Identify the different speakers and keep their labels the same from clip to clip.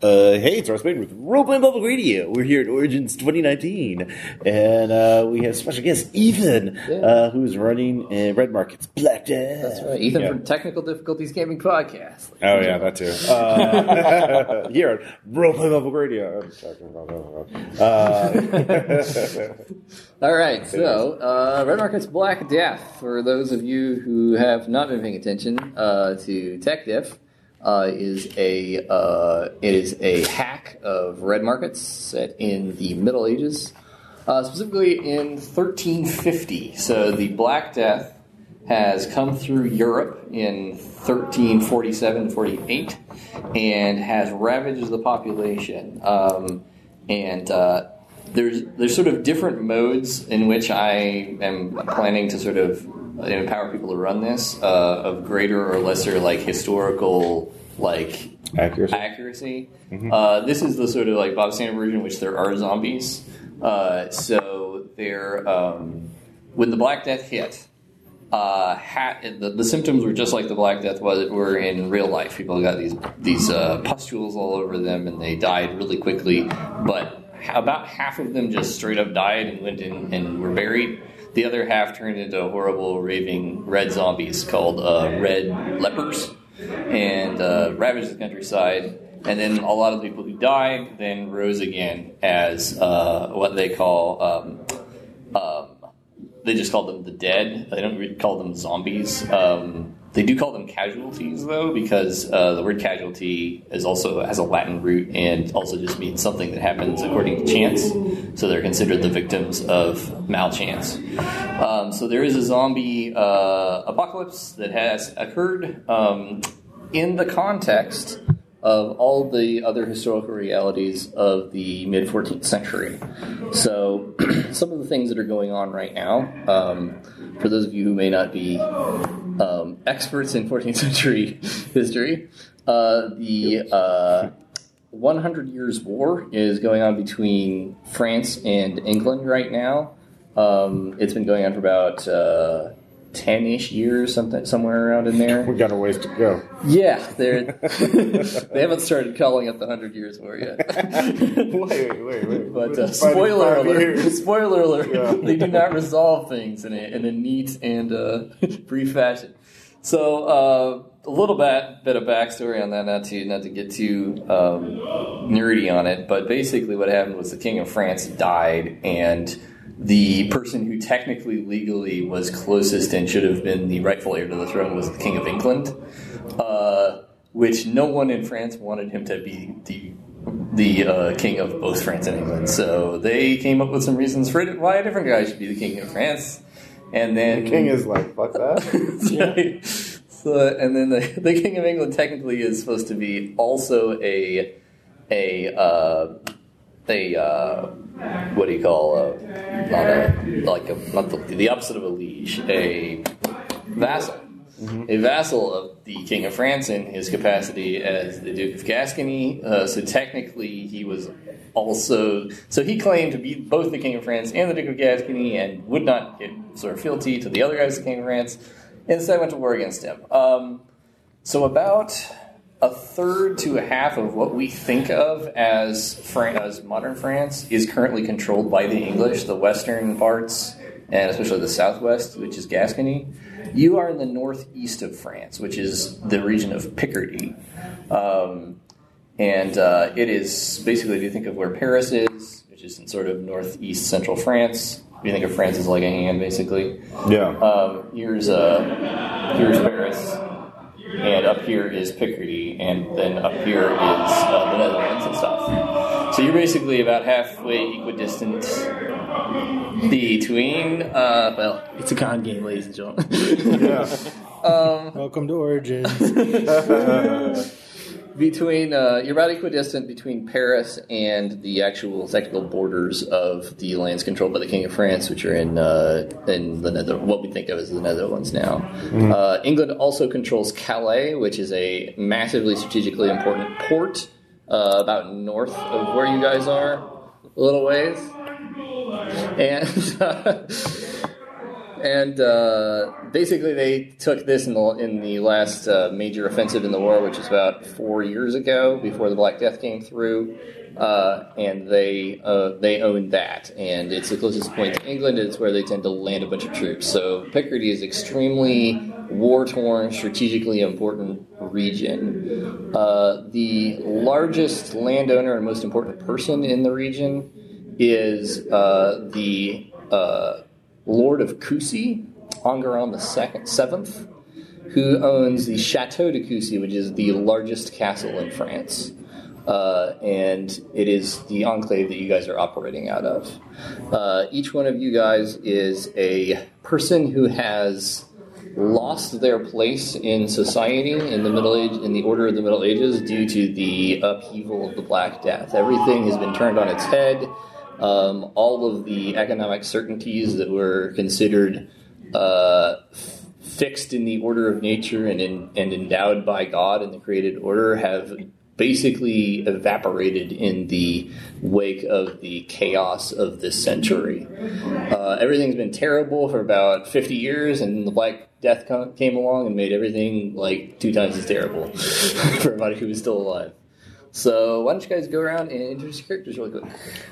Speaker 1: Uh, hey, it's Ross Bain with Roleplay Public Radio. We're here at Origins 2019, and uh, we have special guest Ethan,
Speaker 2: Yeah.
Speaker 1: uh, who's running uh, Red Markets Black Death.
Speaker 2: That's right. Ethan
Speaker 1: Yeah.
Speaker 2: from Technical Difficulties Gaming Podcast.
Speaker 1: Oh yeah, that too. Uh, here, at Roleplay Public Radio. I'm talking about- Uh,
Speaker 2: All right. So, uh, Red Market's Black Death, for those of you who have not been paying attention uh, to Tech Diff, uh, is a uh, it is a hack of Red Markets set in the Middle Ages, uh, specifically in 1350. So the Black Death has come through Europe in 1347 48 and has ravaged the population. Um, and uh, there's there's sort of different modes in which I am planning to sort of empower people to run this uh, of greater or lesser like historical like
Speaker 1: accuracy.
Speaker 2: accuracy. Uh, this is the sort of like Bob Santa version, in which there are zombies. Uh, so they're um, when the Black Death hit. Uh, ha- the, the symptoms were just like the Black Death was were in real life. People got these these uh, pustules all over them, and they died really quickly. But h- about half of them just straight up died and went in and were buried. The other half turned into horrible raving red zombies called uh, red lepers and uh, ravaged the countryside. And then a lot of people who died then rose again as uh, what they call um, um, they just call them the dead. They don't really call them zombies. Um, they do call them casualties though, because uh, the word casualty is also has a Latin root and also just means something that happens according to chance. So they're considered the victims of malchance. Um, so there is a zombie uh, apocalypse that has occurred um, in the context of all the other historical realities of the mid 14th century. So, some of the things that are going on right now, um, for those of you who may not be um, experts in 14th century history, uh, the uh, 100 Years' War is going on between France and England right now. Um, it's been going on for about uh, 10 ish years, something, somewhere around in there.
Speaker 1: We got a ways to go.
Speaker 2: Yeah, they're they haven't started calling it the Hundred Years War yet.
Speaker 1: Wait, wait, wait, wait. We're
Speaker 2: but uh,
Speaker 1: fighting
Speaker 2: spoiler
Speaker 1: five
Speaker 2: alert!
Speaker 1: years.
Speaker 2: Spoiler alert!
Speaker 1: Yeah.
Speaker 2: They do not resolve things in a, in a neat and uh, brief fashion. So uh, a little bit bit of backstory on that, not to not to get too um, nerdy on it, but basically what happened was the King of France died and. The person who technically legally was closest and should have been the rightful heir to the throne was the King of England uh, which no one in France wanted him to be the the uh, king of both France and England. So they came up with some reasons for it, why a different guy should be the king of France, and then
Speaker 1: King is like fuck that.
Speaker 2: Sorry. So, and then the, the King of England technically is supposed to be also a a uh, a uh, what do you call a, not a like a not the, the opposite of a liege a vassal a vassal of the King of France in his capacity as the Duke of Gascony. Uh, so technically, he was also so he claimed to be both the King of France and the Duke of Gascony, and would not give sort of fealty to the other guys, the King of France. Instead, went to war against him. Um, so about a third to a half of what we think of as Fran- as modern France is currently controlled by the English, the western parts, and especially the southwest, which is Gascony. You are in the northeast of France, which is the region of Picardy. Um, and uh, it is basically, if you think of where Paris is, which is in sort of northeast central France, if you think of France as like a hand, basically,
Speaker 1: Yeah.
Speaker 2: um, here's uh, here's Paris, and up here is Picardy, and then up here is uh, the Netherlands and stuff. So you're basically about halfway equidistant between. Uh, well, it's a con game, ladies and gentlemen.
Speaker 1: yeah.
Speaker 3: Welcome to Origins.
Speaker 2: between uh, you're about equidistant between Paris and the actual technical borders of the lands controlled by the King of France, which are in uh, in the Nether what we think of as the Netherlands now. Uh, England also controls Calais, which is a massively strategically important port uh, about north of where you guys uh, are, a little ways, and. and uh, basically they took this in the in the last uh, major offensive in the war, which is about four years ago, before the Black Death came through, uh, and they uh, they own that, and it's the closest point to England. and It's where they tend to land a bunch of troops. So Picardy is extremely war torn, strategically important region. Uh, the largest landowner and most important person in the region is uh, the uh, Lord of Coucy, Angaron the second, seventh, who owns the Chateau de Coucy, which is the largest castle in France. Uh, and it is the enclave that you guys are operating out of. Uh, each one of you guys is a person who has lost their place in society in the middle age in the order of the middle ages due to the upheaval of the black death everything has been turned on its head um, all of the economic certainties that were considered uh, f- fixed in the order of nature and, in, and endowed by god in the created order have basically evaporated in the wake of the chaos of this century uh, everything's been terrible for about 50 years, and the Black Death co- came along and made everything like two times as terrible for everybody who was still alive. So, why don't you guys go around and introduce your characters really quick?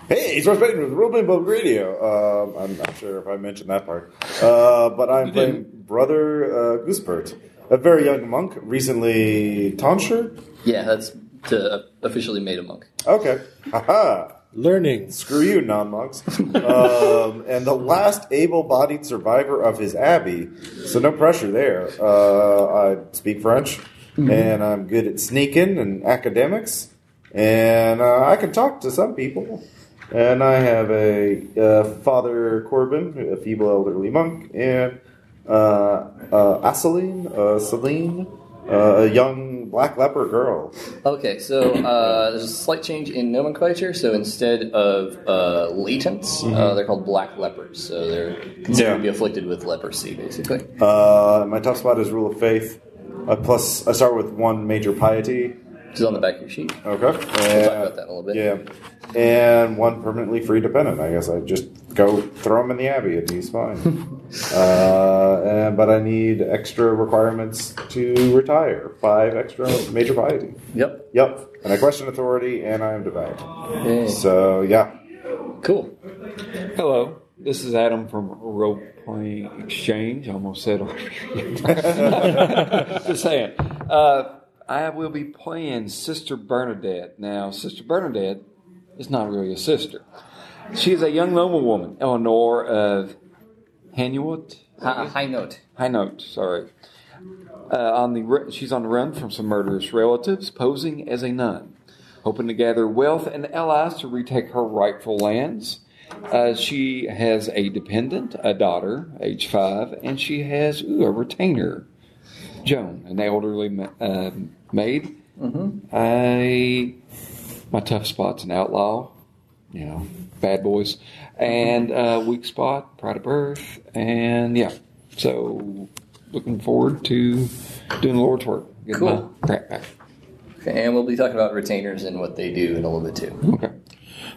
Speaker 1: Hey, it's Russ Payton with Real Big Bug Radio. Um, I'm not sure if I mentioned that part, uh, but I'm playing Brother uh, Goosebert, a very young monk, recently tonsure.
Speaker 2: Yeah, that's to uh, officially made a monk.
Speaker 1: Okay, haha.
Speaker 4: Learning.
Speaker 1: Screw you, non monks. um, and the last able bodied survivor of his abbey, so no pressure there. Uh, I speak French, and I'm good at sneaking and academics, and uh, I can talk to some people. And I have a uh, Father Corbin, a feeble elderly monk, and uh, uh, Asseline, uh, Celine, uh, a young black leper girl.
Speaker 2: Okay, so uh, there's a slight change in nomenclature. So instead of uh, latents, uh, they're called black lepers. So they're considered
Speaker 1: Mm-hmm. Yeah.
Speaker 2: to be afflicted with leprosy, basically.
Speaker 1: Uh, my tough spot is rule of faith. Uh, plus, I start with one major piety.
Speaker 2: Which is on the back of your sheet.
Speaker 1: Okay.
Speaker 2: talk about that in a little bit.
Speaker 1: Yeah. And one permanently free dependent. I guess I just go throw him in the abbey and he's fine. uh, and, but I need extra requirements to retire. Five extra major piety.
Speaker 2: Yep.
Speaker 1: Yep. And I question authority and I am devout.
Speaker 2: Yeah.
Speaker 1: So, yeah.
Speaker 2: Cool.
Speaker 5: Hello, this is Adam from Role Playing Exchange. I almost said RP. Just saying. Uh, I will be playing Sister Bernadette. Now, Sister Bernadette is not really a sister. She is a young noble woman, Eleanor of Hanuot.
Speaker 2: Hi- high note.
Speaker 5: High note, sorry. Uh, on the ru- she's on the run from some murderous relatives, posing as a nun, hoping to gather wealth and allies to retake her rightful lands. Uh, she has a dependent, a daughter, age five, and she has ooh, a retainer, Joan, an elderly ma- uh, maid. I my tough spot's an outlaw, you know, bad boys, and uh, weak spot, pride of birth, and yeah. So looking forward to doing the Lord's work. Getting
Speaker 2: Cool.
Speaker 5: my crap back.
Speaker 2: Okay, and we'll be talking about retainers and what they do in a little bit too.
Speaker 5: Okay.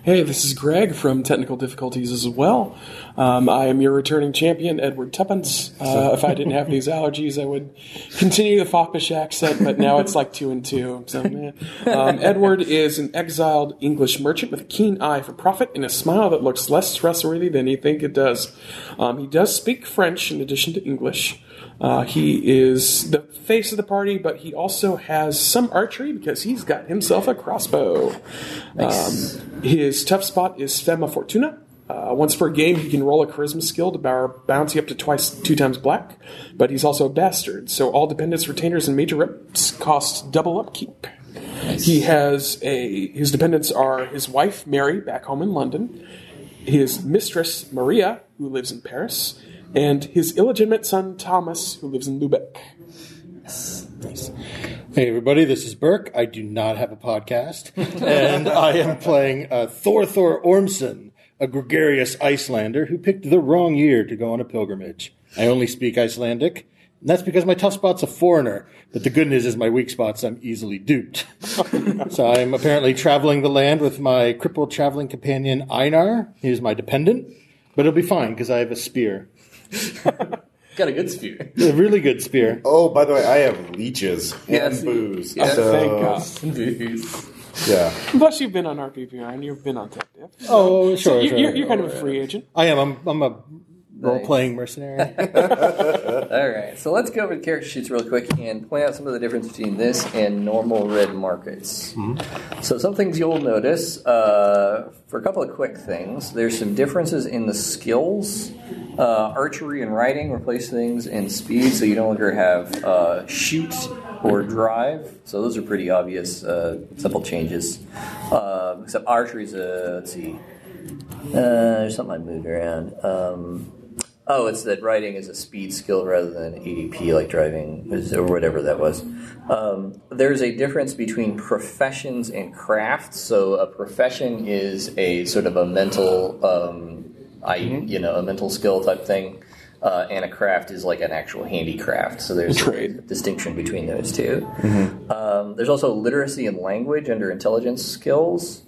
Speaker 6: Hey, this is Greg from Technical Difficulties as well. Um, I am your returning champion, Edward Tuppence. Uh, if I didn't have these allergies, I would continue the foppish accent, but now it's like two and two. So, meh. Um, Edward is an exiled English merchant with a keen eye for profit and a smile that looks less trustworthy than you think it does. Um, he does speak French in addition to English. Uh, he is the face of the party, but he also has some archery because he's got himself a crossbow. Um, his tough spot is Stemma Fortuna. Uh, once per game, he can roll a charisma skill to bar bounty up to twice, two times black, but he's also a bastard, so all dependents, retainers, and major reps cost double upkeep. He has a his dependents are his wife Mary back home in London, his mistress Maria who lives in Paris, and his illegitimate son Thomas who lives in Lubeck.
Speaker 4: Hey, everybody, this is Burke. I do not have a podcast, and I am playing uh, Thor Thor Ormson, a gregarious Icelander who picked the wrong year to go on a pilgrimage. I only speak Icelandic, and that's because my tough spot's a foreigner, but the good news is my weak spot's I'm easily duped. so I'm apparently traveling the land with my crippled traveling companion Einar. He is my dependent, but it'll be fine because I have a spear.
Speaker 2: Got a good spear.
Speaker 4: A really good spear.
Speaker 1: Oh, by the way, I have leeches
Speaker 2: Yes.
Speaker 1: and booze.
Speaker 2: Yes.
Speaker 1: so,
Speaker 6: Thank God.
Speaker 1: Yeah.
Speaker 6: Plus, Uh, you've been on RPPR and you've been on Tech Dip. So
Speaker 4: Oh, sure.
Speaker 6: you-
Speaker 4: sure.
Speaker 6: you're, you're kind of a free agent.
Speaker 4: I am. I'm, I'm a role playing mercenary.
Speaker 2: All right, so let's go over the character sheets real quick and point out some of the difference between this and normal red markets. So, some things you'll notice uh, for a couple of quick things there's some differences in the skills. Uh, archery and riding replace things in speed, so you no longer have uh, shoot or drive. So, those are pretty obvious, uh, simple changes. Uh, except archery's a, let's see, uh, there's something I moved around. Um, oh, it's that riding is a speed skill rather than ADP, like driving is- or whatever that was. Um, there's a difference between professions and crafts. So a profession is a sort of a mental, um, I you know, a mental skill type thing. Uh, and a craft is like an actual handicraft, so there's a
Speaker 6: Trade.
Speaker 2: distinction between those 2 Um, there's also literacy and language under intelligence skills.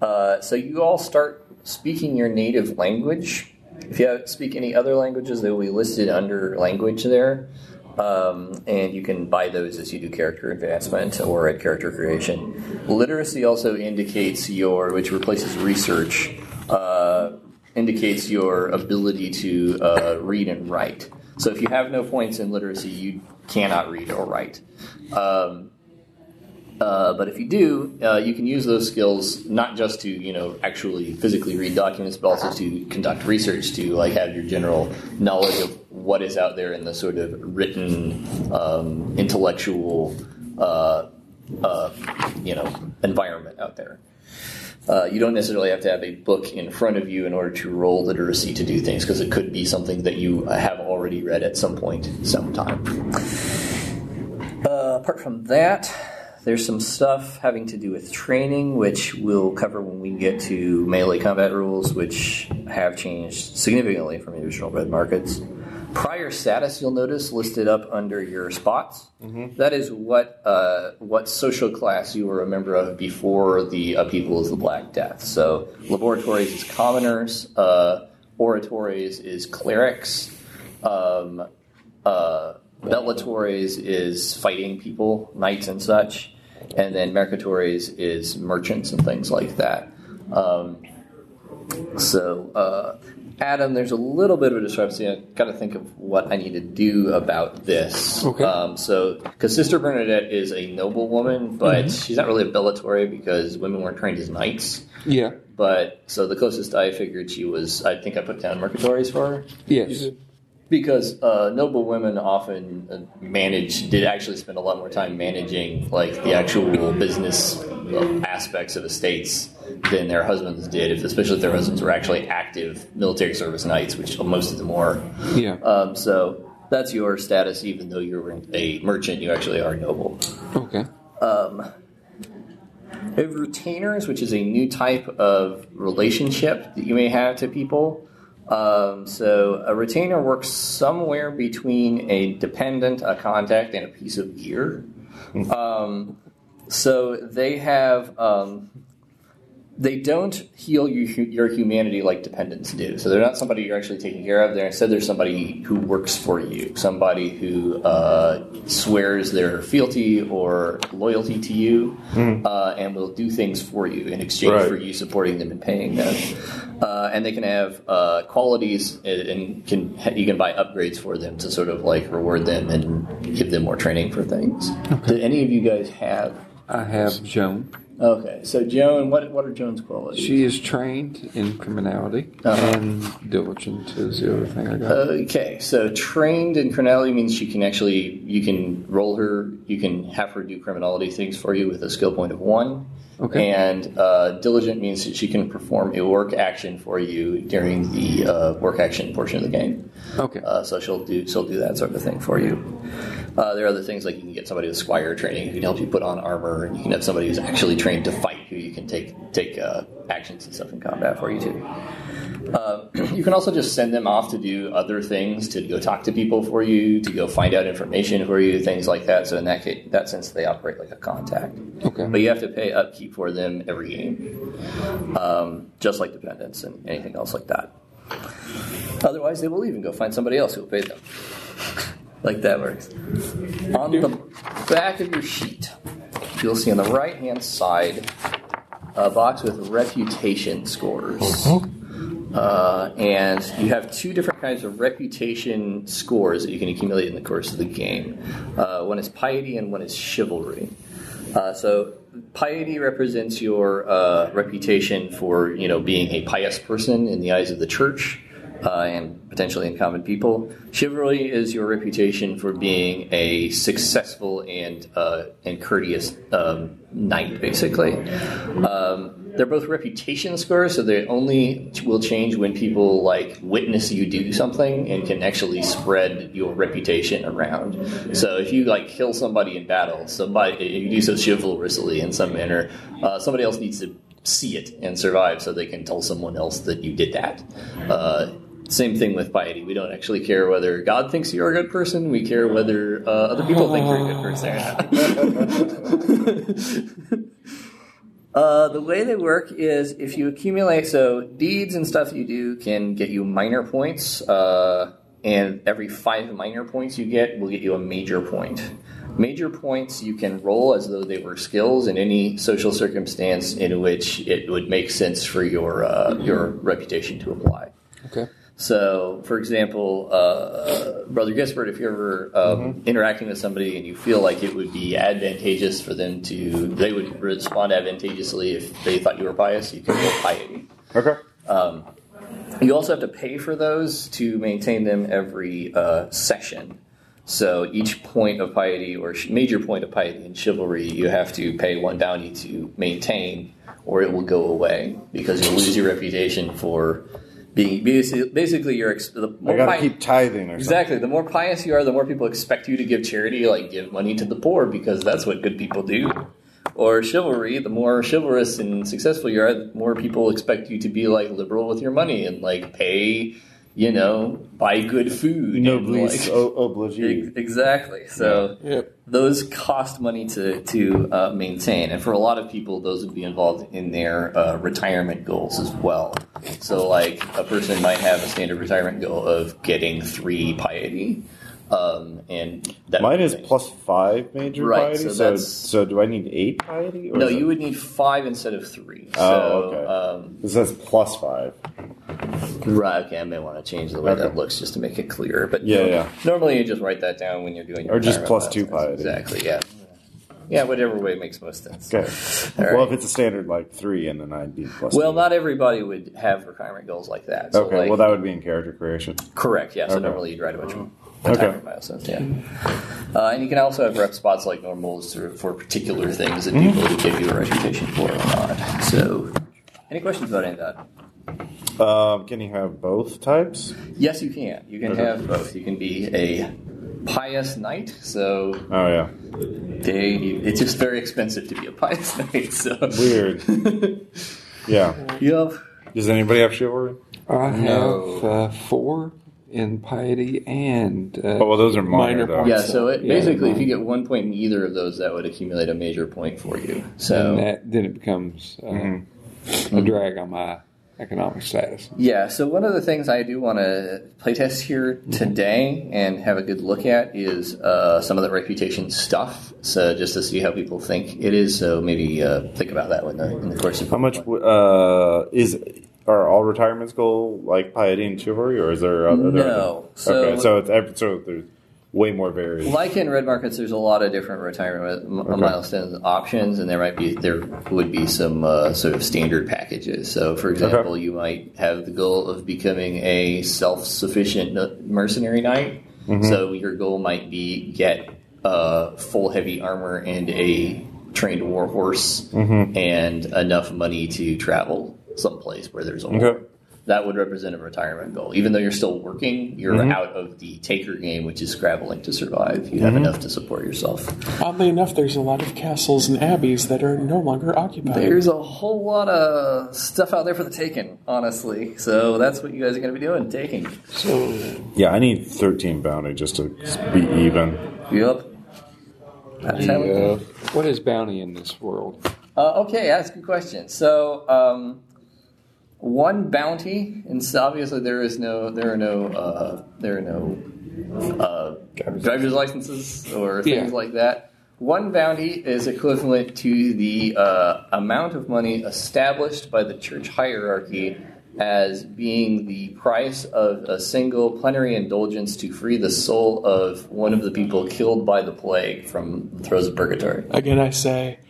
Speaker 2: Uh, so you all start speaking your native language. If you have- speak any other languages, they will be listed under language there. Um, and you can buy those as you do character advancement or at character creation. Literacy also indicates your, which replaces research, uh, indicates your ability to uh, read and write. So if you have no points in literacy, you cannot read or write. Um, uh, but if you do, uh, you can use those skills not just to you know actually physically read documents, but also to conduct research, to like have your general knowledge of what is out there in the sort of written um, intellectual uh, uh, you know environment out there. Uh, you don't necessarily have to have a book in front of you in order to roll literacy to do things because it could be something that you uh, have already read at some point, sometime. Uh, apart from that, there's some stuff having to do with training, which we'll cover when we get to melee combat rules, which have changed significantly from the original Red Markets. Prior status, you'll notice listed up under your spots. That is what uh, what social class you were a member of before the upheaval of the Black Death. So laboratories is commoners, uh, oratories is clerics. Um, uh, Bellatores is fighting people, knights and such, and then Mercatores is merchants and things like that. Um, so, uh, Adam, there's a little bit of a discrepancy. I got to think of what I need to do about this.
Speaker 5: Okay.
Speaker 2: Um, so, because Sister Bernadette is a noble woman, but she's not really a Bellatore because women weren't trained as knights.
Speaker 5: Yeah.
Speaker 2: But so the closest I figured she was, I think I put down Mercatores for her
Speaker 5: Yes.
Speaker 2: because uh, noble women often uh, manage did actually spend a lot more time managing like the actual business uh, aspects of estates than their husbands did if, especially if their husbands were actually active military service knights which most of them were
Speaker 5: Yeah.
Speaker 2: um, so that's your status even though you're a merchant you actually are noble
Speaker 5: Okay.
Speaker 2: We have retainers, which is a new type of relationship that you may have to people. Um, so a retainer works somewhere between a dependent, a contact, and a piece of gear. Um, so they have um, they don't heal your, hu- your humanity like dependents do. So they're not somebody you're actually taking care of. They're instead they're somebody who works for you, somebody who uh, swears their fealty or loyalty to you, uh, and will do things for you in exchange
Speaker 1: Right.
Speaker 2: for you supporting them and paying them. Uh, and they can have uh, qualities, and, and can you can buy upgrades for them to sort of like reward them and give them more training for things. Do any of you guys have?
Speaker 5: I have Joan.
Speaker 2: Okay, so Joan, what what are Joan's qualities?
Speaker 5: She is trained in criminality
Speaker 2: Uh-huh.
Speaker 5: and diligent is the other thing I got.
Speaker 2: Okay, so trained in criminality means she can actually you can roll her, you can have her do criminality things for you with a skill point of one.
Speaker 5: Okay.
Speaker 2: And uh, diligent means that she can perform a work action for you during the uh, work action portion of the game.
Speaker 5: okay.
Speaker 2: Uh, so she'll do she'll do that sort of thing for you. Uh, there are other things like you can get somebody with squire training who can help you put on armor, and you can have somebody who's actually trained to fight who you can take take uh, actions and stuff in combat for you too. Uh, you can also just send them off to do other things, to go talk to people for you, to go find out information for you, things like that. So in that case, that sense, they operate like a contact.
Speaker 5: Okay.
Speaker 2: But you have to pay upkeep for them every game, um, just like dependents and anything else like that. Otherwise, they will leave and go find somebody else who will pay them. Like that works. On the back of your sheet, you'll see on the right hand side a box with reputation scores. Uh, and you have two different kinds of reputation scores that you can accumulate in the course of the game. Uh, one is piety and one is chivalry. Uh, so piety represents your uh, reputation for you know being a pious person in the eyes of the church uh, and potentially in common people. Chivalry is your reputation for being a successful and uh, and courteous um, knight, basically. Um, they're both reputation scores, so they only will change when people like witness you do something and can actually spread your reputation around. So if you like kill somebody in battle, somebody if you do so chivalrously in some manner, uh, somebody else needs to see it and survive, so they can tell someone else that you did that. Uh, same thing with piety. We don't actually care whether God thinks you're a good person. We care whether uh, other people think you're a good person or not. Uh, the way they work is if you accumulate, so deeds and stuff you do can get you minor points, uh, and every five minor points you get will get you a major point. Major points you can roll as though they were skills in any social circumstance in which it would make sense for your uh, your reputation to apply.
Speaker 5: Okay.
Speaker 2: So, for example, uh, Brother Gisbert, if you're ever um,
Speaker 1: Mm-hmm.
Speaker 2: interacting with somebody and you feel like it would be advantageous for them to, they would respond advantageously if they thought you were biased, you can go piety.
Speaker 1: Okay.
Speaker 2: You also have to pay for those to maintain them every uh, session. So each point of piety or sh- major point of piety in chivalry, you have to pay one bounty to maintain, or it will go away because you'll lose your reputation for being basi- basically your ex- the more
Speaker 1: I gotta
Speaker 2: pi-
Speaker 1: keep tithing or
Speaker 2: Exactly. The more pious you are, the more people expect you to give charity, like give money to the poor, because that's what good people do. Or chivalry, the more chivalrous and successful you are, the more people expect you to be like liberal with your money and like pay, you know, buy good food.
Speaker 1: something.
Speaker 2: and,
Speaker 1: Noblesse
Speaker 2: like-
Speaker 1: o- oblige.
Speaker 2: Ex- Exactly. So
Speaker 6: Yep.
Speaker 2: those cost money to to uh, maintain, and for a lot of people, those would be involved in their uh, retirement goals as well. So, like a person might have a standard retirement goal of getting three piety, um, and that
Speaker 1: Mine is plus five major
Speaker 2: Right,
Speaker 1: piety.
Speaker 2: so
Speaker 1: So, so,
Speaker 2: that's-
Speaker 1: do I need eight piety? Or
Speaker 2: No,
Speaker 1: is it-
Speaker 2: you would need five instead of three.
Speaker 1: Oh,
Speaker 2: so,
Speaker 1: okay.
Speaker 2: um,
Speaker 1: It says plus five.
Speaker 2: Right, okay, I may want to change the way
Speaker 1: Okay.
Speaker 2: that looks just to make it clearer. But
Speaker 1: Yeah,
Speaker 2: norm-
Speaker 1: yeah.
Speaker 2: normally you just write that down when you're doing your
Speaker 1: Or just
Speaker 2: retirement
Speaker 1: plus
Speaker 2: plans.
Speaker 1: two pi, I think.
Speaker 2: Exactly, yeah. Yeah, whatever way makes most sense.
Speaker 1: Okay.
Speaker 2: All
Speaker 1: Well,
Speaker 2: right.
Speaker 1: if it's a standard like three, and then I'd be plus.
Speaker 2: Well,
Speaker 1: two.
Speaker 2: not everybody would have retirement goals like that. So
Speaker 1: Okay.
Speaker 2: like,
Speaker 1: well, that would be in character creation.
Speaker 2: correct, yeah. So
Speaker 1: Okay. Mm-hmm.
Speaker 2: normally you'd write a bunch of retirement milestones, yeah. Uh, and you can also have rep spots like normals or for particular things that
Speaker 1: Mm-hmm.
Speaker 2: people would give you a reputation for or not. So, any questions about any of that?
Speaker 1: Um, can you have both types?
Speaker 2: Yes, you can. You can
Speaker 1: Okay.
Speaker 2: have both. You can be a pious knight, so
Speaker 1: Oh yeah.
Speaker 2: They, it's just very expensive to be a pious knight. So
Speaker 1: Weird. Yeah.
Speaker 2: Yep.
Speaker 1: Does anybody have chivalry?
Speaker 5: I
Speaker 2: No.
Speaker 5: have uh, four in piety and. Uh,
Speaker 1: Oh well, those are minor,
Speaker 6: Minor
Speaker 1: though.
Speaker 6: points.
Speaker 2: Yeah. So it,
Speaker 5: Yeah.
Speaker 2: basically, if you get one point in either of those, that would accumulate a major point for you.
Speaker 5: and
Speaker 2: So
Speaker 5: that, then it becomes uh, a drag on my economic status.
Speaker 2: yeah. So one of the things I do want to playtest here today and have a good look at is uh, some of the reputation stuff. So just to see how people think it is. So maybe uh, think about that in the, in the course of
Speaker 1: How much w- uh, is are all retirements goal like piety and chivalry, or is there other?
Speaker 2: No. So-
Speaker 1: okay, so it's ev- so there's way more varied.
Speaker 2: like in red markets, there's a lot of different retirement mi- milestones options, and there might be there would be some uh, sort of standard packages. So, for example, you might have the goal of becoming a self-sufficient mercenary knight. So your goal might be get uh, full heavy armor and a trained war horse and enough money to travel someplace where there's a war
Speaker 1: Okay.
Speaker 2: that would represent a retirement goal. Even though you're still working, you're out of the taker game, which is scrabbling to survive. You have enough to support yourself.
Speaker 6: Oddly enough, there's a lot of castles and abbeys that are no longer occupied.
Speaker 2: There's a whole lot of stuff out there for the taking, honestly. So that's what you guys are going to be doing, taking.
Speaker 1: Yeah, I need 13 bounty just to be even.
Speaker 2: Yep. That's how it
Speaker 5: Uh, what is bounty in this world?
Speaker 2: Uh, okay, ask a question. So, um, one bounty, and so obviously there is no, there are no, uh, there are no uh, driver's licenses or things
Speaker 5: Yeah.
Speaker 2: like that. One bounty is equivalent to the uh, amount of money established by the church hierarchy as being the price of a single plenary indulgence to free the soul of one of the people killed by the plague from the throes of purgatory.
Speaker 6: Again, I say,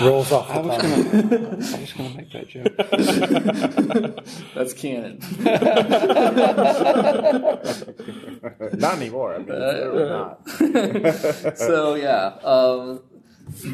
Speaker 4: Rolls off the tongue.
Speaker 5: I was going to make that joke.
Speaker 2: That's canon.
Speaker 1: not anymore. I mean,
Speaker 2: Uh,
Speaker 1: clearly not.
Speaker 2: so yeah, um,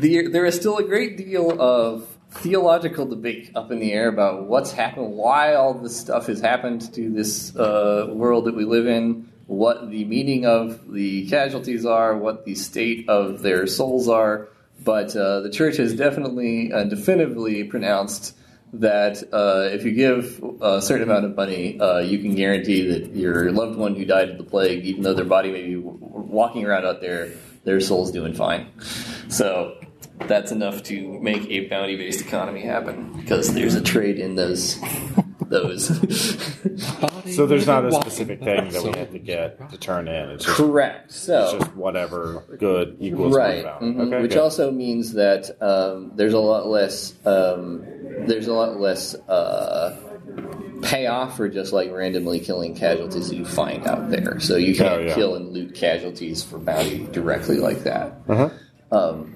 Speaker 2: the, there is still a great deal of theological debate up in the air about what's happened, why all this stuff has happened to this uh, world that we live in, what the meaning of the casualties are, what the state of their souls are. But uh, the church has definitely, uh, definitively pronounced that uh, if you give a certain amount of money, uh, you can guarantee that your loved one who died of the plague, even though their body may be w- walking around out there, their soul's doing fine. So that's enough to make a bounty-based economy happen because there's a trade in those. Those
Speaker 1: So there's not a specific thing that we had to get to turn in. It's just,
Speaker 2: correct. So
Speaker 1: it's just whatever good equals
Speaker 2: Oh. right,
Speaker 1: one
Speaker 2: mhm,
Speaker 1: value. Okay,
Speaker 2: which
Speaker 1: good.
Speaker 2: also means that um, there's a lot less um, there's a lot less uh, payoff for just like randomly killing casualties that you find out there. So you can't
Speaker 1: yeah.
Speaker 2: kill and loot casualties for bounty directly like that.
Speaker 1: Uh-huh.
Speaker 2: Um,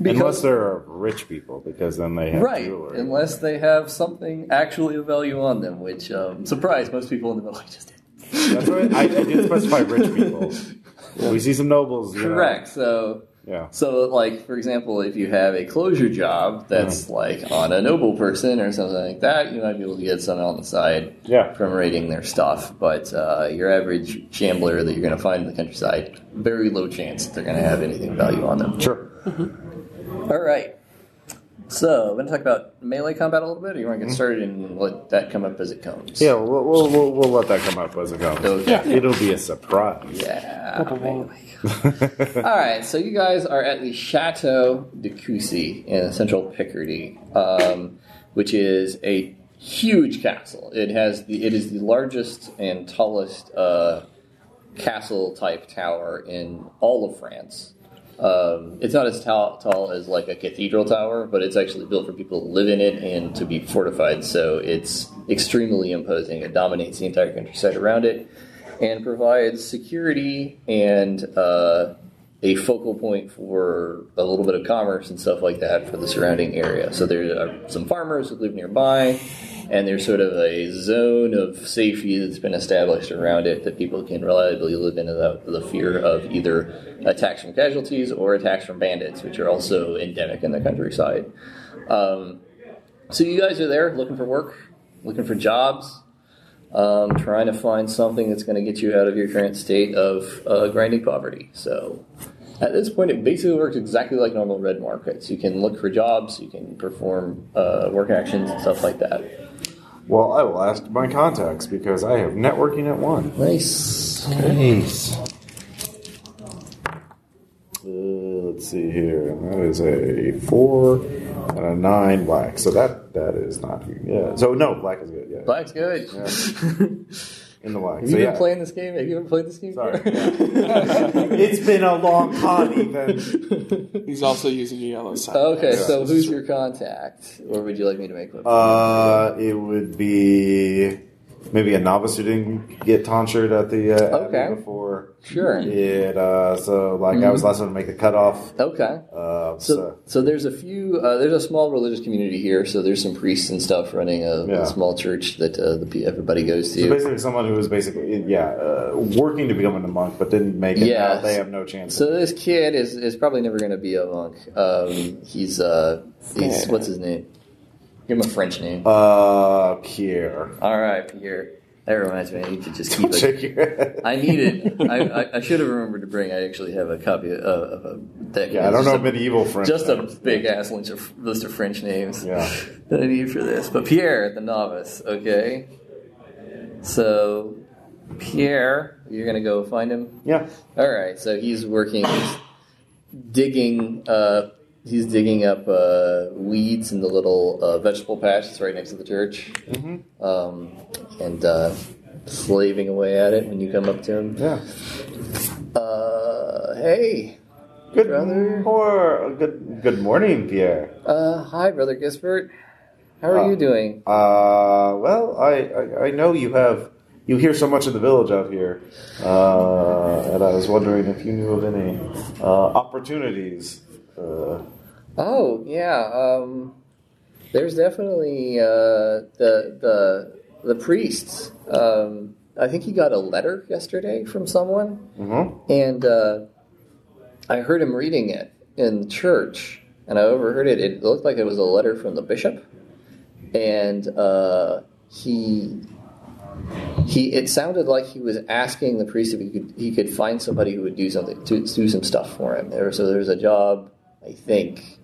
Speaker 1: Unless
Speaker 2: because-
Speaker 1: they're rich people, because then they have
Speaker 2: Right,
Speaker 1: jewelry.
Speaker 2: unless they have something actually of value on them, which um, surprise most people in the Middle Ages did.
Speaker 1: That's why I, I did specify rich people. We see some nobles. you know.
Speaker 2: Correct. So
Speaker 1: Yeah.
Speaker 2: So, like for example, if you have a closure job that's like on a noble person or something like that, you might be able to get something on the side
Speaker 1: Yeah.
Speaker 2: from raiding their stuff. But uh, your average gambler that you're going to find in the countryside, very low chance that they're going to have anything value on them.
Speaker 1: Sure.
Speaker 2: All right. So, I'm going to talk about melee combat a little bit, or you want to get started and let that come up as it comes?
Speaker 1: Yeah, we'll, we'll, we'll, we'll let that come up as it goes.
Speaker 2: Okay.
Speaker 1: It'll be a surprise.
Speaker 2: Yeah. melee. All right, so you guys are at the Chateau de Coucy in central Picardy, um, which is a huge castle. It has the it is the largest and tallest uh, castle type tower in all of France. Um, it's not as tall, tall as like a cathedral tower, but it's actually built for people to live in it and to be fortified. So it's extremely imposing. It dominates the entire countryside around it and provides security and uh, a focal point for a little bit of commerce and stuff like that for the surrounding area. So there are some farmers who live nearby, and there's sort of a zone of safety that's been established around it that people can reliably live in without the fear of either attacks from casualties or attacks from bandits, which are also endemic in the countryside. Um, so you guys are there looking for work, looking for jobs, um, trying to find something that's going to get you out of your current state of uh, grinding poverty. So at this point, it basically works exactly like normal red markets. You can look for jobs, you can perform uh, work actions and stuff like that.
Speaker 1: Well, I will ask my contacts because I have networking at one.
Speaker 2: Nice.
Speaker 4: Nice.
Speaker 1: Uh, let's see here. That is a four and a nine black. So that that is not good. Yeah. So no, black is good. Yeah.
Speaker 2: Black's good.
Speaker 1: Yeah.
Speaker 2: Have
Speaker 1: In the black.
Speaker 2: you
Speaker 1: So,
Speaker 2: been
Speaker 1: yeah.
Speaker 2: playing this game? Have you ever played this game?
Speaker 1: Sorry.
Speaker 2: okay,
Speaker 1: it's been a long con, Ethan.
Speaker 6: he's also using a yellow sign.
Speaker 2: Oh. so who's your contact? Or would you like me to make one?
Speaker 1: Uh, it would be maybe a novice who didn't get tonsured at the uh, Abbey
Speaker 2: Okay.
Speaker 1: before.
Speaker 2: sure.
Speaker 1: It uh, so like I was last one to make the cutoff.
Speaker 2: Okay.
Speaker 1: Uh, so,
Speaker 2: So, so there's a few. Uh, there's a small religious community here. So there's some priests and stuff running a,
Speaker 1: Yeah.
Speaker 2: a small church that uh, the, pe- everybody goes
Speaker 1: so
Speaker 2: to.
Speaker 1: basically, someone who was basically yeah uh, working to become a monk but didn't make it.
Speaker 2: Yeah.
Speaker 1: now they have no chance.
Speaker 2: So this kid is, is probably never going to be a monk. Um, he's uh, he's what's his name? Give him a French name.
Speaker 1: uh, Pierre.
Speaker 2: All right, Pierre. That reminds me. I need to just keep. it.
Speaker 1: Shake your head.
Speaker 2: I need it. I, I, I should have remembered to bring. I actually have a copy of, of a deck.
Speaker 1: Yeah, I don't
Speaker 2: It's
Speaker 1: know
Speaker 2: just a-
Speaker 1: medieval French.
Speaker 2: Just a
Speaker 1: names.
Speaker 2: big ass list of, list of French names
Speaker 1: Yeah.
Speaker 2: that I need for this. But Pierre, the novice, okay? So, Pierre, you're going to go find him?
Speaker 1: yeah.
Speaker 2: All right, so he's working, he's digging, uh, he's digging up uh, weeds in the little uh, vegetable patch that's right next to the church, um, and uh, slaving away at it when you come up to him.
Speaker 1: Yeah.
Speaker 2: Uh, hey,
Speaker 1: Good
Speaker 2: Brother.
Speaker 1: Or good good morning, Pierre.
Speaker 2: uh, hi, brother Gisbert. How are
Speaker 1: Ah.
Speaker 2: you doing?
Speaker 1: Uh, well, I, I I know you have you hear so much in the village out here, uh, and I was wondering if you knew of any uh, opportunities. Uh,
Speaker 2: Oh yeah, um, there's definitely uh, the the the priest. Um, I think he got a letter yesterday from someone,
Speaker 1: mhm.
Speaker 2: and uh, I heard him reading it in church, and I overheard it. It looked like it was a letter from the bishop, and uh, he. He, it sounded like he was asking the priest if he could he could find somebody who would do something to do some stuff for him. There, so there's a job, I think.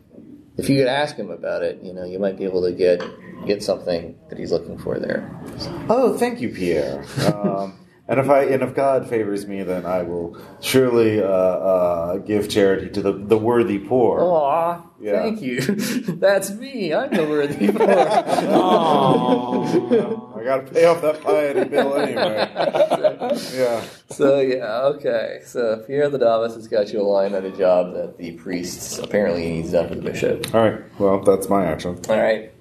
Speaker 2: If you could ask him about it, you know, you might be able to get get something that he's looking for there.
Speaker 1: Oh, thank you, Pierre. Um, and if I and if God favors me, then I will surely uh, uh, give charity to the the worthy poor.
Speaker 2: Aw,
Speaker 1: Yeah.
Speaker 2: thank you. That's me. I'm the worthy poor.
Speaker 1: I got to pay off that piety bill anyway. yeah.
Speaker 2: So yeah, okay. So Pierre the Davis has got you aligned on a job that the priest apparently needs done for the bishop.
Speaker 1: All right. Well, that's my action.
Speaker 2: All right.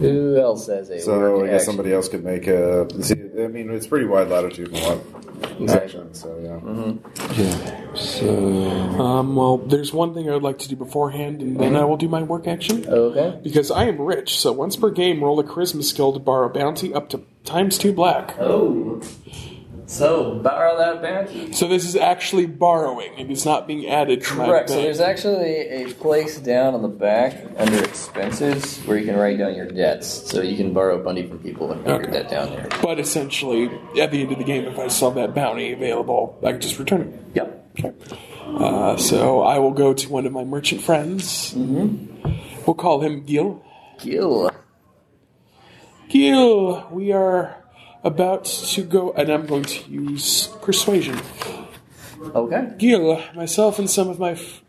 Speaker 2: Who else has a
Speaker 1: Hmm. So
Speaker 2: work
Speaker 1: I guess
Speaker 2: action?
Speaker 1: somebody else could make a. See, I mean, it's pretty wide latitude in what
Speaker 2: Exactly.
Speaker 1: action. So yeah.
Speaker 5: Yeah. So
Speaker 6: Um, well, there's one thing I would like to do beforehand, and then I will do my work action.
Speaker 2: Okay.
Speaker 6: Because I am rich, so once per game, roll a charisma skill to borrow bounty up to times two black.
Speaker 2: Oh. So borrow that bounty.
Speaker 6: So this is actually borrowing, and it's not being added. to my
Speaker 2: Correct. So
Speaker 6: thing.
Speaker 2: there's actually a place down on the back under expenses where you can write down your debts. So you can borrow money from people and write your debt down there.
Speaker 6: But essentially, at the end of the game, if I saw that bounty available, I could just return it.
Speaker 2: Yep.
Speaker 6: Uh, so I will go to one of my merchant friends. Mm-hmm. We'll call him Gil.
Speaker 2: Gil.
Speaker 6: Gil, we are about to go, and I'm going to use persuasion.
Speaker 2: Okay.
Speaker 6: Gil, myself, and some of my f-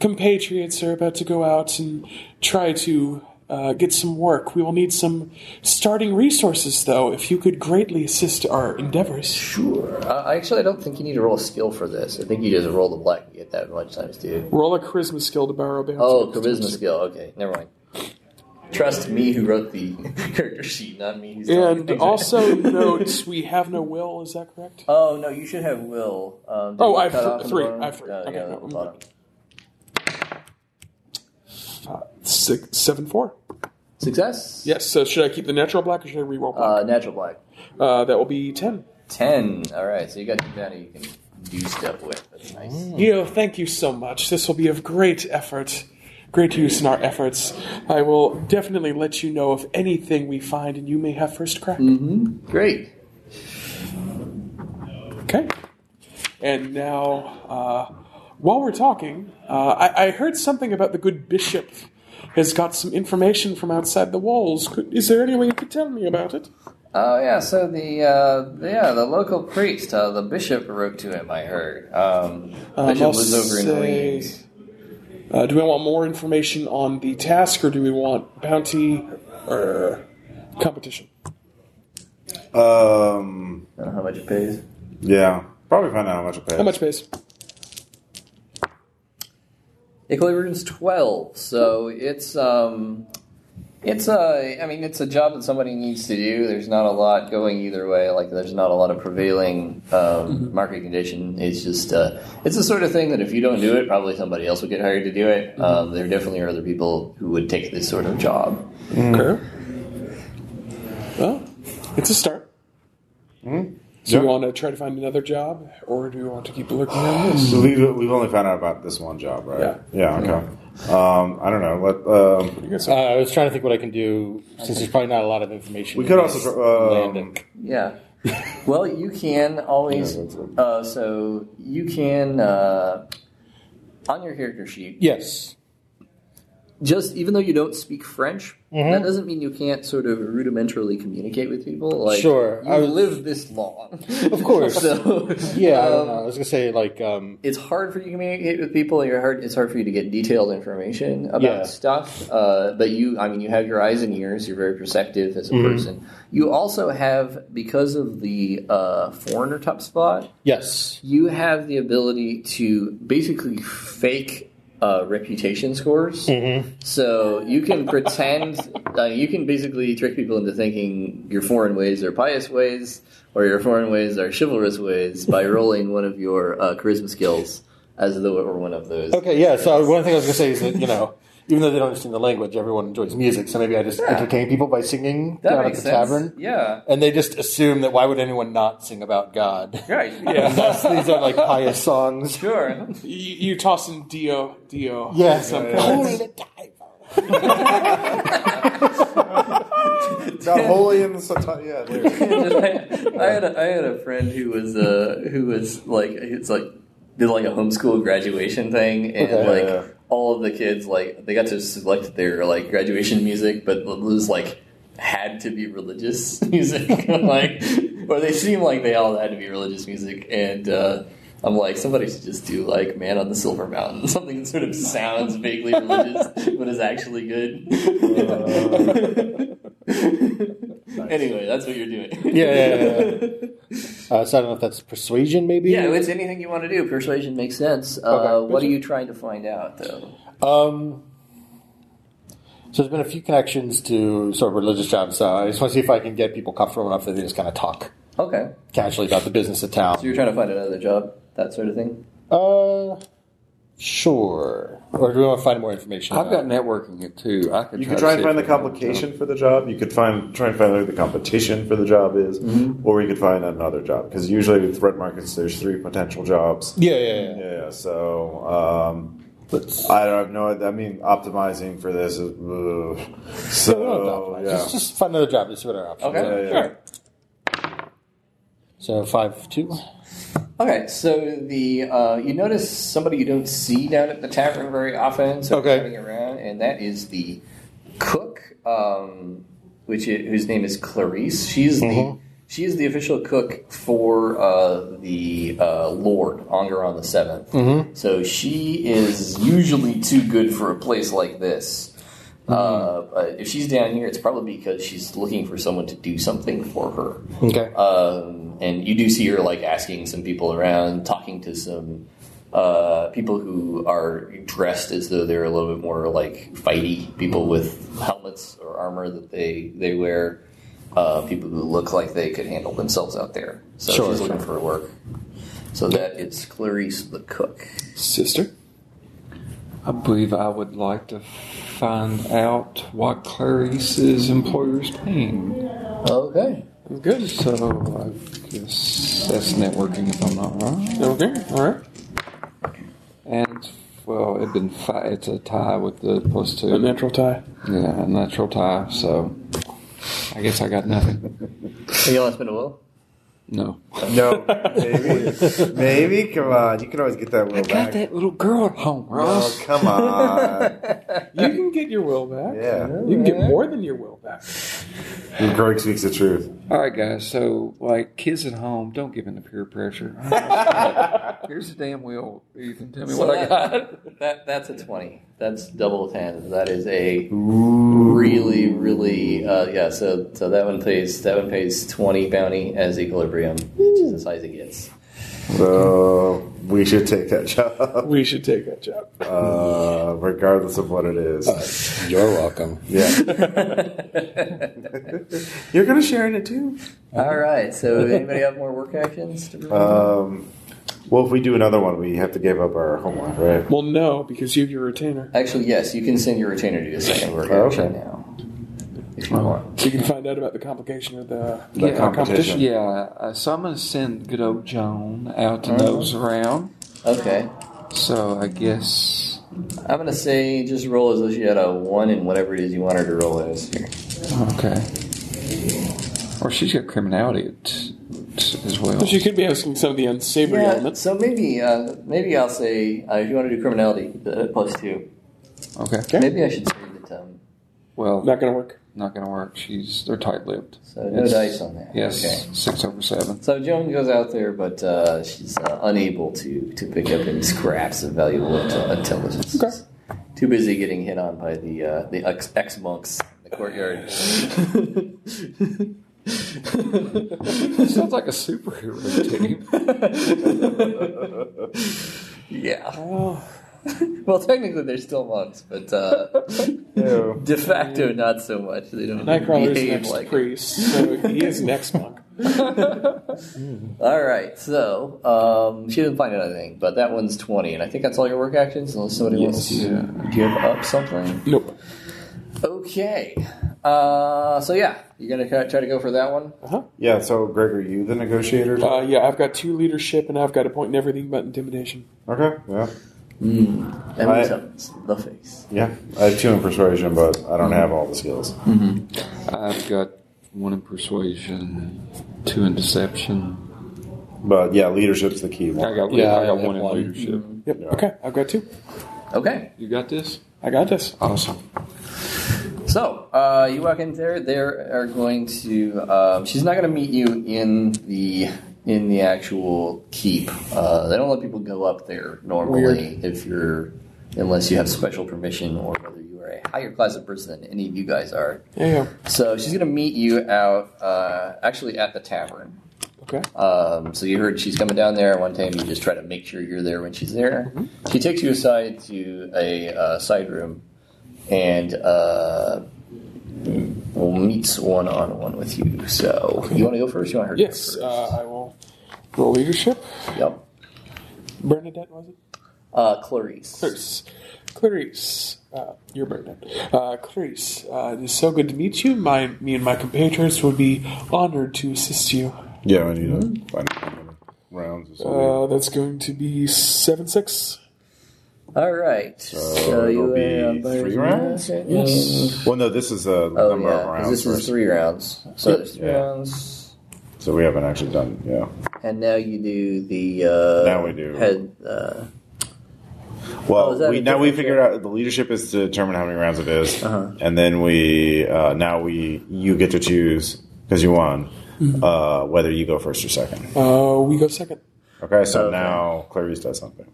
Speaker 6: compatriots are about to go out and try to uh, get some work. We will need some starting resources, though, if you could greatly assist our endeavors.
Speaker 2: Sure. Uh, actually, I don't think you need to roll a skill for this. I think you just roll the black. You get that much times two.
Speaker 6: Roll a charisma skill to borrow bounty.
Speaker 2: Oh, charisma skill. Okay, never mind. Trust me, who wrote the character sheet, not me. Who's telling
Speaker 6: And
Speaker 2: you.
Speaker 6: also note we have no will. Is that correct?
Speaker 2: Oh no, you should have will. Um, did
Speaker 6: Oh,
Speaker 2: you
Speaker 6: I
Speaker 2: cut
Speaker 6: fr-
Speaker 2: off in the
Speaker 6: three.
Speaker 2: bottom?
Speaker 6: I fr-
Speaker 2: Oh,
Speaker 6: okay,
Speaker 2: yeah,
Speaker 6: no,
Speaker 2: that's
Speaker 6: I'm
Speaker 2: bottom.
Speaker 6: Six, seven, four.
Speaker 2: Success.
Speaker 6: Yes. So should I keep the natural black or should I re-roll
Speaker 2: Uh,
Speaker 6: black?
Speaker 2: natural black.
Speaker 6: Uh, that will be ten.
Speaker 2: Ten. All right, so you got two bounty you can do stuff with. That's nice.
Speaker 6: Gil, thank you so much. This will be of great effort, great use in our efforts. I will definitely let you know of anything we find, and you may have first crack.
Speaker 2: Great.
Speaker 6: Okay. And now, uh, while we're talking, uh, I-, I heard something about the good bishop has got some information from outside the walls. Could- is there any way you could tell me about it?
Speaker 2: Oh yeah, so the uh, yeah the local priest, uh, the bishop wrote to him. I heard. Um,
Speaker 6: Um,
Speaker 2: bishop
Speaker 6: I'll
Speaker 2: was over in
Speaker 6: say-
Speaker 2: Orleans.
Speaker 6: Uh, do we want more information on the task, or do we want bounty or competition?
Speaker 1: Um.
Speaker 2: I don't know how much it pays.
Speaker 1: Yeah. Probably find out how much it pays.
Speaker 6: How much base?
Speaker 2: Equilibrium's twelve, so it's um, it's a. I mean, it's a job that somebody needs to do. There's not a lot going either way. Like, there's not a lot of prevailing um,
Speaker 1: Mm-hmm.
Speaker 2: market condition. It's just uh, it's the sort of thing that if you don't do it, probably somebody else would get hired to do
Speaker 1: Mm-hmm.
Speaker 2: it. Um, there definitely are other people who would take this sort of job.
Speaker 6: Okay. Mm-hmm. Well, it's a start. Mm-hmm. So we
Speaker 1: Yeah.
Speaker 6: want to try to find another job, or do we want to keep looking at this?
Speaker 1: So we've, we've only found out about this one job, right? Yeah. okay. Um, I don't know. Let, um,
Speaker 4: Uh, I was trying to think what I can do since there's probably not a lot of information.
Speaker 1: we
Speaker 4: in
Speaker 1: could
Speaker 4: this
Speaker 1: also.
Speaker 7: uh,
Speaker 1: tr-
Speaker 4: land
Speaker 1: Um,
Speaker 4: of-
Speaker 2: Yeah. well, you can always.
Speaker 1: Yeah, that's it.
Speaker 2: Uh, so you can uh, on your character sheet.
Speaker 4: yes.
Speaker 2: just even though you don't speak French, that
Speaker 4: Mm-hmm.
Speaker 2: doesn't mean you can't sort of rudimentarily communicate with people. Like,
Speaker 4: Sure,
Speaker 2: you
Speaker 4: I was-
Speaker 2: live this long,
Speaker 4: Of course.
Speaker 2: so
Speaker 4: yeah, I, don't
Speaker 2: um,
Speaker 4: know. I was gonna say like um,
Speaker 2: it's hard for you to communicate with people. and You're hard. It's hard for you to get detailed information about
Speaker 4: Yeah.
Speaker 2: stuff. Uh, but you, I mean, you have your eyes and ears. You're very perceptive as a
Speaker 4: Mm-hmm.
Speaker 2: person. You also have, because of the uh, foreigner top spot,
Speaker 4: yes,
Speaker 2: you have the ability to basically fake uh, reputation scores. So you can pretend, uh, you can basically trick people into thinking your foreign ways are pious ways or your foreign ways are chivalrous ways by rolling one of your uh, charisma skills as though it were one of those.
Speaker 4: okay, yeah. So one thing I was gonna say is that you know. Even though they don't understand the language, everyone enjoys music. So maybe I just entertain people by singing
Speaker 2: That
Speaker 4: down at
Speaker 2: makes
Speaker 4: the
Speaker 2: sense.
Speaker 4: tavern,
Speaker 2: Yeah.
Speaker 4: and they just assume that why would anyone not sing about God?
Speaker 2: Right.
Speaker 4: And that's- these are like pious songs.
Speaker 2: Sure.
Speaker 6: You, you toss in Dio, Dio.
Speaker 4: Yeah.
Speaker 6: Some
Speaker 4: Yeah, yeah.
Speaker 6: points.
Speaker 7: Not holy and sati- yeah. there.
Speaker 2: I had a, I had a friend who was uh who was like it's like did like a homeschool graduation thing and
Speaker 4: Okay.
Speaker 2: like
Speaker 7: Yeah.
Speaker 2: all of the kids like they got to select their like graduation music but it was like had to be religious music like or they seem like they all had to be religious music and uh I'm like somebody should just do like Man on the Silver Mountain, something that sort of sounds vaguely religious but is actually good. Anyway, that's what you're doing.
Speaker 4: Yeah, yeah, Uh, so I don't know if that's persuasion, maybe.
Speaker 2: Yeah, it's anything you want to do. Persuasion makes sense. Uh,
Speaker 4: Okay.
Speaker 2: What are you trying to find out, though?
Speaker 4: Um, so there's been a few connections to sort of religious jobs. So I just want to see if I can get people comfortable enough that they just kind of talk
Speaker 2: Okay,
Speaker 4: casually about the business of
Speaker 2: so
Speaker 4: town.
Speaker 2: you're trying to find another job, that sort of thing.
Speaker 4: Uh, sure. Or do we want to find more information?
Speaker 5: I've got
Speaker 4: about it?
Speaker 5: networking it too. I could
Speaker 7: You
Speaker 5: try to
Speaker 7: could try and
Speaker 5: see
Speaker 7: find the
Speaker 5: if I can-
Speaker 7: complication for the job. You could find try and find out who the competition for the job is, or you could find another job because usually with threat markets, there's three potential jobs.
Speaker 4: Yeah, yeah, yeah.
Speaker 7: Yeah, so um,
Speaker 4: Let's- uh,
Speaker 7: I don't know. I mean, optimizing for this is ugh.
Speaker 4: So we don't
Speaker 7: so
Speaker 4: have to optimize.
Speaker 7: Oh, yeah.
Speaker 4: just, just find another job. Let's see what our options
Speaker 2: Okay.
Speaker 4: are.
Speaker 7: Yeah, yeah.
Speaker 4: Sure. So five two.
Speaker 2: Okay, so the uh, you notice somebody you don't see down at the tavern very often, so
Speaker 4: Okay.
Speaker 2: running around, and that is the cook, um, which i whose name is Clarice. She's the she is the official cook for uh, the uh, Lord Ongaron the 7th So she is usually too good for a place like this. Uh, uh, if she's down here, it's probably because she's looking for someone to do something for her.
Speaker 4: Okay.
Speaker 2: Um, and you do see her like asking some people around, talking to some uh, people who are dressed as though they're a little bit more like fighty people with helmets or armor that they they wear. Uh, people who look like they could handle themselves out there. So
Speaker 4: Sure,
Speaker 2: she's looking
Speaker 4: sure.
Speaker 2: for work. So that it's Clarice the cook.
Speaker 6: Sister.
Speaker 5: I believe I would like to find out what Clarice's employer's paying.
Speaker 2: Okay.
Speaker 6: Good.
Speaker 5: So I guess that's networking if I'm not wrong.
Speaker 6: Okay. All right.
Speaker 5: And well, it'd been fi- it's a tie with the plus two.
Speaker 6: A natural tie.
Speaker 5: Yeah, a natural tie. So I guess I got nothing.
Speaker 2: Are you all spend a will?
Speaker 5: No.
Speaker 7: No, maybe, maybe. Come on, you can always get that little back.
Speaker 5: that little girl at home,
Speaker 7: Oh, come on.
Speaker 6: You can get your will back.
Speaker 7: Yeah.
Speaker 6: You can get more than your will back.
Speaker 7: Greg speaks the truth.
Speaker 5: All right, guys. So, like, kids at home, don't give in to peer pressure. Here's a damn wheel, Ethan. Tell me
Speaker 2: So
Speaker 5: what I got.
Speaker 2: that, that that's a twenty. That's double ten. That is a really, really uh, yeah. So so that one pays that one pays twenty bounty as equilibrium, which is as high as it gets.
Speaker 7: So we should take that job,
Speaker 6: We should take that job.
Speaker 7: uh, regardless of what it is.
Speaker 4: You're welcome.
Speaker 7: Yeah, you're gonna share in it too.
Speaker 2: All right. So anybody have more work actions? To perform?
Speaker 5: Uh,
Speaker 7: Um, well, if we do another one, we have to give up our homeland, right?
Speaker 6: Well, no, because you have your retainer.
Speaker 2: Actually, yes. You can send your retainer to do a second work
Speaker 7: Oh,
Speaker 2: action
Speaker 7: okay.
Speaker 2: now. If you
Speaker 5: uh,
Speaker 2: want.
Speaker 6: So you can find out about the complication of the,
Speaker 7: The
Speaker 6: uh, competition.
Speaker 5: Yeah, uh, so I'm going to send good old Joan out to nose around.
Speaker 2: Okay.
Speaker 5: So I guess
Speaker 2: I'm gonna say just roll as though she had a one in whatever it is you want her to roll as. Here.
Speaker 5: okay. Or she's got criminality t- t- as well.
Speaker 6: But you could be asking some of the unsavory elements.
Speaker 2: So maybe, uh, maybe I'll say uh, if you want to do criminality, uh, plus two.
Speaker 5: Okay.
Speaker 2: Maybe I should save the um, tongue.
Speaker 5: Well,
Speaker 6: Not going to work.
Speaker 5: not going to work. She's they're tight-lipped.
Speaker 2: So no
Speaker 5: It's-
Speaker 2: dice on that.
Speaker 5: Yes,
Speaker 2: Okay.
Speaker 5: six over seven.
Speaker 2: So Joan goes out there, but uh, she's uh, unable to to pick up any scraps of valuable intel- intelligence. Too busy getting hit on by the uh, the ex- ex monks in the courtyard.
Speaker 5: Sounds like a superhero team.
Speaker 2: yeah.
Speaker 6: Oh,
Speaker 2: Well, technically they're still monks, but uh,
Speaker 7: Ew.
Speaker 2: de facto not so much. They don't
Speaker 6: Nightcrawler's
Speaker 2: behave
Speaker 6: next
Speaker 2: like.
Speaker 6: priest, so he is next monk.
Speaker 2: All right, so um, she didn't find out anything, but that one's twenty, and I think that's all your work actions, unless somebody wants
Speaker 5: Yes.
Speaker 2: to give up something.
Speaker 6: Nope.
Speaker 2: Okay. Uh, so yeah, you're gonna try try to go for that one.
Speaker 7: Yeah, so Greg, are you the negotiator?
Speaker 6: Uh, yeah, I've got two leadership, and I've got a point in everything but intimidation.
Speaker 7: Okay, yeah.
Speaker 2: And
Speaker 7: I-
Speaker 2: Tubbs, the face.
Speaker 7: Yeah. I have two in persuasion, but I don't have all the skills.
Speaker 5: I've got one in persuasion, two in deception.
Speaker 7: But yeah, leadership's the key
Speaker 5: I
Speaker 7: one.
Speaker 5: got,
Speaker 4: Yeah,
Speaker 5: I got
Speaker 4: I
Speaker 5: one in
Speaker 4: have one.
Speaker 5: leadership.
Speaker 6: Yep.
Speaker 7: Yeah.
Speaker 6: Okay, I've got two.
Speaker 2: Okay.
Speaker 5: You got this?
Speaker 6: I got this.
Speaker 5: Awesome.
Speaker 2: So uh, you walk in there. They are going to. Um, she's not gonna meet you in the in the actual keep. Uh, they don't let people go up there normally if you're unless you have special permission or whether you are a higher class of person than any of you guys are.
Speaker 6: Yeah. yeah.
Speaker 2: So she's gonna meet you out uh, actually at the tavern.
Speaker 6: Okay.
Speaker 2: Um, so you heard she's coming down there. One time you just try to make sure you're there when she's there.
Speaker 6: Mm-hmm.
Speaker 2: She takes you aside to a uh, side room and uh, meets one on one with you. So you want to go first? You want her? to go
Speaker 6: Yes,
Speaker 2: first?
Speaker 6: uh, I will roll leadership.
Speaker 2: yep.
Speaker 6: Bernadette was it?
Speaker 2: Uh, Clarice.
Speaker 6: Clarice. Clarice. Uh, you're Bernadette. Uh, Clarice, uh, it is so good to meet you. My, me and my compatriots would be honored to assist you.
Speaker 7: Yeah, I need to find out how many rounds or something.
Speaker 6: Uh, that's going to be seven six.
Speaker 2: All right. So
Speaker 7: it'll
Speaker 2: you
Speaker 7: be
Speaker 2: uh,
Speaker 7: three rounds?
Speaker 2: Yes.
Speaker 7: well, no, this is a
Speaker 2: Oh
Speaker 7: number of
Speaker 2: yeah. 'cause
Speaker 7: rounds.
Speaker 2: This is
Speaker 7: first.
Speaker 2: three rounds. So there's three
Speaker 7: Yeah.
Speaker 2: rounds.
Speaker 7: So we haven't actually done. Yeah.
Speaker 2: And now you do the. Uh,
Speaker 7: Now we do.
Speaker 2: Head. Uh, Oh,
Speaker 7: Well,
Speaker 2: is that
Speaker 7: we,
Speaker 2: a
Speaker 7: now we
Speaker 2: different- Uh-huh.
Speaker 7: figured out the leadership is to determine how many rounds it is. and then we uh, now we you get to choose because you won uh, whether you go first or second.
Speaker 6: Uh, we go second.
Speaker 7: Okay, so
Speaker 2: Okay.
Speaker 7: now Clarice does something.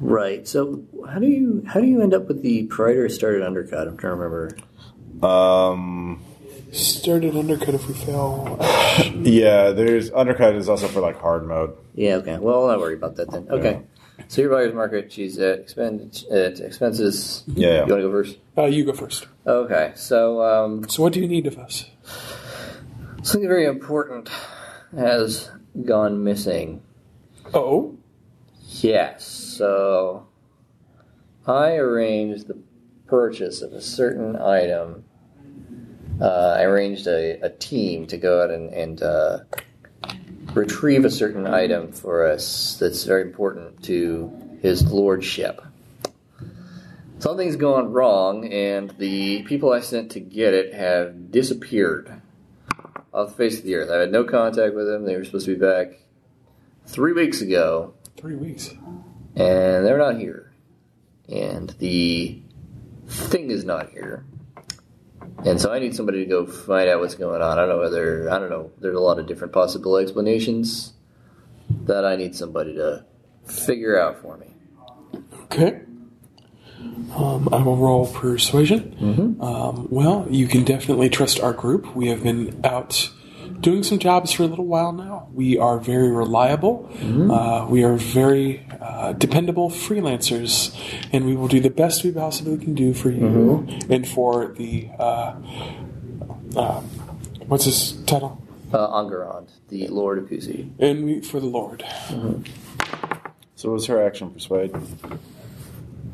Speaker 2: Right. So how do you how do you end up with the Praetor started undercut? I'm trying to remember.
Speaker 7: Um,
Speaker 6: Started undercut if we fail.
Speaker 7: yeah, there's undercut is also for like hard mode.
Speaker 2: Yeah. Okay. Well, I'll not worry about that then. Okay. So your buyer's market. She's at expend at expenses.
Speaker 7: Yeah,
Speaker 2: You
Speaker 7: yeah.
Speaker 2: want to go first?
Speaker 6: Uh, you go first.
Speaker 2: Okay. So um,
Speaker 6: So what do you need of us?
Speaker 2: something very important has gone missing.
Speaker 6: Oh,
Speaker 2: Yes. So I arranged the purchase of a certain item. Uh, I arranged a, a team to go out and, and uh, retrieve a certain item for us that's very important to his lordship. Something's gone wrong, and the people I sent to get it have disappeared off the face of the earth. I had no contact with them. They were supposed to be back three weeks ago
Speaker 6: three weeks.
Speaker 2: and they're not here. And the thing is not here. And so I need somebody to go find out what's going on. I don't know whether I don't know. There's a lot of different possible explanations that I need somebody to figure out for me.
Speaker 6: Okay. Um, I will roll persuasion. Um, well, you can definitely trust our group. We have been out doing some jobs for a little while now. We are very reliable. Uh, we are very uh, dependable freelancers, and we will do the best we possibly can do for you and for the uh, uh, what's his title?
Speaker 2: Uh, Angarand, the Lord of Kusi.
Speaker 6: And we, for the Lord.
Speaker 7: So was her action persuade,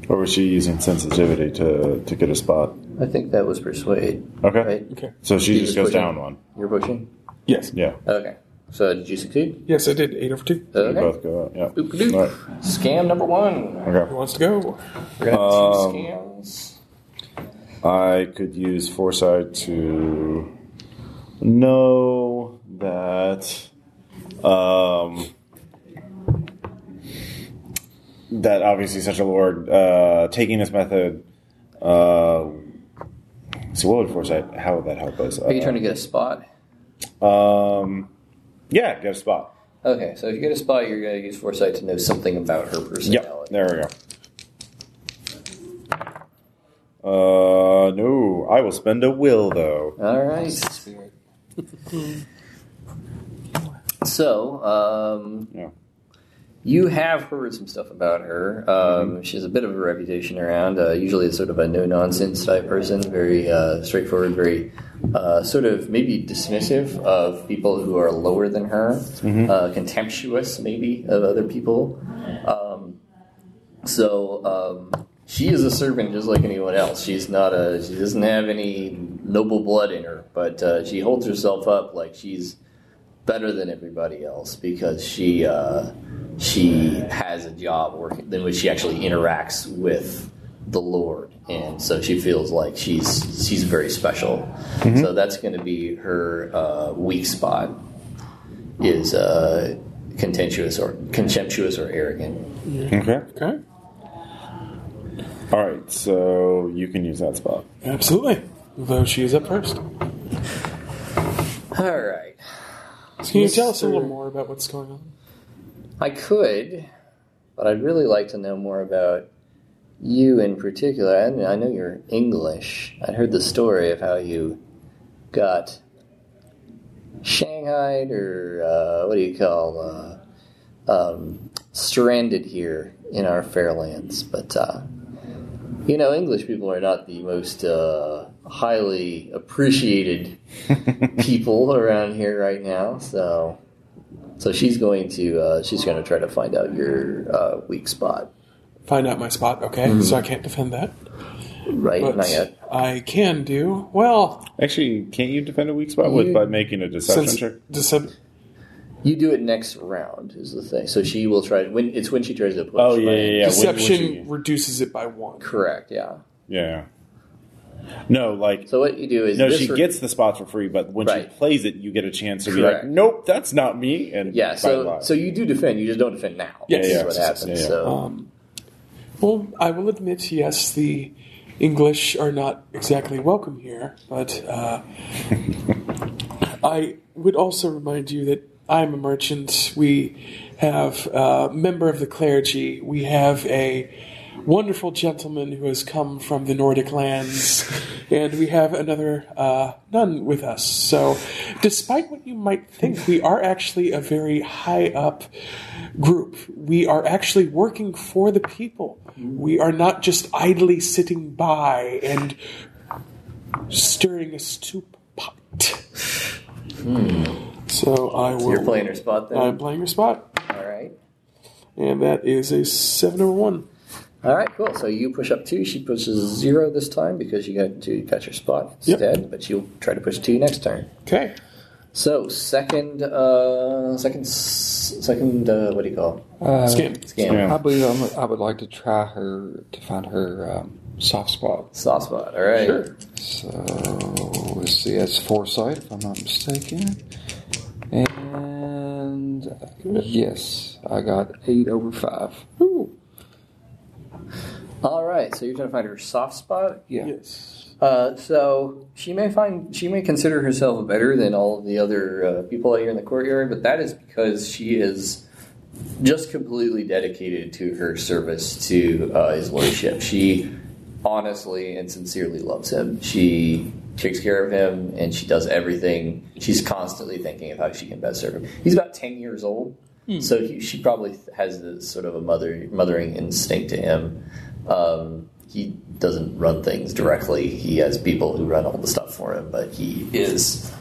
Speaker 7: or was she using sensitivity to to get a spot?
Speaker 2: I think that was persuade.
Speaker 7: Okay,
Speaker 2: Right?
Speaker 6: Okay.
Speaker 7: so she,
Speaker 2: She
Speaker 7: just
Speaker 2: was
Speaker 7: goes
Speaker 2: pushing.
Speaker 7: down one.
Speaker 2: You're pushing.
Speaker 6: Yes.
Speaker 7: Yeah,
Speaker 2: Okay. So did you succeed?
Speaker 6: Yes, I did. Eight over two.
Speaker 7: we
Speaker 2: Okay.
Speaker 7: both go out. Yeah.
Speaker 2: Oop-a-doop.
Speaker 7: All right.
Speaker 2: Scam number one.
Speaker 6: Who
Speaker 7: Okay.
Speaker 6: wants to go?
Speaker 2: We're gonna have
Speaker 7: Um,
Speaker 2: two scams.
Speaker 7: I could use foresight to know that
Speaker 2: uh,
Speaker 7: um, that obviously such a lord uh, taking this method
Speaker 1: Uh, so what would foresight? How would that help us?
Speaker 2: Are you trying to get a spot?
Speaker 1: Um, yeah, get a spot.
Speaker 2: Okay, so if you get a spot, you're going to use foresight to know something about her
Speaker 1: Yep,
Speaker 2: personality.
Speaker 1: there we go. Uh, no, I will spend a will though.
Speaker 2: All right. So, um,
Speaker 1: Yeah.
Speaker 2: you have heard some stuff about her. Um, She has a bit of a reputation around. Uh, usually, it's sort of a no nonsense type person, very uh, straightforward, very uh, sort of maybe dismissive of people who are lower than her, uh, contemptuous maybe of other people. Um, so um, she is a servant just like anyone else. She's not a. She doesn't have any noble blood in her, but uh, she holds herself up like she's better than everybody else because she uh, she has a job working in which she actually interacts with the Lord, and so she feels like she's she's very special. So that's going to be her uh, weak spot is uh, contentious or contemptuous or arrogant.
Speaker 1: Okay.
Speaker 6: Okay.
Speaker 1: All right. So you can use that spot.
Speaker 6: Absolutely. Though she is up first.
Speaker 2: All right.
Speaker 6: Can you tell us a little more about what's going on?
Speaker 2: I could, but I'd really like to know more about you in particular. I, I know you're English. I heard the story of how you got Shanghaied, or uh, what do you call, uh, um, stranded here in our fair lands. But, uh, you know, English people are not the most uh, highly appreciated people around here right now, so. So she's going to uh, she's going to try to find out your uh, weak spot,
Speaker 6: Find out my spot, okay?
Speaker 1: Mm-hmm.
Speaker 6: So I can't defend that.
Speaker 2: right?
Speaker 6: But
Speaker 2: Not yet.
Speaker 6: I can do well
Speaker 1: Actually, can't you defend a weak spot with
Speaker 6: You-
Speaker 1: by making a deception
Speaker 6: since
Speaker 1: check?
Speaker 6: December.
Speaker 2: You do it next round is the thing. So she will try when it's when she tries to push.
Speaker 1: Oh yeah, yeah,
Speaker 2: right?
Speaker 1: yeah. When-
Speaker 6: Deception
Speaker 1: when she-
Speaker 6: reduces it by one.
Speaker 2: Correct. Yeah.
Speaker 1: yeah. No, like
Speaker 2: So what you do is
Speaker 1: no.
Speaker 2: this
Speaker 1: She
Speaker 2: re-
Speaker 1: gets the spot for free, but when
Speaker 2: Right.
Speaker 1: she plays it, you get a chance to
Speaker 2: Correct.
Speaker 1: be like, "Nope, that's not me." And
Speaker 2: yeah.
Speaker 1: by
Speaker 2: So
Speaker 1: lie.
Speaker 2: so you do defend. You just don't defend now.
Speaker 6: Yes.
Speaker 2: is
Speaker 6: Yeah, yeah.
Speaker 2: what
Speaker 1: Yeah,
Speaker 2: happens.
Speaker 1: yeah.
Speaker 2: So
Speaker 6: Um, well, I will admit, yes, the English are not exactly welcome here, but uh, I would also remind you that I'm a merchant. We have a member of the clergy. We have a wonderful gentleman who has come from the Nordic lands, and we have another uh, nun with us. So, despite what you might think, we are actually a very high up group. We are actually working for the people. We are not just idly sitting by and stirring a stew pot. Hmm. So I
Speaker 1: Oh.
Speaker 6: will.
Speaker 2: you're playing her spot then.
Speaker 1: Um,
Speaker 6: I'm playing your spot,
Speaker 2: All right.
Speaker 6: and that is a seven over one.
Speaker 2: All right. Cool. So you push up two. She pushes zero this time because you got to got your spot
Speaker 6: Yep.
Speaker 2: instead. But she'll try to push two next turn.
Speaker 6: Okay.
Speaker 2: So second uh, second s- second uh, what do you call? it?
Speaker 5: Uh,
Speaker 6: Skin.
Speaker 2: Scam.
Speaker 1: Yeah.
Speaker 5: I believe I'm, I would like to try her to find her um, soft spot.
Speaker 2: Soft spot. All right.
Speaker 5: So let's see, that's foresight, if I'm not mistaken. And yes, I got eight over five.
Speaker 2: All right. So you're trying to find her soft spot.
Speaker 5: Yeah.
Speaker 6: Yes.
Speaker 2: Uh, so she may find she may consider herself better than all of the other uh, people out here in the courtyard, but that is because she is just completely dedicated to her service to uh, his lordship. She honestly and sincerely loves him. She takes care of him, and she does everything. She's constantly thinking of how she can best serve him. He's about ten years old, so he, she probably has this sort of a mother mothering instinct to him. Um, he doesn't run things directly. He has people who run all the stuff for him, but he is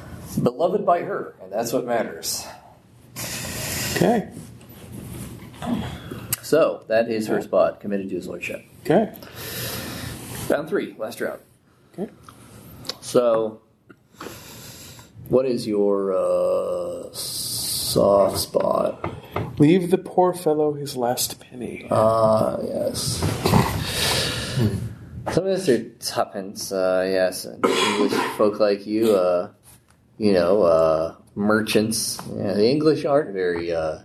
Speaker 2: beloved by her, and that's what matters.
Speaker 6: Okay.
Speaker 2: So that is her spot, committed to his lordship.
Speaker 6: Okay.
Speaker 2: Round three, last round.
Speaker 6: Okay.
Speaker 2: So, what is your uh, soft spot?
Speaker 6: Leave the poor fellow his last penny.
Speaker 2: Ah, yes. Hmm. Some of us are tuppence, uh, yes. and English folk like you, uh, you know, uh, merchants. Yeah, the English aren't very, uh,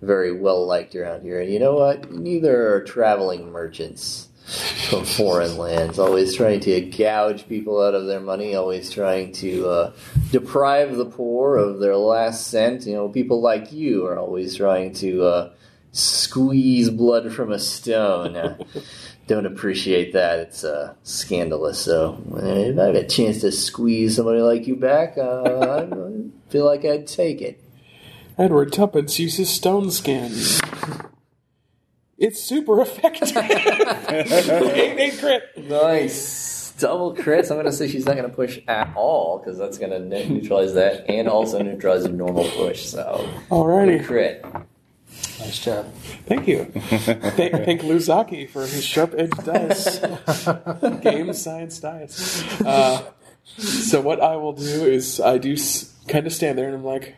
Speaker 2: very well liked around here. And you know what? Neither are traveling merchants. from foreign lands, always trying to gouge people out of their money, always trying to uh, deprive the poor of their last cent. You know, people like you are always trying to uh, squeeze blood from a stone. Uh, don't appreciate that. It's uh, scandalous. So, uh, if I have a chance to squeeze somebody like you back, uh, I feel like I'd take it.
Speaker 6: Edward Tuppence uses stone skin. It's super effective. eight, eight crit.
Speaker 2: Nice. Double crits. I'm going to say she's not going to push at all because that's going to neutralize that and also neutralize a normal push. So,
Speaker 6: Alrighty.
Speaker 2: crit.
Speaker 3: Nice job.
Speaker 6: Thank you. Thank, thank Luzaki for his sharp edge dice. Game science dice. Uh, so what I will do is I do s- kind of stand there and I'm like,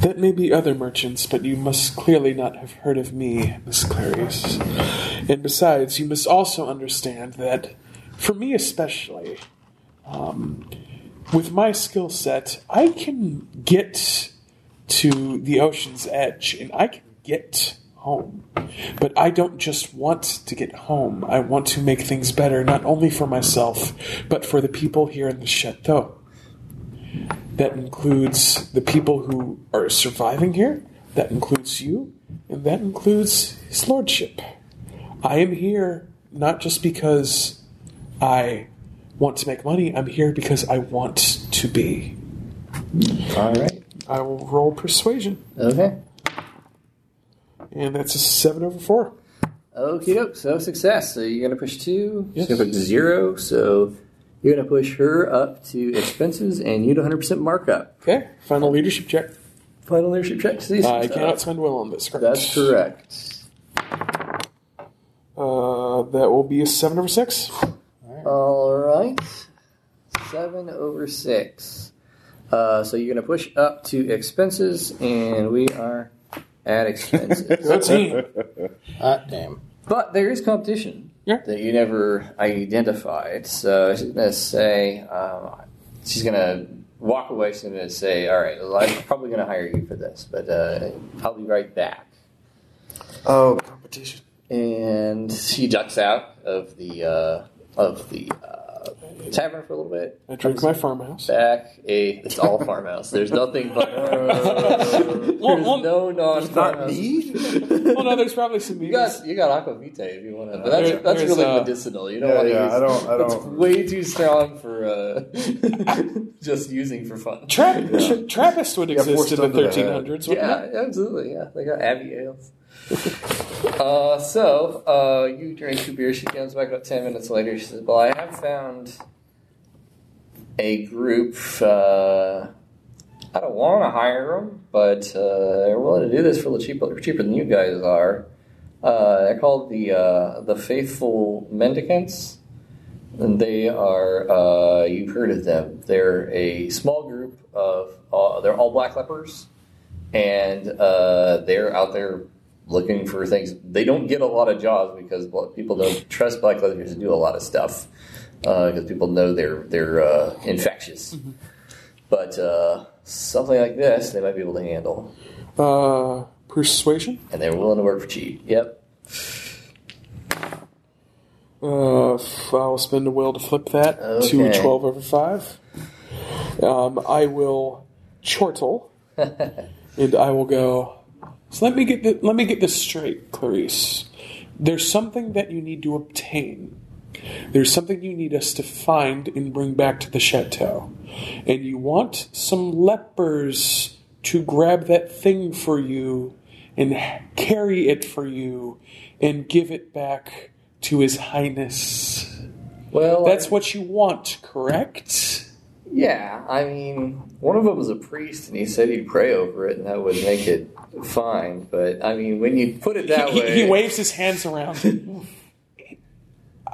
Speaker 6: that may be other merchants, but you must clearly not have heard of me, Miss Clarice. And besides, you must also understand that, for me especially, um, with my skill set, I can get to the ocean's edge and I can get home. But I don't just want to get home. I want to make things better, not only for myself, but for the people here in the chateau. That includes the people who are surviving here, that includes you, and that includes his lordship. I am here not just because I want to make money, I'm here because I want to be.
Speaker 2: All right.
Speaker 6: I will roll persuasion.
Speaker 2: Okay.
Speaker 6: And that's a seven over four.
Speaker 2: Okie doke. So success. So you're going to push two.
Speaker 6: Yes.
Speaker 2: She's going to push zero. So you're going to push her up to expenses and you to 100% markup.
Speaker 6: Okay. Final leadership check.
Speaker 2: Final leadership check. See,
Speaker 6: I
Speaker 2: so
Speaker 6: cannot spend will on this. Correct.
Speaker 2: That's correct.
Speaker 6: Uh, that will be a seven over six.
Speaker 2: All right. Seven over six. Uh, so you're going to push up to expenses and we are at expenses.
Speaker 6: Thirteen.
Speaker 3: Hot damn.
Speaker 2: But there is competition
Speaker 6: Yeah.
Speaker 2: that you never identified. So she's going to say, um, she's going to walk away. She's going to say, all right, well, I'm probably going to hire you for this, but uh, I'll be right back.
Speaker 7: Oh,
Speaker 6: Competition.
Speaker 2: And she ducks out of the uh, of the uh, tavern for a little bit.
Speaker 6: I drink my farmhouse.
Speaker 2: Back a it's all farmhouse. There's nothing but there's
Speaker 6: Well, well,
Speaker 2: no non farmhouse.
Speaker 6: well, no, there's probably some
Speaker 2: You
Speaker 6: beers.
Speaker 2: got you got aqua vitae if you want to, but
Speaker 6: There-
Speaker 2: that's, that's
Speaker 6: there's,
Speaker 2: really
Speaker 6: uh,
Speaker 2: medicinal. You don't
Speaker 7: yeah,
Speaker 2: want to
Speaker 7: yeah.
Speaker 2: use.
Speaker 7: I don't. I
Speaker 2: That's
Speaker 7: don't.
Speaker 2: way too strong for uh, just using for fun.
Speaker 6: Tra- Tra- Trappist would exist
Speaker 7: forced
Speaker 6: in the
Speaker 7: under the head.
Speaker 6: 1300s. wouldn't
Speaker 2: Yeah,
Speaker 6: it?
Speaker 2: absolutely. Yeah, they got Abbey ales. uh, so uh, you drink two beers. She comes back about ten minutes later. She says, "Well, I have found a group. Uh, I don't want to hire them, but uh, they're willing to do this for the cheaper cheaper than you guys are. Uh, they're called the uh, the Faithful Mendicants." And they are, uh, you've heard of them. They're a small group of, uh, they're all black lepers and uh, they're out there looking for things. They don't get a lot of jobs because bl- people don't trust black leathers to do a lot of stuff uh, because people know they're they're uh, infectious.
Speaker 6: Mm-hmm.
Speaker 2: But uh, something like this, they might be able to handle,
Speaker 6: Uh, persuasion.
Speaker 2: and they're willing to work for cheap. Yep.
Speaker 6: Uh, f- I'll spend a will to flip that to
Speaker 2: Okay.
Speaker 6: 12 over 5. Um, I will chortle, and I will go. So let me get the, let me get this straight, Clarice. There's something that you need to obtain. There's something you need us to find and bring back to the chateau, and you want some lepers to grab that thing for you and h- carry it for you and give it back to His Highness.
Speaker 2: Well,
Speaker 6: That's
Speaker 2: I-
Speaker 6: what you want, correct?
Speaker 2: Yeah, I mean, one of them was a priest, and he said he'd pray over it, and that would make it fine. But I mean, when you put it that
Speaker 6: he,
Speaker 2: way,
Speaker 6: he waves his hands around.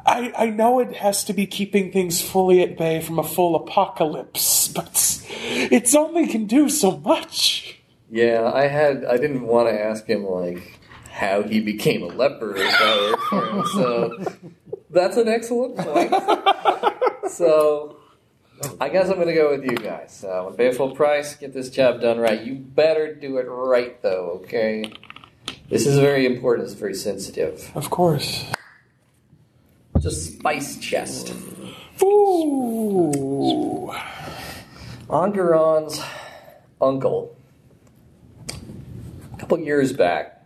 Speaker 6: I, I know it has to be keeping things fully at bay from a full apocalypse, but it's only can do so much.
Speaker 2: Yeah, I had. I didn't want to ask him like how he became a leper, if I were him, so that's an excellent point. So I guess I'm gonna go with you guys. So I'm gonna pay a full price, get this job done right. You better do it right, though. Okay. This is very important. It's very sensitive.
Speaker 6: Of course.
Speaker 2: the spice chest.
Speaker 6: Ooh.
Speaker 2: Onderon's uncle, a couple years back,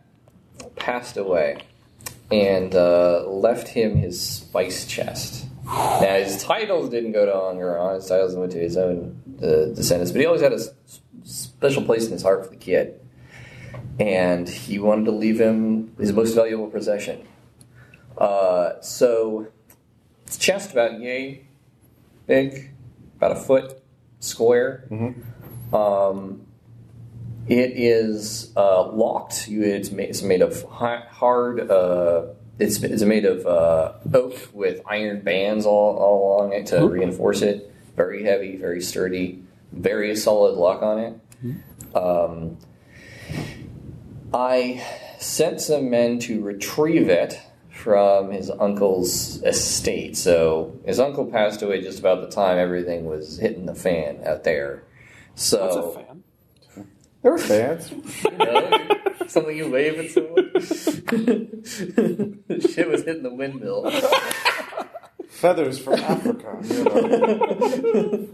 Speaker 2: passed away and uh, left him his spice chest. Now, his titles didn't go to Onderon, his titles went to his own uh, descendants, but he always had a s- special place in his heart for the kid. And he wanted to leave him his most valuable possession. Uh, so, it's chest about yay big, about a foot square. Um, it is uh, locked. You, it's, made, it's made of hi- hard. Uh, it's, it's made of uh, oak with iron bands all, all along it to
Speaker 6: Mm-hmm.
Speaker 2: reinforce it. Very heavy, very sturdy, very solid lock on it.
Speaker 6: Mm-hmm.
Speaker 2: Um, I sent some men to retrieve it from his uncle's estate. So his uncle passed away just about the time everything was hitting the fan out there. So
Speaker 6: That's a fan.
Speaker 7: They're fans.
Speaker 2: know? Something you wave at someone. Shit was hitting the windmill.
Speaker 7: Feathers from Africa. You know.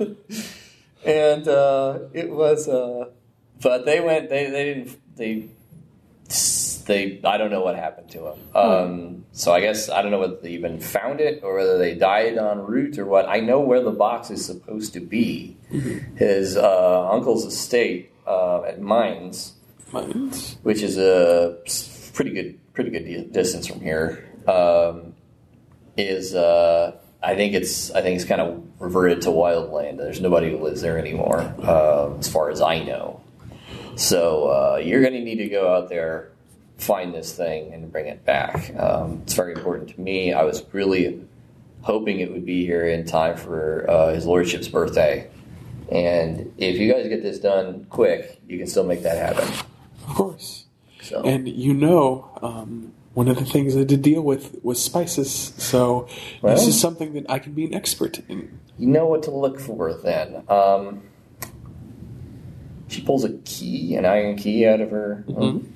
Speaker 2: and uh, it was, uh, but they went. They they didn't. They they. I don't know what happened to them. Um, so I guess I don't know whether they even found it or whether they died en route or what. I know where the box is supposed to be. His uh, uncle's estate uh, at Mines.
Speaker 6: Mines.
Speaker 2: which is a s- pretty good pretty good di- distance from here. Um, is uh, I think it's I think it's kind of reverted to wildland. There's nobody who lives there anymore, um, as far as I know. So uh, you're going to need to go out there, find this thing, and bring it back. Um, it's very important to me. I was really hoping it would be here in time for uh, his lordship's birthday. And if you guys get this done quick, you can still make that happen.
Speaker 6: Of course.
Speaker 2: So.
Speaker 6: And you know, um, one of the things I did deal with was spices, so this is something that I can be an expert in.
Speaker 2: you know what to look for then. Um, she pulls a key, an iron key, out of her. Um,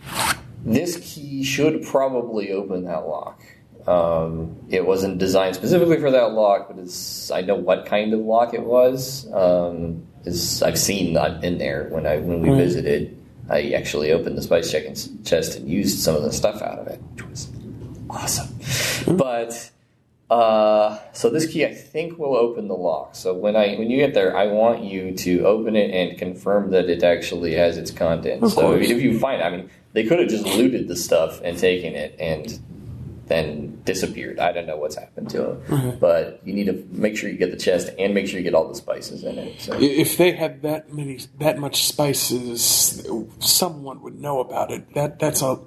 Speaker 2: this key should probably open that lock. Um, it wasn't designed specifically for that lock, but it's I know what kind of lock it was. Um, is I've seen that in there when I when we
Speaker 6: Right.
Speaker 2: visited. I actually opened the spice check and, chest and used some of the stuff out of it, which was
Speaker 6: Hmm.
Speaker 2: awesome. But uh, so this key, I think, will open the lock. So when I when you get there, I want you to open it and confirm that it actually has its content.
Speaker 6: Of
Speaker 2: so I mean,
Speaker 6: course.
Speaker 2: if you find, I mean, they could have just looted the stuff and taken it and then disappeared. I don't know what's happened to him, but you need to make sure you get the chest and make sure you get all the spices in it. So.
Speaker 6: I- If they had that many, that much spices, someone would know about it. That that's a,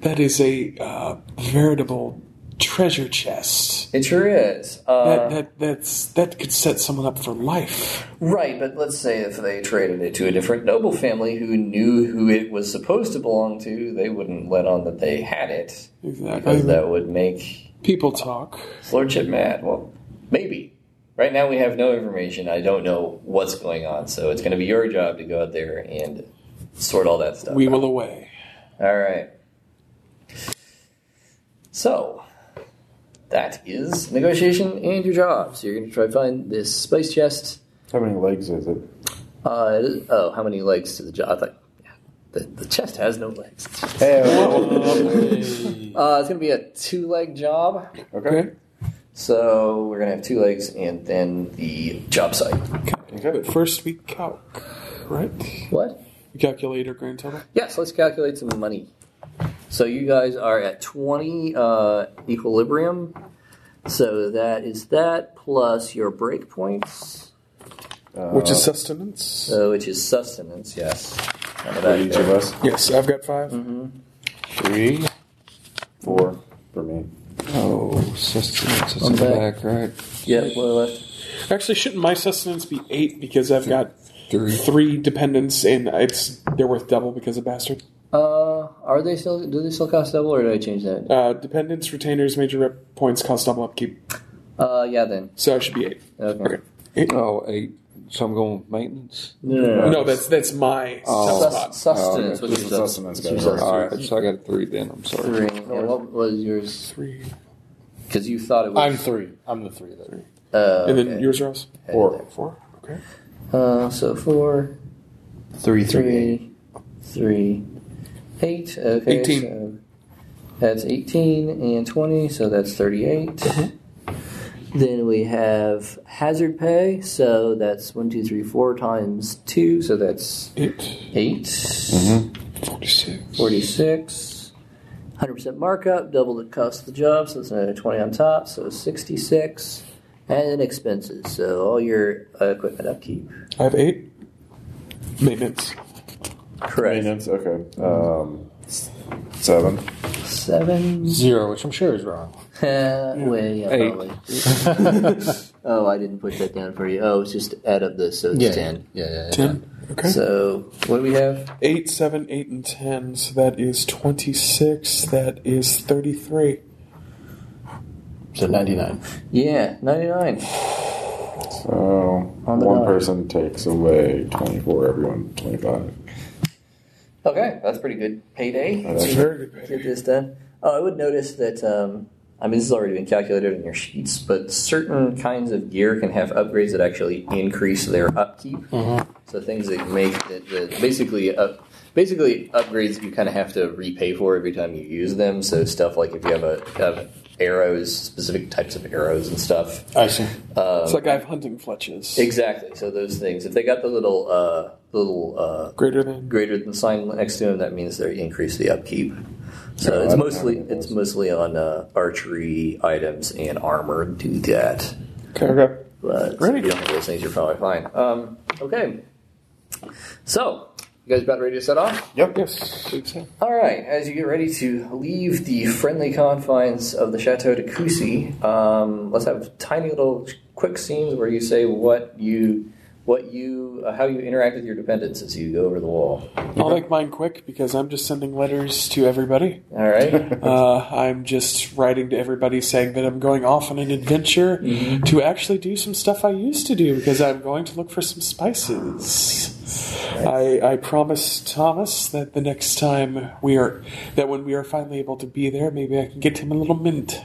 Speaker 6: that is a uh, veritable treasure chest.
Speaker 2: It sure is. Uh,
Speaker 6: That, that that's that could set someone up for life.
Speaker 2: Right, but let's say if they traded it to a different noble family who knew who it was supposed to belong to, they wouldn't let on that they had it
Speaker 6: Exactly.
Speaker 2: because that would make
Speaker 6: People talk.
Speaker 2: his lordship mad. Well, maybe. Right now we have no information. I don't know what's going on, so it's going to be your job to go out there and sort all that stuff.
Speaker 6: We
Speaker 2: out.
Speaker 6: will away.
Speaker 2: All right. So that is negotiation and your job. So you're going to try to find this space chest.
Speaker 7: How many legs is it?
Speaker 2: Uh, it is- oh, how many legs to the jaw? I thought yeah, the, the chest has no legs. Uh, it's going to be a two leg job.
Speaker 7: okay.
Speaker 2: So we're going to have two legs and then the job site.
Speaker 7: Okay.
Speaker 6: But first we calc, right?
Speaker 2: What?
Speaker 6: We calculate our grand total.
Speaker 2: Yes, let's calculate some money. So you guys are at 20 uh, equilibrium. So that is that plus your break points,
Speaker 3: Which is sustenance.
Speaker 2: uh, which is sustenance, yes. How
Speaker 7: For
Speaker 2: about
Speaker 7: each
Speaker 2: that? Mm-hmm.
Speaker 7: of us.
Speaker 3: yes, I've got 5
Speaker 7: Three, four for me.
Speaker 5: Oh, sustenance. It's
Speaker 2: I'm
Speaker 5: in the
Speaker 2: back.
Speaker 5: back, right?
Speaker 2: Yeah, well, left.
Speaker 6: Actually, shouldn't my sustenance be eight because I've got
Speaker 5: Three.
Speaker 6: three dependents and it's they're worth double because of bastard.
Speaker 2: Uh, are they still? Do they still cost double, or did I change that?
Speaker 6: Uh, dependents, retainers, major rep points cost double upkeep,
Speaker 2: Uh, yeah, then.
Speaker 6: so I should be eight.
Speaker 2: Okay.
Speaker 6: Okay.
Speaker 5: Oh, eight. So I'm going with maintenance.
Speaker 2: No, no, no.
Speaker 6: No, that's that's my
Speaker 5: Oh.
Speaker 6: tough spot.
Speaker 2: Sus- sustenance,
Speaker 7: Oh, okay.
Speaker 2: which is
Speaker 7: Sustenance,
Speaker 2: sustenance.
Speaker 7: guys.
Speaker 5: All right, so I got a three then. I'm sorry.
Speaker 2: Three. And what was yours?
Speaker 6: Three.
Speaker 2: Because you thought it
Speaker 4: I'm
Speaker 2: was.
Speaker 4: three. I'm the three there.
Speaker 2: Uh,
Speaker 6: And then
Speaker 2: okay.
Speaker 6: yours, Ross?
Speaker 2: Four.
Speaker 6: Four. Okay.
Speaker 2: Uh, so four,
Speaker 4: Three,
Speaker 2: three, three, eight. Okay,
Speaker 5: 18.
Speaker 2: so that's 18 and 20, so that's 38.
Speaker 4: Mm-hmm.
Speaker 2: Then we have hazard pay, so that's one, two, three, four times 2, so that's
Speaker 6: Eight.
Speaker 2: 8,
Speaker 5: Mm-hmm.
Speaker 4: Mm-hmm.
Speaker 6: Forty-six.
Speaker 2: 46. 100% markup, double the cost of the job, so that's another 20 on top, so 66. And then expenses, so all your uh, equipment upkeep.
Speaker 6: I have eight. Maintenance.
Speaker 2: Correct.
Speaker 1: Maintenance, okay. Um, s- seven.
Speaker 2: Seven.
Speaker 4: Zero, which I'm sure is wrong.
Speaker 2: Uh, well, yeah,
Speaker 5: Eight.
Speaker 2: probably. oh, I didn't put that down for you. Oh, it's just add up this, so it's
Speaker 4: Yeah.
Speaker 2: ten. Yeah, yeah, yeah.
Speaker 6: Ten. Okay.
Speaker 2: So what do we have?
Speaker 6: Eight, seven, eight, and ten. So that is twenty-six. That is thirty-three.
Speaker 8: So 99.
Speaker 2: Yeah, ninety-nine.
Speaker 1: So
Speaker 2: Mm-hmm. On the
Speaker 1: one
Speaker 2: dollar.
Speaker 1: person takes away 24, everyone 25.
Speaker 2: Okay, that's pretty good payday.
Speaker 1: That's
Speaker 2: Let's
Speaker 6: Very good.
Speaker 2: Get this done. Oh, I would notice that. Um, I mean, this has already been calculated in your sheets, but certain kinds of gear can have upgrades that actually increase their upkeep. So things that make that, that basically up, basically upgrades you kind of have to repay for every time you use them. So stuff like if you have a have arrows, specific types of arrows and stuff.
Speaker 4: I see.
Speaker 6: It's like I have hunting fletches.
Speaker 2: Exactly. So those things, if they got the little uh, little uh,
Speaker 6: Greater than.
Speaker 2: greater than sign next to them, that means they increase the upkeep. So
Speaker 1: Yeah, I
Speaker 2: it's
Speaker 1: don't know
Speaker 2: mostly
Speaker 1: any of
Speaker 2: it's
Speaker 1: those.
Speaker 2: mostly on uh, archery items and armor do that.
Speaker 6: Okay. okay.
Speaker 2: But
Speaker 6: Great.
Speaker 2: if you don't have those things, you're probably fine. Um, okay. So you guys about ready to set off?
Speaker 1: Yep.
Speaker 6: Yes. believe so.
Speaker 2: All right, as you get ready to leave the friendly confines of the Chateau de Coucy, um, let's have tiny little quick scenes where you say what you, what you, uh, how you interact with your dependents as you go over the wall.
Speaker 6: I'll make mine quick because I'm just sending letters to everybody.
Speaker 2: All right,
Speaker 6: Uh, I'm just writing to everybody saying that I'm going off on an adventure to actually do some stuff I used to do because I'm going to look for some spices. I, I promised Thomas that the next time we are, that when we are finally able to be there, maybe I can get him a little mint.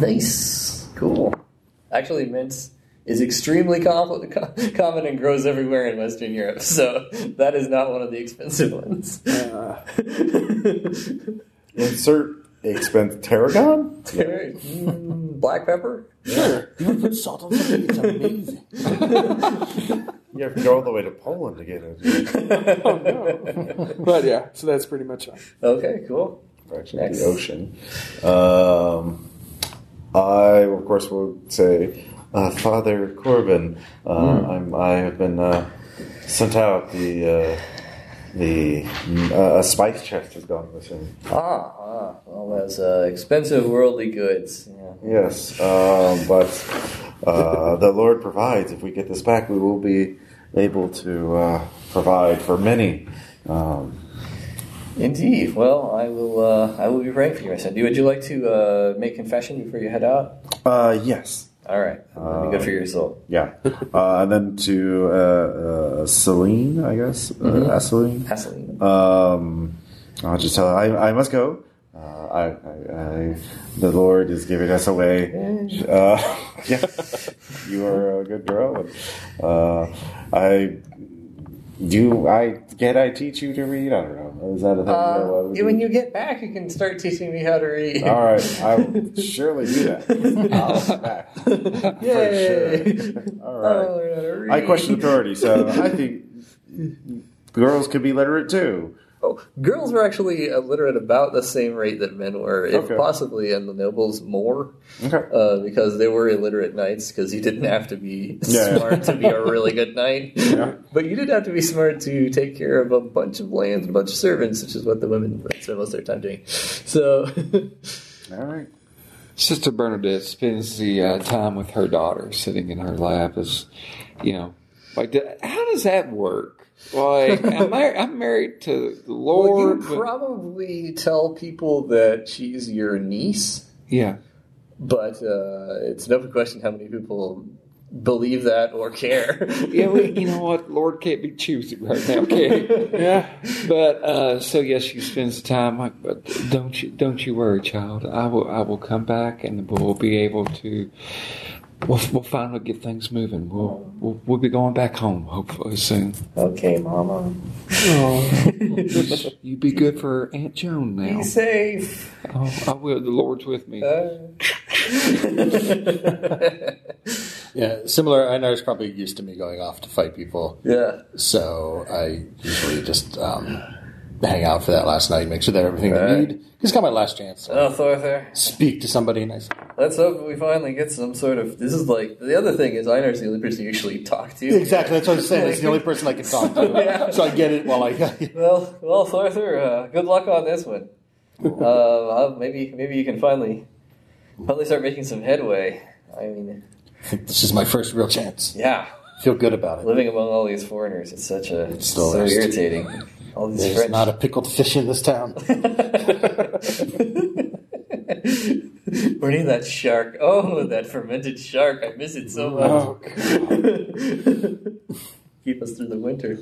Speaker 2: nice, cool. Actually, mint is extremely compl- co- common and grows everywhere in Western Europe, so that is not one of the expensive ones.
Speaker 8: Uh,
Speaker 1: Insert expense tarragon?
Speaker 2: Mm, Black pepper.
Speaker 8: You don't put salt on something? It's amazing.
Speaker 1: You have to go all the way to Poland to get it.
Speaker 6: But yeah, so that's pretty much it.
Speaker 2: Oh, Okay, cool.
Speaker 1: Actually,
Speaker 2: Nice.
Speaker 1: the ocean. Um, I, of course, will say, uh, Father Corbin, uh, I'm, I have been uh, sent out. The uh, the uh, a spice chest has gone missing.
Speaker 2: Ah, ah well, those uh, expensive worldly goods. Yeah.
Speaker 1: Yes, um, but uh, the Lord provides. If we get this back, we will be able to uh, provide for many. Um,
Speaker 2: Indeed. Well, I will. Uh, I will be praying for you, my son. Do would you like to uh, make confession before you head out?
Speaker 1: uh, yes.
Speaker 2: All right. That'd be good for your soul.
Speaker 1: Yeah. Uh, and then to uh, uh, Celine, I guess. Uh, ask Celine.
Speaker 2: Hassling.
Speaker 1: Um, I'll just tell her I, I must go. Uh, I, I, I, the Lord is giving us away. Uh, yeah, you are a good girl. And, uh, I do. I did I teach you to read? I don't know. Is that a thing? What
Speaker 2: Uh,
Speaker 1: would
Speaker 2: when you get back, you can start teaching me how to read.
Speaker 1: all right, I will surely do that. I'll be back.
Speaker 2: Yay!
Speaker 1: All
Speaker 2: I
Speaker 1: right.
Speaker 6: uh,
Speaker 2: wanna learn how to read.
Speaker 1: I question authority, so I think girls could be literate too.
Speaker 2: Oh, girls were actually illiterate about the same rate that men were, if
Speaker 1: Okay.
Speaker 2: possibly, and the nobles more,
Speaker 1: Okay.
Speaker 2: uh, because they were illiterate knights. Because you didn't have to be
Speaker 1: Yeah, yeah.
Speaker 2: smart to be a really good knight, but you did have to be smart to take care of a bunch of lands, and a bunch of servants, which is what the women spend most of their time doing. So,
Speaker 1: All right.
Speaker 5: Sister Bernadette spends the uh, time with her daughter sitting in her lap. Is you know, like d- how does that work? Like I'm, mar- I'm married to the
Speaker 2: well,
Speaker 5: Lord.
Speaker 2: you
Speaker 5: but-
Speaker 2: probably tell people that she's your niece.
Speaker 5: yeah,
Speaker 2: But uh, it's an open question how many people believe that or care.
Speaker 5: yeah, well, you know what? Lord can't be choosy right now, can he?
Speaker 6: Yeah.
Speaker 5: But uh, so yes, she spends the time. Like, but don't you don't you worry, child. I will I will come back, and we'll be able to. We'll, we'll finally get things moving. We'll, we'll we'll be going back home hopefully soon.
Speaker 2: okay, Mama.
Speaker 5: You be good for Aunt Joan now.
Speaker 2: Be safe.
Speaker 5: Oh, I will. The Lord's with me.
Speaker 4: Yeah, similar. Einar's probably used to me going off to fight people,
Speaker 2: yeah.
Speaker 4: so I usually just um, hang out for that last night, make sure that everything they
Speaker 2: Right.
Speaker 4: need. It's got my last chance. to
Speaker 2: Oh, Thorther.
Speaker 4: Speak to somebody nice.
Speaker 2: Let's hope we finally get some sort of. This is like the other thing is Einar's the only person you actually talk to.
Speaker 4: Exactly, that's what I'm saying. It's the only person I can talk to,
Speaker 2: Yeah.
Speaker 4: so I get it while I.
Speaker 2: Well, well, Thorther, uh, good luck on this one. Uh, I'll- maybe, maybe you can finally, finally start making some headway. I mean,
Speaker 4: this is my first real chance.
Speaker 2: yeah,
Speaker 4: Feel good about it.
Speaker 2: living among all these foreigners, it's such a it's
Speaker 4: the
Speaker 2: so
Speaker 4: worst.
Speaker 2: irritating. All these
Speaker 4: There's
Speaker 2: French.
Speaker 4: not a pickled fish in this town.
Speaker 2: We're near that shark. Oh, that fermented shark! I miss it so much. Keep us through the winter.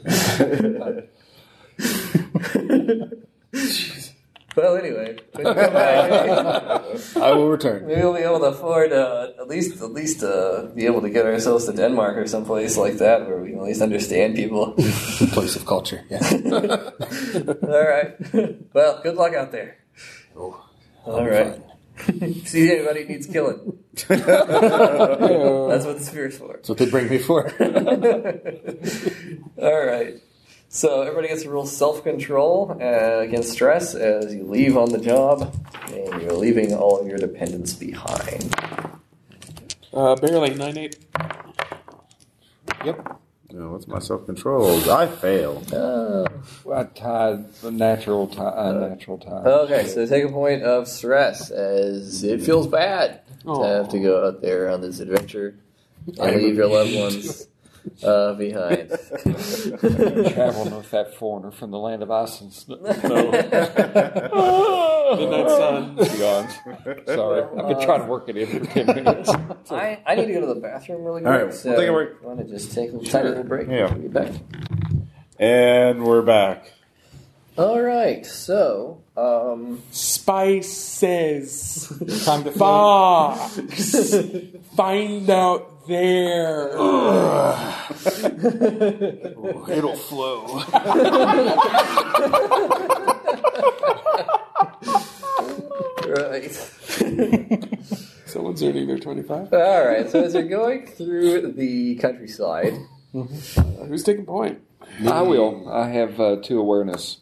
Speaker 2: well, anyway, when you come back,
Speaker 4: I will return.
Speaker 2: maybe we'll be able to afford uh, at least at least uh, be able to get ourselves to Denmark or someplace like that where we can at least understand people.
Speaker 4: Place of culture. Yeah.
Speaker 2: All right. Well, good luck out there. All right. See anybody who needs killing. That's what the spirit's for.
Speaker 4: That's what they bring me for.
Speaker 2: All right. So everybody gets to roll self control uh, against stress as you leave on the job, and you're leaving all of your dependents behind.
Speaker 6: Uh, barely nine eight.
Speaker 7: No, what's my self control? I fail.
Speaker 5: I tied the natural tie. Unnatural tie.
Speaker 2: Okay, so take a point of stress as it feels bad to have to go out there on this adventure and leave your loved ones uh, behind.
Speaker 5: traveling with that foreigner from the land of ice and snow.
Speaker 6: Midnight sun.
Speaker 5: Beyond. Sorry, I've been trying to work it in for ten minutes.
Speaker 2: I, I need to go to the bathroom really quick.
Speaker 7: All right, we'll
Speaker 2: so
Speaker 7: take a break.
Speaker 2: Want to just take a tiny little break?
Speaker 7: Yeah.
Speaker 2: We'll be back.
Speaker 7: And we're back.
Speaker 2: All right. So, um,
Speaker 6: Spices.
Speaker 4: Time to
Speaker 6: Box. Find out there.
Speaker 4: It'll flow.
Speaker 2: right.
Speaker 6: Someone's earning their twenty five.
Speaker 2: All right. So as you're going through the countryside,
Speaker 6: Uh, Who's taking point?
Speaker 5: I will. I have uh, two awareness,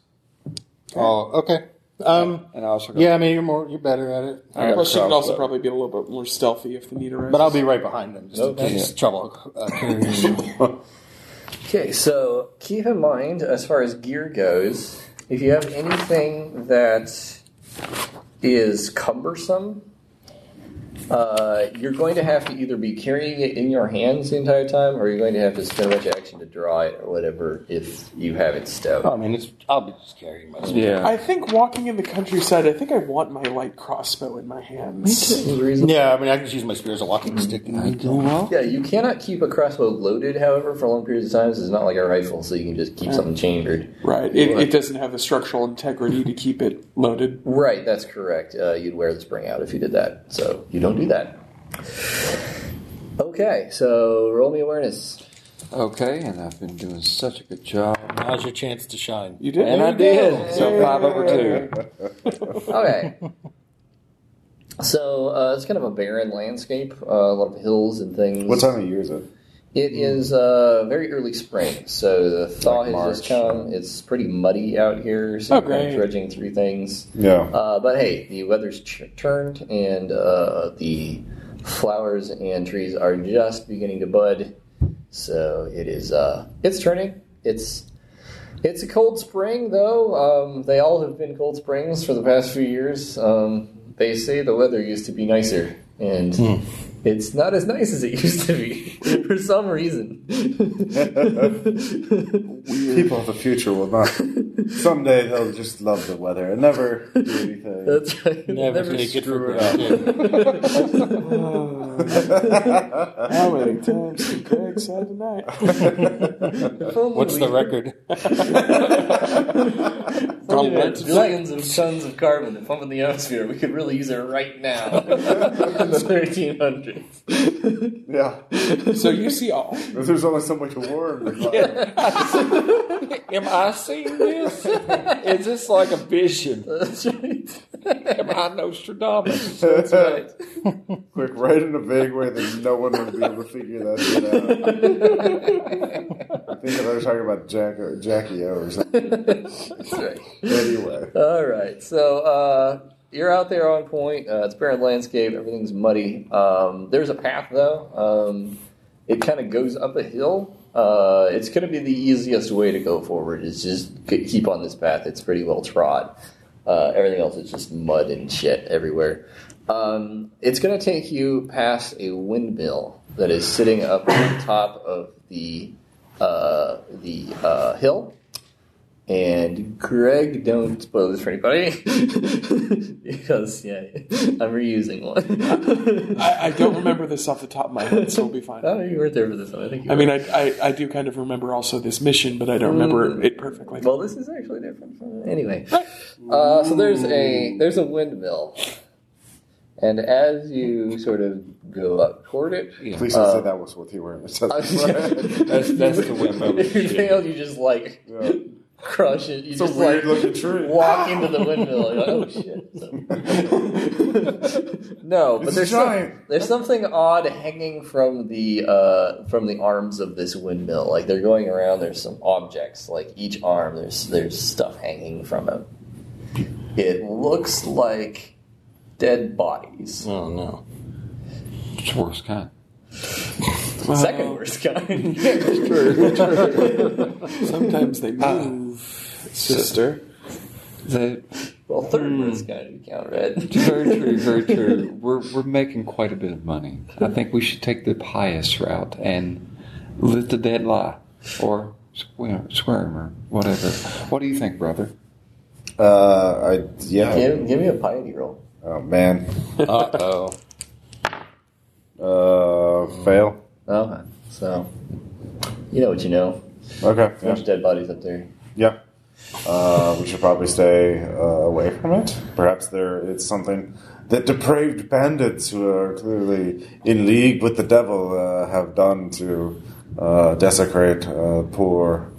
Speaker 4: Oh, okay. Um,
Speaker 5: and I also got,
Speaker 4: yeah, I mean, you're more, you're better at it.
Speaker 5: I got
Speaker 6: Plus, she could
Speaker 5: crossbow.
Speaker 6: also probably be a little bit more stealthy if the need arises.
Speaker 4: But I'll be right behind them just in
Speaker 2: Okay.
Speaker 4: case trouble uh, occurs.
Speaker 2: Okay, so keep in mind, as far as gear goes, if you have anything that is cumbersome, uh, you're going to have to either be carrying it in your hands the entire time, or you're going to have to spend a bunch of action to draw it or whatever if you have it stowed.
Speaker 4: I mean, it's I'll be just carrying my stuff.
Speaker 5: Yeah,
Speaker 6: I think walking in the countryside, I think I want my light crossbow in my hands.
Speaker 4: Yeah, I mean, I can just use my spear as a walking stick. I don't know.
Speaker 2: Yeah, you cannot keep a crossbow loaded, however, for long periods of time. This is not like a rifle, so you can just keep something chambered.
Speaker 6: Right. It, it doesn't have the structural integrity to keep it loaded.
Speaker 2: Right, that's correct. Uh, you'd wear the spring out if you did that, so you don't do that. Okay, so roll me awareness.
Speaker 5: okay, and I've been doing such a good job,
Speaker 4: Now's your chance to shine.
Speaker 6: You did.
Speaker 5: and I did. So five over two.
Speaker 2: Okay. so uh, it's kind of a barren landscape, uh, a lot of hills and things.
Speaker 7: What time of year is it?
Speaker 2: It is uh, very early spring, so the thaw
Speaker 7: Like
Speaker 2: has just
Speaker 7: March.
Speaker 2: come. It's pretty muddy out here, so
Speaker 6: Oh,
Speaker 2: you're kind of
Speaker 6: great.
Speaker 2: trudging through things.
Speaker 7: Yeah.
Speaker 2: Uh, but hey, the weather's ch- turned, and uh, the flowers and trees are just beginning to bud. So it is. Uh, it's turning. It's it's a cold spring, though. Um, they all have been cold springs for the past few years. Um, they say the weather used to be nicer, and it's not as nice as it used to be for some reason.
Speaker 7: People of the future will not. Someday they'll just love the weather and never do anything.
Speaker 2: That's right.
Speaker 4: Never, take it for granted.
Speaker 6: How many times did Greg say tonight?
Speaker 3: What's the record?
Speaker 2: Probably billions of tons of carbon that pump in the atmosphere. We could really use it right now. It's 1300.
Speaker 7: Yeah.
Speaker 6: So you see all.
Speaker 7: If there's only so much warm. it's like-
Speaker 5: Am I seeing this? Is this like a vision?
Speaker 2: That's right.
Speaker 5: Am I Nostradamus?
Speaker 7: That's right. Quick, right in a vague way that no one would be able to figure that shit out. I think they were talking about Jack or Jackie O or something.
Speaker 2: That's right.
Speaker 7: Anyway.
Speaker 2: All right. So uh, you're out there on point. Uh, it's barren landscape. Everything's muddy. Um, there's a path though. Um, it kind of goes up a hill. Uh, it's going to be the easiest way to go forward. Is just ke- keep on this path. It's pretty well trod. Uh, everything else is just mud and shit everywhere. Um, it's going to take you past a windmill that is sitting up on top of the uh, the uh, hill. And Greg, don't spoil this for anybody because yeah, I'm reusing one.
Speaker 6: I, I don't remember this off the top of my head, so we'll be fine.
Speaker 2: oh, you weren't there for this one. I think. You
Speaker 6: I mean,
Speaker 2: were.
Speaker 6: I, I, I do kind of remember also this mission, but I don't remember it perfectly.
Speaker 2: well, this is actually different. From anyway, uh, so there's a there's a windmill, and as you sort of go up toward it, uh,
Speaker 7: Please don't say that was what he were.
Speaker 2: that's
Speaker 5: that's the windmill.
Speaker 2: If you failed, you just like
Speaker 7: Yeah.
Speaker 2: crush it. You
Speaker 7: a
Speaker 2: just like
Speaker 7: weird-looking tree.
Speaker 2: walk into the windmill. and You're like, oh shit. So- no, but
Speaker 7: It's
Speaker 2: there's some-
Speaker 7: giant.
Speaker 2: there's something odd hanging from the uh, from the arms of this windmill. Like they're going around. There's some objects. Like each arm, there's there's stuff hanging from it. It looks like dead bodies.
Speaker 5: Oh no. It's the worst kind.
Speaker 2: Second worst kind.
Speaker 6: Sometimes they move, sister.
Speaker 5: That,
Speaker 2: well, third worst kind if you count red.
Speaker 5: Hmm. very true, very true. We're, we're making quite a bit of money. I think we should take the pious route and live the dead lie or squirm, squirm or whatever. What do you think, brother?
Speaker 7: Uh, I, yeah.
Speaker 2: Give, give me a piety roll.
Speaker 7: Oh, man.
Speaker 5: Uh oh.
Speaker 7: Uh, fail.
Speaker 2: Okay. So, you know what you know.
Speaker 7: Okay.
Speaker 2: There's
Speaker 7: Yeah.
Speaker 2: dead bodies up there.
Speaker 7: yeah. Uh, we should probably stay uh, away from it. Perhaps there it's something that depraved bandits who are clearly in league with the devil uh, have done to uh, desecrate uh, poor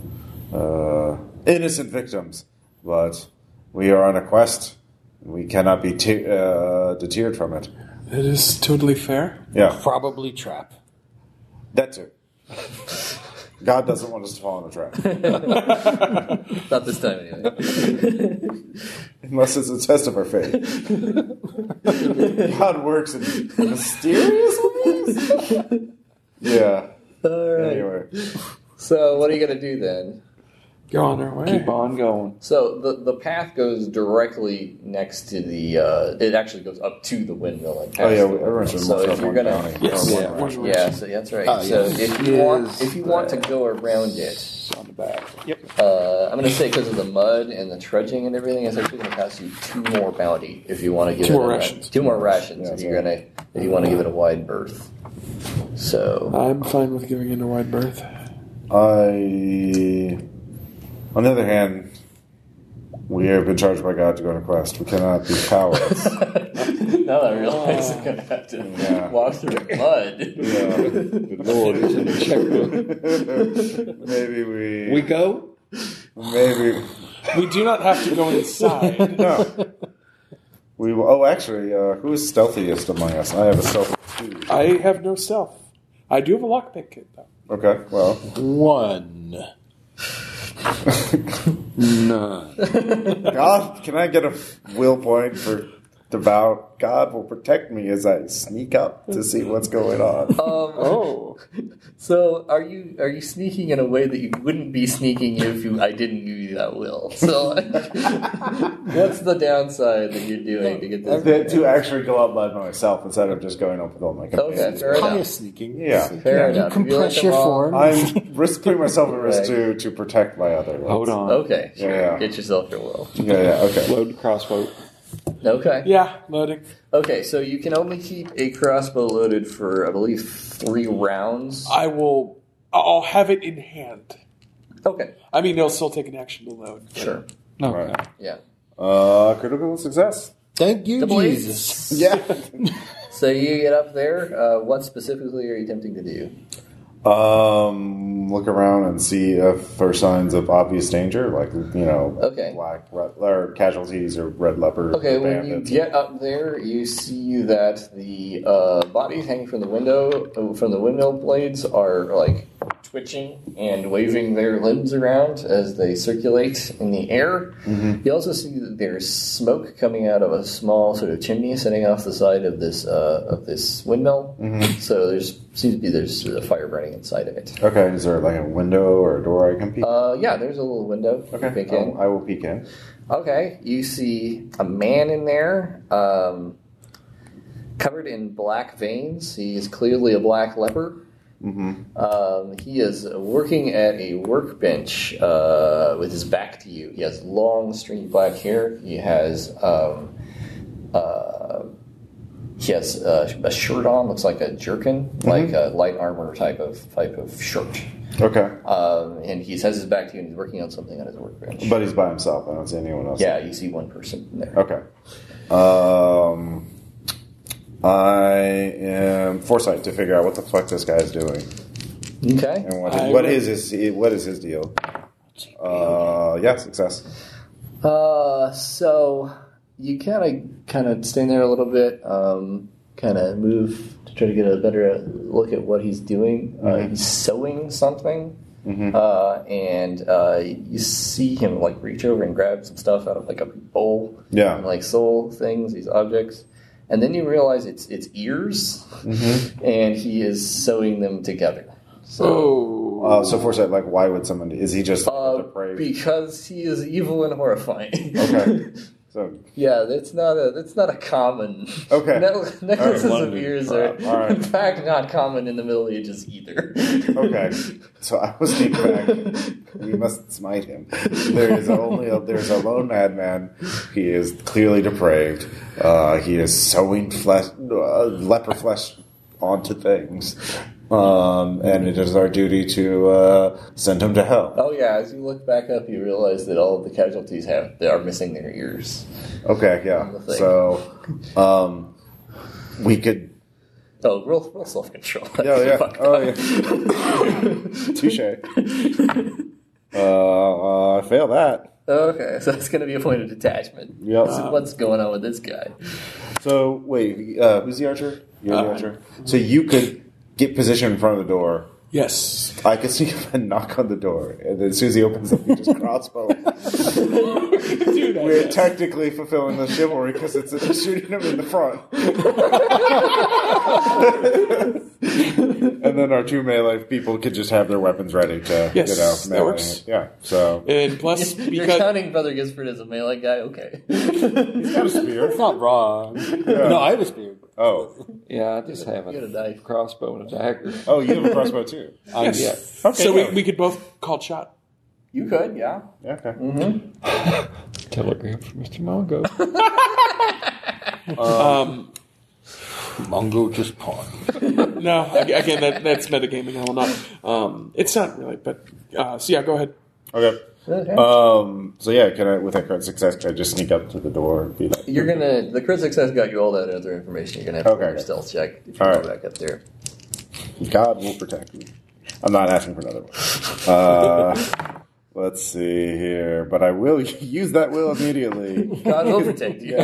Speaker 7: uh, innocent victims. But we are on a quest. We cannot be te- uh, deterred from it.
Speaker 6: That is totally fair.
Speaker 7: Yeah,
Speaker 9: Probably trap.
Speaker 7: that too. God doesn't want us to fall in a trap.
Speaker 2: Not this time, anyway.
Speaker 7: Unless it's a test of our faith. God works in mysterious ways? Yeah.
Speaker 2: All right.
Speaker 7: Anyway.
Speaker 2: So, what are you going to do then?
Speaker 6: Go on our way.
Speaker 5: Keep on going.
Speaker 2: So, the, the path goes directly next to the. Uh, it actually goes up to the windmill. And
Speaker 7: Oh,
Speaker 2: past
Speaker 7: yeah,
Speaker 2: the windmill.
Speaker 7: everyone should
Speaker 2: So, if you're going to.
Speaker 7: Yes.
Speaker 5: Yeah.
Speaker 2: Yeah, so that's right.
Speaker 9: Oh,
Speaker 2: so
Speaker 9: yes.
Speaker 2: if you
Speaker 5: Yes.
Speaker 2: want, if you want to go around it,
Speaker 5: It's on the back.
Speaker 2: uh, I'm going to say because of the mud and the trudging and everything, it's actually going to cost you two more bounty if you want to give
Speaker 6: Two
Speaker 2: it
Speaker 6: more
Speaker 2: a-
Speaker 6: rations.
Speaker 2: Two more rations
Speaker 7: Yeah,
Speaker 2: if
Speaker 7: that's
Speaker 2: you're going to if you want to give it a wide berth. So
Speaker 6: I'm fine with giving it a wide berth.
Speaker 7: I. On the other hand, we have been charged by God to go on a quest. We cannot be cowards.
Speaker 2: Now that I realize I'm gonna have to
Speaker 7: Yeah.
Speaker 2: walk through mud.
Speaker 7: Good lord,
Speaker 5: he's in the
Speaker 7: checkbook. maybe we.
Speaker 5: We go?
Speaker 7: Maybe.
Speaker 6: We do not have to go inside.
Speaker 7: No. We will, oh, actually, uh, who is stealthiest among us? I have a stealth. two.
Speaker 6: I have no stealth. I do have a lockpick kit, though.
Speaker 7: Okay, well,
Speaker 9: One.
Speaker 5: No.
Speaker 7: God, can I get a will point for devout? God will protect me as I sneak up to see what's going on.
Speaker 2: Um,
Speaker 6: Oh.
Speaker 2: So are you are you sneaking in a way that you wouldn't be sneaking if you I didn't give you that will? So what's the downside that you're doing to get this?
Speaker 7: That- to actually go out by myself instead of just going up with all my
Speaker 2: Okay,
Speaker 7: companions.
Speaker 2: fair enough.
Speaker 9: Pious sneaking.
Speaker 7: Yeah,
Speaker 2: Fair
Speaker 9: You
Speaker 2: enough.
Speaker 9: compress
Speaker 2: let
Speaker 9: your
Speaker 2: them all-
Speaker 9: form.
Speaker 7: I'm risk putting myself at risk
Speaker 2: Right.
Speaker 7: to to protect my other. ones.
Speaker 5: Hold on.
Speaker 2: Okay, sure.
Speaker 7: Yeah.
Speaker 2: Get yourself your will.
Speaker 7: Yeah, yeah, okay.
Speaker 5: Load the crossbow.
Speaker 2: Okay.
Speaker 6: Yeah, loading.
Speaker 2: Okay, so you can only keep a crossbow loaded for, I believe, three rounds.
Speaker 6: I will. I'll have it in hand.
Speaker 2: Okay.
Speaker 6: I mean, it'll still take an action to load. but-
Speaker 2: Sure.
Speaker 7: Right.
Speaker 2: Yeah.
Speaker 7: Uh, critical success.
Speaker 9: Thank you,
Speaker 2: The boys.
Speaker 9: Jesus.
Speaker 7: Yeah.
Speaker 2: So you get up there. Uh, what specifically are you attempting to do?
Speaker 7: um, look around and see if there are signs of obvious danger, like you know,
Speaker 2: Okay.
Speaker 7: black red, or casualties or red leopard.
Speaker 2: Okay,
Speaker 7: or
Speaker 2: when you
Speaker 7: bandits.
Speaker 2: get up there, you see that the uh, bodies hanging from the window, from the windmill blades, are like twitching and waving their limbs around as they circulate in the air. You also see that there's smoke coming out of a small sort of chimney sitting off the side of this uh, of this windmill. So there's seems to be there's a fire burning inside of it.
Speaker 7: Okay, is there like a window or a door I can peek?
Speaker 2: Uh, yeah, there's a little window. you
Speaker 7: okay, Oh,
Speaker 2: peek
Speaker 7: I
Speaker 2: in.
Speaker 7: will, I will peek in.
Speaker 2: Okay, you see a man in there, um, covered in black veins. He is clearly a black leper. Um, he is working at a workbench uh, with his back to you. He has long, stringy black hair. He has um, uh, he has uh, a shirt on, looks like a jerkin, like a light armor type of type of shirt.
Speaker 7: Okay,
Speaker 2: Um, and he has his back to you, and he's working on something on his workbench.
Speaker 7: but he's by himself. I don't see anyone else.
Speaker 2: yeah, you see one person in there.
Speaker 7: Okay. Um, I am foresight to figure out what the fuck this guy's doing
Speaker 2: Okay.
Speaker 7: and what
Speaker 6: I
Speaker 7: is, what
Speaker 6: will-
Speaker 7: is his what is his deal. Uh, yeah, success.
Speaker 2: Uh, so you kind of kind of stand there a little bit, um, kind of move to try to get a better look at what he's doing.
Speaker 7: Mm-hmm.
Speaker 2: Uh, he's sewing something, uh, and uh, you see him like reach over and grab some stuff out of like a bowl.
Speaker 7: Yeah.
Speaker 2: And like sew things, these objects. And then you realize it's it's ears,
Speaker 7: Mm-hmm.
Speaker 2: and he is sewing them together. So,
Speaker 6: Oh.
Speaker 7: Uh, so foresight, like, why would someone? Is he just
Speaker 2: uh,
Speaker 7: depraved?
Speaker 2: because he is evil and horrifying.
Speaker 7: Okay. So
Speaker 2: Yeah, that's not a that's not a common.
Speaker 7: Okay.
Speaker 2: Ne- necklaces
Speaker 7: All right.
Speaker 2: of ears are,
Speaker 7: All right.
Speaker 2: in fact, not common in the Middle Ages either.
Speaker 7: okay, so I was thinking back. We must smite him. There is only a, there's a lone madman. He is clearly depraved. Uh, he is sewing flesh, uh, leper flesh onto things, um, and it is our duty to uh, send him to hell.
Speaker 2: Oh yeah, as you look back up, you realize that all of the casualties have they are missing their ears.
Speaker 7: Okay, yeah. So, um, we could.
Speaker 2: Oh, real, real self control.
Speaker 7: Yeah, yeah. Oh, yeah. Touche. Uh, uh, I fail that.
Speaker 2: Okay, so that's going to be a point of detachment.
Speaker 7: Yep.
Speaker 2: So what's going on with this guy?
Speaker 7: So wait, uh, who's the archer? You're the
Speaker 6: Uh,
Speaker 7: archer. So you could get positioned in front of the door.
Speaker 6: Yes.
Speaker 7: I could sneak up and knock on the door, and then as soon as he opens up, you just crossbow. We're technically fulfilling the chivalry because it's it's shooting him in the front. and then our two melee people could just have their weapons ready to,
Speaker 6: Yes,
Speaker 7: you know,
Speaker 6: that
Speaker 7: melee.
Speaker 6: works.
Speaker 7: Yeah, so
Speaker 6: And plus,
Speaker 2: You're
Speaker 6: because
Speaker 2: counting Brother Gisford as a melee guy? Okay.
Speaker 7: got a spear.
Speaker 9: It's not wrong. No, I was being.
Speaker 7: Oh,
Speaker 5: Yeah, I just have
Speaker 2: You got a
Speaker 5: a
Speaker 2: knife.
Speaker 5: crossbow and a dagger.
Speaker 7: oh, you have a crossbow too.
Speaker 5: I'm, yeah.
Speaker 7: Okay,
Speaker 6: so
Speaker 7: yeah.
Speaker 6: we, we could both call shot.
Speaker 2: You could, yeah.
Speaker 7: Yeah, okay.
Speaker 5: Telegram from Mr. Mongo.
Speaker 6: Um,
Speaker 9: Mongo just pawned.
Speaker 6: no, ag- again, that, that's metagaming. I will not. Um, it's not really, but uh, so yeah, go ahead.
Speaker 7: Okay.
Speaker 2: Okay.
Speaker 7: Um. So yeah, can I with that card success, can I just sneak up to the door and be like,
Speaker 2: You're gonna the crit success got you all that other information. You're gonna have to
Speaker 7: Okay.
Speaker 2: make your stealth check if you
Speaker 7: All
Speaker 2: go
Speaker 7: right.
Speaker 2: back up there.
Speaker 7: "God will protect me." I'm not asking for another one. Uh, let's see here, but I will use that will immediately.
Speaker 2: God will protect you.
Speaker 7: Yeah.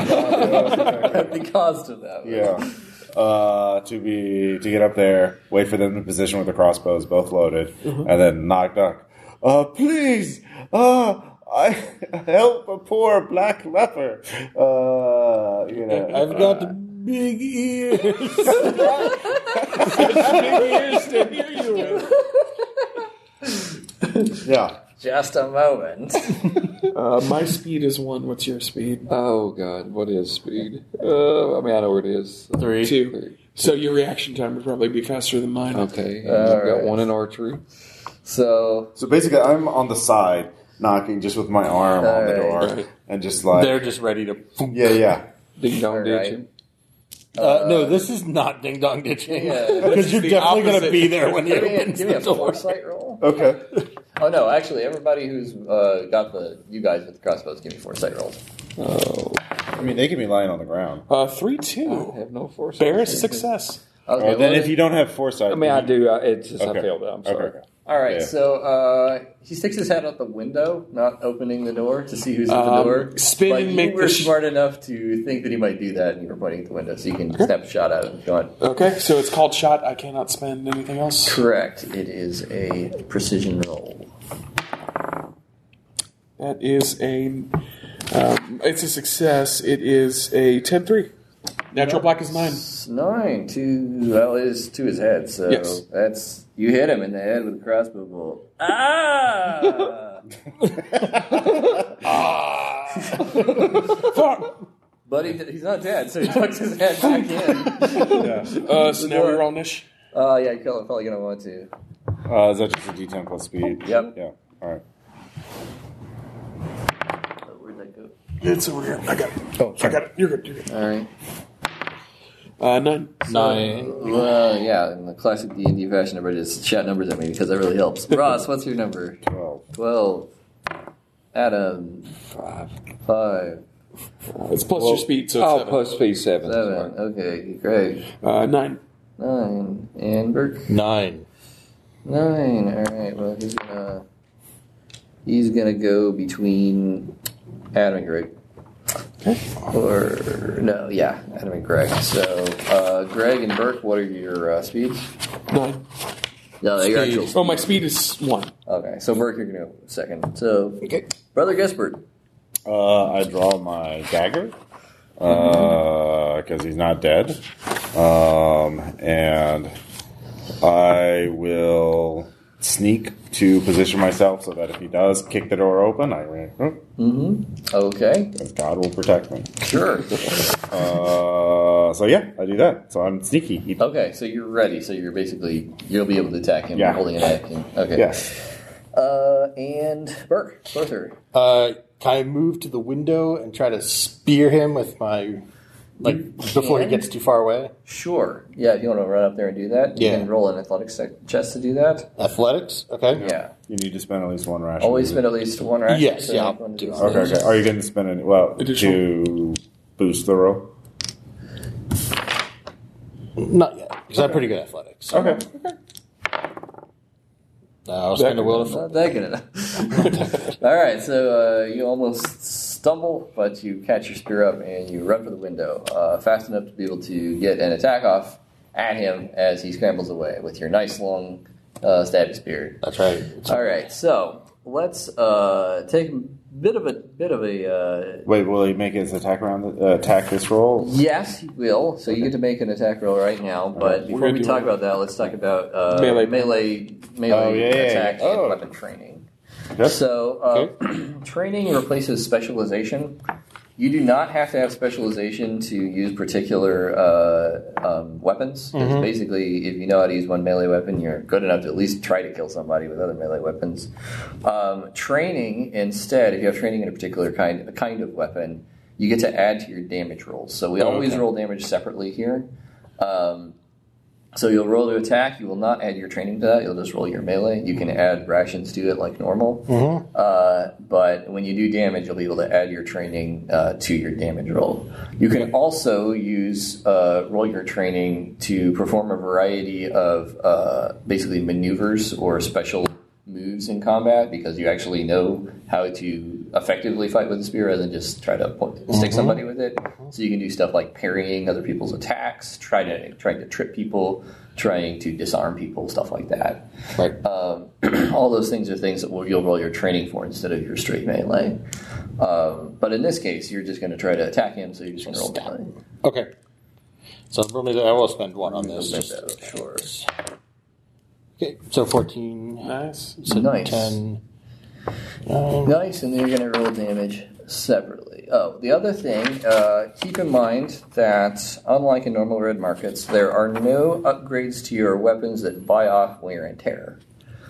Speaker 2: At the cost of that. one.
Speaker 7: yeah. Uh, to be to get up there, wait for them to position with the crossbows, both loaded, and then knock knock. Uh, please, uh, I help a poor black leper. Uh, you know,
Speaker 9: I've got big ears.
Speaker 7: yeah.
Speaker 2: Just a moment.
Speaker 6: Uh, my speed is one. What's your speed? Uh,
Speaker 5: Oh, God. What is speed? Uh, I mean, I know where it is. Three.
Speaker 6: Two. So your reaction time would probably be faster than mine.
Speaker 5: Okay. and
Speaker 2: All
Speaker 5: I've got
Speaker 2: right.
Speaker 5: one in archery.
Speaker 2: So
Speaker 7: So basically, I'm on the side knocking just with my arm on the
Speaker 2: Alright.
Speaker 7: door and just like
Speaker 9: They're just ready to.
Speaker 7: yeah, yeah.
Speaker 5: Ding dong
Speaker 2: All
Speaker 5: ditching.
Speaker 3: Uh, no, this is not ding dong ditching
Speaker 2: Yeah.
Speaker 3: because you're
Speaker 6: the
Speaker 3: definitely going to
Speaker 6: opposite.
Speaker 3: be there when he
Speaker 2: Give me a,
Speaker 3: opens
Speaker 2: give me
Speaker 3: the
Speaker 2: a
Speaker 3: door.
Speaker 2: foresight roll.
Speaker 7: Okay.
Speaker 2: Oh no, actually, everybody who's uh, got the you guys with the crossbows, give me foresight rolls.
Speaker 7: I mean, they can be lying on the ground.
Speaker 6: Uh, three two.
Speaker 5: I have no force.
Speaker 6: Barris success.
Speaker 2: Okay,
Speaker 7: Well, then
Speaker 2: well,
Speaker 7: if you don't have foresight,
Speaker 5: I mean, I do. I, it's just
Speaker 7: Okay.
Speaker 5: I failed. it. I'm sorry.
Speaker 7: Okay.
Speaker 2: all right.
Speaker 7: Yeah.
Speaker 2: So uh, he sticks his head out the window, not opening the door to see who's at the
Speaker 6: Um,
Speaker 2: door.
Speaker 6: spin
Speaker 2: but
Speaker 6: and
Speaker 2: you
Speaker 6: make
Speaker 2: were
Speaker 6: the sh-
Speaker 2: smart enough to think that he might do that, and you were pointing at the window, so you can snap a shot at him. Go on.
Speaker 6: Okay, so it's called shot. I cannot spend anything else.
Speaker 2: Correct. It is a precision roll.
Speaker 6: That is a. Um, it's a success. It is a 10 3. Natural black is 9.
Speaker 2: It's nine to well, it is to his head. So
Speaker 6: Yes.
Speaker 2: that's you hit him in the head with a crossbow bolt. Ah!
Speaker 6: Fuck!
Speaker 2: But he, he's not dead, so he tucks his head back in.
Speaker 6: Uh, so now we roll Nish.
Speaker 2: Oh, yeah, you're probably- probably going to want to.
Speaker 7: Uh, is that just a D10 plus speed?
Speaker 2: Yep.
Speaker 7: Yeah. All right.
Speaker 2: Oh, where'd that go?
Speaker 6: It's over here. I got it.
Speaker 7: Oh,
Speaker 6: I got it. You're good. You're good.
Speaker 2: All right.
Speaker 6: Uh, 9.
Speaker 4: Nine.
Speaker 2: Well, uh, yeah, in the classic D&D fashion, everybody just shout numbers at me because that really helps. Ross, what's your number?
Speaker 7: 12.
Speaker 2: 12. Adam. 5. 5.
Speaker 6: It's plus your speed, so
Speaker 5: Oh,
Speaker 6: it's
Speaker 5: plus P seven.
Speaker 2: 7.
Speaker 5: Sorry.
Speaker 2: Okay, great.
Speaker 6: 7. Uh, 9.
Speaker 2: 9. And Burke?
Speaker 4: Nine.
Speaker 2: 9. All right, well, he's going to... He's gonna go between Adam and Greg. Or no, yeah, Adam and Greg. So uh, Greg and Burke, what are your uh, speeds?
Speaker 6: 9.
Speaker 2: No, they're your actual.
Speaker 6: Oh, my speed is 1.
Speaker 2: Okay, so Burke, you're gonna go second. So
Speaker 6: Okay.
Speaker 2: brother Gispert,
Speaker 7: Uh, I draw my dagger because he's not dead, um, and I will sneak to position myself so that if he does kick the door open, I
Speaker 2: okay,
Speaker 7: because God will protect me.
Speaker 2: sure.
Speaker 7: Uh, so yeah, I do that. So I'm sneaky. He-
Speaker 2: okay, so you're ready. So you're basically you'll be able to attack him
Speaker 7: Yeah.
Speaker 2: holding an action. Okay.
Speaker 7: Yeah.
Speaker 2: Uh, and Burke, closer.
Speaker 3: Uh, can I move to the window and try to spear him with my like before he
Speaker 2: can.
Speaker 3: gets too far away?
Speaker 2: Sure. Yeah, if you want to run up there and do that, you
Speaker 3: Yeah.
Speaker 2: can roll an athletics sec- chest to do that.
Speaker 3: Athletics, okay.
Speaker 2: Yeah.
Speaker 7: You need to spend at least one ration.
Speaker 2: Always spend at least one round.
Speaker 3: Yes, yeah, I'll do that.
Speaker 7: Okay. okay. Are you going to spend any? Well, to boost the roll.
Speaker 3: Not yet, because I'm pretty good at athletics.
Speaker 7: Okay.
Speaker 3: Uh, I'll spend a will of
Speaker 2: Not that good enough. All right, so uh, you almost stumble, but you catch your spear up and you run for the window uh, fast enough to be able to get an attack off at him as he scrambles away with your nice long uh, stabbing spear.
Speaker 3: That's right. It's-
Speaker 2: All right, so let's uh, take a bit of a bit of a. Uh,
Speaker 7: Wait, will he make his attack round? Uh, attack this roll?
Speaker 2: Yes, he will. So you get to make an attack roll right now. But
Speaker 6: We're
Speaker 2: before
Speaker 6: gonna
Speaker 2: we
Speaker 6: do
Speaker 2: talk
Speaker 6: it.
Speaker 2: about that, let's talk about uh,
Speaker 6: Melee.
Speaker 2: melee, melee
Speaker 7: Oh, yeah, yeah, yeah.
Speaker 2: attack
Speaker 7: Oh.
Speaker 2: and weapon training.
Speaker 7: Okay.
Speaker 2: So uh, training replaces specialization. You do not have to have specialization to use particular uh, um, weapons. It's
Speaker 7: Mm-hmm.
Speaker 2: basically, if you know how to use one melee weapon, you're good enough to at least try to kill somebody with other melee weapons. Um, training instead, if you have training in a particular kind a kind of weapon, you get to add to your damage rolls. So
Speaker 7: Oh,
Speaker 2: we always roll damage separately here. Um, so you'll roll to attack. You will not add your training to that. You'll just roll your melee. You can add rations to it like normal. Uh, but when you do damage, you'll be able to add your training uh, to your damage roll. You can also use uh, roll your training to perform a variety of uh, basically maneuvers or special moves in combat because you actually know how to effectively fight with a spear rather than just try to point, stick somebody with it. So you can do stuff like parrying other people's attacks, try to trying to trip people, trying to disarm people, stuff like that.
Speaker 3: Right.
Speaker 2: Um, all those things are things that will, you'll roll your training for instead of your straight melee. Um, but in this case, you're just going to try to attack him, so you're just going to roll melee.
Speaker 3: Okay. So I'm really- I will spend one on this. just-
Speaker 2: Sure.
Speaker 3: Okay. So 14,
Speaker 6: Nice.
Speaker 3: so
Speaker 2: Nice.
Speaker 3: 10. nine.
Speaker 2: Nice, and then you're going to roll damage separately. Oh, the other thing, uh, keep in mind that unlike in normal red markets, there are no upgrades to your weapons that buy off wear and tear.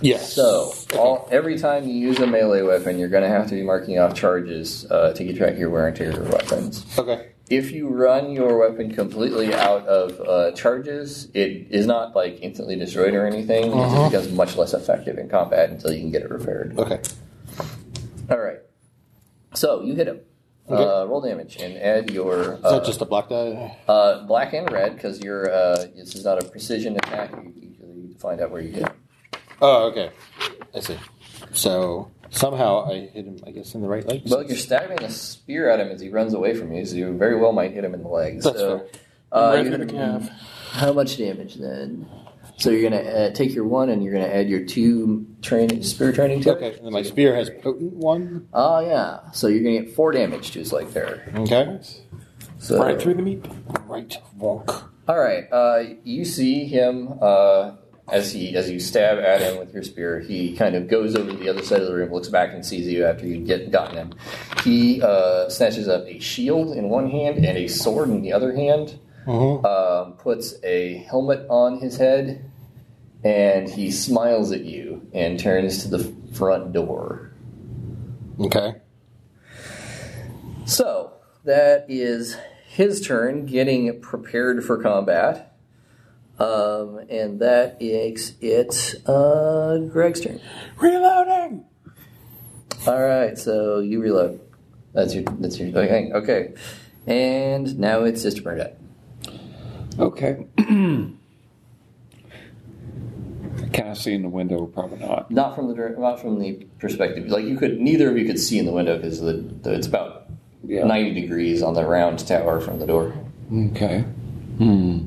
Speaker 3: Yes.
Speaker 2: So all, every time you use a melee weapon, you're going to have to be marking off charges uh, to keep track of your wear and tear of your weapons.
Speaker 3: Okay.
Speaker 2: If you run your weapon completely out of uh, charges, it is not like instantly destroyed or anything. It just becomes much less effective in combat until you can get it repaired.
Speaker 4: Uh-huh. Okay.
Speaker 2: All right. So you hit him. Uh, roll damage and add your
Speaker 4: Is
Speaker 2: uh,
Speaker 4: that just a black die?
Speaker 2: uh, black and red because you're uh, this is not a precision attack. You, you need to find out where you hit.
Speaker 4: Oh, okay. I see. So somehow I hit him, I guess, in the right leg.
Speaker 2: Well, you're stabbing a spear at him as he runs away from you, so you very well might hit him in the legs.
Speaker 4: That's
Speaker 2: so,
Speaker 4: fair.
Speaker 2: uh,
Speaker 6: right
Speaker 2: you-
Speaker 6: through the calf.
Speaker 2: How much damage then? So you're gonna uh, take your one, and you're gonna add your two training spear training to
Speaker 4: Okay,
Speaker 2: it.
Speaker 4: and then my spear has potent one.
Speaker 2: Oh yeah. So you're gonna get four damage to his leg there.
Speaker 4: Okay.
Speaker 2: So
Speaker 6: Right through the meat.
Speaker 4: Right wonk.
Speaker 2: All right. Uh, you see him uh, as he as you stab at him with your spear. He kind of goes over to the other side of the room, looks back and sees you after you've get, gotten him. He uh, snatches up a shield in one hand and a sword in the other hand. Um, puts a helmet on his head, and he smiles at you and turns to the front door.
Speaker 4: Okay.
Speaker 2: So that is his turn, getting prepared for combat, um, and that makes it uh, Greg's turn.
Speaker 6: Reloading!
Speaker 2: All right, so you reload. That's your that's your thing. Okay, and now it's Sister Bernadette.
Speaker 5: Okay. Can I see in the window? Probably not.
Speaker 2: Not from the dir- not from the perspective. Like you could, neither of you could see in the window because the, the it's about
Speaker 5: Yeah.
Speaker 2: ninety degrees on the round tower from the door.
Speaker 5: Okay. Hmm.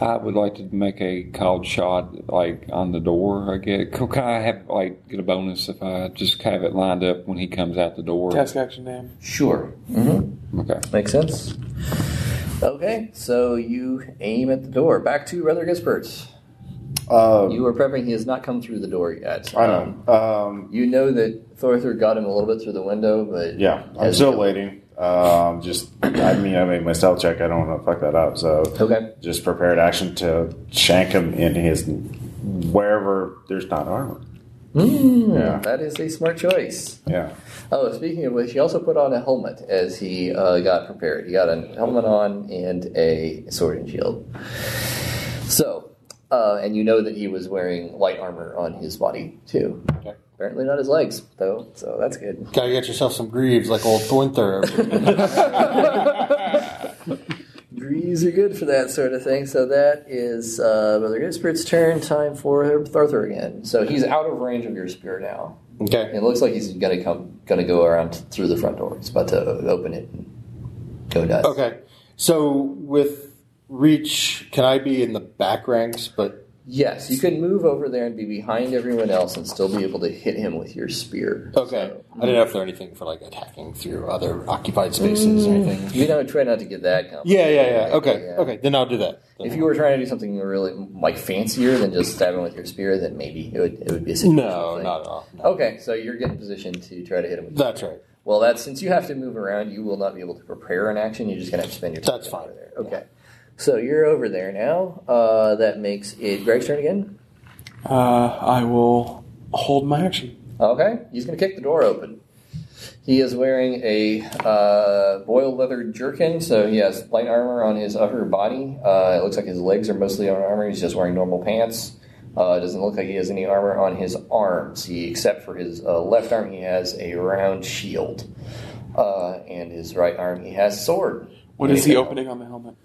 Speaker 5: I would like to make a cold shot, like on the door. I get. Can I have like get a bonus if I just have it lined up when he comes out the door?
Speaker 6: Task action name.
Speaker 2: Sure. Mm-hmm.
Speaker 5: Okay.
Speaker 2: Makes sense. Okay, so you aim at the door. Back to Brother Gispert.
Speaker 7: Um,
Speaker 2: You were prepping. He has not come through the door yet.
Speaker 7: I know. Um,
Speaker 2: You know that Thorthor got him a little bit through the window, but
Speaker 7: yeah, I'm
Speaker 2: As-
Speaker 7: still waiting. Um, just, I mean, I made my stealth check. I don't want to fuck that up. So
Speaker 2: Okay.
Speaker 7: just prepared action to shank him in his wherever there's not armor. Yeah.
Speaker 2: That is a smart choice.
Speaker 7: Yeah.
Speaker 2: Oh, speaking of which, he also put on a helmet as he uh, got prepared. He got a helmet on and a sword and shield. So, uh, and you know that he was wearing light armor on his body too. Apparently, not his legs though, so that's good.
Speaker 4: Gotta get yourself some greaves like old Thornthur.
Speaker 2: Greaves are good for that sort of thing. So that is uh, Brother Grispert's turn. Time for Thorthor again. So he's out of range of your spear now.
Speaker 4: okay.
Speaker 2: It looks like he's gonna come, gonna go around through the front door. He's about to open it and go nuts.
Speaker 4: Okay. So with reach, can I be in the back ranks? But
Speaker 2: Yes, you can move over there and be behind everyone else and still be able to hit him with your spear.
Speaker 4: okay. I don't know if there anything for like attacking through other occupied spaces or anything.
Speaker 2: You know, try not to get that complicated.
Speaker 4: Yeah, yeah, yeah. Okay,
Speaker 2: Mm. Yeah.
Speaker 4: okay. Then I'll do that.
Speaker 2: If you were trying to do something really like fancier than just stabbing with your spear, then maybe it would, it would be a situational
Speaker 4: no,
Speaker 2: thing.
Speaker 4: not at all. No.
Speaker 2: Okay, so you're getting positioned to try to hit him. With
Speaker 4: That's right.
Speaker 2: Well, that's since you have to move around, you will not be able to prepare an action. You're just going to have to spend your time.
Speaker 4: That's fine.
Speaker 2: Over there. Okay. So you're over there now. Uh, that makes it Greg's turn again.
Speaker 6: Uh, I will hold my action.
Speaker 2: Okay. He's going to kick the door open. He is wearing a uh, boiled leather jerkin, so he has light armor on his upper body. Uh, it looks like his legs are mostly on armor. He's just wearing normal pants. Uh, it doesn't look like he has any armor on his arms. He, except for his uh, left arm, he has a round shield. Uh, and his right arm, he has sword.
Speaker 6: What is the opening on the helmet?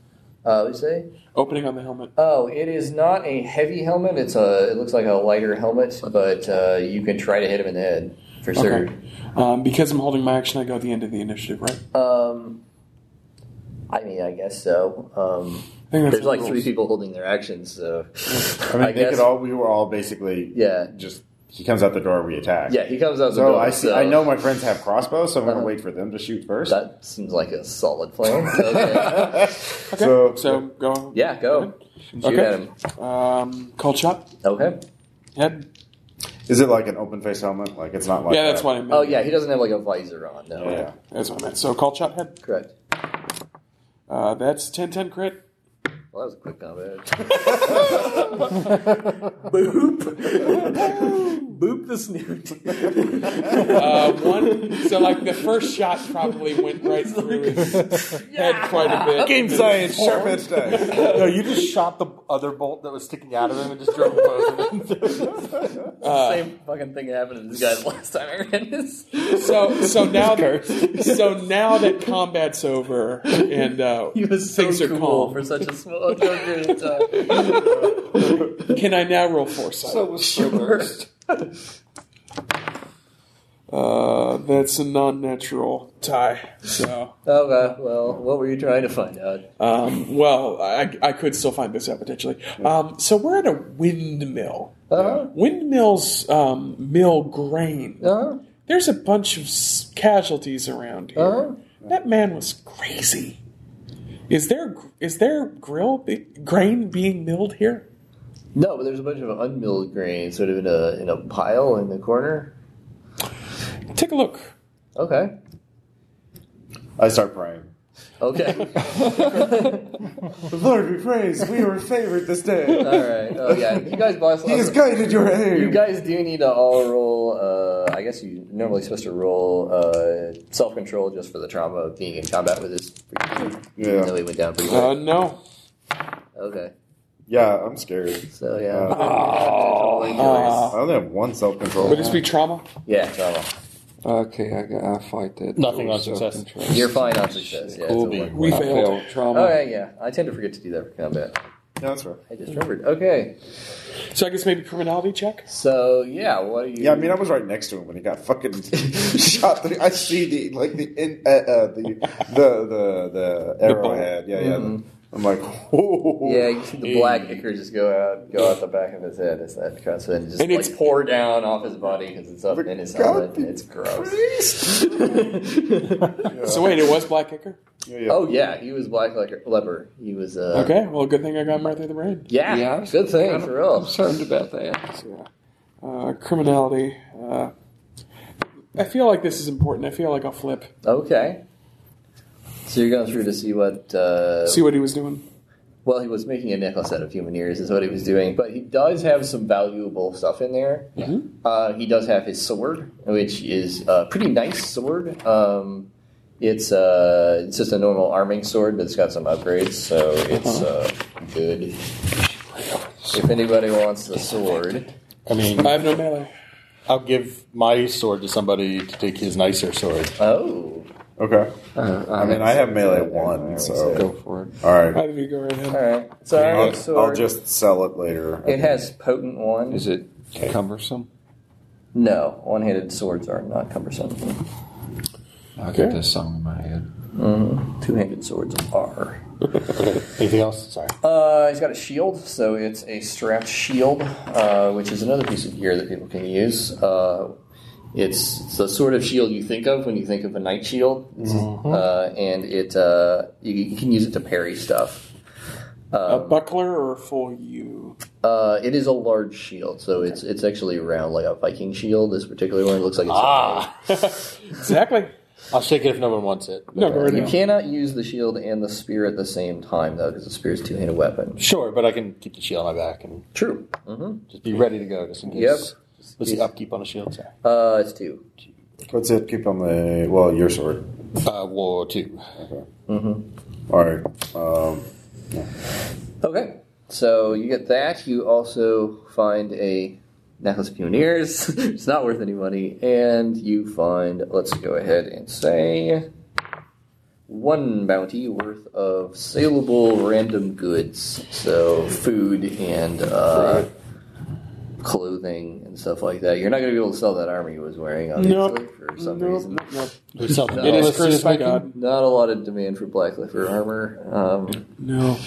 Speaker 2: Uh, what do you say?
Speaker 6: Opening on the helmet.
Speaker 2: Oh, it is not a heavy helmet. It's a. It looks like a lighter helmet, but uh, you can try to hit him in the head for sure.
Speaker 6: Okay. Um, because I'm holding my action, I go at the end of the initiative, right?
Speaker 2: Um, I mean, I guess so. Um,
Speaker 6: I think
Speaker 2: there's
Speaker 6: the
Speaker 2: like three
Speaker 6: rules.
Speaker 2: people holding their actions, so
Speaker 7: I mean,
Speaker 2: I
Speaker 7: they
Speaker 2: guess-
Speaker 7: could all, we were all basically
Speaker 2: Yeah.
Speaker 7: just, he comes out the door, we attack.
Speaker 2: yeah, he comes out the
Speaker 7: So
Speaker 2: door.
Speaker 7: I see,
Speaker 2: so
Speaker 7: I know my friends have crossbows, so I'm going
Speaker 2: Uh-huh.
Speaker 7: to wait for them to shoot first.
Speaker 2: that seems like a solid plan. Okay.
Speaker 6: Okay.
Speaker 7: So-
Speaker 6: So, go.
Speaker 2: yeah, go shoot
Speaker 6: Okay.
Speaker 2: at him.
Speaker 6: Um, cold shot.
Speaker 2: Okay.
Speaker 6: Head.
Speaker 7: Is it like an open face helmet? Like it's not like
Speaker 6: yeah, that's
Speaker 7: that.
Speaker 6: what I meant.
Speaker 2: Oh yeah, he doesn't have like a visor on. No,
Speaker 7: Yeah.
Speaker 6: That's what I meant. So cold shot head.
Speaker 2: correct.
Speaker 6: Uh, that's 10 10 crit.
Speaker 2: Well, that was a quick combat. Boop. boop the snoot.
Speaker 6: Uh, one, so like the first shot probably went right through his head quite a bit.
Speaker 7: Game science, sharp edge dice.
Speaker 9: no, you just shot the other bolt that was sticking out of him and just drove both of them.
Speaker 2: Same fucking thing happened to this guy the last time I ran this.
Speaker 6: So so now so now that combat's over and uh,
Speaker 2: He was so
Speaker 6: things are
Speaker 2: cool
Speaker 6: calm,
Speaker 2: for such a small short period of time.
Speaker 6: can I now roll foresight? uh, that's a non-natural tie. So
Speaker 2: Okay, well, what were you trying to find out?
Speaker 6: um, well, I, I could still find this out potentially. Um, so we're at a windmill.
Speaker 2: Uh-huh.
Speaker 6: Windmills um, mill grain.
Speaker 2: Uh-huh.
Speaker 6: There's a bunch of s- casualties around here.
Speaker 2: Uh-huh.
Speaker 6: That man was crazy. Is there gr- is there grill be- grain being milled here?
Speaker 2: No, but there's a bunch of unmilled grain sort of in a in a pile in the corner.
Speaker 6: Take a look.
Speaker 2: Okay.
Speaker 7: I start praying.
Speaker 2: Okay.
Speaker 7: The Lord be praised, we were favored this day.
Speaker 2: All right. Oh yeah. You guys boss.
Speaker 7: He has guided your
Speaker 2: You
Speaker 7: aim.
Speaker 2: guys do need to all roll. Uh, I guess you normally supposed to roll uh, self control just for the trauma of being in combat with this. Freak.
Speaker 7: Yeah.
Speaker 2: No, he went down pretty
Speaker 6: Uh,
Speaker 2: quick.
Speaker 6: no.
Speaker 2: Okay.
Speaker 7: Yeah, I'm scared.
Speaker 2: So
Speaker 7: Uh-huh.
Speaker 2: yeah.
Speaker 7: I only have one self control.
Speaker 6: Would this be trauma?
Speaker 2: Yeah. Trauma.
Speaker 5: Okay, I, got- I fight that.
Speaker 9: Nothing on
Speaker 5: Self-control.
Speaker 2: You're fine on success. Yeah. it's
Speaker 5: Cool
Speaker 2: a
Speaker 5: bean.
Speaker 2: one.
Speaker 6: We
Speaker 5: I
Speaker 6: failed.
Speaker 5: failed. Trauma.
Speaker 2: All right. Yeah. I tend to forget to do that for combat.
Speaker 7: No, that's right.
Speaker 2: I just remembered. Okay.
Speaker 6: So I guess maybe criminality check.
Speaker 2: So yeah. What are you?
Speaker 7: Yeah, I mean, I was right next to him when he got fucking shot. through. I see the like the in, uh, uh, the, the the the arrowhead. Yeah, yeah. I'm like, whoa.
Speaker 2: Yeah, you see the black ichor just go out, go out the back of his head as that cuts in, just
Speaker 6: And
Speaker 2: like
Speaker 6: it's-
Speaker 2: pour down off his body because it's up in his helmet. And it's gross.
Speaker 6: So wait, it was Black Kicker.
Speaker 2: Oh yeah, he was black like a leper. He was uh,
Speaker 6: Okay. Well, good thing I got Martha the Brain.
Speaker 2: Yeah,
Speaker 5: Yeah.
Speaker 2: good thing for real.
Speaker 5: Concerned about that.
Speaker 6: Uh, criminality. Uh, I feel like this is important. I feel like I'll flip.
Speaker 2: Okay, so you're going through to see what. Uh,
Speaker 6: See what he was doing.
Speaker 2: well, he was making a necklace out of human ears, is what he was doing. But he does have some valuable stuff in there. Uh, he does have his sword, which is a pretty nice sword. Um, it's uh, it's just a normal arming sword, but it's got some upgrades, so it's uh, good. If anybody wants the sword,
Speaker 9: I mean,
Speaker 6: I have no melee.
Speaker 9: I'll give my sword to somebody to take his nicer sword.
Speaker 2: oh,
Speaker 7: Okay.
Speaker 5: Uh,
Speaker 7: I mean, I have melee one, so
Speaker 5: Go for it.
Speaker 7: all right.
Speaker 6: Either of you go right
Speaker 2: all
Speaker 6: ahead.
Speaker 2: right, so
Speaker 7: I'll,
Speaker 2: arming sword.
Speaker 7: I'll just sell it later.
Speaker 2: It has potent one.
Speaker 5: Is it cumbersome?
Speaker 2: No, one-handed swords are not cumbersome.
Speaker 5: I got this song in my head.
Speaker 2: Two-handed swords are.
Speaker 9: Anything else? Sorry.
Speaker 2: Uh, he's got a shield, so it's a strapped shield, uh, which is another piece of gear that people can use. Uh, it's, it's the sort of shield you think of when you think of a knight shield, uh, and it uh, you, you can use it to parry stuff.
Speaker 6: A buckler or a full U?
Speaker 2: Uh, it is a large shield, so it's it's actually round like a Viking shield. This particular one looks like it's
Speaker 9: Ah,
Speaker 6: Exactly.
Speaker 9: I'll shake it if no one wants it.
Speaker 6: No, go right
Speaker 2: You
Speaker 6: ahead.
Speaker 2: cannot use the shield and the spear at the same time, though, because the spear is a two-handed weapon. Mm-hmm.
Speaker 9: Sure, but I can keep the shield on my back and
Speaker 2: True.
Speaker 9: just be ready to go just in case.
Speaker 2: Yep.
Speaker 9: What's the upkeep on a shield? Sorry.
Speaker 2: Uh, it's two.
Speaker 7: What's it? Keep on the well, your sword.
Speaker 9: Uh, war two.
Speaker 7: All right. Um,
Speaker 2: Okay. So you get that. You also find a necklace of pioneers. it's not worth any money. And you find, let's go ahead and say, one bounty worth of saleable random goods. So food and uh, clothing and stuff like that. You're not going to be able to sell that armor you was wearing, obviously,
Speaker 6: Nope.
Speaker 2: for some
Speaker 6: Nope,
Speaker 2: reason.
Speaker 6: nope, nope.
Speaker 9: Who sell the
Speaker 6: It is
Speaker 9: necklace
Speaker 6: cursed
Speaker 9: is
Speaker 6: by
Speaker 9: making?
Speaker 6: God.
Speaker 2: Not a lot of demand for black leather armor. Um,
Speaker 6: No.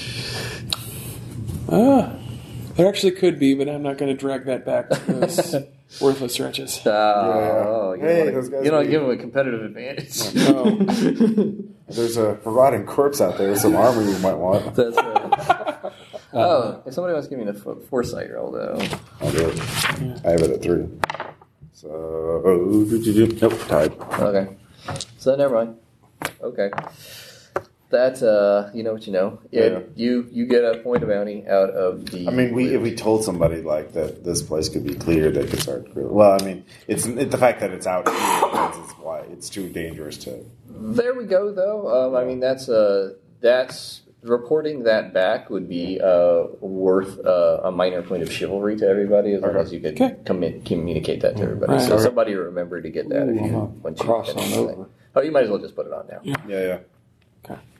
Speaker 6: Ah, there actually could be, but I'm not going to drag that back to those worthless wretches.
Speaker 2: oh, you
Speaker 7: Hey,
Speaker 2: don't
Speaker 7: those
Speaker 2: wanna-
Speaker 7: guys
Speaker 2: you don't
Speaker 7: be-
Speaker 2: give them a competitive advantage.
Speaker 6: No.
Speaker 7: there's a rotting corpse out there. Some armor you might want.
Speaker 2: That's right. oh, if somebody wants to give me the fo- foresight roll, though.
Speaker 7: I'll do it. I have it at three. So nope, tied.
Speaker 2: Okay. So never mind. Okay. That's uh, you know what you know. It,
Speaker 7: Yeah.
Speaker 2: You you get a point of bounty out of the.
Speaker 7: I mean, we if we told somebody like that this place could be cleared, they could start. grilling. Well, I mean, it's it, the fact that it's out here means it's why it's too dangerous to.
Speaker 2: There we go, though. Um, I mean, that's uh, that's reporting that back would be uh, worth uh, a minor point of chivalry to everybody as long as you could
Speaker 6: Okay.
Speaker 2: commu- communicate that to everybody.
Speaker 6: Right.
Speaker 2: So somebody remember to get that if
Speaker 5: Ooh,
Speaker 2: you
Speaker 5: I'll
Speaker 2: once you
Speaker 5: cross
Speaker 2: finish
Speaker 5: on
Speaker 2: the thing.
Speaker 5: over.
Speaker 2: Oh, you might as well just put it on now.
Speaker 7: Yeah, yeah.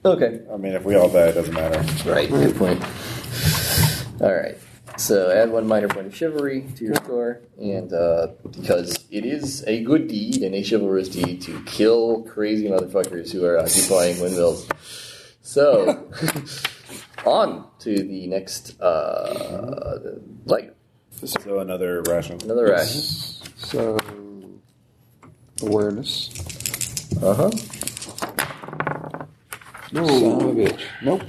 Speaker 2: Okay,
Speaker 7: I mean, if we all die, it doesn't matter.
Speaker 2: right. Good point. All right. So add one minor point of chivalry to your score, and uh, because it is a good deed and a chivalrous deed to kill crazy motherfuckers who are occupying windmills. So on to the next, uh, like
Speaker 7: So another rational.
Speaker 2: another rack.
Speaker 5: So awareness.
Speaker 2: Uh huh.
Speaker 5: No, son of a bitch. Nope.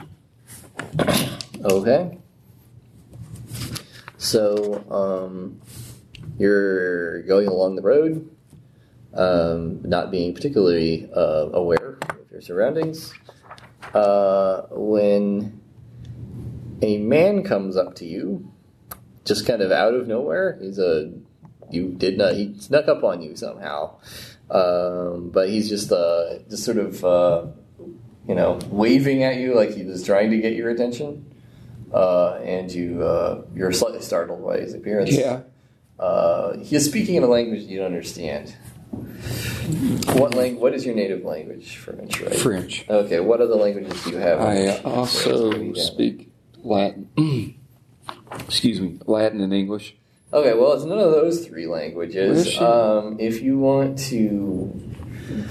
Speaker 2: Okay. So, um, you're going along the road, um, not being particularly uh, aware of your surroundings, uh, when a man comes up to you, just kind of out of nowhere. He's a you did not he snuck up on you somehow, um, but he's just uh, just sort of. Uh, you know, waving at you like he was trying to get your attention, uh, and you uh, you're slightly startled by his appearance.
Speaker 5: Yeah.
Speaker 2: uh, he is speaking in a language you don't understand. What lang- What is your native language, French? Right?
Speaker 5: French.
Speaker 2: Okay. What other languages do you have?
Speaker 5: I
Speaker 2: French,
Speaker 5: also
Speaker 2: French,
Speaker 5: speak Latin. Excuse me, Latin and English.
Speaker 2: Okay. Well, it's none of those three
Speaker 5: Where is
Speaker 2: languages.
Speaker 5: she?
Speaker 2: Um, if you want to,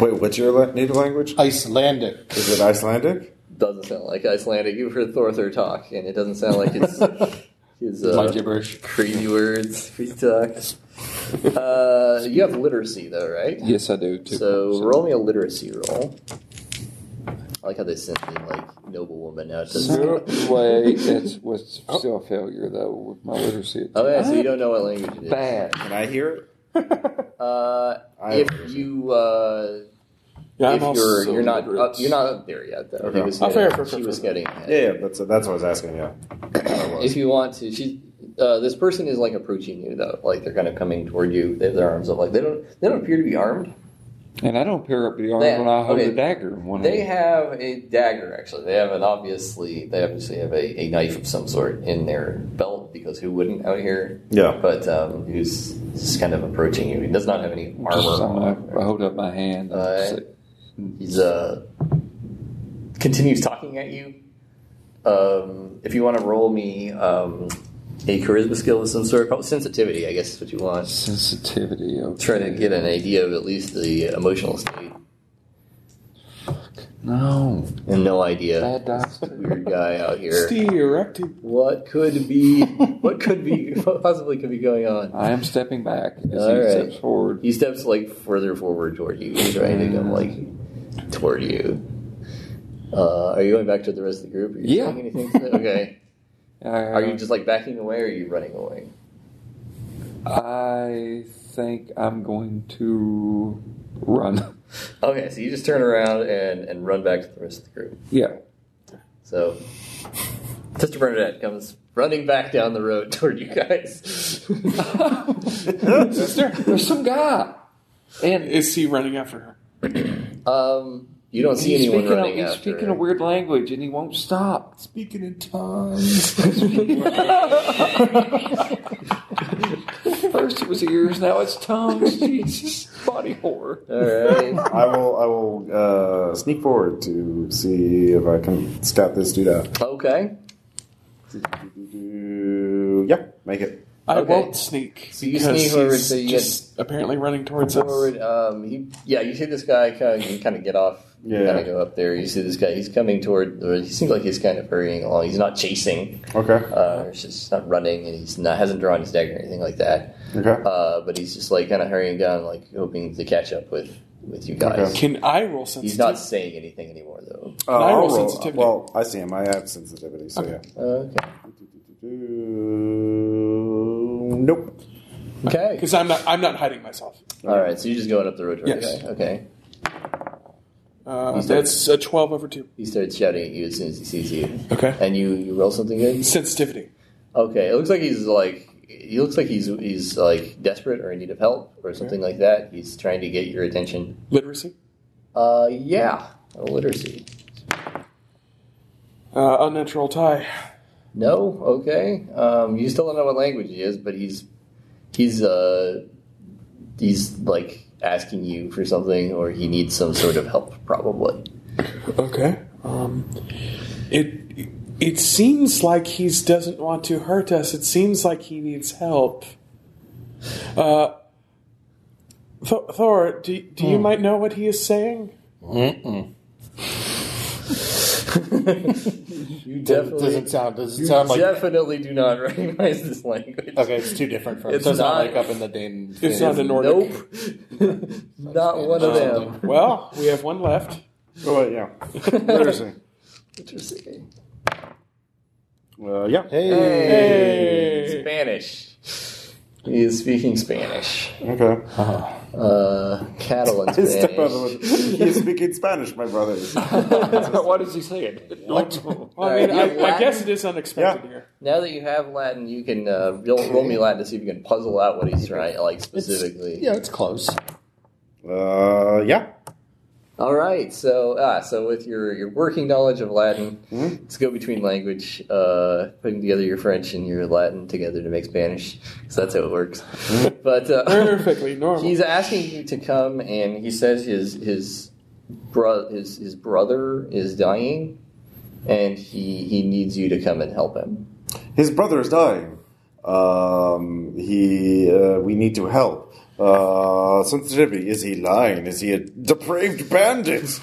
Speaker 7: Wait, what's your la- native language?
Speaker 9: Icelandic.
Speaker 7: Is it Icelandic?
Speaker 2: doesn't sound like Icelandic. You've heard Thorthor talk, and it doesn't sound like it's. His, uh,
Speaker 5: My gibberish.
Speaker 2: Crazy words, free talk. Uh, you have literacy though, right?
Speaker 5: Yes, I do. Too.
Speaker 2: So roll me a literacy roll. I like how they sent the like noble woman out.
Speaker 5: Zero-
Speaker 2: To
Speaker 5: Wait, that's was still a failure though with my literacy.
Speaker 2: oh yeah, so you don't know what language it is.
Speaker 5: Bad.
Speaker 7: Can I hear it?
Speaker 2: Uh,
Speaker 7: I
Speaker 2: if
Speaker 7: have literacy.
Speaker 2: you uh,
Speaker 6: Yeah,
Speaker 2: if you're you're not
Speaker 6: literate.
Speaker 2: up, you're not up there yet though. He was
Speaker 6: I'll
Speaker 2: getting-
Speaker 6: fair, fair,
Speaker 2: she
Speaker 6: fair,
Speaker 2: was
Speaker 6: fair.
Speaker 2: getting ahead.
Speaker 7: Yeah, yeah that's that's what I was asking. Yeah.
Speaker 2: If you want to, she, uh, this person is like approaching you though. Like they're kind of coming toward you. They have their arms up. Like they don't they don't appear to be armed.
Speaker 5: And I don't pair up the arm
Speaker 2: They-
Speaker 5: when I hold
Speaker 2: okay.
Speaker 5: a dagger in one
Speaker 2: They
Speaker 5: hand.
Speaker 2: have a dagger, actually. They have an obviously, they obviously have a, a knife of some sort in their belt because who wouldn't out here?
Speaker 7: Yeah.
Speaker 2: But um, he's just kind of approaching you. He does not have any
Speaker 5: Just, I'm
Speaker 2: armor.
Speaker 5: like, I hold up my hand. and
Speaker 2: Alright.
Speaker 5: say-
Speaker 2: He's uh continues talking at you. Um, if you want to roll me um, a charisma skill of some sort, probably sensitivity, I guess is what you want.
Speaker 5: sensitivity. Okay.
Speaker 2: Try to get an idea of at least the emotional state.
Speaker 5: No.
Speaker 2: And no idea.
Speaker 5: Bad dice.
Speaker 2: Weird guy out here.
Speaker 6: Steve erected.
Speaker 2: What could be? What could be? What possibly could be going on?
Speaker 5: I am stepping back as he
Speaker 2: Alright.
Speaker 5: steps forward.
Speaker 2: He steps like further forward toward you. He's trying to come like toward you. Uh, are you going back to the rest of the group? Are you
Speaker 5: Yeah.
Speaker 2: saying anything to them? okay.
Speaker 5: Uh,
Speaker 2: Are you just like backing away? or Are you running away?
Speaker 5: I think I'm going to run.
Speaker 2: Okay, so you just turn around and and run back to the rest of the group.
Speaker 5: yeah.
Speaker 2: So, Sister Bernadette comes running back down the road toward you guys.
Speaker 5: Sister, there's some guy. And
Speaker 6: Is he running after her?
Speaker 2: um, you don't see
Speaker 5: he's
Speaker 2: anyone
Speaker 5: speaking, a,
Speaker 2: running
Speaker 5: he's
Speaker 2: after
Speaker 5: speaking
Speaker 2: her.
Speaker 5: a weird language and he won't stop.
Speaker 7: Speaking in tongues.
Speaker 5: First it was ears, now it's tongues. Jesus, body horror.
Speaker 2: All right.
Speaker 7: I will. I will uh, sneak forward to see if I can scout this dude out.
Speaker 2: Okay.
Speaker 7: Yeah, make it.
Speaker 6: I
Speaker 2: Okay.
Speaker 6: won't sneak.
Speaker 2: So you
Speaker 6: because
Speaker 2: sneak over, uh,
Speaker 6: he's
Speaker 2: so you
Speaker 6: just apparently running towards us.
Speaker 2: forward. Um, he, yeah, you see this guy kind of, you kind of get off.
Speaker 7: Yeah.
Speaker 2: Kind of go up there. You see this guy. He's coming toward. Or he seems like he's kind of hurrying along. He's not chasing.
Speaker 7: Okay.
Speaker 2: Uh, he's just not running, and he's not hasn't drawn his dagger or anything like that.
Speaker 7: Okay.
Speaker 2: Uh, but he's just like kind of hurrying down, like hoping to catch up with with you guys.
Speaker 7: Okay.
Speaker 6: Can I roll
Speaker 2: He's
Speaker 6: sensitivity?
Speaker 2: not saying anything anymore, though.
Speaker 7: Uh,
Speaker 6: I roll
Speaker 7: I'll
Speaker 6: sensitivity?
Speaker 7: Well, I see him. I have sensitivity, so yeah.
Speaker 2: Okay.
Speaker 7: Nope.
Speaker 2: Okay.
Speaker 6: Because I'm not. I'm not hiding myself.
Speaker 2: All right. So you're just going up the road toward
Speaker 6: Yes.
Speaker 2: the guy. Okay.
Speaker 6: Um, that's a 12 over 2.
Speaker 2: He starts shouting at you as soon as he sees you.
Speaker 6: Okay.
Speaker 2: And you, you roll something good?
Speaker 6: Sensitivity.
Speaker 2: Okay, it looks like he's like he looks like he's he's like desperate or in need of help or something like that. He's trying to get your attention.
Speaker 6: Literacy.
Speaker 2: Uh yeah. Literacy.
Speaker 6: Uh, unnatural tie.
Speaker 2: No, okay. Um, you still don't know what language he is, but he's he's uh he's like asking you for something or he needs some sort of help probably.
Speaker 6: Okay. Um, it it seems like he doesn't want to hurt us. It seems like he needs help. Uh, Th- Thor, do, do
Speaker 2: Hmm.
Speaker 6: you might know what he is saying?
Speaker 2: You
Speaker 4: Doesn't,
Speaker 2: definitely
Speaker 4: doesn't sound doesn't
Speaker 2: you
Speaker 4: sound like
Speaker 2: definitely do not recognize this language.
Speaker 4: okay. It's too different from.
Speaker 2: It's
Speaker 4: It's doesn't
Speaker 2: not-
Speaker 4: like up in the Dane.
Speaker 6: It's not a Nordic.
Speaker 2: Nope. not one of them.
Speaker 6: Well, we have one left.
Speaker 9: Oh, wait, yeah. Literacy.
Speaker 2: Interesting.
Speaker 9: Uh, yeah.
Speaker 2: Hey. Spanish. He is speaking Spanish.
Speaker 9: Okay.
Speaker 2: Uh, Catalan
Speaker 9: His
Speaker 2: Spanish.
Speaker 9: stepbrother was. He's speaking Spanish, my brother.
Speaker 5: what does he say? it?
Speaker 6: Well, I mean,
Speaker 2: you have
Speaker 6: I, I
Speaker 2: Latin?
Speaker 6: guess it is unexpected
Speaker 9: Yeah.
Speaker 6: here.
Speaker 2: Now that you have Latin, you can uh, roll, roll me Latin to see if you can puzzle out what he's trying, like specifically.
Speaker 4: Yeah, it's close.
Speaker 7: Uh, yeah.
Speaker 2: All right, so ah, so with your, your working knowledge of Latin, let's go between language, uh, putting together your French and your Latin together to make Spanish, because that's how it works. but uh,
Speaker 6: Perfectly normal.
Speaker 2: He's asking you to come, and he says his his bro- his his brother is dying, and he he needs you to come and help him.
Speaker 7: His brother is dying. Um, he. Uh, we need to help. Uh, sensitivity. Is he lying? Is he a depraved bandit?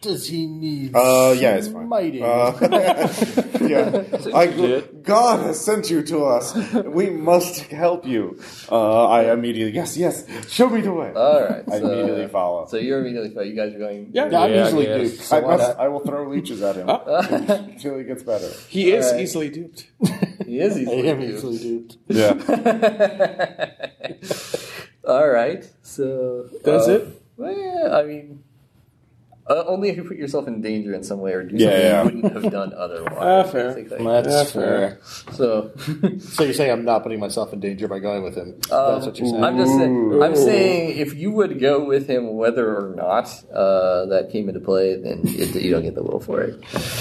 Speaker 4: Does he need?
Speaker 9: Oh,
Speaker 7: Uh, yeah, it's fine.
Speaker 4: Mighty.
Speaker 7: Uh, yeah. I, God has sent you to us. We must help you. Uh, I immediately, yes, yes, show me the way.
Speaker 2: All right,
Speaker 7: I
Speaker 2: so,
Speaker 7: immediately follow.
Speaker 2: Uh, So you're immediately follow. You guys are going.
Speaker 6: yeah.
Speaker 4: I'm
Speaker 5: Yeah,
Speaker 4: usually
Speaker 5: I guess.
Speaker 4: duped. So
Speaker 7: I,
Speaker 4: why
Speaker 7: must,
Speaker 4: not?
Speaker 7: I will throw leeches at him until he gets better.
Speaker 6: he is
Speaker 2: All right.
Speaker 6: easily duped.
Speaker 2: He is.
Speaker 4: I
Speaker 2: Easily
Speaker 4: am
Speaker 2: duped.
Speaker 4: usually duped.
Speaker 7: Yeah.
Speaker 2: All right, so
Speaker 6: That's
Speaker 2: uh,
Speaker 6: it.
Speaker 2: Well, I mean, uh, only if you put yourself in danger in some way or do
Speaker 7: Yeah,
Speaker 2: something
Speaker 7: yeah.
Speaker 2: you wouldn't have done otherwise.
Speaker 6: Ah, fair.
Speaker 2: basically.
Speaker 4: That's
Speaker 6: Yeah, fair.
Speaker 4: fair.
Speaker 2: So
Speaker 4: So you're saying I'm not putting myself in danger by going with him? That's what you're saying.
Speaker 2: Um, I'm just saying. I'm saying if you would go with him, whether or not uh, that came into play, then it, you don't get the will for it.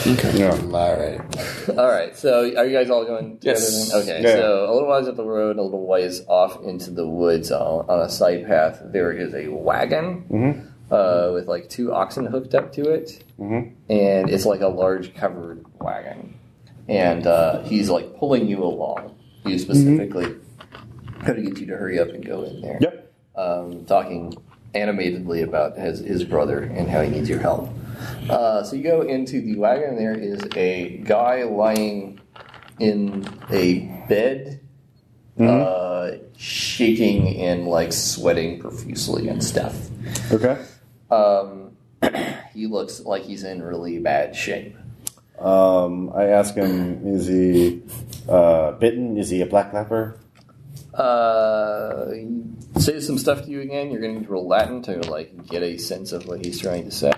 Speaker 4: All right.
Speaker 2: All right. So are you guys all going? Together
Speaker 6: Yes.
Speaker 2: Then? Okay.
Speaker 7: Yeah.
Speaker 2: So a little ways up the road, a little ways off into the woods on, on a side path, there is a wagon
Speaker 7: Mm-hmm.
Speaker 2: uh, with like two oxen hooked up to it, and it's like a large covered wagon, and uh, he's like pulling you along, you
Speaker 7: Mm-hmm.
Speaker 2: specifically, trying to get you to hurry up and go in there.
Speaker 7: Yep.
Speaker 2: Um, talking animatedly about his, his brother and how he needs your help. Uh, so you go into the wagon, and there is a guy lying in a bed, uh, shaking and like sweating profusely and stuff.
Speaker 7: Okay.
Speaker 2: Um, he looks like he's in really bad shape.
Speaker 7: Um, I ask him, is he uh, bitten? Is he a black lapper?
Speaker 2: Uh, he says some stuff to you again. You're going to need to roll Latin to like get a sense of what he's trying to say.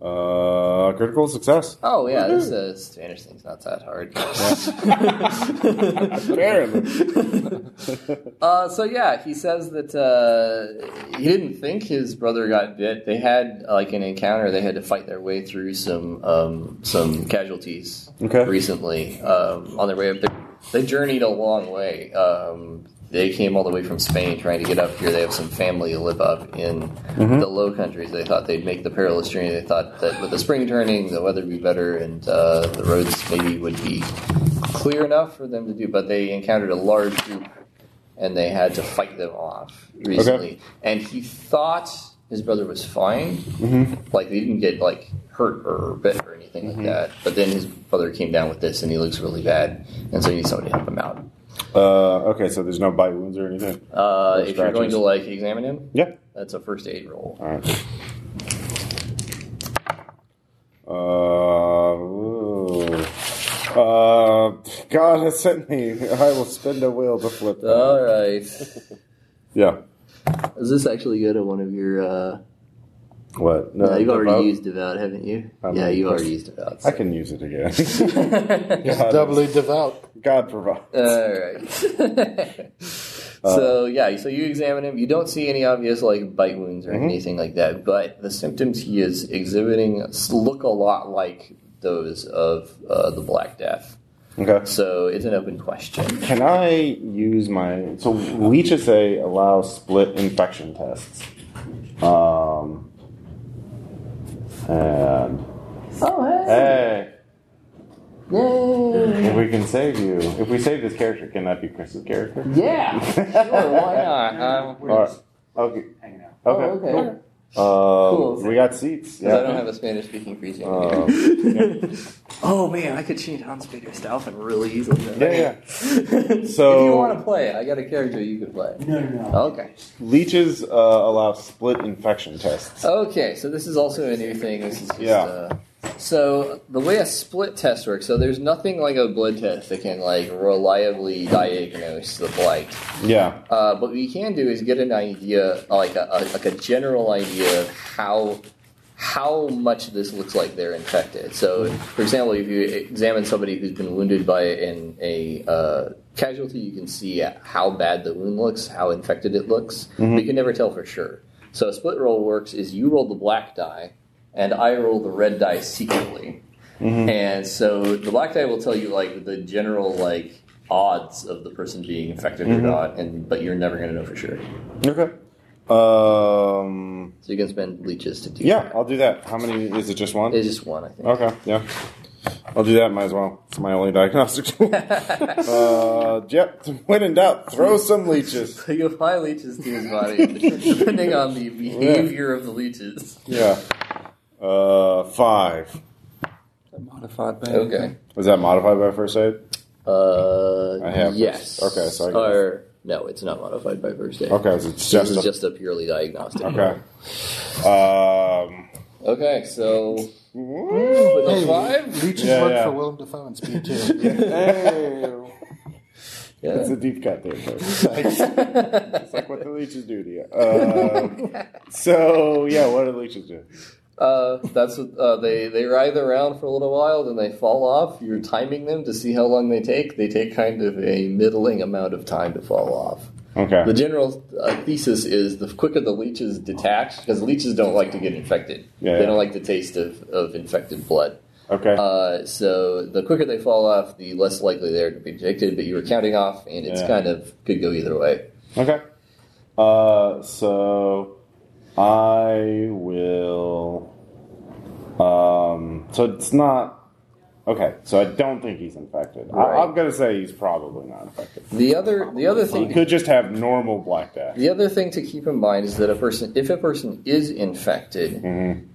Speaker 7: Uh, critical success.
Speaker 2: Oh yeah, this uh, Spanish thing's not that hard. uh, so yeah, he says that uh, he didn't think his brother got bit. They had like an encounter. They had to fight their way through some um, some casualties
Speaker 7: Okay.
Speaker 2: recently um, on their way up there. They journeyed a long way. Um, they came all the way from Spain trying to get up here. They have some family who live up in the Low Countries. They thought they'd make the perilous journey. They thought that with the spring turning, the weather would be better and uh, the roads maybe would be clear enough for them to do. But they encountered a large group and they had to fight them off recently. And he thought his brother was fine,
Speaker 7: Mm-hmm.
Speaker 2: like they didn't get like hurt or bit or anything like that. But then his brother came down with this, and he looks really bad, and so he needs somebody to help him out.
Speaker 7: Uh, okay, so there's no bite wounds or anything.
Speaker 2: Uh,
Speaker 7: Or
Speaker 2: if you're going
Speaker 7: scratches.
Speaker 2: to like examine him,
Speaker 7: yeah.
Speaker 2: that's a first aid roll.
Speaker 7: All right. Uh, ooh. uh, God has sent me. I will spend a wheel to flip. that.
Speaker 2: All right, is
Speaker 7: yeah.
Speaker 2: this actually good at one of your? Uh,
Speaker 7: What? No,
Speaker 2: No, you've already
Speaker 7: devout?
Speaker 2: used devout, haven't you?
Speaker 7: I'm-
Speaker 2: yeah, you already used devout.
Speaker 7: I can use it again.
Speaker 3: He's doubly devout.
Speaker 7: God provide.
Speaker 2: All right.
Speaker 7: Uh,
Speaker 2: so yeah, so you examine him. You don't see any obvious like bite wounds or
Speaker 7: Mm-hmm.
Speaker 2: anything like that, but the symptoms he is exhibiting s- look a lot like those of uh, the Black Death.
Speaker 7: Okay.
Speaker 2: So it's an open question.
Speaker 7: Can I use my so we HSA allow split infection tests? Um, and
Speaker 2: Oh
Speaker 7: hey,
Speaker 2: hey! Oh,
Speaker 7: if we can save you, if we save this character, can that be Chris's character?
Speaker 2: Yeah, sure. Why not? Um,
Speaker 7: All right. Okay. Okay.
Speaker 2: oh, okay.
Speaker 7: Cool. Um,
Speaker 2: Cool.
Speaker 7: We got seats.
Speaker 2: 'Cause I don't have a Spanish-speaking free
Speaker 7: Um,
Speaker 2: Oh man, I could change Hans Peter Stauffen really easily.
Speaker 7: Yeah, yeah.
Speaker 2: if you
Speaker 7: So-
Speaker 2: want to play, I got a character you can play. No, no, no. Okay.
Speaker 7: Leeches uh, allow split infection tests.
Speaker 2: Okay, so this is also a new thing. This is just,
Speaker 7: Yeah.
Speaker 2: uh, so the way a split test works, so there's nothing like a blood test that can like reliably diagnose the blight.
Speaker 7: Yeah.
Speaker 2: Uh, but what you can do is get an idea, like a, a like a general idea of how how much this looks like they're infected. So, for example, if you examine somebody who's been wounded by an, a uh, casualty, you can see how bad the wound looks, how infected it looks. But you can never tell for sure. So, a split roll works is you roll the black die, and I roll the red die secretly. And so the black die will tell you like the general like odds of the person being infected or not, and but you're never going to know for sure.
Speaker 7: Okay. Um.
Speaker 2: So you can spend leeches to do.
Speaker 7: Yeah,
Speaker 2: that.
Speaker 7: I'll do that. How many is it? Just one.
Speaker 2: it's just one, I think.
Speaker 7: Okay, yeah. I'll do that, might as well. It's my only diagnostic tool. uh, yep, when in doubt, throw some leeches.
Speaker 2: So you apply leeches to his body, depending on the behavior of the leeches.
Speaker 7: Yeah. Uh, five.
Speaker 5: Modified band.
Speaker 2: Okay.
Speaker 7: Was that modified by first aid?
Speaker 2: Uh,
Speaker 7: I have
Speaker 2: yes.
Speaker 7: first- okay, so I guess-
Speaker 2: or no, it's not modified by first aid.
Speaker 7: Okay, so
Speaker 2: This
Speaker 7: it's just.
Speaker 2: is
Speaker 7: A,
Speaker 2: just a purely diagnostic.
Speaker 7: okay. Um,
Speaker 2: Okay, so with a five,
Speaker 4: Leeches
Speaker 7: Yeah,
Speaker 4: work
Speaker 7: yeah.
Speaker 4: for Willem Dafoe and Speed too.
Speaker 7: It's
Speaker 2: yeah.
Speaker 7: a deep cut there. Though. it's like what the leeches do to you.
Speaker 1: Uh,
Speaker 7: Um, so, yeah, what do leeches do?
Speaker 2: Uh, that's what uh, they they writhe around for a little while, then they fall off. You're timing them to see how long they take. They take kind of a middling amount of time to fall off. The
Speaker 7: Okay.
Speaker 2: general uh, thesis is the quicker the leeches detach, because leeches don't like to get infected.
Speaker 7: Yeah.
Speaker 2: They don't like the taste of, of infected blood.
Speaker 7: Okay.
Speaker 2: Uh, so the quicker they fall off, the less likely they are to be infected. But you were counting off, and it's
Speaker 7: Yeah.
Speaker 2: kind of could go either way.
Speaker 7: Okay. Uh, so I will. Um, so it's not. Okay, so I don't think he's infected. I,
Speaker 2: Right.
Speaker 7: I'm gonna say he's probably not infected.
Speaker 2: The other the other
Speaker 7: He
Speaker 2: thing
Speaker 7: could just have normal black death.
Speaker 2: The other thing to keep in mind is that a person, if a person is infected,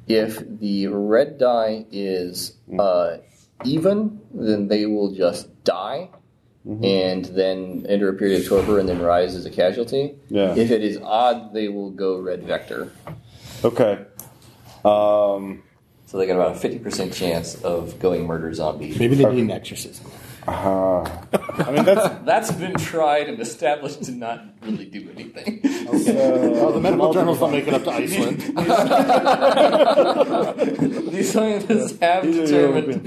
Speaker 2: if the red dye is uh, even, then they will just die and then enter a period of torpor and then rise as a casualty.
Speaker 7: Yeah.
Speaker 2: If it is odd, they will go red vector.
Speaker 7: Okay. Um,
Speaker 1: So they got about a fifty percent chance of going murder zombie.
Speaker 3: Maybe they need an exorcism.
Speaker 7: uh, I mean that's
Speaker 1: That's been tried and established to not really do anything.
Speaker 3: Oh, the
Speaker 7: uh,
Speaker 3: medical journals don't make it up to Iceland.
Speaker 1: These scientists have determined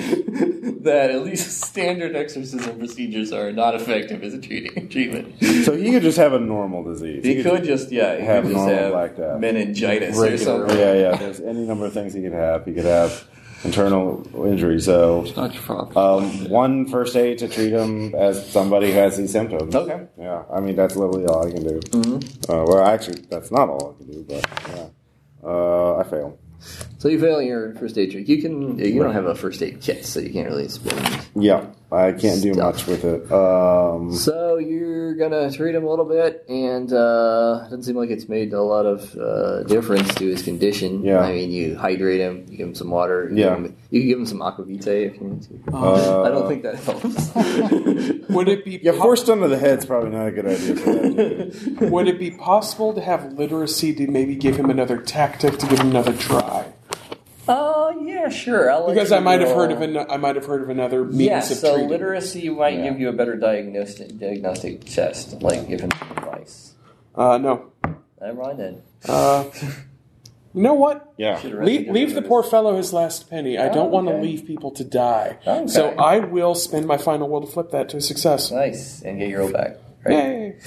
Speaker 1: that at least standard exorcism procedures are not effective as a treating, treatment.
Speaker 7: so he could just have a normal disease.
Speaker 1: He could just, yeah, he
Speaker 7: have
Speaker 1: could just
Speaker 7: normal
Speaker 1: have
Speaker 7: black death.
Speaker 1: meningitis or something.
Speaker 7: Yeah, yeah. There's any number of things he could have. He could have internal injury. So
Speaker 5: Not your father.
Speaker 7: Um, one first aid to treat him as somebody who has these symptoms.
Speaker 1: Okay.
Speaker 7: Yeah, I mean that's literally all I can do. Uh, well, actually, that's not all I can do, but yeah, uh, I fail.
Speaker 2: So you fail your first aid trick. You can you don't have a first aid kit, so you can't really spend.
Speaker 7: Yeah, I can't do
Speaker 2: Stuff.
Speaker 7: much with it. Um,
Speaker 2: So you're gonna treat him a little bit, and uh, doesn't seem like it's made a lot of uh, difference to his condition.
Speaker 7: Yeah.
Speaker 2: I mean, you hydrate him, you give him some water. You
Speaker 7: Yeah.
Speaker 2: give him, you can give him some aquavitae if you need to.
Speaker 7: uh,
Speaker 2: I don't think that helps.
Speaker 6: Would it be
Speaker 7: yeah, forced under the head's probably not a good idea. For that dude.
Speaker 6: Would it be possible to have literacy to maybe give him another tactic to give him another try?
Speaker 1: Oh, yeah, sure. I'll let
Speaker 6: Because
Speaker 1: you
Speaker 6: I might have heard
Speaker 1: roll.
Speaker 6: of an, I might have heard of another means
Speaker 1: Yeah,
Speaker 6: of
Speaker 1: so
Speaker 6: treating.
Speaker 1: literacy might give you a better diagnostic diagnostic test, like give him some advice.
Speaker 6: uh, no,
Speaker 1: Never mind then.
Speaker 6: uh, You know what?
Speaker 3: Yeah.
Speaker 6: Leave, leave the poor fellow his last penny. I don't want to
Speaker 2: okay.
Speaker 6: leave people to die.
Speaker 2: Okay.
Speaker 6: So I will spend my final will to flip that to a success.
Speaker 2: Nice. And get your old back. Right?
Speaker 6: Yay!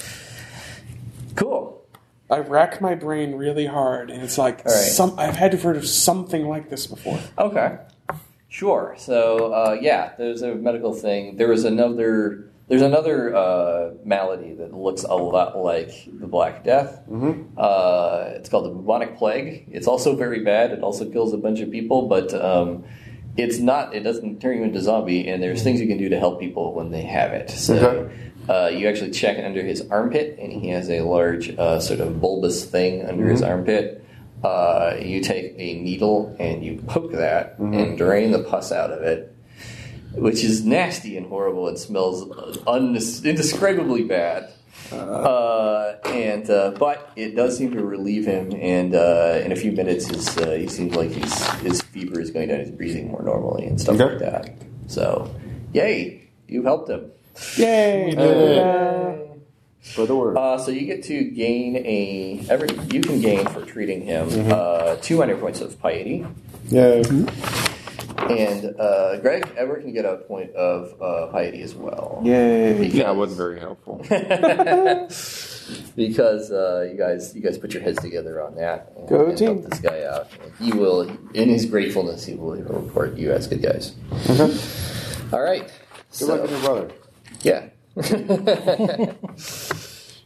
Speaker 2: Cool.
Speaker 6: I rack my brain really hard, and it's like
Speaker 2: All right.
Speaker 6: some. I've had to heard of something like this before.
Speaker 2: Okay. Sure. So uh, yeah, there's a medical thing. There was another. There's another uh, malady that looks a lot like the Black Death. Uh, it's called the bubonic plague. It's also very bad. It also kills a bunch of people, but um, it's not. It doesn't turn you into zombie. And there's things you can do to help people when they have it. So uh, you actually check under his armpit, and he has a large uh, sort of bulbous thing under his armpit. Uh, you take a needle and you poke that and drain the pus out of it which is nasty and horrible and smells un- indescribably bad. Uh, and uh, but it does seem to relieve him, and uh, in a few minutes, his uh, he seems like he's, his fever is going down, he's breathing more normally and stuff like that. So, yay, you helped him.
Speaker 6: Yay!
Speaker 7: For the word.
Speaker 2: Uh, so you get to gain a every you can gain for treating him
Speaker 7: Mm-hmm.
Speaker 2: uh, two hundred points of piety.
Speaker 7: yeah.
Speaker 2: And uh, Greg, Edward can get a point of uh, piety as well.
Speaker 6: Yay!
Speaker 2: Yeah,
Speaker 5: That wasn't very helpful.
Speaker 2: because uh, you guys you guys put your heads together on that. And,
Speaker 6: Go
Speaker 2: and
Speaker 6: team.
Speaker 2: help this guy out. He will, in his gratefulness, he will report you as good guys.
Speaker 6: Mm-hmm.
Speaker 2: All right.
Speaker 7: Good
Speaker 2: So,
Speaker 7: luck with your brother.
Speaker 2: yeah.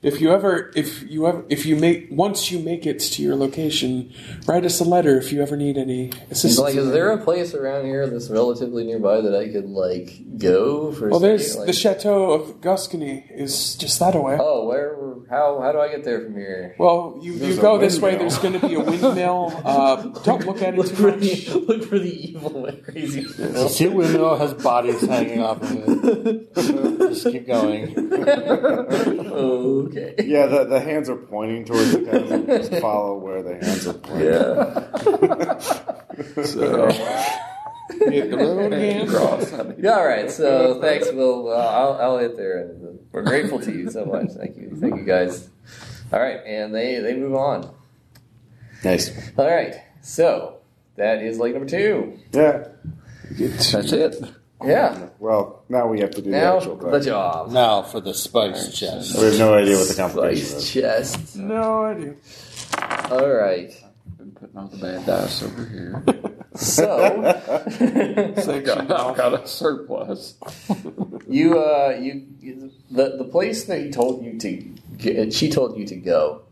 Speaker 6: If you ever, if you ever, if you make once you make it to your location, write us a letter if you ever need any assistance.
Speaker 2: He's like, is there a place around here that's relatively nearby that I could like go for?
Speaker 6: well, there's
Speaker 2: say, like-
Speaker 6: the chateau of Gascony is just that away.
Speaker 2: Oh, where? How? How do I get there from here?
Speaker 6: Well, you, you
Speaker 7: a
Speaker 6: go this way.
Speaker 7: windmill.
Speaker 6: There's going to be a windmill. Uh, don't look at it too much.
Speaker 2: the, look for the evil and crazy.
Speaker 4: The sea windmill has bodies hanging off of it. Just keep going.
Speaker 2: okay.
Speaker 7: Yeah, the, the hands are pointing towards the guns. and Just follow where the hands are pointing.
Speaker 2: Yeah.
Speaker 6: Hit the road again.
Speaker 2: Yeah, all right. So thanks. We'll uh, I'll, I'll hit there, and uh, we're grateful to you so much. Thank you, thank you guys. All right, and they they move on.
Speaker 7: Nice.
Speaker 2: All right, so that is leg number two.
Speaker 7: Yeah.
Speaker 4: That's it.
Speaker 2: Yeah.
Speaker 7: Well, now we have to do
Speaker 2: Now
Speaker 7: the actual
Speaker 2: the
Speaker 7: question.
Speaker 2: job.
Speaker 4: Now for the spice chest.
Speaker 7: We have no idea what the complication
Speaker 2: Slice
Speaker 7: is.
Speaker 2: chest.
Speaker 6: No idea.
Speaker 2: All right.
Speaker 5: Been putting all the bad dice over here.
Speaker 2: So
Speaker 5: I've got, I've got a surplus.
Speaker 2: you uh you the the place that he told you to get, she told you to go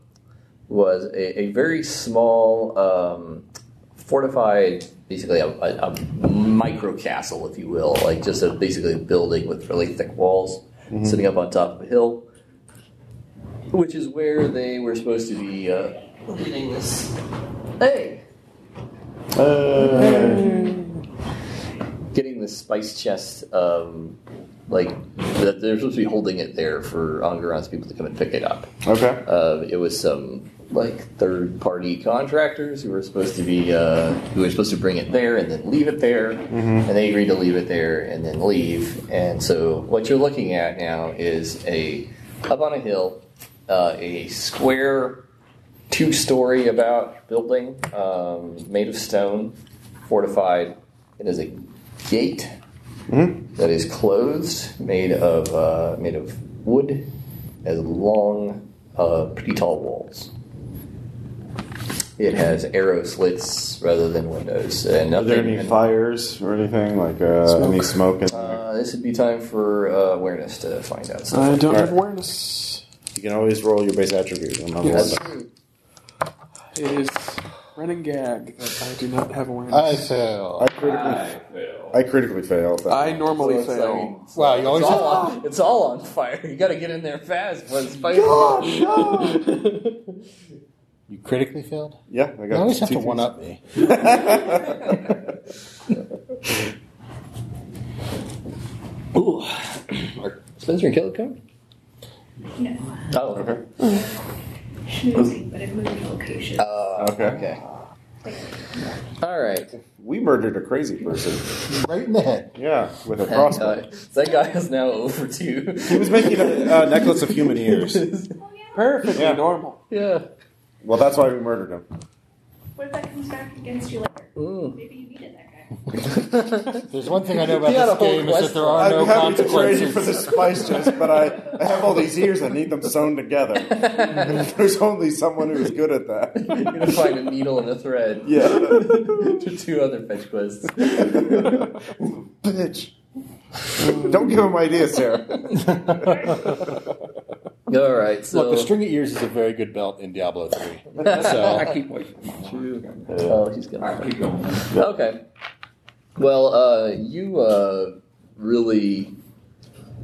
Speaker 2: was a, a very small um, fortified basically a, a, a micro castle if you will like just a basically a building with really thick walls sitting up on top of a hill which is where they were supposed to be uh, leading this hey getting this spice chest, um, like that they're supposed to be holding it there for Angaran's people to come and pick it up.
Speaker 7: Okay.
Speaker 2: Uh, it was some like third party contractors who were supposed to be uh, who were supposed to bring it there and then leave it there, and they agreed to leave it there and then leave. And so what you're looking at now is a up on a hill, uh, a square two story about building um, made of stone, fortified. It is a gate
Speaker 7: Mm-hmm.
Speaker 2: that is closed, made of uh, made of wood, has long, uh, pretty tall walls. It has arrow slits rather than windows, uh, and
Speaker 7: Are
Speaker 2: nothing.
Speaker 7: there any fires or anything like uh, any smoke? In there?
Speaker 2: uh, this would be time for uh, awareness to find out. So
Speaker 6: I don't
Speaker 7: Alright.
Speaker 6: have awareness.
Speaker 7: You can always roll your base attribute. I'm not
Speaker 6: Yes.
Speaker 7: allowed
Speaker 6: It is running gag. but I do not have
Speaker 4: I
Speaker 6: awareness.
Speaker 7: to-
Speaker 4: fail.
Speaker 7: I critically, I critically failed.
Speaker 6: I,
Speaker 7: That.
Speaker 6: normally
Speaker 2: it's
Speaker 6: fail.
Speaker 2: like-
Speaker 4: Wow, you always
Speaker 2: it's, all
Speaker 4: have
Speaker 2: on, it's all on fire. You got to get in there fast. But it's fire.
Speaker 4: You critically failed?
Speaker 7: Yeah, I got.
Speaker 4: You always have
Speaker 7: two
Speaker 4: to one
Speaker 7: things.
Speaker 4: up me.
Speaker 1: Ooh, are Spencer and Kelly coming?
Speaker 10: No.
Speaker 2: Oh, okay.
Speaker 10: Moving, but I'm moving location.
Speaker 7: Okay.
Speaker 2: Okay. All right.
Speaker 7: We murdered a crazy person.
Speaker 4: Right in the head.
Speaker 7: Yeah, with a
Speaker 2: That
Speaker 7: crossbow.
Speaker 2: guy, that guy is now over two.
Speaker 7: He was making a uh, necklace of human ears.
Speaker 10: Oh,
Speaker 6: Perfectly
Speaker 7: Yeah.
Speaker 6: normal.
Speaker 2: yeah.
Speaker 7: Well, that's why we murdered him.
Speaker 10: What if that comes back against you later? Maybe you needed that guy.
Speaker 3: There's one thing I know about
Speaker 9: He had a
Speaker 3: this
Speaker 9: whole
Speaker 3: game is that
Speaker 9: quest
Speaker 3: there
Speaker 9: for
Speaker 3: are
Speaker 7: I'm
Speaker 3: no
Speaker 7: happy to trade you
Speaker 3: consequences.
Speaker 7: for the spice chest, but I, I have all these ears. I need them sewn together. There's only someone who's good at that.
Speaker 2: You're gonna find a needle and a thread.
Speaker 7: Yeah.
Speaker 2: to two other fetch quests.
Speaker 7: Bitch. Don't give him ideas, Sarah.
Speaker 2: All right, so
Speaker 3: Look, the string of ears is a very good belt in Diablo 3. So,
Speaker 2: I keep waiting. Oh, he's gonna keep going. Okay. Well, uh, you uh, really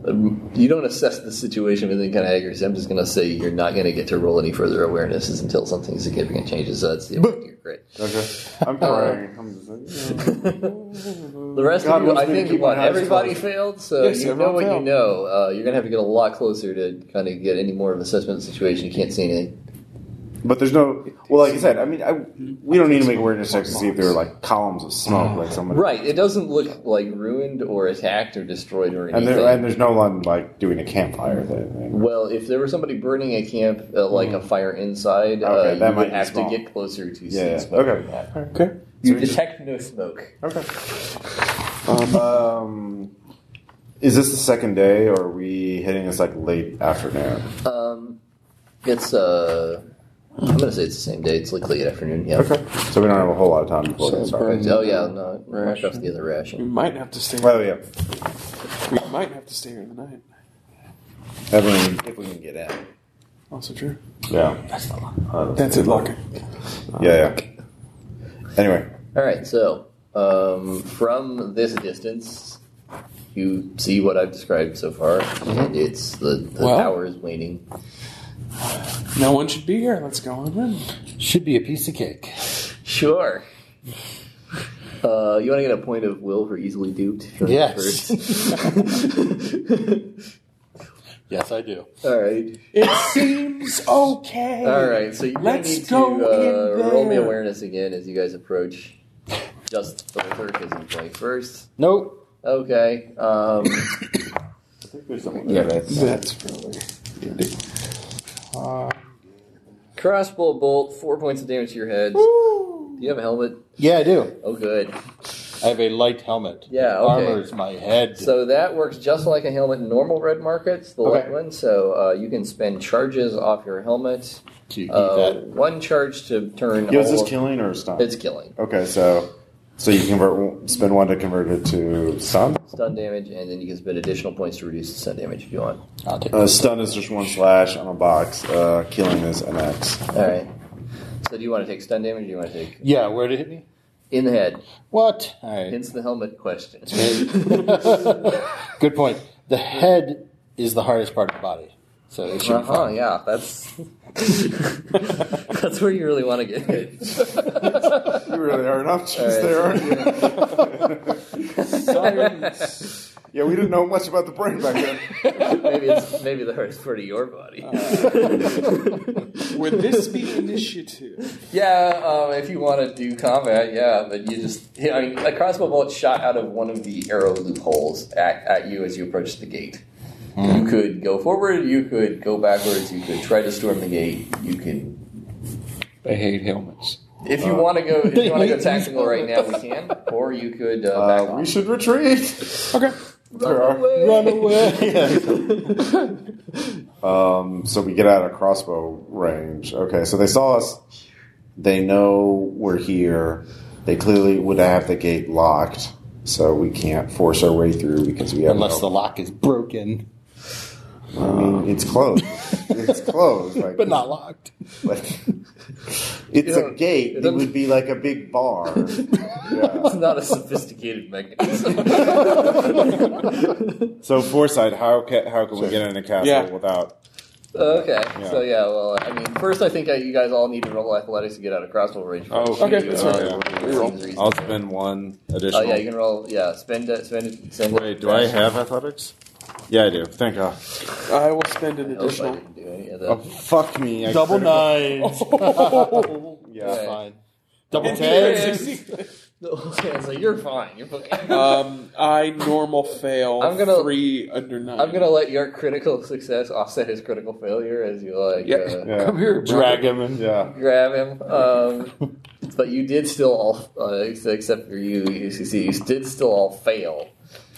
Speaker 2: um, you don't assess the situation with any kind of accuracy. I'm just gonna say you're not gonna get to roll any further awarenesses until something significant changes. So that's the you're great.
Speaker 7: Okay. I'm praying. I'm just like,
Speaker 2: The rest
Speaker 7: God
Speaker 2: of you,
Speaker 7: wants
Speaker 2: I
Speaker 7: me to
Speaker 2: think
Speaker 7: keep
Speaker 2: what
Speaker 7: my eyes
Speaker 2: everybody
Speaker 7: closed.
Speaker 2: failed, so
Speaker 9: Yes,
Speaker 2: you know
Speaker 9: everyone
Speaker 2: what you
Speaker 9: failed.
Speaker 2: know. Uh, you're gonna have to get a lot closer to kind of get any more of an assessment of the situation. You can't see anything.
Speaker 7: But there's no. Well, like I said, I mean, I, we don't need to make awareness checks to see if there are like columns of smoke, like someone.
Speaker 2: Right? It doesn't look like ruined or attacked or destroyed or
Speaker 7: And,
Speaker 2: anything.
Speaker 7: there, and there's no one like doing a campfire thing.
Speaker 2: well, if there was somebody burning a camp, uh, like a fire inside,
Speaker 7: Mm. Okay,
Speaker 2: uh,
Speaker 7: that
Speaker 2: you
Speaker 7: might
Speaker 2: would
Speaker 7: be
Speaker 2: have to
Speaker 7: small.
Speaker 2: get closer to
Speaker 7: Yeah, yeah.
Speaker 2: see smoke.
Speaker 7: Okay.
Speaker 2: Yeah.
Speaker 9: Okay.
Speaker 2: You
Speaker 7: So we just-
Speaker 2: detect no smoke.
Speaker 7: Okay. Um, is this the second day, or are we hitting this like late afternoon?
Speaker 2: Um, it's uh, I'm gonna say it's the same day. It's like late afternoon. Yeah.
Speaker 7: Okay. So we don't have a whole lot of time before
Speaker 9: So
Speaker 7: this.
Speaker 9: burn-
Speaker 7: Okay.
Speaker 2: Oh yeah, no,
Speaker 6: Ration.
Speaker 2: ration. the other
Speaker 6: We
Speaker 2: ration.
Speaker 6: might have to stay.
Speaker 7: Well, yeah.
Speaker 6: We might have to stay here the night.
Speaker 7: Everyone, if we can get out.
Speaker 6: Also true.
Speaker 7: Yeah. Uh,
Speaker 6: That's it, Locker.
Speaker 7: Yeah, yeah. Anyway.
Speaker 2: All right, so um, from this distance, you see what I've described so far,
Speaker 7: Mm-hmm.
Speaker 2: and it's the, the
Speaker 6: Well-
Speaker 2: tower is waning.
Speaker 6: Uh, No one should be here. Let's go on in.
Speaker 3: should be a piece of cake.
Speaker 2: Sure. Uh, you want to get a point of will for easily duped?
Speaker 3: Yes.
Speaker 2: First.
Speaker 3: Yes, I do.
Speaker 2: All right.
Speaker 6: It seems okay.
Speaker 2: All right. So you
Speaker 6: Let's
Speaker 2: need to
Speaker 6: go in
Speaker 2: uh, roll me
Speaker 6: there.
Speaker 2: awareness again as you guys approach. Just the clerk is in play first.
Speaker 3: Nope.
Speaker 2: Okay. Um,
Speaker 7: Yeah, that's.
Speaker 6: That's really.
Speaker 2: crossbow bolt, four points of damage to your head. Do you have a helmet?
Speaker 3: Yeah, I do.
Speaker 2: Oh, good.
Speaker 3: I have a light helmet.
Speaker 2: Yeah,
Speaker 3: It
Speaker 2: okay.
Speaker 3: Armors my head.
Speaker 2: So that works just like a helmet in normal red markets, the light one. So uh, you can spend charges off your helmet.
Speaker 3: to eat
Speaker 2: Uh,
Speaker 3: that.
Speaker 2: one charge to turn.
Speaker 7: Yo, is this
Speaker 2: all of-
Speaker 7: killing or stun?
Speaker 2: It's killing.
Speaker 7: Okay, so so you convert spend one to convert it to stun.
Speaker 2: Stun damage, and then you can spend additional points to reduce the stun damage if you want.
Speaker 3: I'll take
Speaker 7: Uh, stun is just one slash on a box. Uh, killing is an X.
Speaker 2: All right. So do you want to take stun damage? Or do you want to take
Speaker 3: Yeah, where'd it hit me?
Speaker 2: in the head?
Speaker 3: What? All right.
Speaker 2: Hence the helmet question.
Speaker 3: Good point. The head is the hardest part of the body. So it should
Speaker 2: Uh
Speaker 3: be
Speaker 2: huh.
Speaker 3: fine.
Speaker 2: Yeah, that's that's where you really want to get hit.
Speaker 7: You really are enough
Speaker 2: All right.
Speaker 7: there, aren't you? Yeah, we didn't know much about the brain back then.
Speaker 2: maybe it's maybe the hardest part of your body.
Speaker 6: Uh, Would this be initiative?
Speaker 2: Yeah, um, if you want to do combat, yeah, but you just, I mean, a crossbow bullet shot out of one of the arrow loopholes at, at you as you approach the gate.
Speaker 7: Hmm.
Speaker 2: You could go forward, you could go backwards, you could try to storm the gate, you can.
Speaker 5: They hate helmets.
Speaker 2: If you want to go, if you want to go tactical right now, we can. Or you could uh, back
Speaker 7: Uh, we
Speaker 2: off.
Speaker 7: should retreat.
Speaker 6: Okay.
Speaker 7: There are.
Speaker 3: Run away.
Speaker 7: Um, so we get out of crossbow range. Okay, so they saw us. They know we're here. They clearly would have the gate locked, so we can't force our way through because we have
Speaker 3: Unless
Speaker 7: no-
Speaker 3: the lock is broken,
Speaker 7: I mean, it's closed. it's closed. Like,
Speaker 3: but not locked.
Speaker 7: Like, it's
Speaker 2: know,
Speaker 7: a gate.
Speaker 2: it
Speaker 7: It,
Speaker 2: doesn't-
Speaker 7: would be like a big bar.
Speaker 2: It's
Speaker 7: yeah.
Speaker 2: not a sophisticated mechanism.
Speaker 7: So foresight. How can how can we get in a castle
Speaker 6: Yeah.
Speaker 7: without?
Speaker 2: Oh, okay, so yeah, well, I mean, first I think uh you guys all need to roll athletics to get out of crossbow range.
Speaker 7: Oh,
Speaker 6: Okay, that's
Speaker 7: yeah,
Speaker 6: fine.
Speaker 7: yeah.
Speaker 6: We roll.
Speaker 2: Seems reasonable.
Speaker 7: I'll spend one additional.
Speaker 2: Oh yeah, you can roll. Yeah, spend it. Spend it. Spend it.
Speaker 7: Wait, do I have athletics? Yeah, I do. Thank God.
Speaker 6: I will spend an
Speaker 2: I hope I
Speaker 6: additional.
Speaker 2: didn't do any of
Speaker 7: Oh,
Speaker 2: that.
Speaker 7: fuck me. I
Speaker 3: Double
Speaker 7: critical-
Speaker 3: nines.
Speaker 7: Oh. Yeah.
Speaker 3: Fine. Double
Speaker 6: Yeah.
Speaker 3: tens.
Speaker 2: Okay, so you're fine. You're fine.
Speaker 7: Uh,
Speaker 6: Um, I normal fail.
Speaker 2: I'm gonna-
Speaker 6: three under nine.
Speaker 2: I'm gonna let your critical success offset his critical failure as you like
Speaker 6: Yeah.
Speaker 2: uh,
Speaker 7: Yeah.
Speaker 5: Come here,
Speaker 3: Drag him in.
Speaker 7: Yeah.
Speaker 2: grab him. Um, but you did still all, uh, except for you, you succeed. You did still all fail.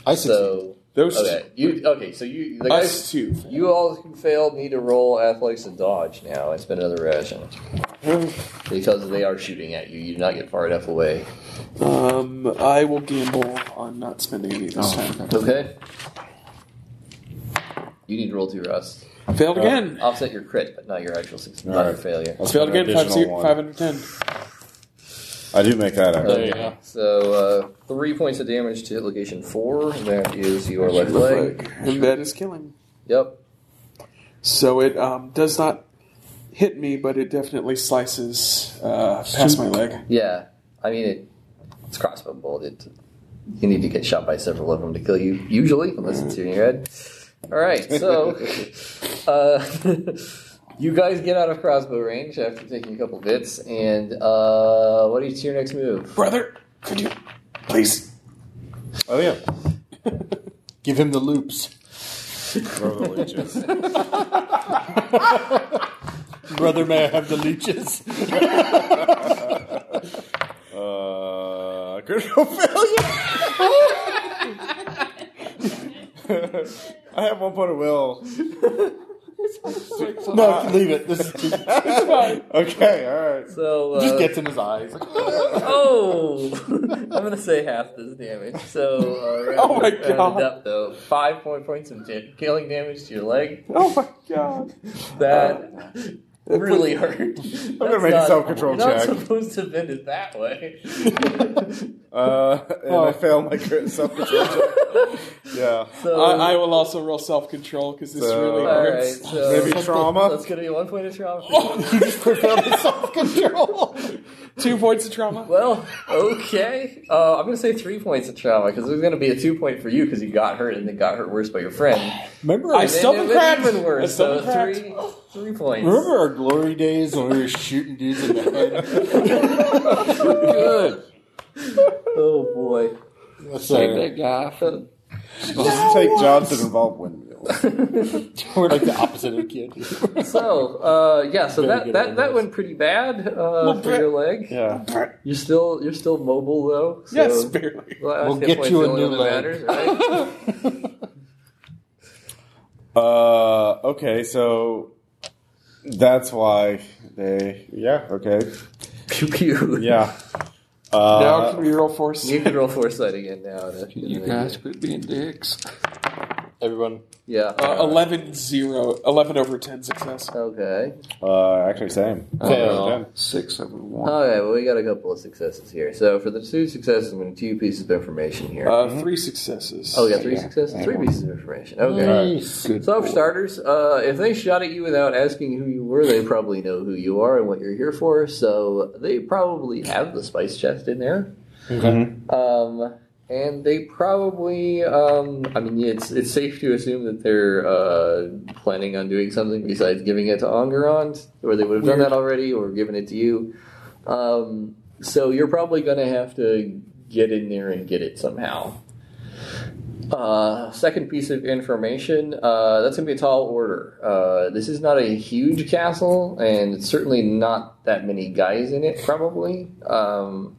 Speaker 3: I
Speaker 2: So
Speaker 9: Those
Speaker 2: okay, you okay? So you the
Speaker 9: us
Speaker 2: guys,
Speaker 9: two.
Speaker 2: you all who failed need to roll athletics and dodge. Now it's been another ration because they are shooting at you. You do not get far enough away.
Speaker 6: Um, I will gamble on not spending any
Speaker 3: Oh,
Speaker 6: this time.
Speaker 2: Okay. You need to roll two rust.
Speaker 6: Failed
Speaker 2: Uh,
Speaker 6: again.
Speaker 2: Offset your crit, but not your actual success, not your
Speaker 7: Alright.
Speaker 2: failure.
Speaker 7: That's
Speaker 6: Failed
Speaker 7: an
Speaker 6: again. Five,
Speaker 7: additional
Speaker 6: zero-
Speaker 7: one.
Speaker 6: five under ten.
Speaker 7: I do make that out.
Speaker 2: Okay. So uh, three points of damage to hit location four. and That is your left leg.
Speaker 6: And that is killing.
Speaker 2: Yep.
Speaker 6: So it um, does not hit me, but it definitely slices uh, past my leg.
Speaker 2: Yeah. I mean, it, it's crossbow bolt. It, you need to get shot by several of them to kill you, usually, unless it's in your head. All right. So uh, you guys get out of crossbow range after taking a couple hits, and uh, what is your next move?
Speaker 6: Brother, could you please?
Speaker 7: Oh yeah.
Speaker 3: Give him the loops.
Speaker 7: Throw the leeches.
Speaker 3: Brother, may I have the leeches?
Speaker 7: uh, critical failure. I have one point of will.
Speaker 3: no, leave it. This is too-
Speaker 7: Okay, all right.
Speaker 2: So uh,
Speaker 3: just gets in his eyes.
Speaker 2: oh, I'm gonna say half this damage. So uh,
Speaker 6: Oh my
Speaker 2: round- round it
Speaker 6: God.
Speaker 2: up, though five point points of da- killing damage to your leg.
Speaker 6: Oh my god!
Speaker 2: That really hurt. I'm
Speaker 7: gonna make a self-control check.
Speaker 2: Not supposed to bend it that way.
Speaker 7: Uh, and
Speaker 2: Oh.
Speaker 7: I fail my crit self control Yeah.
Speaker 2: so,
Speaker 6: I, I will also roll self control because this
Speaker 7: So-
Speaker 6: really
Speaker 2: all
Speaker 6: hurts.
Speaker 2: right, so
Speaker 7: Maybe trauma.
Speaker 2: that's gonna be one point of trauma.
Speaker 6: Two points of trauma.
Speaker 2: Well, okay. Uh, I'm gonna say three points of trauma because there's gonna be a two point for you because you got hurt and then got hurt worse by your friend.
Speaker 3: Remember,
Speaker 6: I
Speaker 3: our,
Speaker 2: And then
Speaker 6: stumbled
Speaker 2: it went
Speaker 6: cracked.
Speaker 2: even
Speaker 6: I
Speaker 2: worse. So
Speaker 6: stumbled cracked.
Speaker 2: three, three points.
Speaker 3: remember our glory days when we were shooting dudes in the head.
Speaker 5: Good.
Speaker 2: Oh boy.
Speaker 3: That's
Speaker 5: Take
Speaker 3: like,
Speaker 5: that guy. From,
Speaker 7: Just take jobs that involve windmills.
Speaker 3: we're like the opposite of kid.
Speaker 2: So, uh, yeah, so
Speaker 3: Very
Speaker 2: that,
Speaker 3: good
Speaker 2: that, that
Speaker 3: ideas.
Speaker 2: went pretty bad uh, for
Speaker 6: bit.
Speaker 2: your leg.
Speaker 3: Yeah.
Speaker 2: You're still you're still mobile though. So
Speaker 6: Yes, barely.
Speaker 2: last
Speaker 3: We'll
Speaker 2: hit
Speaker 3: get
Speaker 2: point's
Speaker 3: you
Speaker 2: the
Speaker 3: a
Speaker 2: only
Speaker 3: new
Speaker 2: one
Speaker 3: leg.
Speaker 2: that matters, right?
Speaker 7: Uh, okay, so that's why they. Yeah, okay.
Speaker 2: pew pew.
Speaker 7: Yeah.
Speaker 6: now
Speaker 7: Uh,
Speaker 6: can we roll force?
Speaker 2: You can roll foresight again now. To,
Speaker 5: you guys quit being dicks.
Speaker 3: Everyone.
Speaker 2: Yeah.
Speaker 6: Uh, 11, 0, 11 over 10 success.
Speaker 2: Okay.
Speaker 7: uh, actually, same.
Speaker 5: Uh, six over one.
Speaker 2: Okay, well, we got a couple of successes here. So for the two successes, I'm going to two pieces of information here.
Speaker 7: Mm-hmm.
Speaker 6: Uh, three successes.
Speaker 2: oh, we got three
Speaker 5: yeah,
Speaker 2: successes?
Speaker 5: and
Speaker 2: Three
Speaker 5: one.
Speaker 2: pieces of information. Okay.
Speaker 3: Nice.
Speaker 5: Good
Speaker 2: So, for
Speaker 5: boy.
Speaker 2: starters, uh, if they shot at you without asking who you were, they probably know who you are and what you're here for, so they probably have the spice chest in there. Um, and they probably, um, I mean, it's it's safe to assume that they're uh, planning on doing something besides giving it to Angarond, or they would have done that already, or given it to you. Um, so you're probably going to have to get in there and get it somehow. Uh, second piece of information uh, that's going to be a tall order. Uh, this is not a huge castle, and it's certainly not that many guys in it, probably. Um,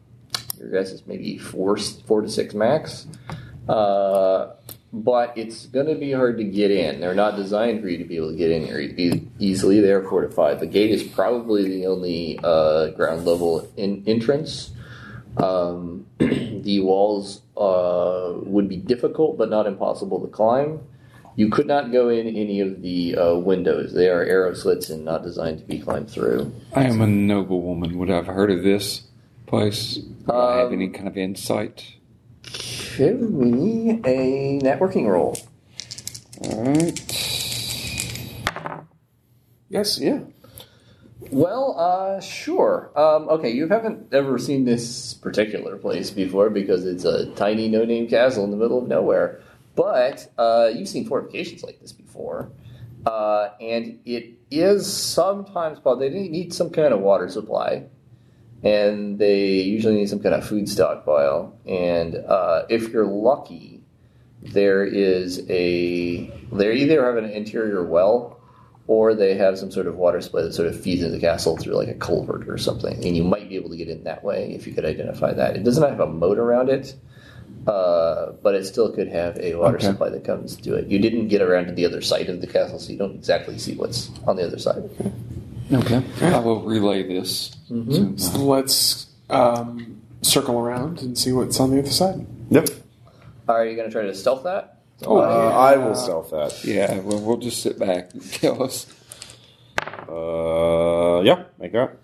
Speaker 2: your guess is maybe four, four to six max. Uh, but it's going to be hard to get in. They're not designed for you to be able to get in here e- easily. They're fortified. The gate is probably the only uh, ground level in- entrance. Um, the walls uh, would be difficult, but not impossible to climb. You could not go in any of the uh, windows. They are arrow slits and not designed to be climbed through.
Speaker 5: I am a noble woman. Would I have heard of this place? Would I have any kind of insight?
Speaker 2: Give me a networking roll.
Speaker 5: All right.
Speaker 6: Yes, yeah.
Speaker 2: Well, uh, sure. Um, okay, you haven't ever seen this particular place before because it's a tiny no name castle in the middle of nowhere. But uh, you've seen fortifications like this before. Uh, and it is sometimes, well, they need some kind of water supply. And they usually need some kind of food stockpile. And uh, if you're lucky, there is a. They either have an interior well or they have some sort of water supply that sort of feeds into the castle through like a culvert or something, and you might be able to get in that way if you could identify that. It does not have a moat around it, uh, but it still could have a water
Speaker 5: Okay.
Speaker 2: supply that comes to it. You didn't get around to the other side of the castle, so you don't exactly see what's on the other side.
Speaker 5: Okay. Mm-hmm. I will relay this.
Speaker 6: So
Speaker 5: To,
Speaker 6: let's um, circle around and see what's on the other side.
Speaker 7: Yep.
Speaker 2: Are you going to try to stealth that?
Speaker 7: Uh, I will stealth that.
Speaker 5: yeah, well, we'll just sit back and kill us.
Speaker 7: Uh, yeah, make that.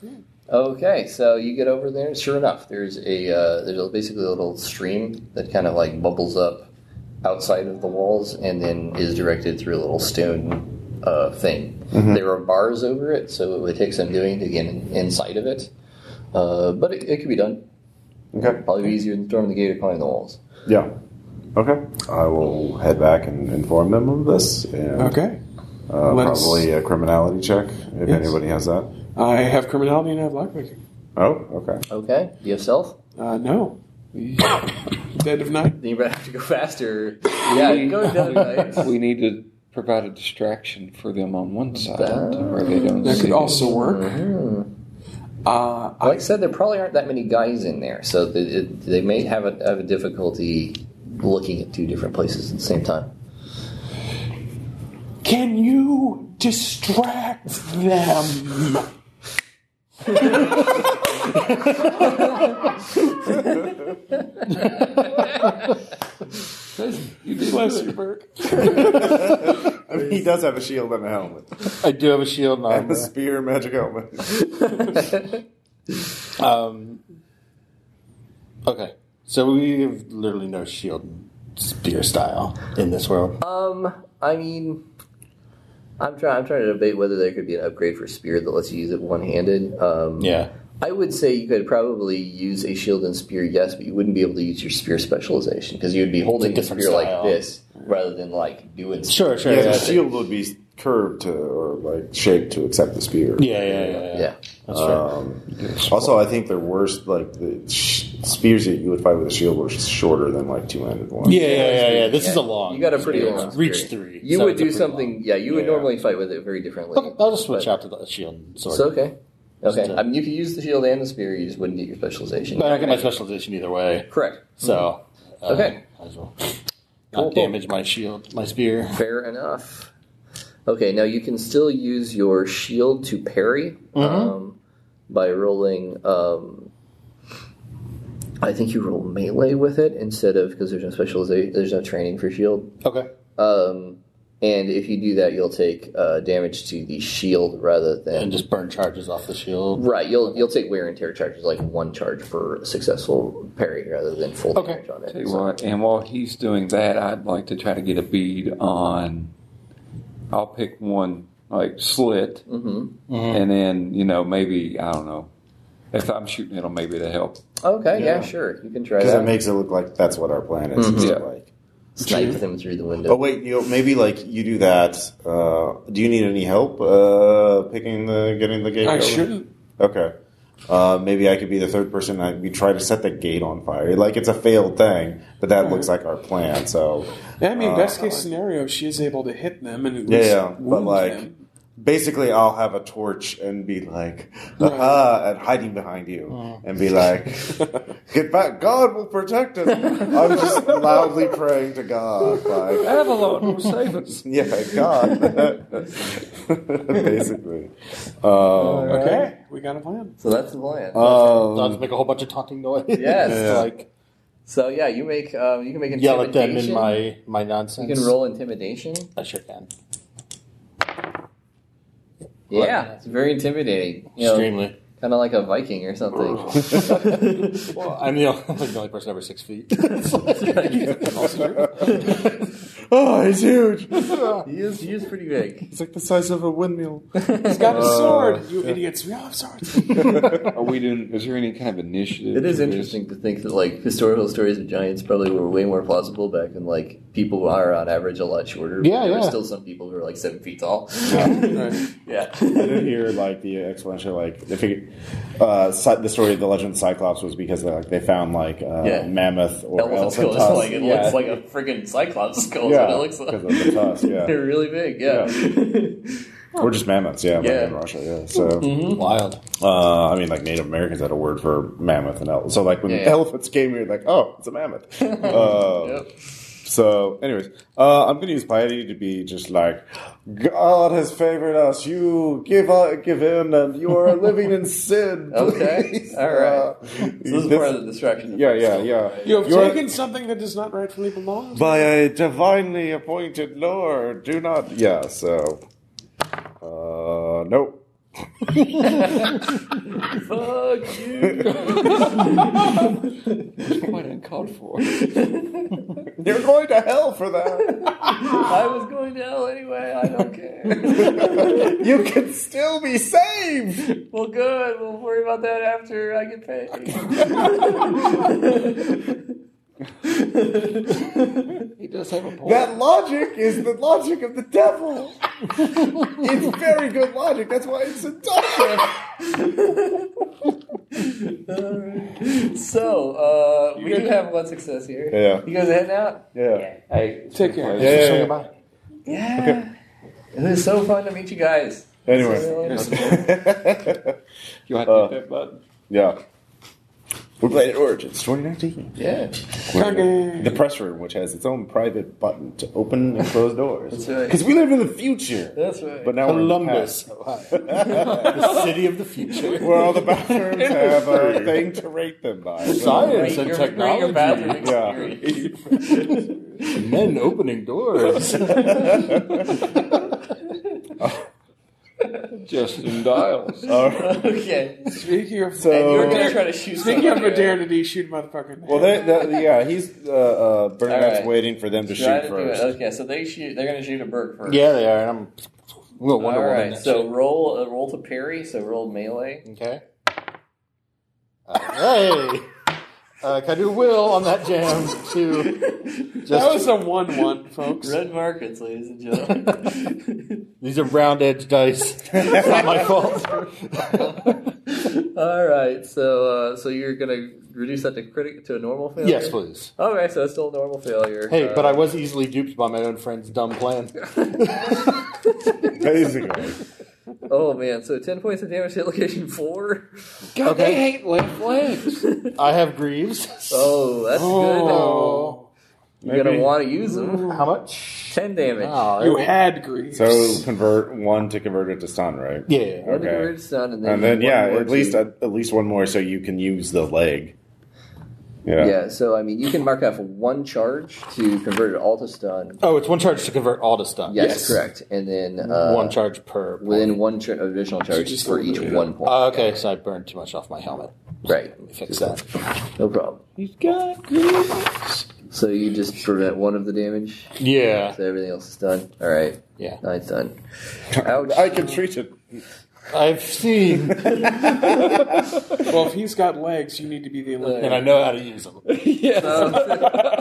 Speaker 2: Okay, so you get over there. Sure enough, there's a uh, there's a, basically a little stream that kind of like bubbles up outside of the walls and then is directed through a little stone uh, thing. There are bars over it, so it would take some doing to get in, inside of it. Uh, but it, it could be done.
Speaker 7: Okay.
Speaker 2: Probably be easier than storming the gate or climbing the walls.
Speaker 7: Yeah. Okay. I will head back and inform them of this. And,
Speaker 6: Okay.
Speaker 7: Uh,
Speaker 6: Let's-
Speaker 7: probably a criminality check if
Speaker 6: Yes.
Speaker 7: anybody has that.
Speaker 6: I have criminality and I have lockpicking.
Speaker 7: Oh, okay.
Speaker 2: Okay, do you have stealth?
Speaker 6: Uh, no. Dead of night.
Speaker 2: Then you better have to go faster. Yeah, you go down right.
Speaker 5: We need to provide a distraction for them on one side where they don't
Speaker 6: That
Speaker 5: see
Speaker 6: could
Speaker 5: it.
Speaker 6: also work.
Speaker 2: Hmm.
Speaker 6: Uh,
Speaker 2: Like I said, there probably aren't that many guys in there, so they, it- they may have a, have a difficulty looking at two different places at the same time.
Speaker 6: Can you distract them? Bless you, Burke.
Speaker 7: I mean, he does have a shield and a helmet.
Speaker 3: I do have a shield and
Speaker 7: And a
Speaker 3: armor.
Speaker 7: spear and magic helmet.
Speaker 3: Um, okay, so we have literally no shield and spear style in this world.
Speaker 2: Um, I mean, I'm trying. I'm trying to debate whether there could be an upgrade for spear that lets you use it one handed. Um,
Speaker 3: Yeah.
Speaker 2: I would say you could probably use a shield and spear, yes, but you wouldn't be able to use your spear specialization because you would be holding the
Speaker 3: different
Speaker 2: spear
Speaker 3: style.
Speaker 2: like this rather than like doing.
Speaker 3: Sure, sure.
Speaker 7: Yeah,
Speaker 3: Yeah,
Speaker 7: the
Speaker 3: yeah,
Speaker 7: shield would be curved to, or like shaped to accept the spear.
Speaker 3: yeah, yeah, yeah,
Speaker 2: Yeah.
Speaker 3: That's right.
Speaker 7: Um, also, I think they're worse. Like the sh- spears that you would fight with a shield were shorter than like two-handed ones.
Speaker 3: yeah, yeah, yeah, yeah. This is a long.
Speaker 2: You got a pretty
Speaker 3: spear.
Speaker 2: long
Speaker 3: reach
Speaker 2: spear.
Speaker 3: three.
Speaker 2: You
Speaker 3: so
Speaker 2: would
Speaker 3: it's a
Speaker 2: do
Speaker 3: pretty
Speaker 2: something.
Speaker 3: long-
Speaker 2: Yeah, you would
Speaker 3: Yeah.
Speaker 2: normally fight with it very differently.
Speaker 3: Okay, I'll just switch
Speaker 2: But-
Speaker 3: out to the shield and sword.
Speaker 2: It's okay. Okay.
Speaker 3: Just, uh,
Speaker 2: I mean, you could use the shield and the spear. You just wouldn't get your specialization.
Speaker 3: But I get my specialization either way,
Speaker 2: Correct.
Speaker 3: so uh,
Speaker 2: Mm-hmm. Okay.
Speaker 3: might as well
Speaker 2: Cool, cool.
Speaker 3: not damage my shield, my spear.
Speaker 2: Fair enough. Okay. Now you can still use your shield to parry um, by rolling. Um, I think you roll melee with it instead of because there's no specialization. There's no training for shield.
Speaker 3: Okay.
Speaker 2: Um, and if you do that, you'll take uh, damage to the shield rather than
Speaker 3: And just burn charges off the shield.
Speaker 2: Right, you'll you'll take wear and tear charges like one charge per successful parry rather than full damage on it.
Speaker 5: Tell you
Speaker 2: So-
Speaker 5: what, and while he's doing that, I'd like to try to get a bead on. I'll pick one like slit,
Speaker 2: Mm-hmm.
Speaker 7: Mm-hmm.
Speaker 5: and then you know maybe I don't know if I'm shooting it'll maybe to help.
Speaker 2: Okay, yeah. sure, you can try
Speaker 7: Because
Speaker 2: that.
Speaker 7: it makes it look like that's what our plan is. It's
Speaker 5: Yeah.
Speaker 7: like-
Speaker 2: Snipe them through the window.
Speaker 7: Oh wait, you know, maybe like you do that. Uh, do you need any help uh, picking the getting the gate?
Speaker 6: I
Speaker 7: open?
Speaker 6: shouldn't.
Speaker 7: Okay. Uh, maybe I could be the third person. I, we try to set the gate on fire. Like it's a failed thing, but that looks like our plan. So
Speaker 6: I mean,
Speaker 7: Uh,
Speaker 6: best case scenario, she is able to hit them and at
Speaker 7: yeah,
Speaker 6: least
Speaker 7: yeah. but
Speaker 6: wound
Speaker 7: like
Speaker 6: them.
Speaker 7: basically, I'll have a torch and be like, "Aha!" and hiding behind you,
Speaker 2: Oh.
Speaker 7: and be like, "Get back! God will protect us." I'm just loudly praying to God, like,
Speaker 5: Avalon will save us.
Speaker 7: Yeah, God. Basically. Um,
Speaker 6: okay, we got a plan.
Speaker 2: so that's the plan.
Speaker 7: Oh.
Speaker 3: Not to make a whole bunch of talking noise.
Speaker 2: Yes.
Speaker 7: Mm-hmm. Yeah.
Speaker 3: like
Speaker 2: so yeah, you make um, you can make
Speaker 3: yell
Speaker 2: intimidation.
Speaker 3: at them in my my nonsense.
Speaker 2: you can roll intimidation.
Speaker 3: I sure can.
Speaker 2: Yeah, it's very intimidating. You know,
Speaker 3: Extremely.
Speaker 2: kind of like a Viking or something.
Speaker 3: Well, I'm the only, I'm the only person over six feet.
Speaker 2: Mm-hmm.
Speaker 7: oh, he's huge.
Speaker 2: he is he is pretty big.
Speaker 7: It's like the size of a windmill.
Speaker 6: He's got a
Speaker 7: Uh,
Speaker 6: sword. You idiots! We all have swords.
Speaker 5: Are we doing? Is there any kind of initiative?
Speaker 2: It is
Speaker 5: to this?
Speaker 2: interesting to think that like historical stories of giants probably were way more plausible back when like people are on average a lot shorter. but
Speaker 3: Yeah,
Speaker 2: there
Speaker 3: yeah.
Speaker 2: Were still some people who are like seven feet tall. yeah.
Speaker 7: I did hear like the explanation, like they figured uh, Cy- the story of the legend of Cyclops was because they like they found like uh,
Speaker 2: Yeah.
Speaker 7: mammoth or
Speaker 2: Elephant
Speaker 7: elephant
Speaker 2: skull. It's
Speaker 7: tusks.
Speaker 2: like it
Speaker 7: yeah,
Speaker 2: looks like a freaking cyclops skull. is
Speaker 7: yeah,
Speaker 2: what it looks
Speaker 7: because
Speaker 2: like.
Speaker 7: of the tusk. Yeah.
Speaker 2: They're really big. Yeah.
Speaker 7: We're just mammoths, yeah.
Speaker 2: Yeah. Mm-hmm.
Speaker 7: In Russia, yeah. So,
Speaker 4: Wild.
Speaker 7: uh, I mean, like Native Americans had a word for mammoth and elephant. So, like when
Speaker 2: Yeah, yeah.
Speaker 7: elephants came here, like, oh, it's a mammoth. uh, So, anyways, uh, I'm going to use piety to be just like, God has favored us. You give uh, give in, and you are living in sin.
Speaker 2: Okay.
Speaker 7: please."
Speaker 2: All right.
Speaker 7: Uh,
Speaker 2: So this is
Speaker 7: this-
Speaker 2: part of the distraction.
Speaker 7: yeah, yeah, yeah.
Speaker 6: You have
Speaker 7: You're-
Speaker 6: taken something that does not rightfully belong.
Speaker 7: by a divinely appointed lord. Do not. Yeah. So, uh, nope.
Speaker 2: Fuck you.
Speaker 5: Quite uncalled for.
Speaker 7: You're going to hell for that.
Speaker 2: I was going to hell anyway. I don't care.
Speaker 7: you can still be saved.
Speaker 2: well, good. We'll worry about that after I get paid.
Speaker 5: He does have a point.
Speaker 7: That logic is the logic of the devil. it's very good logic. That's why it's seductive.
Speaker 2: So, uh, we do have one success here.
Speaker 7: Yeah.
Speaker 2: You guys heading out?
Speaker 7: Yeah.
Speaker 2: Hey.
Speaker 5: Take care.
Speaker 7: Yeah, yeah,
Speaker 9: Say
Speaker 7: yeah.
Speaker 9: goodbye.
Speaker 2: Yeah. It was so fun to meet you guys.
Speaker 7: Anyway.
Speaker 5: You have to
Speaker 7: Uh,
Speaker 5: hit that button.
Speaker 7: yeah. We played at Origins 2019.
Speaker 2: Yeah.
Speaker 7: The press room, which has its own private button to open and close doors.
Speaker 2: That's right.
Speaker 7: Because we live in the future.
Speaker 2: That's right.
Speaker 7: But now
Speaker 3: Columbus,
Speaker 7: we're in
Speaker 3: the city of the future.
Speaker 7: the past, where all the bathrooms have a thing to rate them by.
Speaker 3: Science and
Speaker 2: Your- your bathroom
Speaker 3: technology.
Speaker 2: experience.
Speaker 3: Men opening doors.
Speaker 5: Justin Dials.
Speaker 7: All right.
Speaker 2: Okay.
Speaker 6: Speaking of,
Speaker 2: and you were going
Speaker 7: So,
Speaker 2: to try to shoot
Speaker 6: speaking of
Speaker 2: somebody, right?
Speaker 6: modernity, shoot a motherfucker.
Speaker 7: well, they, they, yeah, he's uh, uh, Bernard's
Speaker 2: All right.
Speaker 7: waiting for them to
Speaker 2: Try to
Speaker 7: shoot
Speaker 2: do it.
Speaker 7: first.
Speaker 2: Okay, so they shoot. They're going to shoot a bird first.
Speaker 4: Yeah, they are. And I'm we'll
Speaker 2: All
Speaker 4: Wonder Woman.
Speaker 2: right.
Speaker 4: that
Speaker 2: So
Speaker 4: shit.
Speaker 2: roll uh, roll to parry. So roll melee.
Speaker 4: okay. Uh, hey, uh, can I do will on that jam too?
Speaker 6: That was a one-one, folks.
Speaker 2: Red markets, ladies and gentlemen.
Speaker 4: These are round edge dice. it's not my fault.
Speaker 2: All right. So uh, so you're going to reduce that to critic to a normal failure.
Speaker 4: yes, please.
Speaker 2: Okay, so it's still a normal failure.
Speaker 4: Hey,
Speaker 2: Uh,
Speaker 4: but I was easily duped by my own friend's dumb plan.
Speaker 7: Basically.
Speaker 2: Oh man, so ten points of damage to hit location four.
Speaker 5: God,
Speaker 4: Okay.
Speaker 5: they hate left legs.
Speaker 4: I have Greaves.
Speaker 2: Oh, that's
Speaker 4: Oh.
Speaker 2: good. You're gonna
Speaker 7: Maybe.
Speaker 2: want to use them.
Speaker 4: How much?
Speaker 2: Ten damage.
Speaker 4: Oh,
Speaker 6: You had grief.
Speaker 7: So convert one to convert it to stun, right?
Speaker 4: yeah.
Speaker 2: One to
Speaker 7: okay.
Speaker 2: get rid of stun, and then,
Speaker 7: And then
Speaker 2: one
Speaker 7: yeah,
Speaker 2: more
Speaker 7: at least
Speaker 2: to-
Speaker 7: at, at least one more, so you can use the leg. Yeah.
Speaker 2: yeah. So I mean, you can mark off one charge to convert it all to stun.
Speaker 4: Oh, it's one charge to convert all to stuff.
Speaker 2: Yes, correct. And then uh,
Speaker 4: one charge per.
Speaker 2: within one tra- additional charge
Speaker 6: just
Speaker 2: for each
Speaker 6: eliminate it.
Speaker 2: one point.
Speaker 4: Oh, okay, so I burned too much off my helmet.
Speaker 2: right.
Speaker 4: Let me fix that.
Speaker 2: No problem.
Speaker 5: He's got grievance.
Speaker 2: So you just prevent one of the damage.
Speaker 4: Yeah,
Speaker 2: So everything else is done. All right.
Speaker 4: yeah.
Speaker 2: Nine's done. Ouch.
Speaker 7: I can treat it.
Speaker 4: I've seen,
Speaker 6: Well, if he's got legs, you need to be the eliminator.
Speaker 4: and I know how to use them.
Speaker 2: Um,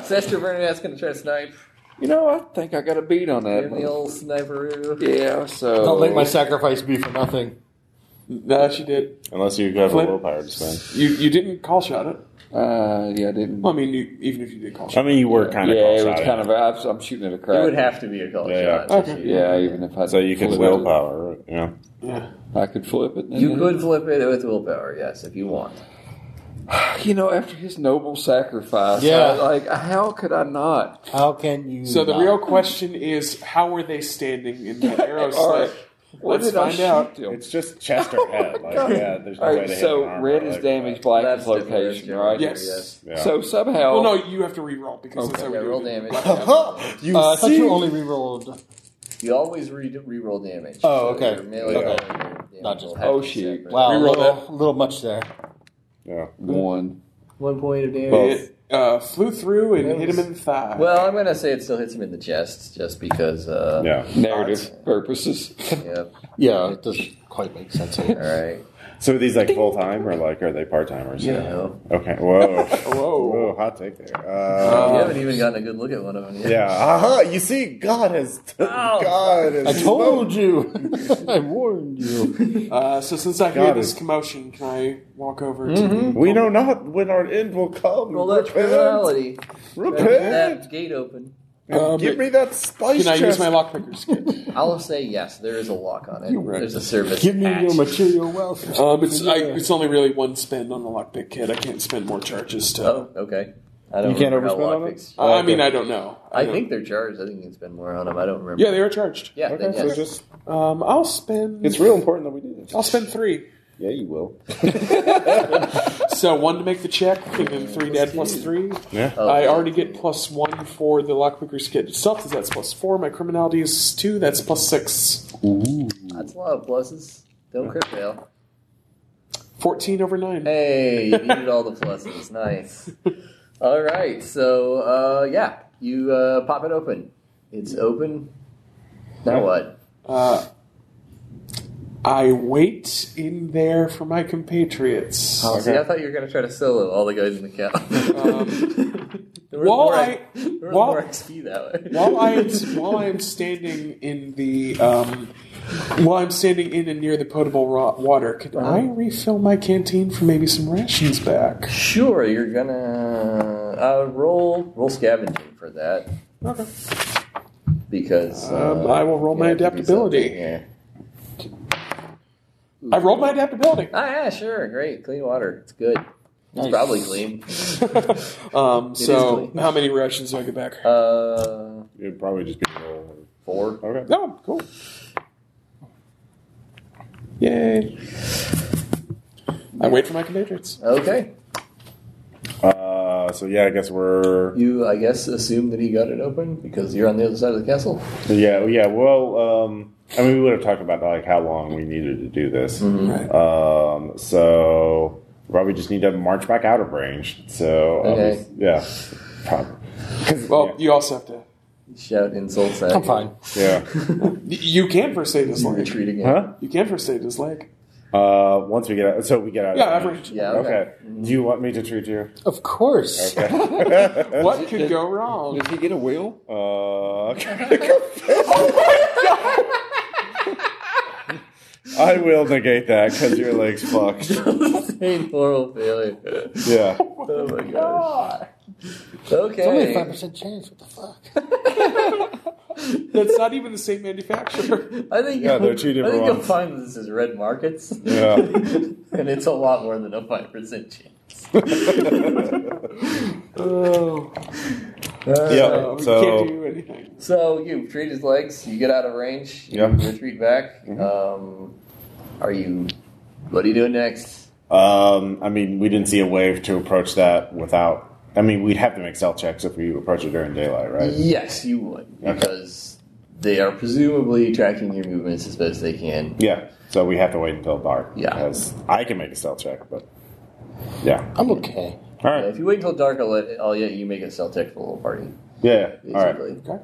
Speaker 2: Sester Bernadette's gonna try to snipe.
Speaker 5: You know, I think I got a beat on that.
Speaker 2: Give me the old sniperoo.
Speaker 5: Yeah, so.
Speaker 4: Don't let my sacrifice be for nothing.
Speaker 6: No, she did.
Speaker 7: Unless you have
Speaker 6: Flip.
Speaker 7: a willpower to spend.
Speaker 6: You you didn't call shot it.
Speaker 5: Uh, yeah, I didn't.
Speaker 6: Well, I mean, you, even if you did call
Speaker 7: I
Speaker 6: shot,
Speaker 7: mean, you were kind of
Speaker 5: yeah,
Speaker 7: called
Speaker 5: it was
Speaker 7: shot
Speaker 5: kind
Speaker 7: at.
Speaker 5: of. I, I'm shooting at a crowd.
Speaker 2: It would have to be a call
Speaker 7: Yeah,
Speaker 2: shot.
Speaker 6: yeah. Okay.
Speaker 5: Yeah, even if I
Speaker 7: So you can
Speaker 5: flip
Speaker 7: willpower. it, You know.
Speaker 5: it, I could flip it. and
Speaker 2: You
Speaker 5: then-
Speaker 2: could flip it with willpower, yes, if you want.
Speaker 5: You know, after his noble sacrifice,
Speaker 4: Yeah.
Speaker 5: I, like how could I not?
Speaker 4: How can you?
Speaker 6: So the
Speaker 4: not?
Speaker 6: real question is, how were they standing in that arrow
Speaker 5: All
Speaker 6: slit?
Speaker 5: right. What
Speaker 6: Let's
Speaker 5: did I
Speaker 6: find
Speaker 5: shoot
Speaker 6: out.
Speaker 5: him?
Speaker 7: It's just chest or head. Like, yeah, there's no
Speaker 5: All
Speaker 7: way
Speaker 5: right,
Speaker 7: to hit
Speaker 5: so
Speaker 7: an arm
Speaker 5: red
Speaker 7: like
Speaker 5: is
Speaker 7: that.
Speaker 5: damage, black is
Speaker 2: different,
Speaker 5: location,
Speaker 2: yeah,
Speaker 5: right?
Speaker 6: Yes.
Speaker 7: Yeah.
Speaker 5: So somehow,
Speaker 6: Well, no, you have to re-roll because that's how we
Speaker 2: Oh. Yeah,
Speaker 6: do
Speaker 2: roll
Speaker 6: it.
Speaker 2: damage.
Speaker 7: you
Speaker 4: Uh, I thought
Speaker 7: see,
Speaker 4: you only rerolled.
Speaker 2: You always re- re-roll damage.
Speaker 4: Oh, okay.
Speaker 2: your melee
Speaker 7: Okay.
Speaker 2: and your damage
Speaker 4: Not just-
Speaker 2: will have to
Speaker 5: oh,
Speaker 2: be
Speaker 5: shoot.
Speaker 2: separate.
Speaker 4: Wow, a
Speaker 6: Reroll
Speaker 4: little, little much there.
Speaker 7: yeah.
Speaker 5: one.
Speaker 2: One point of damage.
Speaker 6: It uh, flew through and hit him in the thigh.
Speaker 2: Well, I'm going to say it still hits him in the chest, just because. Uh,
Speaker 7: yeah.
Speaker 5: Narrative purposes.
Speaker 2: Yep.
Speaker 4: Yeah, it doesn't quite make sense.
Speaker 2: All right.
Speaker 7: So are these like full time or like are they part timers?
Speaker 2: No.
Speaker 7: Okay. Whoa.
Speaker 6: Whoa.
Speaker 7: Whoa. Hot take there.
Speaker 2: you
Speaker 7: Uh,
Speaker 2: haven't even gotten a good look at one of them yet.
Speaker 7: yeah. Aha. Uh-huh, You see, God has.
Speaker 2: Oh.
Speaker 7: God has.
Speaker 4: I told you. I warned you.
Speaker 6: Uh, so since I hear
Speaker 7: Got
Speaker 6: this
Speaker 7: it.
Speaker 6: commotion, can I walk over to
Speaker 2: Mm-hmm.
Speaker 7: We know not when our end will come.
Speaker 2: Roll that
Speaker 7: Repent.
Speaker 2: criminality. That,
Speaker 7: Repent.
Speaker 2: that gate open.
Speaker 6: Uh,
Speaker 7: Give
Speaker 6: but
Speaker 7: me that spice
Speaker 6: can I use
Speaker 7: chest.
Speaker 6: my lockpicker skill?
Speaker 2: I'll say yes. There is a lock on it. There's a service.
Speaker 4: Give me
Speaker 2: at.
Speaker 4: your material wealth.
Speaker 6: Um, it's I, it's only really one spend on the lockpick kit. I can't spend more charges to.
Speaker 2: Oh, okay. I don't
Speaker 4: You can't
Speaker 2: remember how
Speaker 4: overspend on
Speaker 2: lock
Speaker 4: it?
Speaker 2: picks-
Speaker 6: I, I mean, I don't know.
Speaker 2: I
Speaker 6: don't-
Speaker 2: think they're charged. I think you can spend more on them. I don't remember.
Speaker 6: Yeah, they are charged.
Speaker 2: Yeah,
Speaker 4: Okay,
Speaker 2: then
Speaker 4: so
Speaker 2: yes.
Speaker 4: just
Speaker 6: Um, I'll spend.
Speaker 4: it's real important that we do this.
Speaker 6: I'll spend three.
Speaker 4: Yeah, you will.
Speaker 6: So one to make the check, and then three to add plus three.
Speaker 2: Oh,
Speaker 6: I already get plus one for the lockpicker's kit itself. 'cause That's plus four. My criminality is two. That's plus six.
Speaker 2: That's a lot of pluses. Don't crit fail.
Speaker 6: Fourteen over nine.
Speaker 2: Hey, you needed all the pluses. Nice. All right. So, uh, yeah, you uh, pop it open. It's open. Now what?
Speaker 6: Uh, I wait in there for my compatriots.
Speaker 2: Oh, See, I thought you were going to try to solo all the guys in the cow.
Speaker 6: Um,
Speaker 2: There was
Speaker 6: while
Speaker 2: more-
Speaker 6: I-
Speaker 2: there was
Speaker 6: while-
Speaker 2: more XP that way.
Speaker 6: while I am while I am standing in the um, while I'm standing in and near the potable ro- water, can
Speaker 2: Uh-huh.
Speaker 6: I refill my canteen for maybe some rations back?
Speaker 2: Sure, you're gonna uh, roll roll scavenging for that
Speaker 6: Okay.
Speaker 2: because
Speaker 6: Um,
Speaker 2: uh,
Speaker 6: I will roll
Speaker 2: you
Speaker 6: my
Speaker 2: have to do
Speaker 6: adaptability.
Speaker 2: something here.
Speaker 6: I rolled my adaptability.
Speaker 2: Ah, yeah, sure, great, clean water. It's good. It's probably clean.
Speaker 6: um,
Speaker 2: is
Speaker 6: so
Speaker 2: clean.
Speaker 6: how many rations do I get back?
Speaker 2: Uh,
Speaker 7: It'd probably just be roll.
Speaker 2: four.
Speaker 7: Okay.
Speaker 6: Oh, cool. Yay. I wait for my compatriots.
Speaker 2: Okay,
Speaker 7: Uh, so yeah, I guess we're
Speaker 2: you I guess assume that he got it open because you're on the other side of the castle.
Speaker 7: yeah yeah. Well, um, I mean, we would have talked about like how long we needed to do this.
Speaker 2: Mm-hmm.
Speaker 7: Um, so probably just need to march back out of range. So I'll
Speaker 2: Okay.
Speaker 7: just- yeah, probably.
Speaker 6: Well, you also have to.
Speaker 2: Shout insults at
Speaker 4: I'm
Speaker 2: you.
Speaker 4: fine.
Speaker 7: Yeah.
Speaker 6: y- You can first aid his
Speaker 2: You
Speaker 6: leg.
Speaker 2: retreat again.
Speaker 7: Huh?
Speaker 6: You can first aid his leg.
Speaker 7: Uh, once we get out, so we get out.
Speaker 6: Yeah,
Speaker 7: of
Speaker 6: I've
Speaker 7: range.
Speaker 6: reached.
Speaker 2: Yeah.
Speaker 7: Okay.
Speaker 2: Okay.
Speaker 7: Do you want me to treat you?
Speaker 4: Of course.
Speaker 6: What could go wrong?
Speaker 5: Does he get a wheel?
Speaker 7: Uh, I will negate that because your leg's fucked.
Speaker 2: Same moral failure.
Speaker 7: Yeah.
Speaker 2: Oh my gosh.
Speaker 4: It's only a five
Speaker 2: Okay.
Speaker 4: percent chance. What the fuck?
Speaker 6: That's not even the same manufacturer.
Speaker 2: I think
Speaker 7: Yeah,
Speaker 2: you'll-
Speaker 7: they're two
Speaker 2: I
Speaker 7: different
Speaker 2: think you'll
Speaker 7: ones.
Speaker 2: find that this is red markets.
Speaker 7: Yeah.
Speaker 2: and it's a lot more than a five percent chance.
Speaker 6: Oh,
Speaker 7: yeah.
Speaker 6: can't
Speaker 7: So
Speaker 6: do anything.
Speaker 2: Uh, so you treat his legs. You get out of range. You
Speaker 7: Yeah. Mm-hmm.
Speaker 2: retreat back. Um, are you? What are you doing next?
Speaker 7: um, I mean, we didn't see a wave to approach that without. I mean, we'd have to make stealth checks if we approach it during daylight, right?
Speaker 2: Yes, you would
Speaker 7: Okay.
Speaker 2: because they are presumably tracking your movements as best they can.
Speaker 7: Yeah. So we have to wait until dark.
Speaker 2: Yeah.
Speaker 7: Because I can make a stealth check, but yeah.
Speaker 4: I'm okay.
Speaker 7: All
Speaker 2: Yeah,
Speaker 7: right.
Speaker 2: if you wait until dark, I'll let, I'll let you make a stealth check for the whole party.
Speaker 7: Yeah. All right.
Speaker 2: Basically,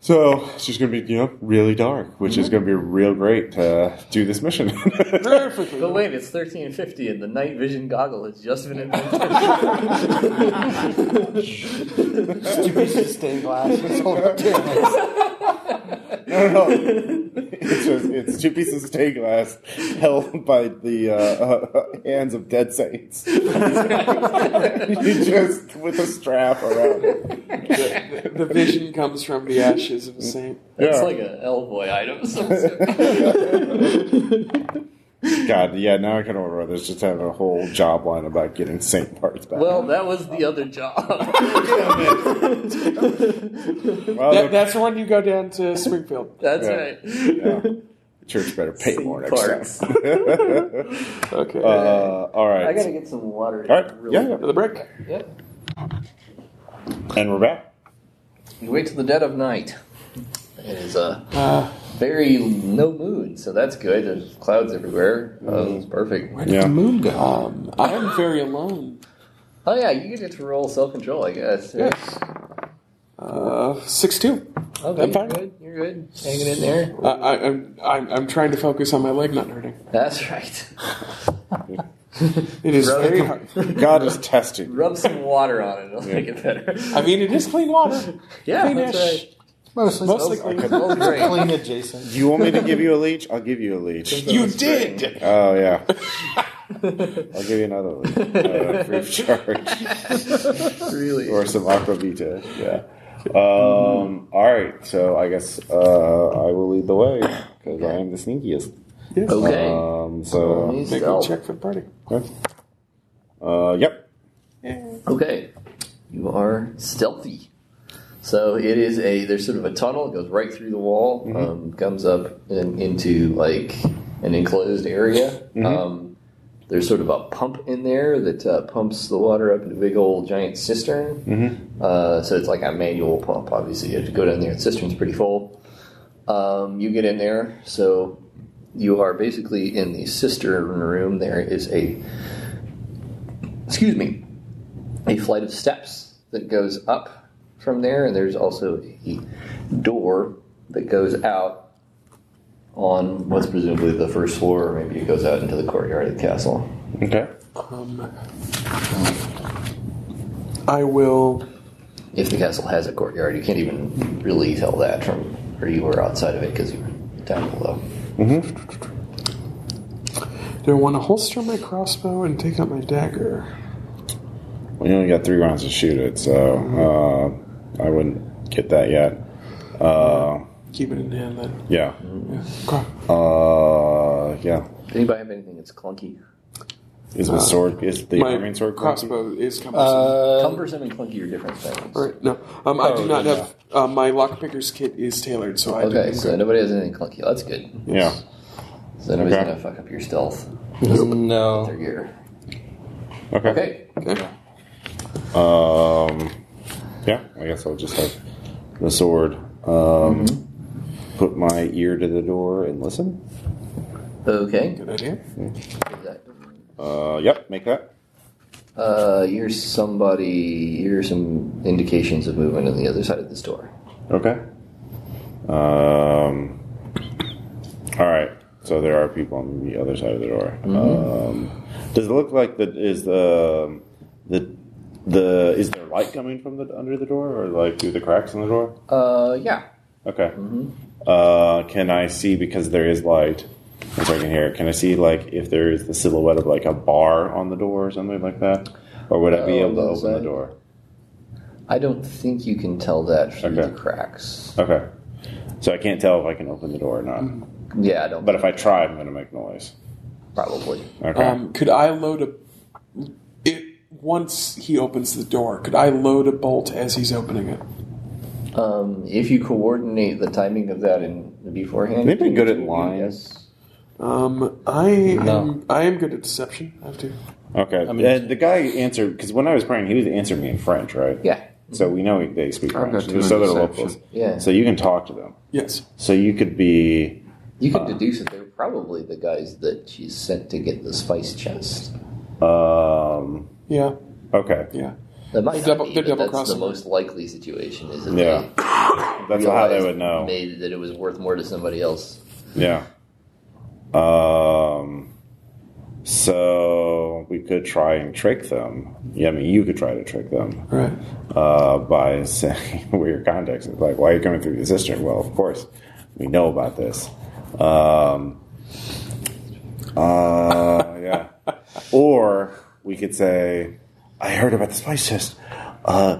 Speaker 7: So it's just going to be, you know, really dark, which
Speaker 2: Mm-hmm.
Speaker 7: is going to be real great to do this mission.
Speaker 6: Perfectly.
Speaker 2: but wait, it's thirteen fifty, and the night vision goggle has just been invented.
Speaker 4: Stupid stained glass. It's all up to it.
Speaker 7: no, no, no. It's, just, it's two pieces of stained glass held by the uh, uh, hands of dead saints. you just with a strap around it.
Speaker 6: The, the vision comes from the ashes of a saint.
Speaker 2: It's
Speaker 7: Yeah.
Speaker 2: like an Elvoy item. of some sort.
Speaker 7: God, yeah, now I can override this. Just having a whole job line about getting saint parts back.
Speaker 2: well, that was the other job.
Speaker 7: Well,
Speaker 6: That,
Speaker 7: the
Speaker 6: that's the one you go down to Springfield.
Speaker 2: That's
Speaker 7: Yeah.
Speaker 2: right.
Speaker 7: church better pay more
Speaker 2: Saint parts.
Speaker 7: next time.
Speaker 6: Okay.
Speaker 7: Uh, all right.
Speaker 2: I gotta get some water.
Speaker 7: all right.
Speaker 2: Really
Speaker 7: Yeah,
Speaker 6: For the break.
Speaker 2: Yeah.
Speaker 7: yeah. And we're back.
Speaker 2: You wait till the dead of night. It is a
Speaker 6: Uh,
Speaker 2: very no moon, so that's good. There's clouds everywhere. Oh, it's perfect.
Speaker 7: Yeah.
Speaker 4: Moon go.
Speaker 6: um, I am very alone.
Speaker 2: Oh yeah, you get to roll self control, I guess. Yeah.
Speaker 6: Uh, six two.
Speaker 2: Okay, you're
Speaker 6: I'm fine.
Speaker 2: good. You're good. Hanging in there.
Speaker 6: I, I, I'm, I'm I'm trying to focus on my leg not hurting.
Speaker 2: That's right.
Speaker 6: It is
Speaker 2: Right.
Speaker 6: very hard.
Speaker 7: God is testing.
Speaker 2: Rub some water on it. It'll make it better.
Speaker 6: I mean, it is clean water.
Speaker 2: Yeah, that's right.
Speaker 6: Cleanish.
Speaker 4: Mostly,
Speaker 6: Mostly
Speaker 4: clean.
Speaker 6: clean.
Speaker 2: Smells great.
Speaker 4: adjacent.
Speaker 7: Do you want me to give you a leech? I'll give you a leech.
Speaker 6: You did.
Speaker 7: Oh yeah. I'll give you another one. Uh, free of charge
Speaker 2: Really.
Speaker 7: or some aquavita. Yeah. Um, all right, so I guess uh, I will lead the way because I am the sneakiest.
Speaker 2: Okay.
Speaker 7: Um, so,
Speaker 6: Uh, Make a check for the party.
Speaker 7: uh, yep.
Speaker 2: Okay.
Speaker 1: You are
Speaker 2: Stealthy. So it is a there's sort of a tunnel. It goes right through the wall, um, comes up and into like an enclosed area. Um, there's sort of a pump in there that uh, pumps the water up into a big old giant cistern. Uh, so it's like a manual pump. Obviously, you have to go down there. The cistern's pretty full. Um, you get in there, so you are basically in the cistern room. There is a excuse me, a flight of steps that goes up from there, and there's also a door that goes out on what's presumably the first floor, or maybe it goes out into the courtyard of the castle.
Speaker 7: Okay.
Speaker 6: I will.
Speaker 2: If the castle has a courtyard, you can't even really tell that from where you were outside of it because you were down below.
Speaker 6: Do I want to holster my crossbow and take out my dagger?
Speaker 7: Well, you only got three rounds to shoot it, so uh, I wouldn't get that yet. Uh,
Speaker 6: Keep it in hand then.
Speaker 7: yeah.
Speaker 6: Yeah. Okay.
Speaker 7: Uh, yeah.
Speaker 2: Anybody have anything that's clunky?
Speaker 7: Is my sword? Is the
Speaker 6: Uh, My
Speaker 7: Irving sword clunky?
Speaker 6: crossbow is cumbersome.
Speaker 4: Uh,
Speaker 2: Cumbersome and clunky are different things.
Speaker 6: All right, no, um, I do not have uh, my lockpicker's kit is tailored, so I
Speaker 2: Okay,
Speaker 6: do.
Speaker 2: so nobody has anything clunky. That's good.
Speaker 7: Yeah.
Speaker 2: So nobody's
Speaker 7: Okay.
Speaker 2: gonna fuck up your stealth
Speaker 4: no.
Speaker 2: or your
Speaker 7: Okay.
Speaker 2: okay.
Speaker 6: Okay.
Speaker 7: Um, yeah. I guess I'll just have the sword. Um,
Speaker 6: Mm-hmm.
Speaker 7: Put my ear to the door and listen.
Speaker 2: Okay.
Speaker 6: Good idea.
Speaker 7: Uh, yep. Make that.
Speaker 2: Uh, you hear somebody. You hear some indications of movement on the other side of this door.
Speaker 7: Okay. Um, all right. So there are people on the other side of the door. Um, does it look like that? Is the the the is there light coming from the under the door or like through the cracks in the door?
Speaker 2: Uh, yeah.
Speaker 7: Okay. Uh, can I see because there is light? If I can hear it, can I see like if there is the silhouette of like a bar on the door or something like that, or would I be
Speaker 2: Oh, on
Speaker 7: able to
Speaker 2: the
Speaker 7: open the
Speaker 2: side?
Speaker 7: door?
Speaker 2: I don't think you can tell that through
Speaker 7: Okay.
Speaker 2: the cracks.
Speaker 7: Okay. So I can't tell if I can open the door or not.
Speaker 2: Yeah, I don't.
Speaker 7: But if I try, I'm going to make noise.
Speaker 2: probably.
Speaker 7: Okay.
Speaker 6: Um, could I load a? It once he opens the door, could I load a bolt as he's opening it?
Speaker 2: Um, if you coordinate the timing of that in beforehand,
Speaker 7: They've been good at
Speaker 2: you-
Speaker 7: lines.
Speaker 2: yes.
Speaker 6: Um, I am, I am good at deception. I have to.
Speaker 7: Okay. and the guy answered because when I was praying, he was answering me in French, right?
Speaker 2: Yeah.
Speaker 7: So we know they speak
Speaker 5: I've
Speaker 7: French.
Speaker 5: got two
Speaker 7: So they're
Speaker 5: in
Speaker 7: locals.
Speaker 5: deception.
Speaker 2: Yeah.
Speaker 7: So you can talk to them.
Speaker 6: Yes.
Speaker 7: So you could be.
Speaker 2: You
Speaker 7: Uh.
Speaker 2: can deduce that they're probably the guys that she's sent to get the spice chest.
Speaker 7: Um,
Speaker 6: Yeah.
Speaker 7: okay.
Speaker 6: Yeah.
Speaker 2: That might not
Speaker 6: double-
Speaker 2: be,
Speaker 6: they're
Speaker 2: but that's
Speaker 6: double-crossing.
Speaker 2: the most likely situation. Is that
Speaker 7: Yeah.
Speaker 2: they
Speaker 7: That's how they
Speaker 2: realized
Speaker 7: would know.
Speaker 2: Maybe that it was worth more to somebody else.
Speaker 7: Yeah. Um. So we could try and trick them. Yeah, I mean, you could try to trick them
Speaker 6: All right.
Speaker 7: uh, by saying we're your contacts. It's like, why are you coming through the cistern? Well, of course, we know about this. Um, uh, yeah. Or we could say, I heard about the spice chest. Uh,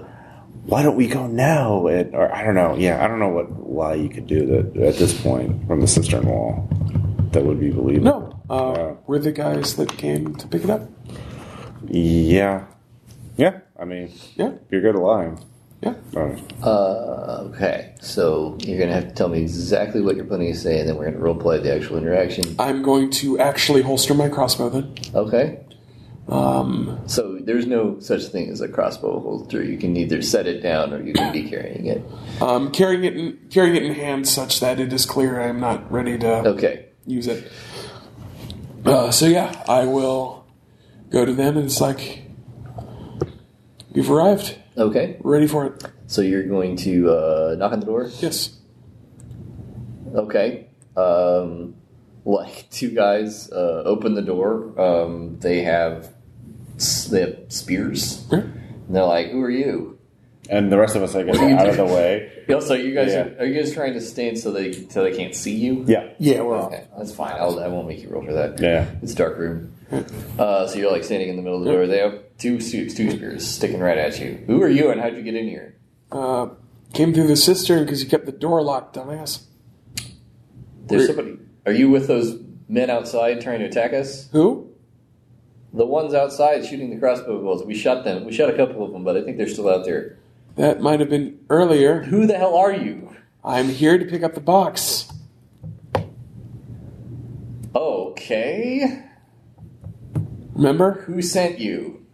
Speaker 7: why don't we go now? And, or I don't know. Yeah, I don't know what lie you could do that at this point from the cistern wall that would be believable.
Speaker 6: No. Uh, We're the guys that came to pick it up.
Speaker 7: Yeah. Yeah. I mean,
Speaker 6: Yeah.
Speaker 7: you're good at lying.
Speaker 6: Yeah.
Speaker 7: Uh,
Speaker 2: Uh, okay, so you're gonna have to tell me exactly what you're planning to say, and then we're gonna roleplay the actual interaction.
Speaker 6: I'm going to actually holster my crossbow then.
Speaker 2: Okay. Um. So there's no such thing as a crossbow holster. You can either set it down or you can be carrying it.
Speaker 6: Um, carrying it in, carrying it in hand such that it is clear I am not ready to
Speaker 2: Okay.
Speaker 6: use it. Uh, so yeah, I will go to them and it's like, you've arrived,
Speaker 2: Okay.
Speaker 6: ready for it.
Speaker 2: So you're going to uh, knock on the door.
Speaker 6: Yes.
Speaker 2: Okay. Um, like two guys uh, open the door. Um, they have s- they have spears.
Speaker 6: Yeah.
Speaker 2: And they're like, "Who are you?"
Speaker 7: and the rest of us, I guess, are out of the way.
Speaker 2: Also, you guys
Speaker 7: Yeah.
Speaker 2: are, are you guys trying to stand so they so they can't see you?
Speaker 7: Yeah.
Speaker 6: Yeah, we're all.
Speaker 2: Okay, that's fine. I'll, I won't make you roll for that.
Speaker 7: Yeah.
Speaker 2: It's a dark room. Uh, so you're like standing in the middle of the door. They have two suits, two spears sticking right at you. Who are you and how'd you get in here?
Speaker 6: Uh, Came through the cistern because you kept the door locked, dumbass.
Speaker 1: There's somebody. Are you with those men outside trying to attack us?
Speaker 6: Who?
Speaker 1: The ones outside shooting the crossbow bolts. We shot them. We shot a couple of them, but I think they're still out there.
Speaker 6: That might have been earlier.
Speaker 1: Who the hell are you?
Speaker 6: I'm here to pick up the box.
Speaker 1: Okay.
Speaker 6: Remember?
Speaker 1: Who sent you?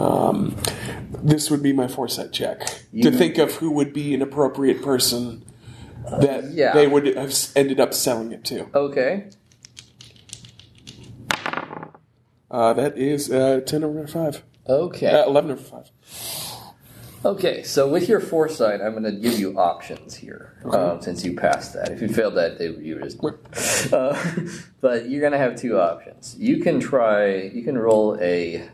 Speaker 6: Um, this would be my foresight check
Speaker 1: You-
Speaker 6: to think of who would be an appropriate person that
Speaker 2: yeah.
Speaker 6: they would have s- ended up selling it to.
Speaker 2: Okay.
Speaker 6: Uh, that is uh, 10 over 5.
Speaker 2: Okay.
Speaker 6: Uh, 11 over 5.
Speaker 2: Okay, so with your foresight, I'm going to give you options here, um, since you passed that. If you failed that, they, you were just. Uh, but you're going to have two options. You can try. You can roll a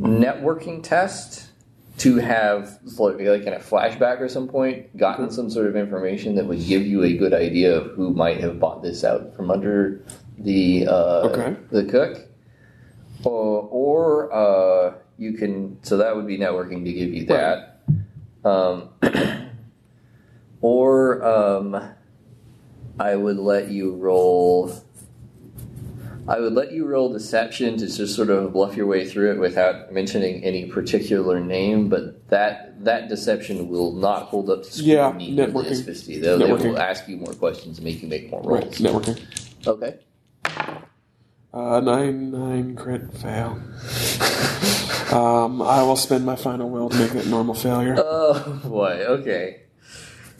Speaker 2: networking test to have, like in a flashback or some point, gotten some sort of information that would give you a good idea of who might have bought this out from under the uh,
Speaker 6: Okay.
Speaker 2: the cook. Uh, or uh, you can, so that would be networking to give you that. Um, or um, I would let you roll. I would let you roll deception to just sort of bluff your way through it without mentioning any particular name, but that that deception will not hold up to
Speaker 6: Yeah,
Speaker 2: scrutiny yeah, networking.
Speaker 6: networking.
Speaker 2: They'll, they
Speaker 6: Networking.
Speaker 2: will ask you more questions and make you make more
Speaker 6: Right,
Speaker 2: rolls.
Speaker 6: networking.
Speaker 2: Okay.
Speaker 6: Uh, 9, 9 crit fail. Um, I will spend my final will to make that normal failure.
Speaker 2: Oh boy. Okay.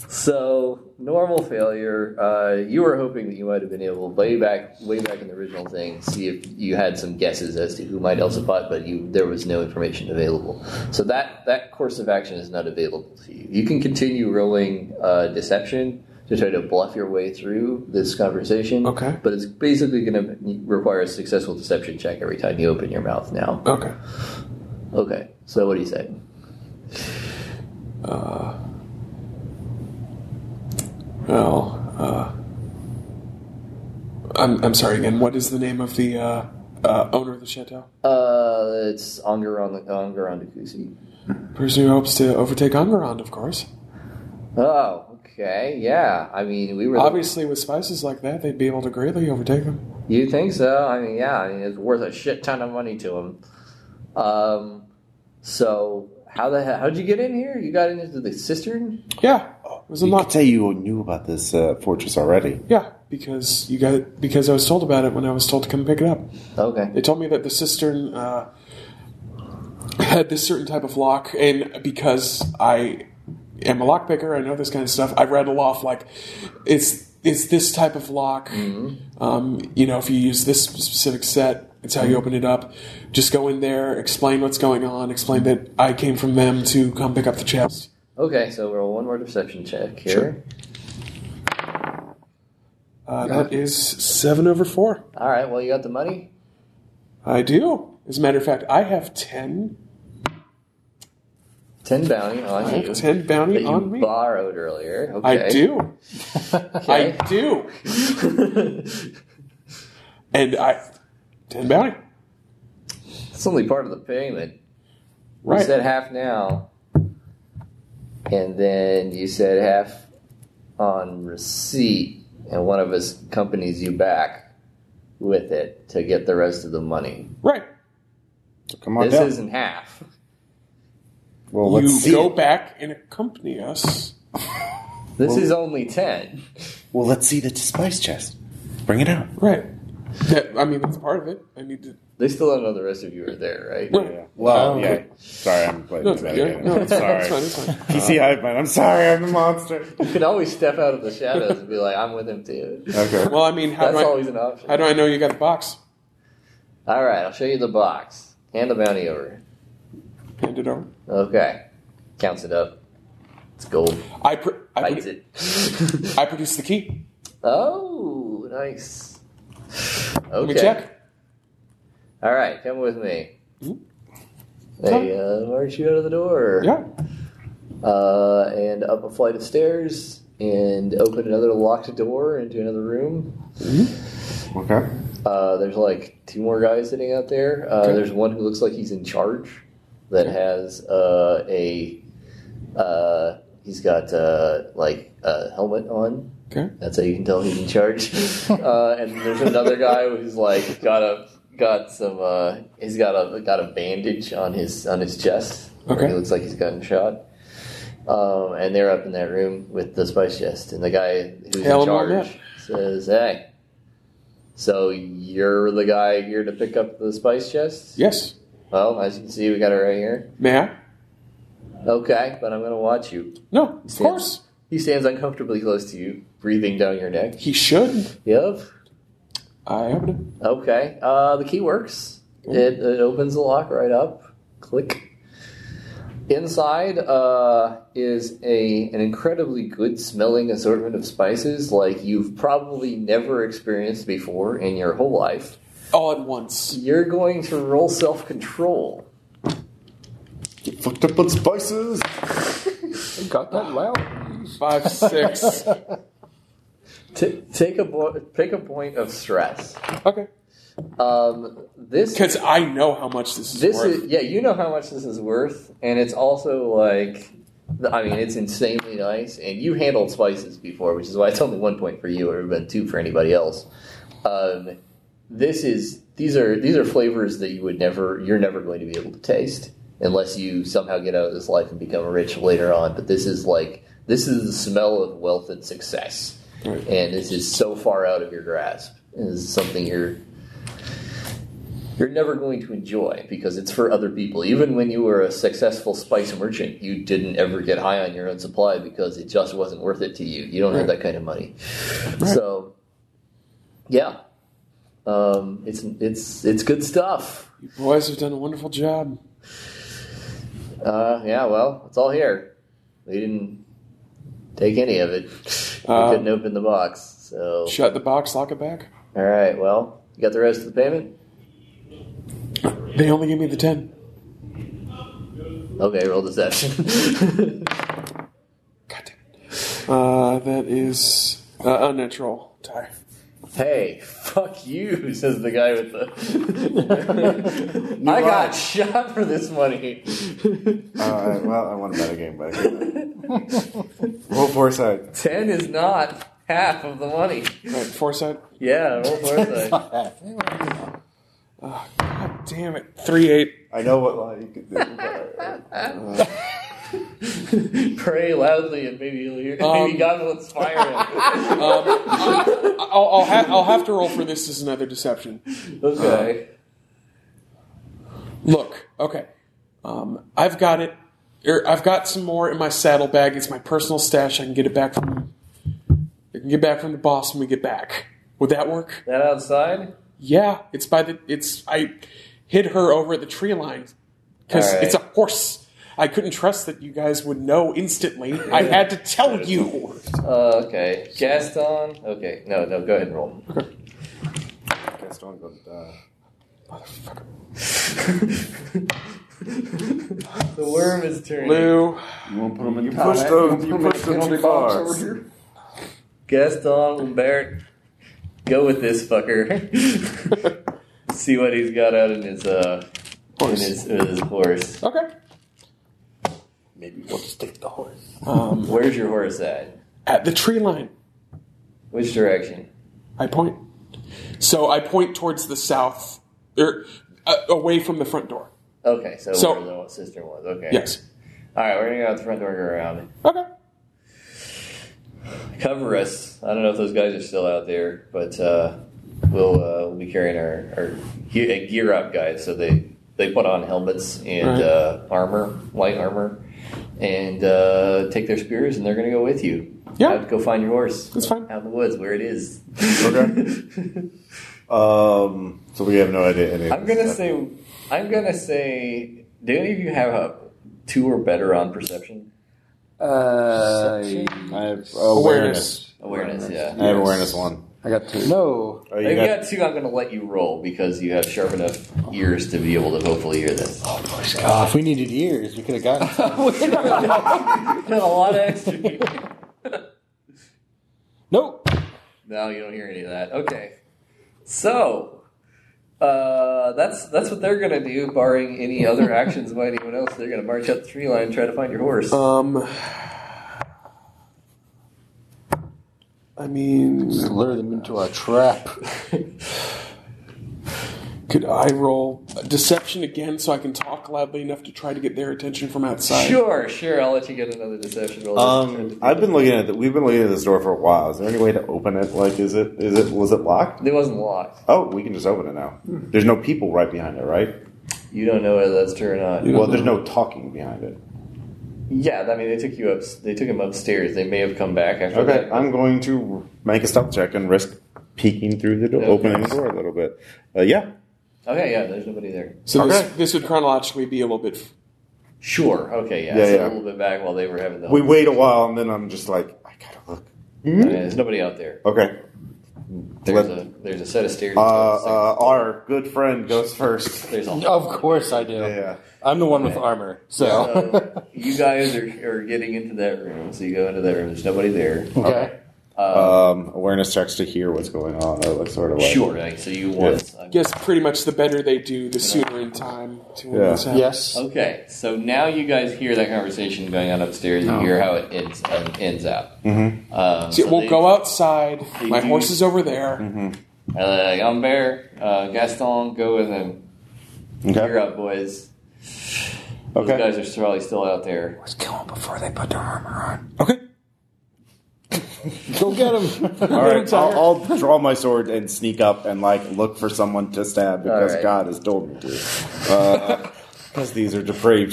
Speaker 2: So normal failure. Uh, you were hoping that you might have been able way back, way back in the original thing, see if you had some guesses as to who might else have bought, but you there was no information available. So that that course of action is not available to you. You can continue rolling uh, deception to try to bluff your way through this conversation.
Speaker 6: Okay.
Speaker 2: But it's basically going to require a successful deception check every time you open your mouth now.
Speaker 6: Okay.
Speaker 2: Okay. So what do you say?
Speaker 6: Well, uh, I'm, I'm sorry again. What is the name of the uh, uh, owner of the chateau?
Speaker 2: Uh, it's Angaron the Angaron de Kusi.
Speaker 6: Person who hopes to overtake Angarand, of course.
Speaker 2: Oh, okay, yeah. I mean, we were.
Speaker 6: Obviously, with spices like that, they'd be able to greatly overtake them.
Speaker 2: you think so? I mean, yeah. I mean, it's worth a shit ton of money to him. Um, so how the hell? How'd you get in here? You got into the cistern?
Speaker 6: Yeah, it was
Speaker 7: You could
Speaker 6: unlocked.
Speaker 7: say you knew about this uh, fortress already.
Speaker 6: Yeah, because you got it, because I was told about it when I was told to come pick it up.
Speaker 2: Okay.
Speaker 6: They told me that the cistern uh, had this certain type of lock, and because I am a lockpicker, I know this kind of stuff. I rattle off like it's it's this type of lock.
Speaker 2: Mm-hmm.
Speaker 6: Um, you know, if you use this specific set, it's how you open it up. Just go in there, explain what's going on, explain that I came from them to come pick up the chest.
Speaker 2: Okay, so we're one more deception check here.
Speaker 6: Uh, that is seven over four.
Speaker 2: All right. Well, you got the money.
Speaker 6: I do. As a matter of fact, I have ten.
Speaker 2: Ten bounty on
Speaker 6: I
Speaker 2: you.
Speaker 6: have ten bounty
Speaker 2: that you
Speaker 6: on me.
Speaker 2: borrowed earlier. Okay.
Speaker 6: I do.
Speaker 2: Okay.
Speaker 6: I do. And I ten bounty.
Speaker 2: That's only part of the payment. You
Speaker 6: Right.
Speaker 2: said half now, and then you said half on receipt, and one of us accompanies you back with it to get the rest of the money.
Speaker 6: Right.
Speaker 7: So come on
Speaker 2: this
Speaker 7: down.
Speaker 2: isn't half.
Speaker 7: well, let's
Speaker 6: you
Speaker 7: see.
Speaker 6: go
Speaker 7: it.
Speaker 6: back and accompany us.
Speaker 2: This is only ten.
Speaker 7: Well, let's see the spice chest. Bring it out.
Speaker 6: Right. That, I mean, that's part of it. I need to.
Speaker 2: They still don't know the rest of you are there, right?
Speaker 6: Right.
Speaker 7: Yeah. Well,
Speaker 6: Oh,
Speaker 7: yeah.
Speaker 6: okay.
Speaker 7: Sorry, I'm playing
Speaker 6: No,
Speaker 7: this bad
Speaker 6: yeah,
Speaker 7: game.
Speaker 6: no, it's fine,
Speaker 7: sorry.
Speaker 6: it's fine, it's fine.
Speaker 7: PC Hive Mind. I'm sorry, I'm a monster.
Speaker 2: You can always step out of the shadows and be like, "I'm with him too."
Speaker 7: Okay.
Speaker 6: Well, I mean, how
Speaker 2: That's
Speaker 6: do I?
Speaker 2: always an option.
Speaker 6: how do I know you got the box?
Speaker 2: All right, I'll show you the box. Hand the bounty over.
Speaker 6: Hand it over.
Speaker 2: Okay, counts it up. It's gold.
Speaker 6: I pr- I,
Speaker 2: Bites
Speaker 6: pr-
Speaker 2: it.
Speaker 6: I produced the key.
Speaker 2: Oh, nice. Okay.
Speaker 6: Let me check.
Speaker 2: All right, come with me.
Speaker 6: Mhm.
Speaker 2: They uh, march you out of the door.
Speaker 6: Yeah.
Speaker 2: Uh, and up a flight of stairs and open another locked door into another room.
Speaker 6: Mm-hmm.
Speaker 7: Okay.
Speaker 2: Uh, there's like two more guys sitting out there. Uh, There's one who looks like he's in charge that has uh, a Uh, he's got uh, like a helmet on.
Speaker 6: Okay.
Speaker 2: That's how you can tell he's in charge. uh, and there's another guy who's like got a got some. Uh, he's got a got a bandage on his on his chest. where
Speaker 6: Okay.
Speaker 2: He looks like he's gotten shot. Um, and they're up in that room with the spice chest, and the guy who's
Speaker 6: Hail
Speaker 2: in
Speaker 6: him on
Speaker 2: charge
Speaker 6: up.
Speaker 2: says, "Hey, so you're the guy here to pick up the spice chest?
Speaker 6: Yes.
Speaker 2: Well, as you can see, we got it right here.
Speaker 6: May I?
Speaker 2: Okay, but I'm gonna watch you.
Speaker 6: No, of course.
Speaker 2: He stands uncomfortably close to you, breathing down your neck.
Speaker 6: He should.
Speaker 2: Yep.
Speaker 6: I open
Speaker 2: Okay. Uh, the key works. It, it opens the lock right up. Click. Inside uh, is a an incredibly good smelling assortment of spices, like you've probably never experienced before in your whole life.
Speaker 6: it all at once.
Speaker 2: You're going to roll self control.
Speaker 7: Get fucked up on spices.
Speaker 5: Got that loud?
Speaker 6: Five, six.
Speaker 2: T- take a bo- pick a point of stress.
Speaker 6: okay.
Speaker 2: Um, this
Speaker 6: Because I know how much this is
Speaker 2: This is
Speaker 6: worth.
Speaker 2: yeah, you know how much this is worth, and it's also like, I mean, it's insanely nice. And you handled spices before, which is why it's only one point for you, or it'd been two for anybody else. Um, this is these are these are flavors that you would never you're never going to be able to taste unless you somehow get out of this life and become rich later on. But this is like this is the smell of wealth and success, and this is so far out of your grasp. This is something you're you're never going to enjoy because it's for other people. Even when you were a successful spice merchant, you didn't ever get high on your own supply because it just wasn't worth it to you. You don't have that kind of money. So, yeah, um, it's it's it's good stuff.
Speaker 6: You boys have done a wonderful job.
Speaker 2: Uh, yeah, well, it's all here. We didn't take any of it. We
Speaker 6: Uh,
Speaker 2: couldn't open the box. So,
Speaker 6: Shut the box, lock it back.
Speaker 2: all right, well, you got the rest of the payment.
Speaker 6: They only gave me the ten.
Speaker 2: Okay, roll deception.
Speaker 6: God damn it. Uh, that is uh, unnatural. Tie.
Speaker 2: Hey, fuck you, says the guy with the. I got shot for this money.
Speaker 7: All right, Uh, well, I want a better game, buddy. Roll foresight.
Speaker 2: Ten is not half of the money.
Speaker 6: Right, foresight.
Speaker 2: Yeah, roll foresight.
Speaker 6: God damn it. Three eight.
Speaker 7: I know what lie you could do. but-
Speaker 2: Pray loudly and maybe you'll hear.
Speaker 6: Um,
Speaker 2: maybe God will inspire him.
Speaker 6: I'll, I'll, ha- I'll have to roll for this as another deception.
Speaker 2: Okay.
Speaker 6: uh, Look, okay. Um, I've got it. Er, I've got some more in my saddlebag. It's my personal stash. I can get it back from. I can get back from the boss when we get back. Would that work?
Speaker 2: that outside?
Speaker 6: Yeah, it's by the. It's I hid her over at the tree line because
Speaker 2: All right.
Speaker 6: it's a horse. I couldn't trust that you guys would know instantly. I had to tell you.
Speaker 2: Uh, okay. Gaston? Okay. No, no, go ahead and roll.
Speaker 7: Guess don't go to die.
Speaker 2: The worm is turning.
Speaker 6: Lou,
Speaker 5: You want to put them in you
Speaker 7: push those- you push them too far.
Speaker 5: over here?
Speaker 2: Gaston Lambert, go with this fucker. See what he's got out in his uh in his, in his horse.
Speaker 6: okay.
Speaker 7: Maybe we'll just take the horse.
Speaker 6: Um,
Speaker 2: Where's your horse at?
Speaker 6: at the tree line.
Speaker 2: Which direction?
Speaker 6: I point. So I point towards the south, or uh, away from the front door.
Speaker 2: Okay, so,
Speaker 6: So-
Speaker 2: where the sister was. Okay.
Speaker 6: Yes.
Speaker 2: All right, we're gonna go out the front door and go around.
Speaker 6: Okay.
Speaker 2: Cover us. I don't know if those guys are still out there, but uh, we'll uh, we'll be carrying our, our gear, uh, gear up guys. So they they put on helmets and
Speaker 6: Right.
Speaker 2: uh, armor, light armor, and uh, take their spears, and they're gonna go with you.
Speaker 6: Yeah.
Speaker 2: Out- go find your horse.
Speaker 6: That's fine.
Speaker 2: Out in the woods where it is.
Speaker 7: Okay. Um, so we have no idea. Any of
Speaker 2: I'm
Speaker 7: this
Speaker 2: gonna
Speaker 7: stuff.
Speaker 2: say, I'm gonna say, do any of you have a two or better on perception
Speaker 5: Uh,
Speaker 7: I have awareness.
Speaker 6: Awareness.
Speaker 2: awareness? Yeah.
Speaker 7: I have awareness one.
Speaker 5: I got two. No.
Speaker 7: Oh,
Speaker 2: If
Speaker 7: you
Speaker 2: you
Speaker 7: got,
Speaker 2: got two, I'm going to let you roll because you have sharp enough ears to be able to hopefully hear this.
Speaker 4: Oh, if we needed ears, we could have gotten.
Speaker 2: a lot of extra.
Speaker 4: nope.
Speaker 2: no, you don't hear any of that. Okay. So, Uh, that's that's what they're gonna do, barring any other actions by anyone else. They're gonna march up the tree line and try to find your horse.
Speaker 7: Uh,
Speaker 6: Um, I mean,
Speaker 4: Just lure them into a trap.
Speaker 6: could I roll deception again so I can talk loudly enough to try to get their attention from outside?
Speaker 2: Sure, sure. I'll let you get another deception roll.
Speaker 7: Um, I've been looking at the, we've been looking at this door for a while. Is there any way to open it? Like, is it is it was it locked?
Speaker 2: It wasn't locked.
Speaker 7: Oh, we can just open it now.
Speaker 6: Hmm.
Speaker 7: There's no people right behind it, right?
Speaker 2: You don't know whether that's true or not.
Speaker 7: Well, there's no talking behind it.
Speaker 2: Yeah, I mean, they took you up. They took him upstairs. They may have come back after
Speaker 7: Okay,
Speaker 2: that.
Speaker 7: I'm going to make a stealth check and risk peeking through the door,
Speaker 2: Okay.
Speaker 7: opening the door a little bit. Uh, yeah,
Speaker 2: okay, yeah. There's nobody there.
Speaker 6: So
Speaker 7: Okay.
Speaker 6: this, this would chronologically be a little bit.
Speaker 2: Sure. Okay. Yeah.
Speaker 7: Yeah,
Speaker 2: so
Speaker 7: yeah.
Speaker 2: A little bit back while they were having the.
Speaker 7: we wait a while and then I'm just like, I gotta look.
Speaker 2: I mean, there's nobody out there.
Speaker 7: Okay,
Speaker 2: Hmm? There's
Speaker 7: Let-
Speaker 2: a there's a set of stairs.
Speaker 7: uh, uh, our good friend goes first.
Speaker 2: there's a
Speaker 4: Of course I do.
Speaker 7: Yeah,
Speaker 4: I'm the one with armor, so.
Speaker 2: So you guys are, are getting into that room. So you go into that room. There's nobody there.
Speaker 4: okay.
Speaker 2: Uh,
Speaker 7: um, awareness checks to hear what's going on. That looks sort of like
Speaker 2: sure. Like, so you once. uh,
Speaker 6: Guess pretty much the better they do, the sooner in time to when
Speaker 7: Yeah.
Speaker 6: this happens.
Speaker 4: Yes.
Speaker 2: Okay. So now you guys hear that conversation going on upstairs. You hear how it ends um, ends out. Mm-hmm. Um,
Speaker 6: So,
Speaker 2: so
Speaker 6: we'll
Speaker 2: they-
Speaker 6: go outside.
Speaker 2: they
Speaker 6: My
Speaker 2: do-
Speaker 6: horse is over there.
Speaker 7: Mm-hmm.
Speaker 2: Uh, Humbert, uh, Gaston, go with him. You're
Speaker 7: Okay.
Speaker 2: up, boys. Those
Speaker 7: Okay.
Speaker 2: guys are probably still out there.
Speaker 5: Let's kill them before they put their armor on.
Speaker 3: Okay.
Speaker 4: Go get him.
Speaker 7: All right, I'll, I'll draw my sword and sneak up and like look for someone to stab because
Speaker 2: All right.
Speaker 7: God has told me to.
Speaker 4: Uh,
Speaker 7: Because these are depraved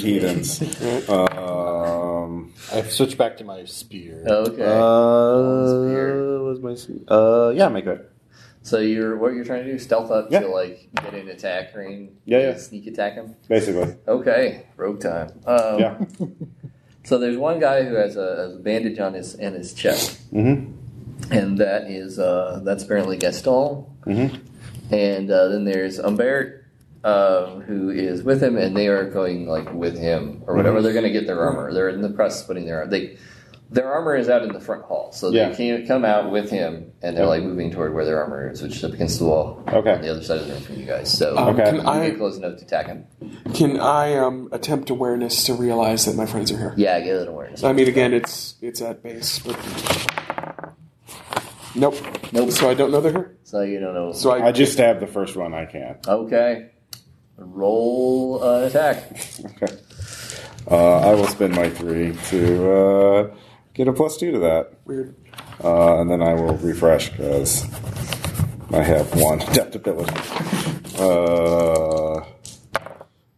Speaker 7: heathens. Um,
Speaker 4: I switch back to my spear.
Speaker 2: Okay.
Speaker 7: uh, was my sneak- uh, yeah, make it.
Speaker 2: so you're what you're trying to do? Stealth up
Speaker 7: Yeah.
Speaker 2: to like get in attack range.
Speaker 7: Yeah, yeah.
Speaker 2: Sneak attack him.
Speaker 7: Basically,
Speaker 2: Okay. Rogue time. Um,
Speaker 7: yeah.
Speaker 2: So there's one guy who has a, has a bandage on his and his chest,
Speaker 7: Mm-hmm.
Speaker 2: and that is uh, that's apparently Gaston.
Speaker 7: Mhm.
Speaker 2: And uh, then there's Humbert, um, who is with him, and they are going like with him or
Speaker 7: Mm-hmm.
Speaker 2: whatever. They're going to get their armor. They're in the process of putting their they their armor is out in the front hall, so
Speaker 7: Yeah.
Speaker 2: they can't come out with him, and they're like moving toward where their armor is, which is up against the wall
Speaker 7: Okay.
Speaker 2: on the other side of the room from you guys. So
Speaker 6: Um,
Speaker 7: Okay.
Speaker 6: Can
Speaker 2: you
Speaker 6: I
Speaker 2: get close enough to attack him.
Speaker 6: Can I um, attempt awareness to realize that my friends are here?
Speaker 2: Yeah, get an
Speaker 7: Uh,
Speaker 2: awareness.
Speaker 6: I mean, again, it's it's at base, but nope,
Speaker 2: Nope.
Speaker 6: So I don't know they're here.
Speaker 2: So you don't know.
Speaker 6: So I,
Speaker 7: I just stabbed the first one I can.
Speaker 2: Okay. Roll uh, attack.
Speaker 7: Okay. Uh, I will spend my three to uh, get a plus two to that.
Speaker 6: weird.
Speaker 7: Uh, and then I will refresh because I have one adaptability. Uh,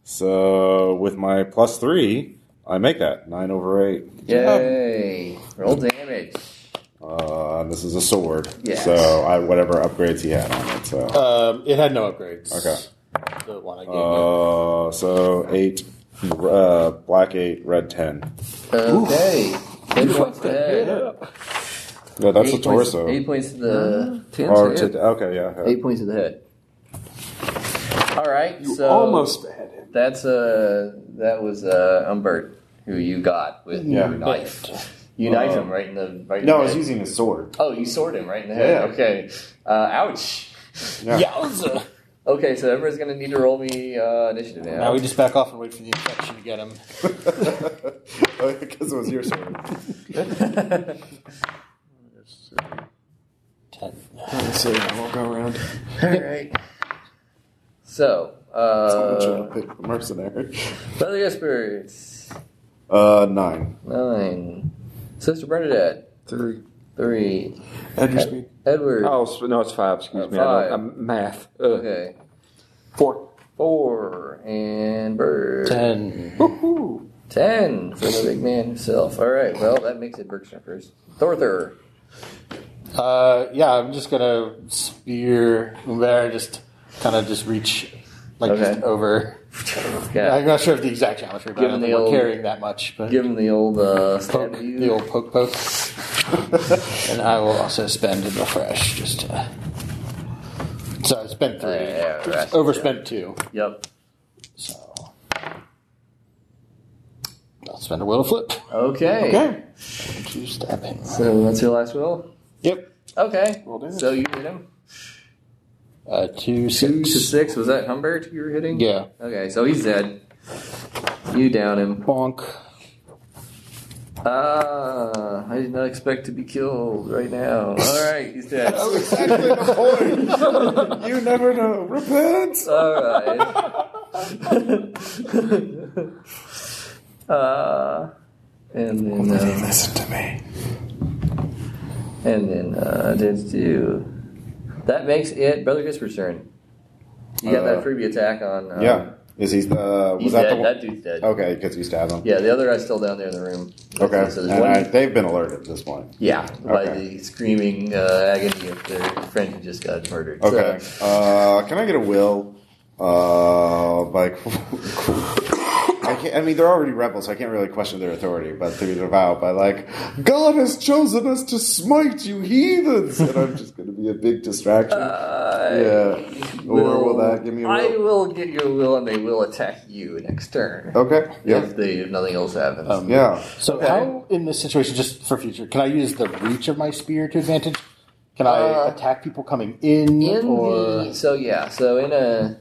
Speaker 7: so with my plus three, I make that nine over eight.
Speaker 2: Yay! Roll damage.
Speaker 7: Uh, and this is a sword,
Speaker 2: Yes.
Speaker 7: so I whatever upgrades he had on it. So
Speaker 4: Um, it had no upgrades.
Speaker 7: Okay.
Speaker 4: The one I gave you.
Speaker 7: uh, so eight, uh, black eight, red ten.
Speaker 2: Okay. Ten points to head.
Speaker 7: Yeah,
Speaker 2: Eight
Speaker 7: that's a
Speaker 2: points-
Speaker 7: torso.
Speaker 2: Eight points to the.
Speaker 5: Ten
Speaker 7: Or to- okay, yeah.
Speaker 2: Eight points to the head. All right.
Speaker 6: You
Speaker 2: so
Speaker 6: almost had him.
Speaker 2: That's uh That was uh Umbert who you got with
Speaker 7: Yeah.
Speaker 2: your knife. You knife him right in the right. in
Speaker 7: No, I
Speaker 2: the
Speaker 7: was
Speaker 2: head.
Speaker 7: using a sword.
Speaker 2: Oh, you sword him right in the head.
Speaker 7: Yeah.
Speaker 2: Okay. Uh, ouch.
Speaker 7: Yeah.
Speaker 4: Yowza!
Speaker 2: Okay, so everyone's gonna need to roll me uh, initiative now.
Speaker 4: Now we just back off and wait for the infection to get him.
Speaker 7: Because it was your sword.
Speaker 4: Ten.
Speaker 6: Let's see, I won't go around.
Speaker 2: All right. So, uh,
Speaker 7: Pick the mercenary.
Speaker 2: Brother Jesper, it's
Speaker 7: Uh, nine.
Speaker 2: nine. Sister Bernadette,
Speaker 5: Three.
Speaker 2: three.
Speaker 6: Edgar's me.
Speaker 2: Edward,
Speaker 5: Oh, s- no, it's five. Excuse
Speaker 2: Uh,
Speaker 5: me. I don't-
Speaker 2: five.
Speaker 5: I'm math. Ugh.
Speaker 2: okay.
Speaker 5: Four.
Speaker 2: Four. And Bird.
Speaker 4: Ten.
Speaker 5: Woohoo.
Speaker 2: Ten for the big man himself. All right, well, that makes it Bergstrom first. Thorther.
Speaker 4: Uh, yeah, I'm just gonna spear Umber, just kind of just reach, like,
Speaker 2: Okay.
Speaker 4: just over.
Speaker 2: Yeah.
Speaker 4: I'm not sure of the exact geometry, but
Speaker 2: Give
Speaker 4: I don't
Speaker 2: him the
Speaker 4: think we're
Speaker 2: old-
Speaker 4: carrying that much. But
Speaker 2: Give him the old uh,
Speaker 4: poke,
Speaker 2: stab you.
Speaker 4: the old poke poke. and I will also spend and refresh, just to... So I spent three.
Speaker 2: Yeah, right.
Speaker 4: Overspent two.
Speaker 2: Yep.
Speaker 4: So I'll spend a will to flip.
Speaker 2: Okay.
Speaker 4: Two stabbing.
Speaker 2: So that's your last will?
Speaker 4: Yep.
Speaker 2: Okay.
Speaker 6: Roll damage.
Speaker 2: So you hit him.
Speaker 4: Uh,
Speaker 2: Two
Speaker 4: two, six.
Speaker 2: to six. Was that Humbert you were hitting?
Speaker 4: Yeah.
Speaker 2: Okay, so he's dead. You down him.
Speaker 4: Bonk.
Speaker 2: Ah, I did not expect to be killed right now. All right, he's dead.
Speaker 7: exactly the point. You never know. Repent.
Speaker 2: All right. uh, and then uh,
Speaker 7: Listen to me.
Speaker 2: and then uh, did you? That makes it Brother Crisper's turn. You got
Speaker 7: Uh,
Speaker 2: that freebie attack on. Uh,
Speaker 7: Yeah. Is he? Uh, was
Speaker 2: he's
Speaker 7: that
Speaker 2: dead.
Speaker 7: the one?
Speaker 2: That dude's dead.
Speaker 7: Okay, because we stabbed him.
Speaker 2: Yeah, the other guy's still down there in the room.
Speaker 7: Okay,
Speaker 2: So
Speaker 7: and
Speaker 2: there's one.
Speaker 7: I- they've been alerted at this point.
Speaker 2: yeah, by
Speaker 7: Okay.
Speaker 2: the screaming uh, agony of their friend who just got murdered. So-
Speaker 7: Okay, uh, can I get a will? Uh, by I can't. I mean, they're already rebels. So I can't really question their authority, but through their vow, by like, God has chosen us to smite you, heathens, and I'm just going to be a big distraction. yeah. Or will that give me a
Speaker 2: Uh, I
Speaker 7: will?
Speaker 2: will get you a will, and they will attack you next turn.
Speaker 7: Okay. Yeah. Um,
Speaker 2: If they if nothing else happens.
Speaker 7: Yeah.
Speaker 4: So how in this situation, just for future, can I use the reach of my spear to advantage? Can I
Speaker 2: Uh,
Speaker 4: attack people coming in,
Speaker 2: in
Speaker 4: or
Speaker 2: the so yeah, so in a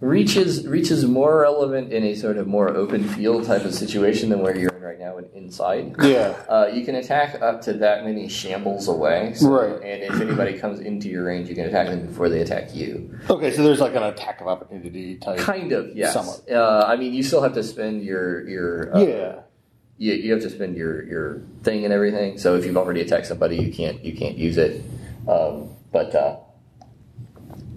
Speaker 2: reaches reaches more relevant in a sort of more open field type of situation than where you're in right now and inside.
Speaker 4: yeah?
Speaker 2: Uh, you can attack up to that many shambles away. so-
Speaker 4: Right.
Speaker 2: And if anybody comes into your range, you can attack them before they attack you.
Speaker 4: Okay, so there's like an attack of opportunity type.
Speaker 2: Kind of, yes.
Speaker 4: Somewhat.
Speaker 2: Uh, I mean, you still have to spend your your uh,
Speaker 4: Yeah.
Speaker 2: you, you have to spend your, your thing and everything. So if you've already attacked somebody, you can't you can't use it. Um, but uh,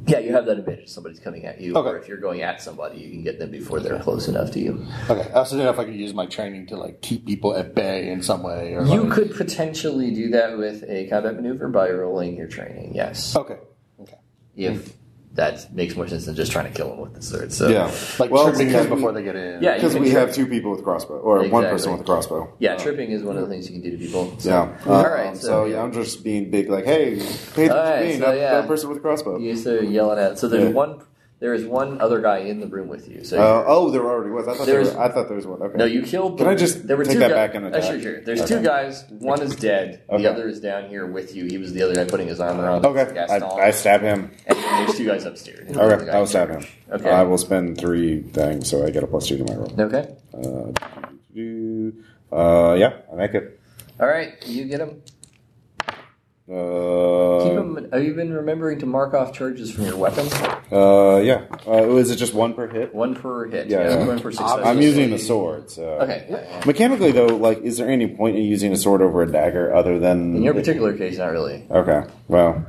Speaker 2: yeah, you have that advantage. if Somebody's coming at you, or
Speaker 4: Okay.
Speaker 2: if you're going at somebody, you can get them before they're close enough to you.
Speaker 4: Okay. I also didn't know if I could use my training to like keep people at bay in some way. Or
Speaker 2: You
Speaker 4: like-
Speaker 2: could potentially do that with a combat maneuver by rolling your training. Yes,
Speaker 4: Okay. Okay.
Speaker 2: Oh. if that makes more sense than just trying to kill them with the sword. So
Speaker 7: Yeah.
Speaker 4: Like
Speaker 7: Well,
Speaker 4: tripping them
Speaker 7: because we-
Speaker 4: before they get in.
Speaker 2: yeah, you
Speaker 7: Because
Speaker 2: can
Speaker 7: we
Speaker 2: trip.
Speaker 7: have two people with crossbow, or one person
Speaker 2: Exactly.
Speaker 7: with a crossbow.
Speaker 2: yeah, tripping is one of the things you can do to people. So.
Speaker 7: Yeah.
Speaker 2: All
Speaker 7: Uh,
Speaker 2: right.
Speaker 7: So, yeah, I'm just being big, like, hey, pay attention
Speaker 2: All
Speaker 7: to
Speaker 2: right,
Speaker 7: me,
Speaker 2: so,
Speaker 7: not
Speaker 2: yeah.
Speaker 7: that person with a crossbow.
Speaker 2: You started yelling at. So there's
Speaker 7: Yeah.
Speaker 2: one. There is one other guy in the room with you. So
Speaker 7: Uh, oh, there already was. I thought there,
Speaker 2: There's-
Speaker 7: was. I thought there was one. Okay.
Speaker 2: no, you killed.
Speaker 7: Can I just
Speaker 2: There were
Speaker 7: take
Speaker 2: two
Speaker 7: that
Speaker 2: guy-
Speaker 7: back and
Speaker 2: Uh, sure,
Speaker 7: attack?
Speaker 2: sure. There's
Speaker 7: Okay.
Speaker 2: two guys. One is dead.
Speaker 7: Okay.
Speaker 2: The other is down here with you. He was the other guy putting his armor on.
Speaker 7: Okay.
Speaker 2: Gaston.
Speaker 7: I, I stab him.
Speaker 2: and then there's two guys upstairs. Another
Speaker 7: Okay.
Speaker 2: guy.
Speaker 7: I'll stab him.
Speaker 2: Okay.
Speaker 7: I will spend three things, so I get a plus two to my roll.
Speaker 2: Okay.
Speaker 7: Uh, yeah, I make it.
Speaker 2: All right. You get him. Keep
Speaker 7: Uh,
Speaker 2: him. Have you been remembering to mark off charges from your weapon?
Speaker 7: uh, yeah. Uh, is it just one per hit?
Speaker 2: One per hit.
Speaker 7: Yeah, yeah.
Speaker 2: One per success.
Speaker 7: I'm using the sword. So.
Speaker 2: Okay. yeah.
Speaker 7: Mechanically, though, like, is there any point in using a sword over a dagger other than
Speaker 2: In your particular case, not really.
Speaker 7: Okay. Well,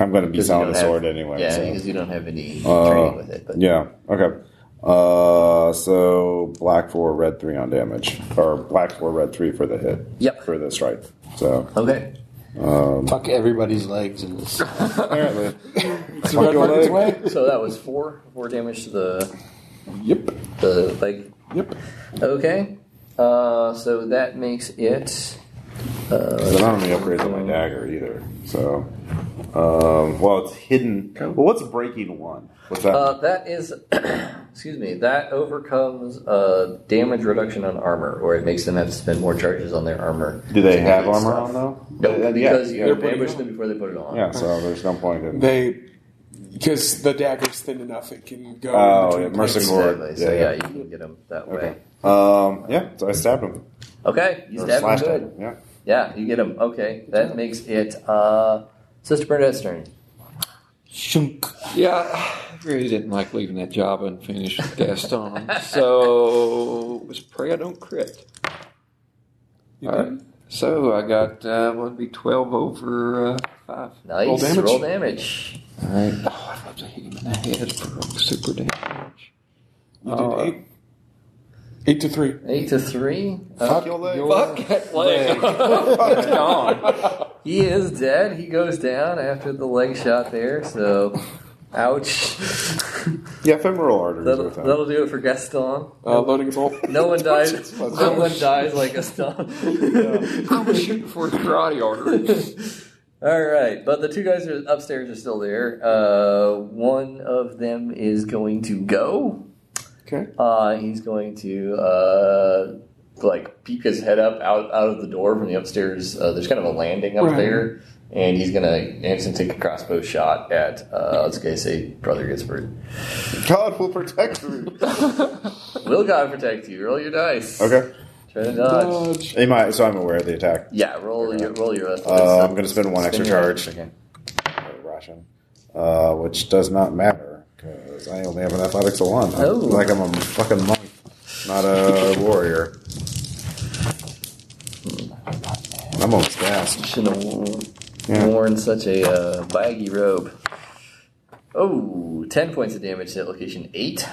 Speaker 7: I'm going to be
Speaker 2: Because you
Speaker 7: selling
Speaker 2: don't
Speaker 7: the
Speaker 2: have-
Speaker 7: sword anyway.
Speaker 2: Yeah,
Speaker 7: so-
Speaker 2: because you don't have any
Speaker 7: Uh,
Speaker 2: training with it. But
Speaker 7: Yeah. Okay. Uh, so black four, red three on damage, or black four, red three for the hit.
Speaker 2: Yep.
Speaker 7: For the strike. So
Speaker 2: okay.
Speaker 4: Fuck everybody's legs in this.
Speaker 7: apparently,
Speaker 6: Red
Speaker 7: Fuck your
Speaker 6: Market's
Speaker 7: leg.
Speaker 6: way.
Speaker 2: So that was four, four damage to the
Speaker 7: Yep.
Speaker 2: the leg.
Speaker 7: Yep.
Speaker 2: Okay, uh, so that makes it. uh,
Speaker 7: But I don't have any upgrades on my dagger either. So, um, well, it's hidden. Well, what's breaking one? What's that?
Speaker 2: Uh, that is, excuse me, that overcomes uh, damage reduction on armor, or it makes them have to spend more charges on their armor.
Speaker 7: Do they
Speaker 2: to
Speaker 7: have
Speaker 2: do
Speaker 7: armor
Speaker 2: stuff.
Speaker 7: on though? Uh,
Speaker 2: No,
Speaker 7: Yeah,
Speaker 2: because
Speaker 7: yeah,
Speaker 2: you
Speaker 7: yeah.
Speaker 2: ambushed them before they put it on.
Speaker 7: Yeah, So there's no point in.
Speaker 6: They, because the dagger's thin enough, it can go.
Speaker 7: Oh,
Speaker 6: in
Speaker 7: yeah,
Speaker 6: between places.
Speaker 7: merciful
Speaker 2: Exactly. So
Speaker 7: Yeah,
Speaker 2: yeah,
Speaker 7: yeah.
Speaker 2: you can get them that way.
Speaker 7: Okay. Um, yeah. So I stabbed him.
Speaker 2: Okay, you
Speaker 7: Or
Speaker 2: stab him
Speaker 7: slashed
Speaker 2: good.
Speaker 7: at him. Yeah.
Speaker 2: Yeah, you get him. Okay, that makes it uh, Sister Bernadette's turn.
Speaker 4: Shunk.
Speaker 5: Yeah, I really didn't like leaving that job unfinished with Gaston. so let's pray I don't crit. All right. So I got uh, what would be twelve over uh, five.
Speaker 2: Nice. Roll
Speaker 6: Roll
Speaker 2: damage.
Speaker 6: damage.
Speaker 5: All right. Oh, I'd love to hit him in the head for super damage.
Speaker 6: You did
Speaker 2: Uh,
Speaker 5: All right.
Speaker 6: eight, eight to three.
Speaker 2: Eight to three. Uh,
Speaker 7: Fuck your leg.
Speaker 5: Fuck that leg.
Speaker 2: Oh,
Speaker 5: it's gone.
Speaker 2: he is dead. He goes down after the leg shot there. So, ouch.
Speaker 7: Yeah, femoral arteries.
Speaker 2: that'll,
Speaker 7: are fine.
Speaker 2: that'll do it for Gaston.
Speaker 6: Uh, loading bolt.
Speaker 2: No one dies. no one dies like Gaston.
Speaker 5: I was shooting for his karate arteries.
Speaker 2: All right, but the two guys are upstairs are still there. Uh, one of them is going to go.
Speaker 6: Okay.
Speaker 2: Uh, he's going to uh, like peek his head up out, out of the door from the upstairs. Uh, there's kind of a landing up
Speaker 6: Right.
Speaker 2: there, and he's gonna Anson take a crossbow shot at uh, let's go say Brother Ginsburg.
Speaker 7: God will protect you.
Speaker 2: Will God protect you? Roll your dice.
Speaker 7: okay.
Speaker 2: Try to dodge.
Speaker 6: Dodge.
Speaker 7: Am I- so I'm aware of the attack.
Speaker 2: Yeah, roll your roll your.
Speaker 7: Uh, I'm going to spend one extra
Speaker 2: your-
Speaker 7: charge. uh, Ration. Uh, which does not matter because I only have an athletics of one. I'm-
Speaker 2: Oh.
Speaker 7: Like I'm a fucking monk, not a warrior. I'm almost gassed.
Speaker 2: Shouldn't have worn,
Speaker 7: Yeah.
Speaker 2: worn such a uh, baggy robe. Oh, 10 points of damage to location 8.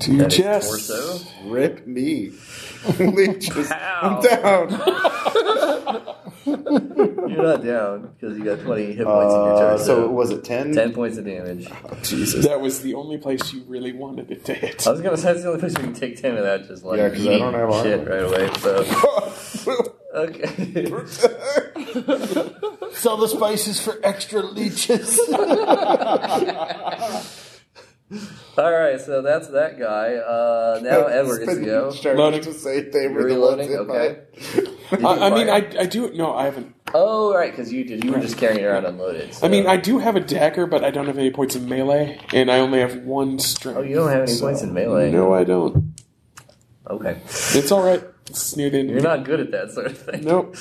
Speaker 6: To your
Speaker 2: That is
Speaker 6: chest.
Speaker 2: Torso.
Speaker 7: Rip me. Leeches. I'm
Speaker 2: Ow.
Speaker 7: down.
Speaker 2: You're not down because you got 20 hit points in your
Speaker 7: Uh,
Speaker 2: torso.
Speaker 7: so was it ten?
Speaker 2: 10 points of damage.
Speaker 7: Jesus.
Speaker 6: That was the only place you really wanted it to hit.
Speaker 2: I was going to say that's the only place we can take 10 without just like
Speaker 7: Yeah, 'cause I
Speaker 2: eating
Speaker 7: don't have
Speaker 2: shit
Speaker 7: armor.
Speaker 2: right away. So, okay.
Speaker 4: Sell the spices for extra leeches.
Speaker 2: All right, so that's that guy. Uh, now Edward gets to go.
Speaker 7: Loading. To say they were the ones
Speaker 2: Reloading,
Speaker 7: hit by
Speaker 2: okay.
Speaker 7: it.
Speaker 6: I, I mean, I, I do. No, I haven't.
Speaker 2: Oh, right, because you did. You were just carrying it around unloaded.
Speaker 6: I mean,
Speaker 2: so-
Speaker 6: I do have a dagger, but I don't have any points in melee, and I only have one string.
Speaker 2: Oh, you don't have any points in melee.
Speaker 6: No, I don't.
Speaker 2: Okay.
Speaker 6: It's all right. It's near the end.
Speaker 2: You're not good at that sort of thing.
Speaker 6: Nope.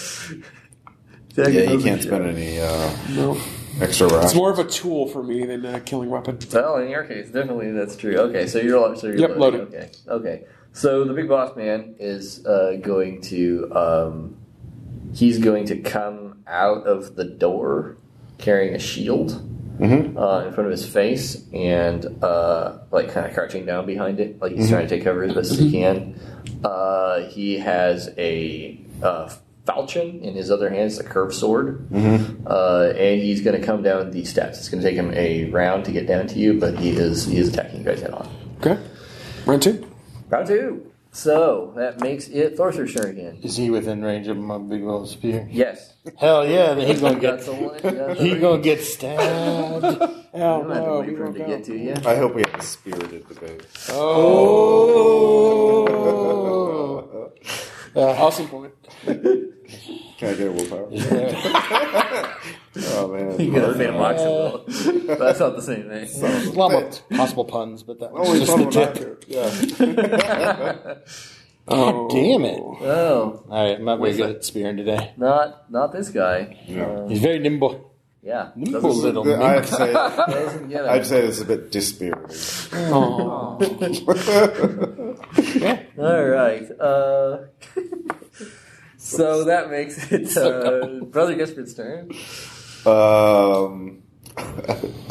Speaker 7: Yeah, you can't spend any uh,
Speaker 6: No.
Speaker 7: extra
Speaker 6: It's
Speaker 7: rounds.
Speaker 6: more of a tool for me than a killing weapon.
Speaker 2: Well, in your case, definitely that's true. Okay, so you're lo- so you're
Speaker 6: Yep,
Speaker 2: loading.
Speaker 6: loaded.
Speaker 2: Okay, okay. So the big boss man is uh, going to um, he's going to come out of the door carrying a shield uh, in front of his face and uh, like kind of crouching down behind it, like he's trying to take cover as best as he can. Uh, he has a uh, falchion in his other hand, it's a curved sword, uh, and he's going to come down these steps. It's going to take him a round to get down to you, but he is he is attacking you guys head on.
Speaker 6: Okay. Round two.
Speaker 2: Round two. So that makes it Thorster's turn again.
Speaker 4: Is he within range of my big old spear?
Speaker 2: Yes.
Speaker 4: Hell yeah, then he gonna
Speaker 2: That's
Speaker 4: get
Speaker 2: the one. That's
Speaker 4: he
Speaker 2: the-
Speaker 4: gonna get stabbed.
Speaker 6: Oh,
Speaker 2: I'm not
Speaker 6: no.
Speaker 2: waiting
Speaker 6: we
Speaker 2: for him
Speaker 6: won't
Speaker 2: to
Speaker 6: go.
Speaker 2: get to you.
Speaker 7: I hope we have a spirited debate.
Speaker 6: Oh.
Speaker 4: Uh,
Speaker 6: awesome point.
Speaker 7: Can I get a willpower? oh man.
Speaker 2: You could have made a mock symbol. But that's not the same thing.
Speaker 4: There's a lot more possible puns, but that was
Speaker 7: Always
Speaker 4: just
Speaker 7: fun
Speaker 4: the
Speaker 7: when I
Speaker 4: tip.
Speaker 7: do. Yeah.
Speaker 6: Oh.
Speaker 4: Damn it!
Speaker 2: Oh,
Speaker 4: All right, I'm not very
Speaker 2: With
Speaker 4: good
Speaker 2: it.
Speaker 4: at spearing today.
Speaker 2: not not this guy. Uh,
Speaker 7: No.
Speaker 4: He's very nimble.
Speaker 2: Yeah.
Speaker 4: Nimble little
Speaker 7: I
Speaker 4: mink.
Speaker 7: have to say,
Speaker 2: Doesn't get
Speaker 7: I'd
Speaker 2: him.
Speaker 7: say this is a bit dispiriting. Oh.
Speaker 2: All right. Uh, so that makes it uh, Brother Gisbert's turn.
Speaker 7: Um,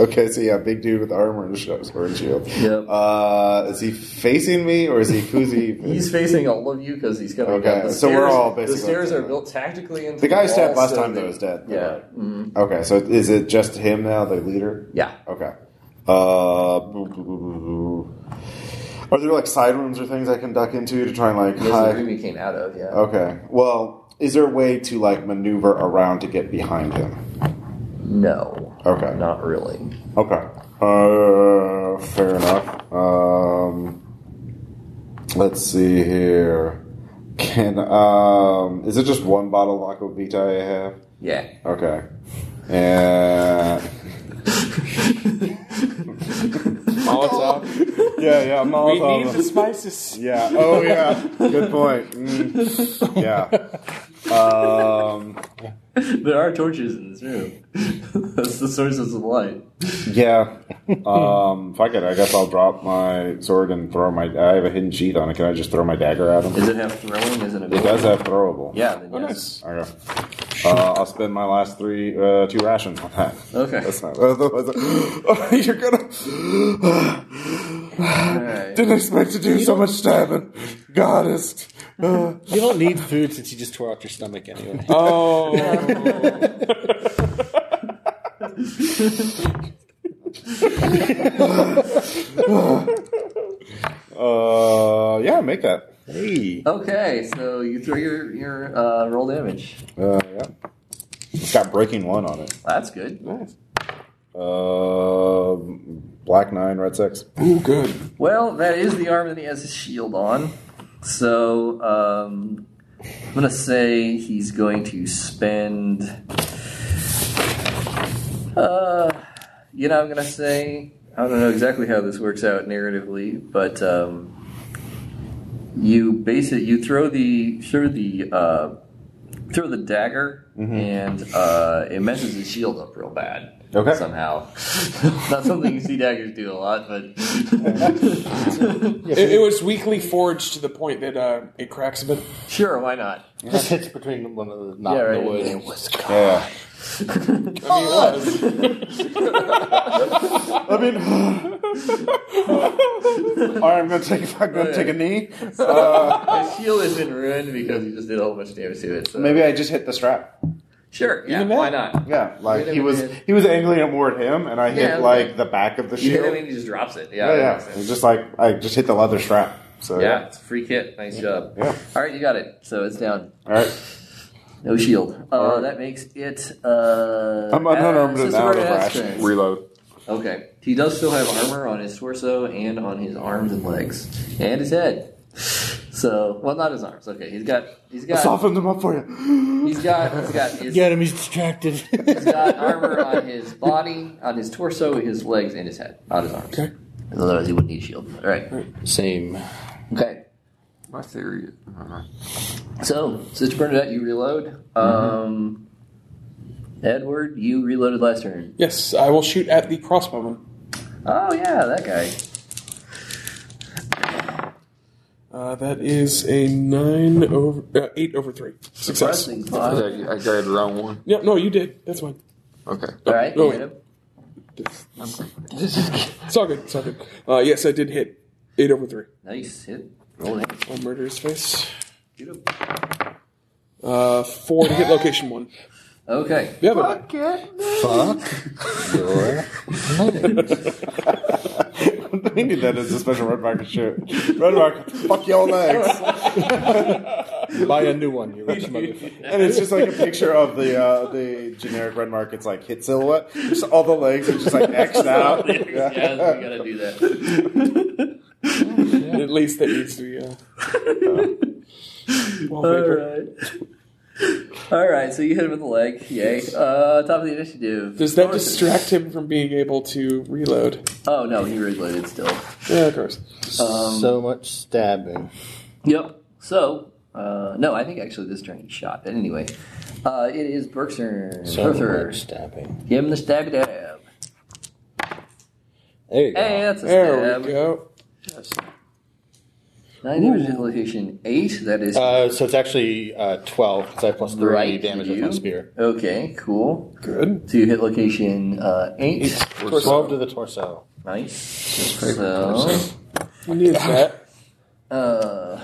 Speaker 7: okay, so yeah, big dude with armor and sh- sword and shield.
Speaker 2: Yep.
Speaker 7: Uh, is he facing me or is he who's he?
Speaker 2: He's facing all of you because he's coming
Speaker 7: Mm-hmm. Okay,
Speaker 2: down the
Speaker 7: so we're
Speaker 2: stairs.
Speaker 7: all basically-
Speaker 2: the stairs are built tactically into
Speaker 7: The guy
Speaker 2: wall,
Speaker 7: stabbed last
Speaker 2: so
Speaker 7: time,
Speaker 2: they-
Speaker 7: though, is dead.
Speaker 2: Yeah, mm,
Speaker 7: okay, so is it just him now, the leader?
Speaker 2: yeah.
Speaker 7: Okay. Uh, boo, boo, boo, boo, boo. are there like side rooms or things I can duck into to try and like
Speaker 2: This is the room
Speaker 7: hide?
Speaker 2: he came out of. Yeah.
Speaker 7: Okay. Well, is there a way to like maneuver around to get behind him?
Speaker 2: No.
Speaker 7: Okay.
Speaker 2: Not really.
Speaker 7: Okay. Uh, fair enough. Um, let's see here. Can um, is it just one bottle of Aqua Vitae I have?
Speaker 2: Yeah.
Speaker 7: Okay. And
Speaker 6: Molotov.
Speaker 7: yeah, yeah,
Speaker 6: We need the spices.
Speaker 7: Yeah. Oh, yeah. Good point. Mm. Yeah. Um,
Speaker 2: There are torches in this room. That's the sources of light.
Speaker 7: yeah. Um, fuck it. I guess I'll drop my sword and throw my. I have a hidden sheath on it. Can I just throw my dagger at him?
Speaker 2: Does it have throwing? Is it a
Speaker 7: It does have throwable.
Speaker 2: Yeah. Then
Speaker 6: Oh,
Speaker 2: yes.
Speaker 6: nice.
Speaker 7: Okay. Uh, I'll spend my last three, uh, two rations on that.
Speaker 2: Okay.
Speaker 7: That's not. Otherwise, oh, you're gonna.
Speaker 2: Alright.
Speaker 7: Didn't expect to do so much stabbing. Goddess. Uh,
Speaker 4: You don't need food since you just tore out your stomach anyway.
Speaker 6: Oh.
Speaker 7: uh, yeah, make that.
Speaker 4: Hey,
Speaker 2: Okay, so you throw your your uh, roll damage.
Speaker 7: Uh, yeah. It's got breaking one on it.
Speaker 2: That's good.
Speaker 6: nice.
Speaker 7: Uh, black nine, red six.
Speaker 6: Ooh, good.
Speaker 2: Well, that is the arm that he has his shield on. So um, I'm gonna say he's going to spend Uh, you know, I'm gonna say I don't know exactly how this works out narratively, but um, you base it. You throw the throw the uh, throw the dagger, and uh, it messes his shield up real bad.
Speaker 7: Okay.
Speaker 2: Somehow, not something you see daggers do a lot, but
Speaker 6: It, it was weakly forged to the point that uh, it cracks a bit.
Speaker 2: sure, why not?
Speaker 9: This hits between one of the not
Speaker 2: Yeah,
Speaker 9: in
Speaker 2: right.
Speaker 9: the wood.
Speaker 7: Yeah. I mean, all right, I'm gonna take. I'm
Speaker 4: Oh,
Speaker 7: gonna take a knee. Uh,
Speaker 2: His shield has been ruined because he just did a whole bunch of damage to it. So.
Speaker 7: maybe I just hit the strap.
Speaker 2: sure, yeah, why not?
Speaker 7: Yeah, like
Speaker 2: Hit
Speaker 7: he
Speaker 2: him
Speaker 7: was
Speaker 2: in the head.
Speaker 7: he was angling more at him, and I hit
Speaker 2: Yeah,
Speaker 7: like
Speaker 2: okay.
Speaker 7: the back of the
Speaker 2: You hit him
Speaker 7: shield.
Speaker 2: and he just drops it. Yeah,
Speaker 7: yeah,
Speaker 2: that
Speaker 7: yeah.
Speaker 2: makes
Speaker 7: It
Speaker 2: sense.
Speaker 7: was just like I just hit the leather strap. So
Speaker 2: Yeah, it's a free kit. Nice job.
Speaker 7: Yeah.
Speaker 2: All right, you got it. So it's down.
Speaker 7: All right.
Speaker 2: No shield. Uh,
Speaker 7: All right.
Speaker 2: That makes it. Uh,
Speaker 7: I'm unarmed
Speaker 2: uh,
Speaker 7: and
Speaker 2: so
Speaker 7: out of
Speaker 2: Soraya has
Speaker 7: action.
Speaker 2: turn.
Speaker 7: Reload.
Speaker 2: Okay. He does still have armor on his torso and on his arms and legs and his head. So, well, not his arms. Okay, he's got he's got
Speaker 7: Soften them up for you.
Speaker 2: he's got he's got his,
Speaker 3: Get him, he's distracted.
Speaker 2: he's got armor on his body, on his torso, his legs, and his head, not his arms.
Speaker 6: Okay.
Speaker 2: Otherwise, he wouldn't need a shield. All right.
Speaker 1: Same.
Speaker 2: Okay.
Speaker 5: My theory. uh-huh.
Speaker 2: So, Sister Bernadette, you reload.
Speaker 6: Mm-hmm.
Speaker 2: Um, Edward, you reloaded last turn.
Speaker 6: Yes, I will shoot at the crossbowman.
Speaker 2: Oh, yeah, that guy.
Speaker 6: Uh, that is a nine over uh, eight over three. Success.
Speaker 2: Surprising.
Speaker 5: I,
Speaker 2: All
Speaker 5: I grabbed the wrong one.
Speaker 6: No, no, you did. That's fine.
Speaker 5: Okay.
Speaker 2: right, you
Speaker 6: Oh,
Speaker 2: hit him.
Speaker 6: It's all good. It's all good. Uh, yes, I did hit eight over three.
Speaker 2: Nice hit. Roll it.
Speaker 6: I'll murder his face.
Speaker 2: Shoot him.
Speaker 6: Uh, four to hit location one.
Speaker 2: Okay.
Speaker 6: Yeah, but
Speaker 7: we need that as a special red market shirt. Red market. Fuck your legs.
Speaker 3: Buy a new one, you rich motherfucker.
Speaker 7: And it's just like a picture of the uh, the generic red market's like hit silhouette. Just all the legs are just like X'd out.
Speaker 2: Yeah,
Speaker 7: Yeah.
Speaker 2: we gotta do that.
Speaker 6: at least that needs to be. Uh,
Speaker 2: Uh,
Speaker 6: wallpaper.
Speaker 2: All right. All right. So you hit him in the leg. Yay. Uh, top of the initiative.
Speaker 6: Does that
Speaker 2: Thorson.
Speaker 6: distract him from being able to reload?
Speaker 2: Oh no, he reloaded still.
Speaker 6: Yeah, of course.
Speaker 2: Um,
Speaker 4: so much stabbing.
Speaker 2: Yep. So, uh, no, I think actually this turn he shot. But anyway, uh, it is Berkser.
Speaker 4: So
Speaker 2: Berkser.
Speaker 4: much stabbing.
Speaker 2: Give him the stab dab.
Speaker 4: There you go.
Speaker 2: Hey, that's a
Speaker 6: There
Speaker 2: stab.
Speaker 6: we go.
Speaker 2: Nine damage to location eight. That is
Speaker 4: Uh, so it's actually uh, 12 because I have plus 3
Speaker 2: Right,
Speaker 4: damage
Speaker 2: you.
Speaker 4: with my spear.
Speaker 2: okay. Cool.
Speaker 6: Good.
Speaker 2: So you hit location uh, eight.
Speaker 4: 12 to the torso.
Speaker 2: Nice. So,
Speaker 6: He needs that.
Speaker 2: uh,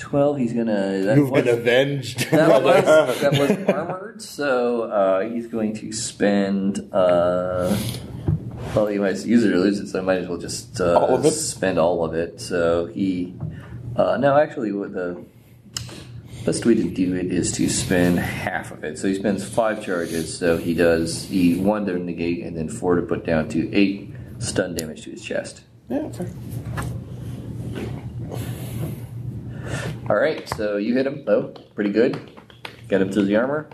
Speaker 2: twelve. He's gonna. That
Speaker 4: You've
Speaker 2: was,
Speaker 4: been avenged.
Speaker 2: that was, that was armored. So uh, he's going to spend. Uh, well, he might use it or lose it, so I might as well just uh,
Speaker 6: All of it?
Speaker 2: spend all of it. So he. Uh, no, actually, what the best way to do it is to spend half of it. So he spends five charges. So he does he one to negate and then four to put down to eight stun damage to his chest.
Speaker 6: Yeah, fair.
Speaker 2: All right, so you hit him though, pretty good. Got him through the armor.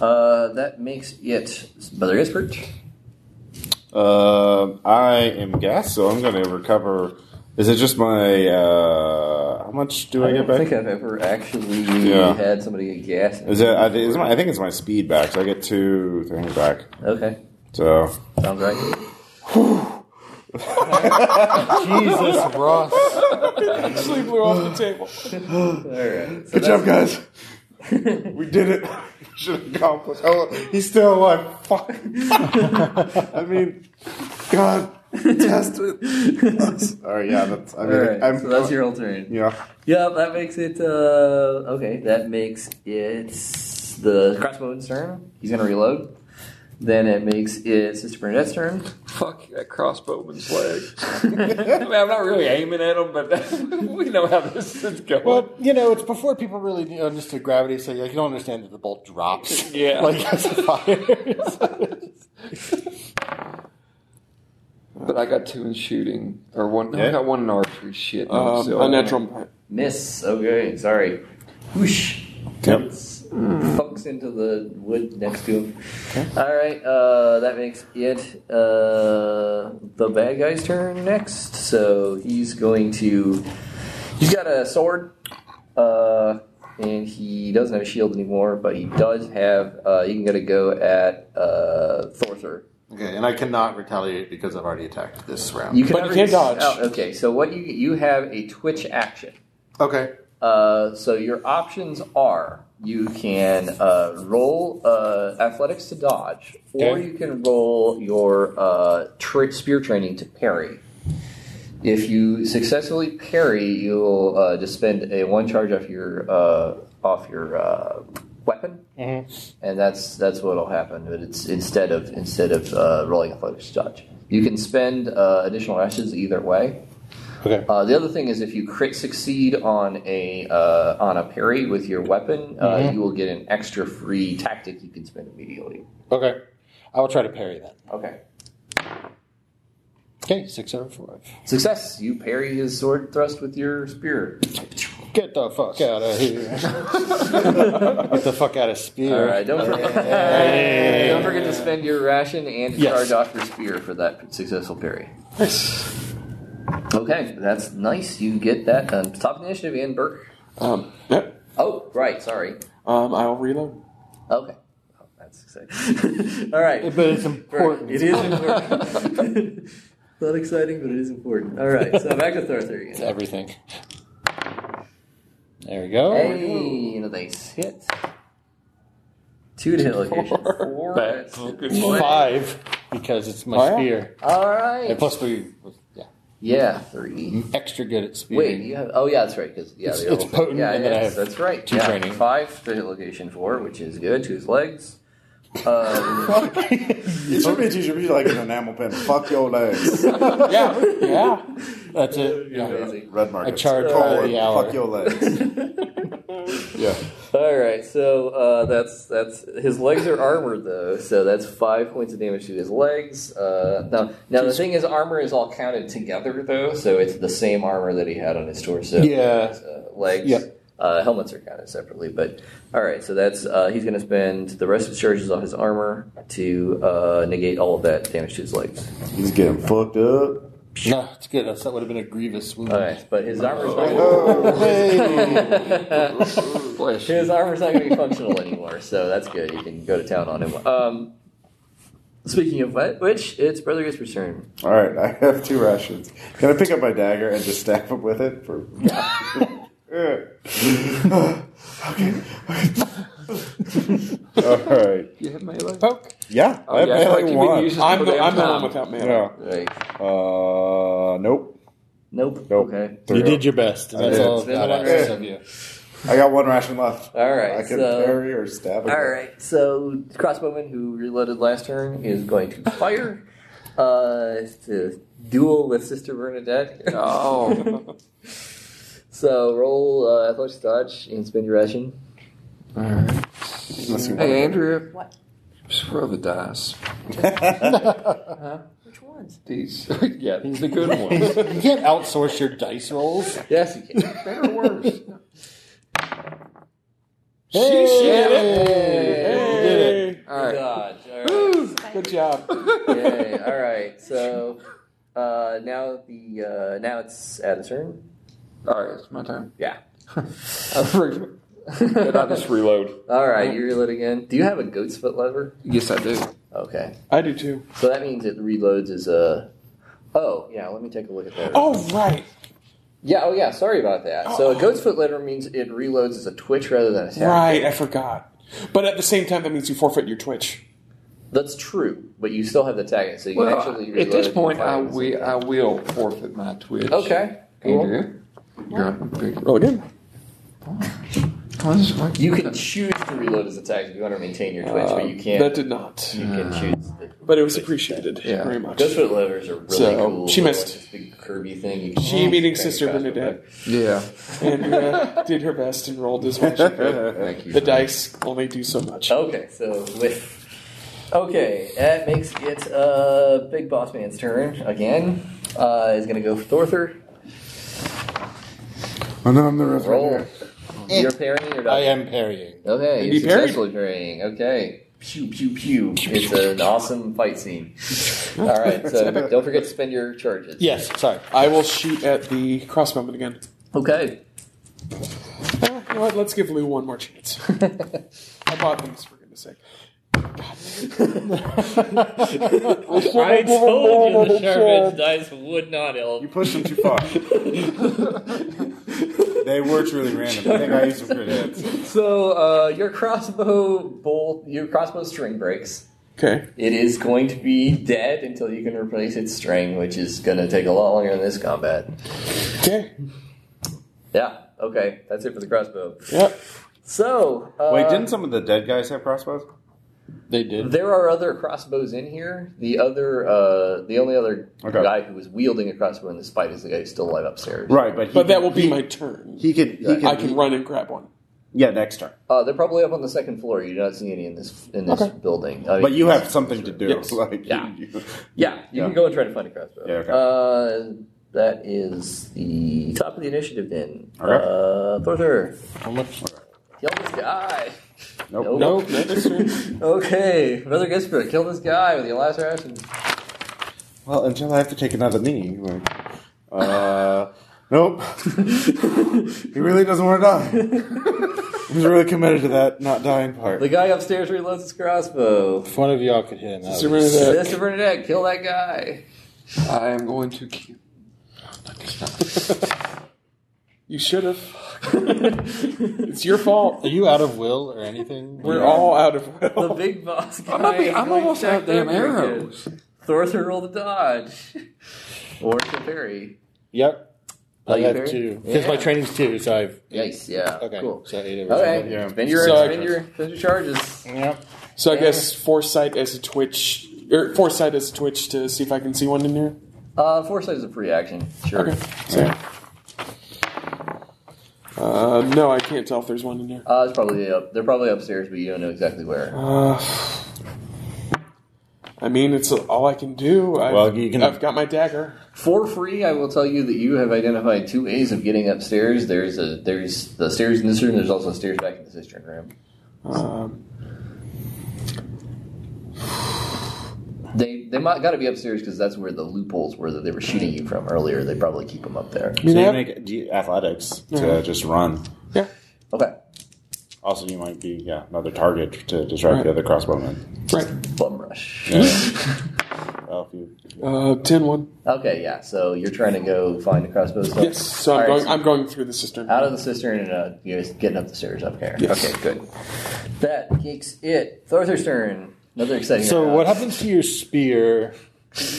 Speaker 2: Uh, that makes it Brother Ispert.
Speaker 7: Um, I am gassed, so I'm going to recover. Is it just my? Uh, how much do I,
Speaker 2: I
Speaker 7: get
Speaker 2: don't
Speaker 7: back?
Speaker 2: think I've ever actually
Speaker 7: Yeah.
Speaker 2: had somebody get gas.
Speaker 7: Is it? I, think- is my, I think it's my speed back. So I get two things back.
Speaker 2: Okay,
Speaker 7: So
Speaker 2: sounds right.
Speaker 5: Jesus, Ross.
Speaker 6: Actually blew off the table.
Speaker 2: All right.
Speaker 7: good job, guys. we did it. We should accomplish. Oh, he's still alive. Fuck. I mean, God, test it. All right, yeah. That's. I mean,
Speaker 2: All right,
Speaker 7: I'm,
Speaker 2: so that's your whole turn.
Speaker 7: yeah.
Speaker 2: Yep, that makes it. Uh, okay, that makes it the crossbowman's turn. He's gonna reload. Then it makes it Sister Bernadette's turn.
Speaker 5: Fuck that crossbowman's leg. I mean, I'm not really aiming at him, but we know how this is going.
Speaker 9: Well, you know, it's before people really understood gravity, so like, you don't understand that the bolt drops.
Speaker 5: Yeah.
Speaker 9: like as it fires.
Speaker 5: but I got two in shooting, or one.
Speaker 7: Yeah.
Speaker 5: I got one in archery. Shit, no,
Speaker 6: Um,
Speaker 5: still-
Speaker 6: unnatural.
Speaker 2: Miss. Okay, sorry. Whoosh.
Speaker 7: Yep.
Speaker 2: It's funks into the wood next to him. All right, uh, that makes it uh, the bad guy's turn next. So he's going to. He's got a sword, uh, and he doesn't have a shield anymore, but he does have. Uh, he can get a go at uh, Thorser.
Speaker 9: Okay, and I cannot retaliate because I've already attacked this round.
Speaker 2: You
Speaker 6: But
Speaker 2: cannot
Speaker 6: you can't
Speaker 2: resist-
Speaker 6: dodge.
Speaker 2: Oh, okay, so what you you have a twitch action.
Speaker 9: Okay.
Speaker 2: Uh, so your options are you can uh, roll uh, athletics to dodge, or
Speaker 3: Okay.
Speaker 2: you can roll your uh, tra- spear training to parry. If you successfully parry, you'll uh, just spend a one charge off your uh, off your uh, weapon, and that's that's what'll happen. But it's instead of instead of uh, rolling athletics to dodge, you can spend uh, additional actions either way.
Speaker 3: Okay.
Speaker 2: Uh, the other thing is if you crit succeed on a uh, on a parry with your weapon, uh, you will get an extra free tactic you can spend immediately.
Speaker 3: Okay. I will try to parry that.
Speaker 2: Okay.
Speaker 3: Okay, six out of five.
Speaker 2: Success! You parry his sword thrust with your spear.
Speaker 3: Get the fuck out of here. Get the fuck out of
Speaker 2: All
Speaker 3: spear.
Speaker 2: right. Don't forget, don't forget to spend your ration and
Speaker 3: Yes.
Speaker 2: charge off your spear for that successful parry. Okay, that's nice. You get that. Um, top initiative and Burke.
Speaker 6: Um, yep.
Speaker 2: Oh, right. Sorry.
Speaker 6: Um, I'll reload.
Speaker 2: Okay. Oh, That's exciting. All right.
Speaker 9: But it's important.
Speaker 2: It is important. Not exciting, but it is important. All right, so back to Thorther again.
Speaker 4: Everything. There we go.
Speaker 2: Hey, and a dice hit. Two to hit location. Four. That's-
Speaker 3: Five, because it's my
Speaker 6: Oh, yeah.
Speaker 3: spear.
Speaker 2: All
Speaker 3: And
Speaker 2: right.
Speaker 3: plus, we yeah,
Speaker 2: Yeah, three.
Speaker 3: extra good at spear.
Speaker 2: Wait, you have? Oh, yeah, that's right. Because yeah,
Speaker 3: It's-
Speaker 2: they're
Speaker 3: it's
Speaker 2: all-
Speaker 3: potent,
Speaker 2: Yeah,
Speaker 3: and then I
Speaker 2: yes,
Speaker 3: have
Speaker 2: that's right.
Speaker 3: two
Speaker 2: yeah,
Speaker 3: training.
Speaker 2: Five to hit location four, which is good. To his legs. Um,
Speaker 3: Oh,
Speaker 7: You should be, you should be like an enamel pin. Fuck your legs.
Speaker 3: Yeah, yeah. That's it. Yeah.
Speaker 2: amazing.
Speaker 7: Red market. Oh,
Speaker 3: charge for the hour.
Speaker 7: Fuck your legs. yeah.
Speaker 2: All right, so uh, that's that's his legs are armored though, so that's five points of damage to his legs. Uh, now, now the thing is, armor is all counted together though, so it's the same armor that he had on his torso.
Speaker 3: Yeah.
Speaker 2: uh, legs.
Speaker 3: Yeah.
Speaker 2: Uh, helmets are counted separately, but all right. So that's uh, he's going to spend the rest of his charges off his armor to uh, negate all of that damage to his legs.
Speaker 7: He's getting fucked up.
Speaker 3: No, it's good. That's, that would have been a grievous wound.
Speaker 2: All right, but his armor's not
Speaker 3: Oh,
Speaker 5: Bless you.
Speaker 2: His armor's not going to be functional anymore, so that's good. You can go to town on him. Um, speaking of what, which it's Brother Whisper's turn.
Speaker 7: All right, I have two rations. Can I pick up my dagger and just stab him with it? For okay. All right.
Speaker 5: You have melee?
Speaker 3: Poke.
Speaker 7: Yeah,
Speaker 5: Oh,
Speaker 7: I have
Speaker 5: yeah, I feel
Speaker 7: melee
Speaker 5: like you've been
Speaker 7: one.
Speaker 5: using-
Speaker 6: I'm the,
Speaker 5: Damn
Speaker 6: I'm the
Speaker 5: time.
Speaker 6: one without mana.
Speaker 7: Yeah.
Speaker 2: Right.
Speaker 7: Uh, nope.
Speaker 2: Nope.
Speaker 7: Nope.
Speaker 2: Okay.
Speaker 3: You did your best. and
Speaker 7: I
Speaker 3: That's
Speaker 7: did.
Speaker 3: all that asks of you.
Speaker 7: I got one ration left.
Speaker 2: All right,
Speaker 7: I can
Speaker 2: so-
Speaker 7: parry or stab.
Speaker 2: All right. So crossbowman who reloaded last turn is going to fire uh, to duel with Sister Bernadette.
Speaker 5: Oh.
Speaker 2: So roll uh, athletics dodge and spend your ration.
Speaker 7: Unless you want
Speaker 5: hey, Andrea.
Speaker 10: What?
Speaker 5: Just roll the dice.
Speaker 10: Which ones?
Speaker 5: These, yeah, these are good ones.
Speaker 3: You can't outsource your dice rolls.
Speaker 2: Yes, you can.
Speaker 5: Better or worse?
Speaker 3: Hey!
Speaker 5: All right.
Speaker 2: Dodge. All right.
Speaker 6: Good job.
Speaker 2: Yay. All right. So uh, now the uh, now it's Adam's turn.
Speaker 5: All right, it's my turn.
Speaker 2: Yeah.
Speaker 5: Did I just reload?
Speaker 2: All right, you reload again. Do you have a goat's foot lever?
Speaker 5: Yes, I do.
Speaker 2: Okay,
Speaker 6: I do too.
Speaker 2: so that means it reloads as a. Oh yeah, let me take a look at that.
Speaker 6: Oh right.
Speaker 2: yeah, oh yeah. Sorry about that. So a goat's foot lever means it reloads as a twitch rather than a tap.
Speaker 6: Right, I forgot. But at the same time, that means you forfeit your Twitch.
Speaker 2: That's true, but you still have the tag, so you
Speaker 5: Well,
Speaker 2: can actually.
Speaker 5: I- at this
Speaker 2: reload
Speaker 5: point,
Speaker 2: and
Speaker 5: I
Speaker 2: fire with
Speaker 5: will, I will forfeit my Twitch.
Speaker 2: it. Okay. Cool.
Speaker 5: Andrea, you're on the big-
Speaker 6: Roll again.
Speaker 5: Come on, this is my-
Speaker 2: You can choose to reload as a tag if you want to maintain your twitch, but you can't.
Speaker 6: Um, Uh, That uh, did not.
Speaker 2: you can choose. The,
Speaker 6: But it was appreciated
Speaker 5: Yeah.
Speaker 6: very much.
Speaker 2: goat's foot levers are really
Speaker 6: So,
Speaker 2: cool.
Speaker 6: she
Speaker 2: They're
Speaker 6: missed.
Speaker 2: like this big curvy thing. You can
Speaker 6: She meaning
Speaker 2: Okay,
Speaker 6: Sister
Speaker 2: gosh,
Speaker 6: Bernadette
Speaker 5: Yeah.
Speaker 6: and uh, did her best and rolled as much.
Speaker 5: Thank you.
Speaker 6: The dice only do so much.
Speaker 2: Okay, so with okay, that makes it uh, Big Boss Man's turn again. Uh, is gonna go for Thorther.
Speaker 7: Oh no, I'm the rest
Speaker 2: Roll. You're parrying or not?
Speaker 3: I am parrying.
Speaker 2: Okay,
Speaker 6: Did
Speaker 2: you're
Speaker 6: he parry?
Speaker 2: successfully parrying. Okay. Pew, pew, pew. It's an awesome fight scene. All right, so don't forget to spend your charges.
Speaker 3: Yes, sorry.
Speaker 6: I will shoot at the cross moment again.
Speaker 2: Okay.
Speaker 6: Eh, you know what? Let's give Lou one more chance. I bought these for goodness sake.
Speaker 1: I told you the sharp edge dice would not help.
Speaker 7: You pushed them too far. they were truly random. I think I used some good hits.
Speaker 2: So uh, your crossbow bolt, your crossbow string breaks.
Speaker 6: Okay.
Speaker 2: It is going to be dead until you can replace its string, which is going to take a lot longer in this combat.
Speaker 6: Okay.
Speaker 2: Yeah. Okay. That's it for the crossbow.
Speaker 6: Yep.
Speaker 2: So uh,
Speaker 7: Wait, didn't some of the dead guys have crossbows?
Speaker 3: They did.
Speaker 2: There are other crossbows in here. The other, uh, the only other
Speaker 7: Okay.
Speaker 2: guy who was wielding a crossbow in this fight is the guy who's still alive upstairs.
Speaker 7: Right, but he
Speaker 6: But that will be my turn.
Speaker 7: he could he could
Speaker 6: I can run and grab one.
Speaker 7: yeah next turn.
Speaker 2: Uh, they're probably up on the second floor. You do not see any in this in this building. Uh, I mean,
Speaker 7: But you have something to do.
Speaker 6: Yes.
Speaker 7: Like
Speaker 2: Yeah.
Speaker 7: you, you-
Speaker 2: yeah, you
Speaker 7: Yeah.
Speaker 2: can go and try to find a crossbow.
Speaker 7: Yeah, okay.
Speaker 2: Uh, that is the top of the initiative. Then,
Speaker 7: All right.
Speaker 2: uh, Thorthur,
Speaker 3: How much?
Speaker 2: kill this guy.
Speaker 7: Nope.
Speaker 2: Nope. Okay, Brother Gisbert, kill this guy with your last action.
Speaker 7: Well, until I have to take another knee. Like, uh, nope. he really doesn't want to die. He's really committed to that not dying part.
Speaker 2: The guy upstairs reloads his crossbow.
Speaker 3: If one of y'all could hit him, that would
Speaker 6: Remember that.
Speaker 2: Sister Bernadette, kill that guy.
Speaker 5: I am going to. ki-
Speaker 6: You should have. it's your fault.
Speaker 3: Are you out of will or anything?
Speaker 6: We're all out of
Speaker 2: The
Speaker 6: will.
Speaker 2: big boss guy.
Speaker 5: I'm, gonna be,
Speaker 2: is
Speaker 5: I'm
Speaker 2: going
Speaker 5: almost
Speaker 2: back
Speaker 5: out of damn
Speaker 2: there again.
Speaker 5: arrows.
Speaker 2: Thorthur roll the dodge. or to parry.
Speaker 3: Yep.
Speaker 2: Oh,
Speaker 3: I
Speaker 2: you
Speaker 3: have
Speaker 2: parry?
Speaker 3: two. Because
Speaker 2: Yeah.
Speaker 3: my training's two, so I've.
Speaker 2: Nice, yeah.
Speaker 3: Okay.
Speaker 2: Cool.
Speaker 3: So eight of
Speaker 2: Okay,
Speaker 7: Yeah.
Speaker 2: spend, your,
Speaker 6: So- Mm-hmm.
Speaker 2: spend, your, spend your charges.
Speaker 3: Yep.
Speaker 6: So I guess foresight as a twitch, or foresight as a twitch to see if I can see one in here.
Speaker 2: Uh, foresight is a free action. Sure.
Speaker 6: Uh, no, I can't tell if there's one in here.
Speaker 2: Uh, it's probably up. They're probably upstairs, but you don't know exactly where.
Speaker 6: Uh, I mean, it's all I can do. I've,
Speaker 3: Well, you can-
Speaker 6: I've got my dagger.
Speaker 2: For free, I will tell you that you have identified two ways of getting upstairs. There's a there's the stairs in this room. There's also stairs back in the cistern room.
Speaker 6: Um,
Speaker 2: They they might got to be upstairs because that's where the loopholes were that they were shooting you from earlier. They probably keep them up there.
Speaker 7: So
Speaker 6: Yeah.
Speaker 7: you make do you- athletics to just run.
Speaker 6: yeah.
Speaker 2: Okay,
Speaker 7: Also, you might be yeah another target to distract the other crossbowmen.
Speaker 6: Right.
Speaker 2: bum rush.
Speaker 7: Well, if you-
Speaker 6: Uh, 10 1.
Speaker 2: Okay, yeah. So you're trying to go find a crossbow. Stuff.
Speaker 6: Yes. So I'm
Speaker 2: All right,
Speaker 6: going.
Speaker 2: so
Speaker 6: I'm going through the cistern.
Speaker 2: out of the cistern and uh, you're just getting up the stairs up here.
Speaker 6: Yes.
Speaker 2: Okay, good. That makes it Thorthur's turn. Another exciting.
Speaker 3: So
Speaker 2: round.
Speaker 3: what happens to your spear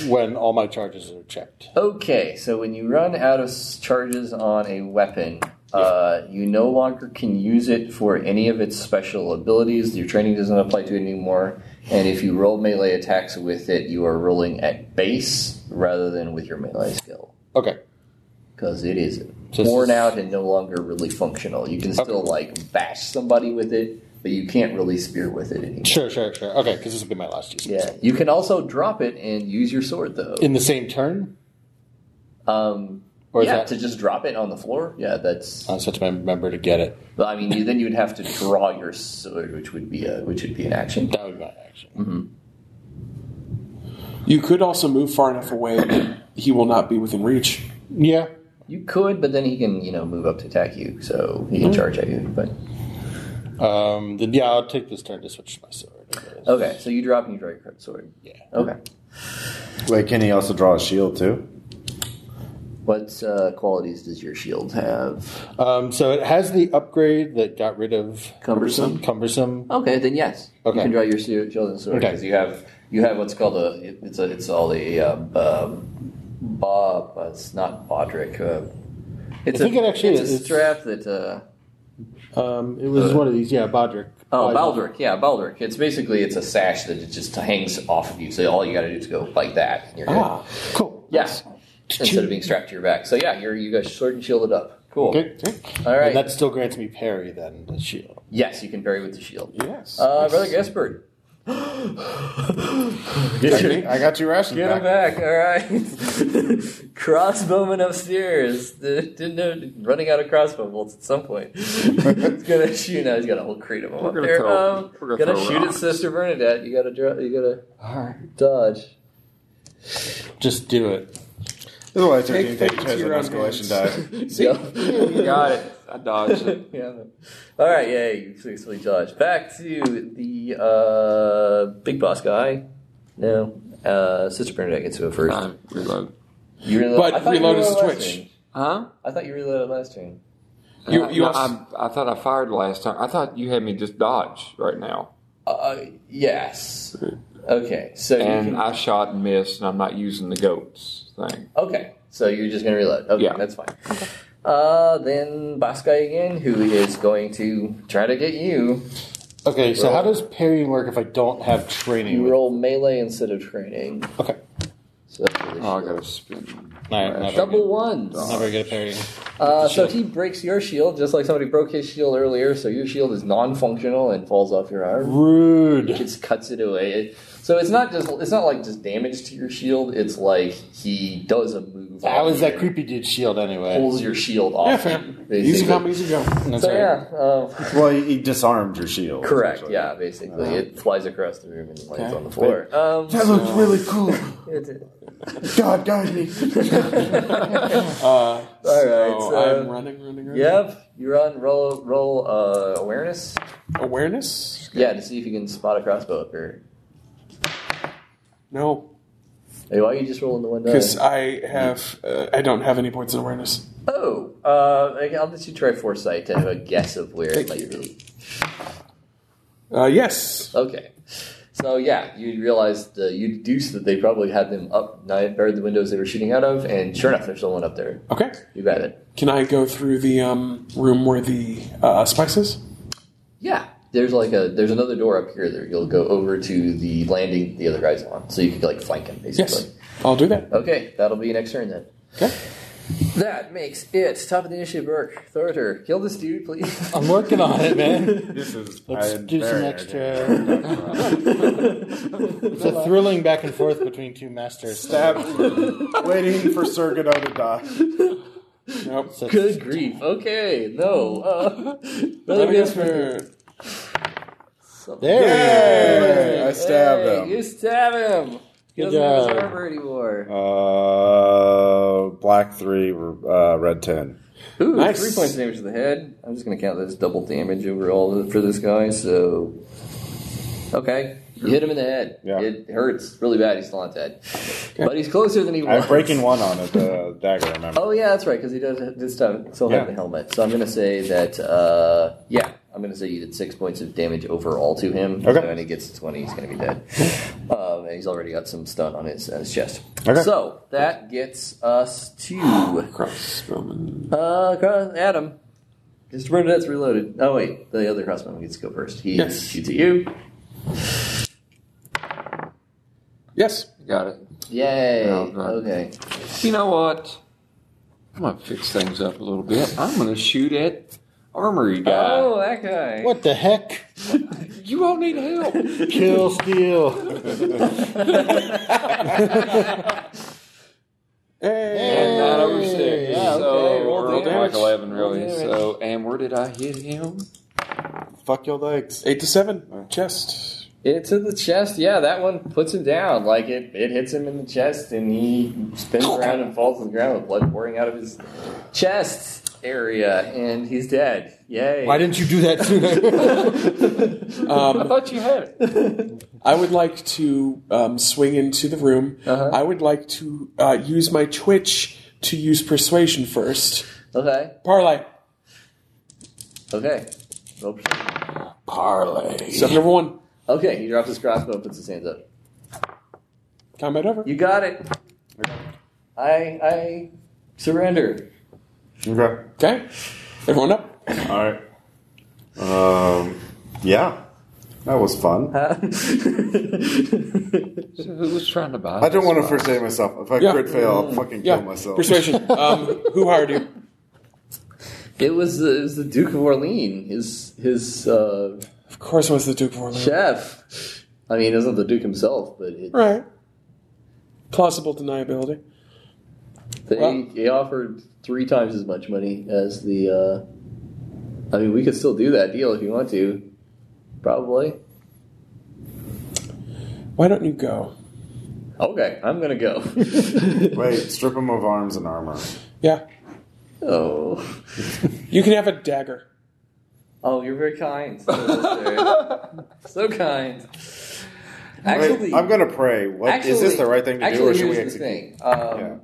Speaker 3: when all my charges are checked?
Speaker 2: Okay, so when you run out of s- charges on a weapon, uh, you no longer can use it for any of its special abilities. Your training doesn't apply to it anymore. And if you roll melee attacks with it, you are rolling at base rather than with your melee skill.
Speaker 3: Okay.
Speaker 2: Because it is
Speaker 3: So this
Speaker 2: worn
Speaker 3: is-
Speaker 2: out and no longer really functional. You can still, like, bash somebody with it, but you can't really spear with it anymore.
Speaker 3: Sure, sure, sure. Okay, because this will be my last use.
Speaker 2: Yeah. You can also drop it and use your sword, though.
Speaker 3: In the same turn?
Speaker 2: Um,
Speaker 3: Or is
Speaker 2: yeah,
Speaker 3: that- Uh.
Speaker 2: to just drop it on the floor? Yeah, that's.
Speaker 3: I just have to remember to get it.
Speaker 2: Well, I mean, you, then you would have to draw your sword, which would be a which would be an action.
Speaker 3: That would be my action.
Speaker 6: You could also move far enough away that he will not be within reach.
Speaker 3: Yeah.
Speaker 2: You could, but then he can you know move up to attack you, so he
Speaker 3: Mm-hmm.
Speaker 2: can charge at you. But
Speaker 3: Um, then, yeah, I'll take this turn to switch my sword.
Speaker 2: okay, so you drop and you draw your sword.
Speaker 3: Yeah.
Speaker 2: Okay.
Speaker 7: Wait, can he also draw a shield too?
Speaker 2: What uh, qualities does your shield have?
Speaker 3: Um, so it has the upgrade that got rid of
Speaker 2: Cumbersome.
Speaker 3: cumbersome.
Speaker 2: Okay, then yes,
Speaker 3: Okay.
Speaker 2: you can draw your su- shield and sword
Speaker 3: Okay.
Speaker 2: because you have you have what's called a it- it's a it's all a um, um, bob. uh, It's not bodrick. Uh, it's
Speaker 3: I think
Speaker 2: a,
Speaker 3: it actually
Speaker 2: it's
Speaker 3: is.
Speaker 2: a strap that. Uh,
Speaker 3: Um, it was one of these, yeah, Bodrick.
Speaker 2: Oh,
Speaker 3: Bod-
Speaker 2: Baldric, yeah, Baldric. It's basically it's a sash that it just hangs off of you, so all you got to do is go like that. and You're good.
Speaker 6: Ah.
Speaker 3: Cool.
Speaker 2: Yes, instead of being strapped to your back. So yeah, you're you guys sword and shielded up. Cool.
Speaker 3: Okay.
Speaker 2: All
Speaker 3: And
Speaker 2: right.
Speaker 3: that still grants me parry then, the shield.
Speaker 2: yes, you can parry with the shield.
Speaker 4: Uh,
Speaker 6: Yes.
Speaker 2: Uh, Brother Gaspard,
Speaker 7: Get your- I got your ration
Speaker 2: Get him
Speaker 7: back.
Speaker 2: back, alright. Crossbowman upstairs. The- Didn't know running out of crossbow bolts at some point. he's gonna shoot now, he's got a whole crate of them
Speaker 5: We're
Speaker 2: up
Speaker 5: gonna
Speaker 2: there.
Speaker 5: throw-
Speaker 2: Um,
Speaker 5: we're gonna
Speaker 2: gonna
Speaker 5: throw
Speaker 2: shoot at
Speaker 5: rocks.
Speaker 2: Sister Bernadette. You gotta dr- you gotta
Speaker 5: Alright.
Speaker 2: dodge.
Speaker 4: Just do it.
Speaker 7: Otherwise, they're doing
Speaker 5: Take
Speaker 7: take
Speaker 5: things
Speaker 7: as
Speaker 5: to
Speaker 7: an
Speaker 5: your own
Speaker 7: escalation
Speaker 5: hands.
Speaker 7: die.
Speaker 2: See?
Speaker 5: You got it. I dodged it.
Speaker 2: yeah. Alright, yeah, you successfully dodge. Back to the uh, big boss guy. No. Uh, Sister Bernadette gets to go first.
Speaker 5: Time. Reload.
Speaker 2: You reload,
Speaker 6: But
Speaker 2: I thought you
Speaker 6: reload is
Speaker 2: reloaded last
Speaker 6: twitch.
Speaker 2: turn.
Speaker 5: Huh?
Speaker 2: I thought you reloaded last turn.
Speaker 6: You-
Speaker 5: Uh,
Speaker 6: you
Speaker 5: no,
Speaker 6: also-
Speaker 5: I, I thought I fired last time. I thought you had me just dodge right now.
Speaker 2: Uh, yes. Okay, so you
Speaker 5: And
Speaker 2: can
Speaker 5: I shot and missed, and I'm not using the goats thing.
Speaker 2: Okay, so you're just gonna reload. Okay,
Speaker 5: Yeah.
Speaker 2: that's fine. Uh, then boss guy again, who is going to try to get you.
Speaker 3: Okay, so
Speaker 2: Roll.
Speaker 3: how does parrying work if I don't have training?
Speaker 2: You
Speaker 3: with-
Speaker 2: roll melee instead of training.
Speaker 3: Okay.
Speaker 2: So that's really
Speaker 5: Oh, I Oh,
Speaker 2: shield.
Speaker 5: gotta spin.
Speaker 3: All right, not very
Speaker 2: double
Speaker 3: good.
Speaker 2: ones.
Speaker 3: Not very good at parrying.
Speaker 2: Uh, so he breaks your shield just like somebody broke his shield earlier. So your shield is non-functional and falls off your arm. It
Speaker 3: Rude.
Speaker 2: just cuts it away. It- so it's not just it's not like just damage to your shield. It's like he does a move.
Speaker 3: How
Speaker 2: on
Speaker 3: is that
Speaker 2: you,
Speaker 3: creepy dude shield anyway?
Speaker 2: Pulls your shield off.
Speaker 6: Yeah, fam.
Speaker 2: you,
Speaker 6: Easy
Speaker 2: basically.
Speaker 6: come, easy go.
Speaker 3: That's
Speaker 2: So
Speaker 3: right.
Speaker 2: yeah. Um,
Speaker 7: Well, you, you disarmed your shield.
Speaker 2: Correct.
Speaker 7: essentially.
Speaker 2: Yeah, basically, it flies across the room and lands
Speaker 6: Okay.
Speaker 2: on the floor. Um,
Speaker 6: Uh,
Speaker 7: That looks really cool.
Speaker 2: it-
Speaker 7: God guide me.
Speaker 6: Uh,
Speaker 2: all right.
Speaker 6: so
Speaker 2: So,
Speaker 6: I'm running, running, running.
Speaker 2: yep, you're on roll roll uh, awareness.
Speaker 6: Awareness?
Speaker 2: Yeah, to see if you can spot a crossbow up here.
Speaker 6: No,
Speaker 2: Hey, why are you just rolling the window?
Speaker 6: because I have. Uh, I don't have any points in awareness.
Speaker 2: Oh, uh, okay, I'll let you try foresight to have a guess of where it might be.
Speaker 6: Uh, yes.
Speaker 2: Okay. So yeah, you realize uh, you deduce that they probably had them up nine or the windows they were shooting out of, and sure enough, there's someone up there.
Speaker 6: Okay.
Speaker 2: You got it.
Speaker 6: Can I go through the um, room where the uh, spices?
Speaker 2: Yeah. There's like a there's another door up here that you'll go over to the landing the other guy's on, so you can like flank him basically.
Speaker 6: Yes. I'll do that.
Speaker 2: Okay, that'll be next turn then.
Speaker 6: Okay.
Speaker 2: That makes it top of the initiative. Burke, Thorter, kill this dude, please.
Speaker 3: I'm working on it, man.
Speaker 7: This is.
Speaker 3: Let's
Speaker 7: I'm
Speaker 3: do some
Speaker 7: very
Speaker 3: extra. It's a thrilling back and forth between two masters.
Speaker 7: Stabbed, waiting for Sir Godot to die.
Speaker 6: Nope.
Speaker 3: So
Speaker 2: Good grief. Okay, no. Uh,
Speaker 6: Let me guess for
Speaker 3: There
Speaker 7: Yay! I stabbed
Speaker 2: Hey,
Speaker 7: him.
Speaker 2: You stab him. He
Speaker 3: Good
Speaker 2: doesn't have his
Speaker 3: job.
Speaker 2: armor anymore.
Speaker 7: Uh, black three, uh, red ten.
Speaker 2: Ooh,
Speaker 6: Nice.
Speaker 2: three points of damage to the head. I'm just gonna count that as double damage overall for this guy. So, okay, you hit him in the head.
Speaker 7: Yeah.
Speaker 2: It hurts really bad. He's still not dead, but he's closer than he was.
Speaker 7: I'm breaking one on it. The dagger. Remember.
Speaker 2: Oh yeah, that's right. Because he does this time still have
Speaker 7: Yeah.
Speaker 2: the helmet. So I'm gonna say that. Uh, yeah, I'm gonna say you did six points of damage overall to him.
Speaker 7: Okay.
Speaker 2: So when he gets to twenty, he's gonna be dead. um, and he's already got some stun on his, on his chest.
Speaker 7: Okay.
Speaker 2: So that gets us to.
Speaker 5: Crossbowman.
Speaker 2: Uh, cross- Adam. Just Bernadette's reloaded. Oh wait, the other crossbowman gets to go first. He
Speaker 6: Yes.
Speaker 2: shoots at you.
Speaker 6: yes.
Speaker 5: Got it.
Speaker 2: Yay!
Speaker 5: Oh, God.
Speaker 2: okay.
Speaker 5: You know what? I'm gonna fix things up a little bit. I'm gonna shoot at armory guy.
Speaker 2: Oh, that guy.
Speaker 3: What the heck?
Speaker 5: You all need help.
Speaker 3: Kill steal.
Speaker 5: And nine over six.
Speaker 3: Yeah,
Speaker 5: so
Speaker 2: okay, roll
Speaker 5: or
Speaker 2: damage.
Speaker 5: like eleven
Speaker 2: Roll
Speaker 5: really.
Speaker 2: damage.
Speaker 5: So and where did I hit him?
Speaker 7: Fuck your legs.
Speaker 6: Eight to seven. Chest.
Speaker 2: It's in the chest. Yeah, that one puts him down. Like it, it hits him in the chest, and he spins around and falls to the ground with blood pouring out of his chest area, and he's dead. Yay!
Speaker 3: Why didn't you Um, do that sooner?
Speaker 5: I thought you had it.
Speaker 6: I would like to um, swing into the room.
Speaker 2: Uh-huh.
Speaker 6: I would like to uh, use my twitch to use persuasion first.
Speaker 2: okay,
Speaker 6: Parlay.
Speaker 2: okay. Roll perception.
Speaker 3: Parlay.
Speaker 6: Step number one.
Speaker 2: Okay, he drops his crossbow and puts his hands up.
Speaker 6: Combat over.
Speaker 2: You got it. I I surrender.
Speaker 7: Okay.
Speaker 6: Okay. Everyone up.
Speaker 7: All right. Um. Yeah. That was fun.
Speaker 2: Huh?
Speaker 5: So who was trying to buy?
Speaker 7: I don't
Speaker 5: this
Speaker 7: want to
Speaker 5: box?
Speaker 7: first aid myself. If I
Speaker 6: Yeah.
Speaker 7: crit fail, I'll fucking
Speaker 6: Yeah.
Speaker 7: kill myself.
Speaker 6: Persuasion. Um, who hired you?
Speaker 2: it was the, it was the Duke of Orleans. His his uh,
Speaker 6: Of course, it was the Duke of Orleans.
Speaker 2: chef. I mean, it isn't the Duke himself, but it,
Speaker 6: Right. Plausible deniability.
Speaker 2: they,
Speaker 6: Well-
Speaker 2: they offered three times as much money as the. Uh, I mean, we could still do that deal if you want to, probably.
Speaker 6: Why don't you go?
Speaker 2: Okay, I'm gonna go.
Speaker 7: Wait, strip him of arms and armor.
Speaker 6: Yeah.
Speaker 2: oh,
Speaker 6: You can have a dagger.
Speaker 2: oh, you're very kind. so kind.
Speaker 7: Wait,
Speaker 2: Actually,
Speaker 7: I'm gonna pray. What is this the right thing to do,
Speaker 2: actually,
Speaker 7: or should
Speaker 2: here's
Speaker 7: we
Speaker 2: the thing.
Speaker 7: execute?
Speaker 2: Um,
Speaker 7: Yeah.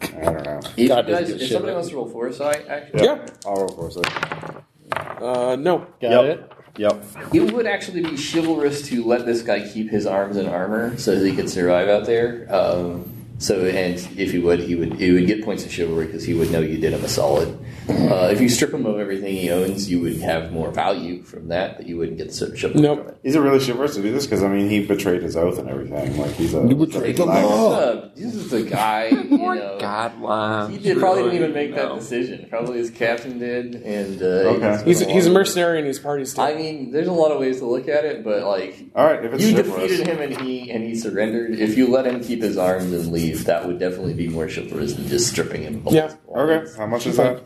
Speaker 7: I don't know.
Speaker 2: If,
Speaker 11: God
Speaker 2: you
Speaker 11: doesn't
Speaker 2: guys,
Speaker 11: give a
Speaker 2: if
Speaker 11: shit
Speaker 2: somebody
Speaker 11: about
Speaker 2: wants to roll foresight, actually,
Speaker 7: Yeah.
Speaker 6: Yeah.
Speaker 7: I'll roll for a second.
Speaker 6: Uh, no.
Speaker 11: Got
Speaker 7: Yep.
Speaker 11: it?
Speaker 7: Yep.
Speaker 2: it would actually be chivalrous to let this guy keep his arms and armor so that he could survive out there. Um, so, and if he would, he would he would get points of chivalry because he would know you did him a solid. Uh, if you strip him of everything he owns, you would have more value from that, but you wouldn't get certain chivalry
Speaker 6: Nope.
Speaker 2: from it.
Speaker 7: Is it really chivalrous to do this? Because I mean, he betrayed his oath and everything. Like he's a. You betrayed the
Speaker 2: Uh, this is the guy, you know.
Speaker 5: Guidelines.
Speaker 2: He did, probably didn't
Speaker 5: really,
Speaker 2: even make
Speaker 5: no.
Speaker 2: that decision. Probably his captain did, and uh,
Speaker 7: Okay.
Speaker 2: he's-
Speaker 6: He's, he's a mercenary and his party's
Speaker 2: I
Speaker 6: dead.
Speaker 2: mean, there's a lot of ways to look at it, but like
Speaker 7: All right, if it's
Speaker 2: you
Speaker 7: chivalrous,
Speaker 2: defeated him and he and he surrendered. If you let him keep his arms and leave, that would definitely be more chivalrous than just stripping him. of
Speaker 6: Yeah.
Speaker 2: all his
Speaker 7: Okay,
Speaker 2: belongings.
Speaker 7: how much is that?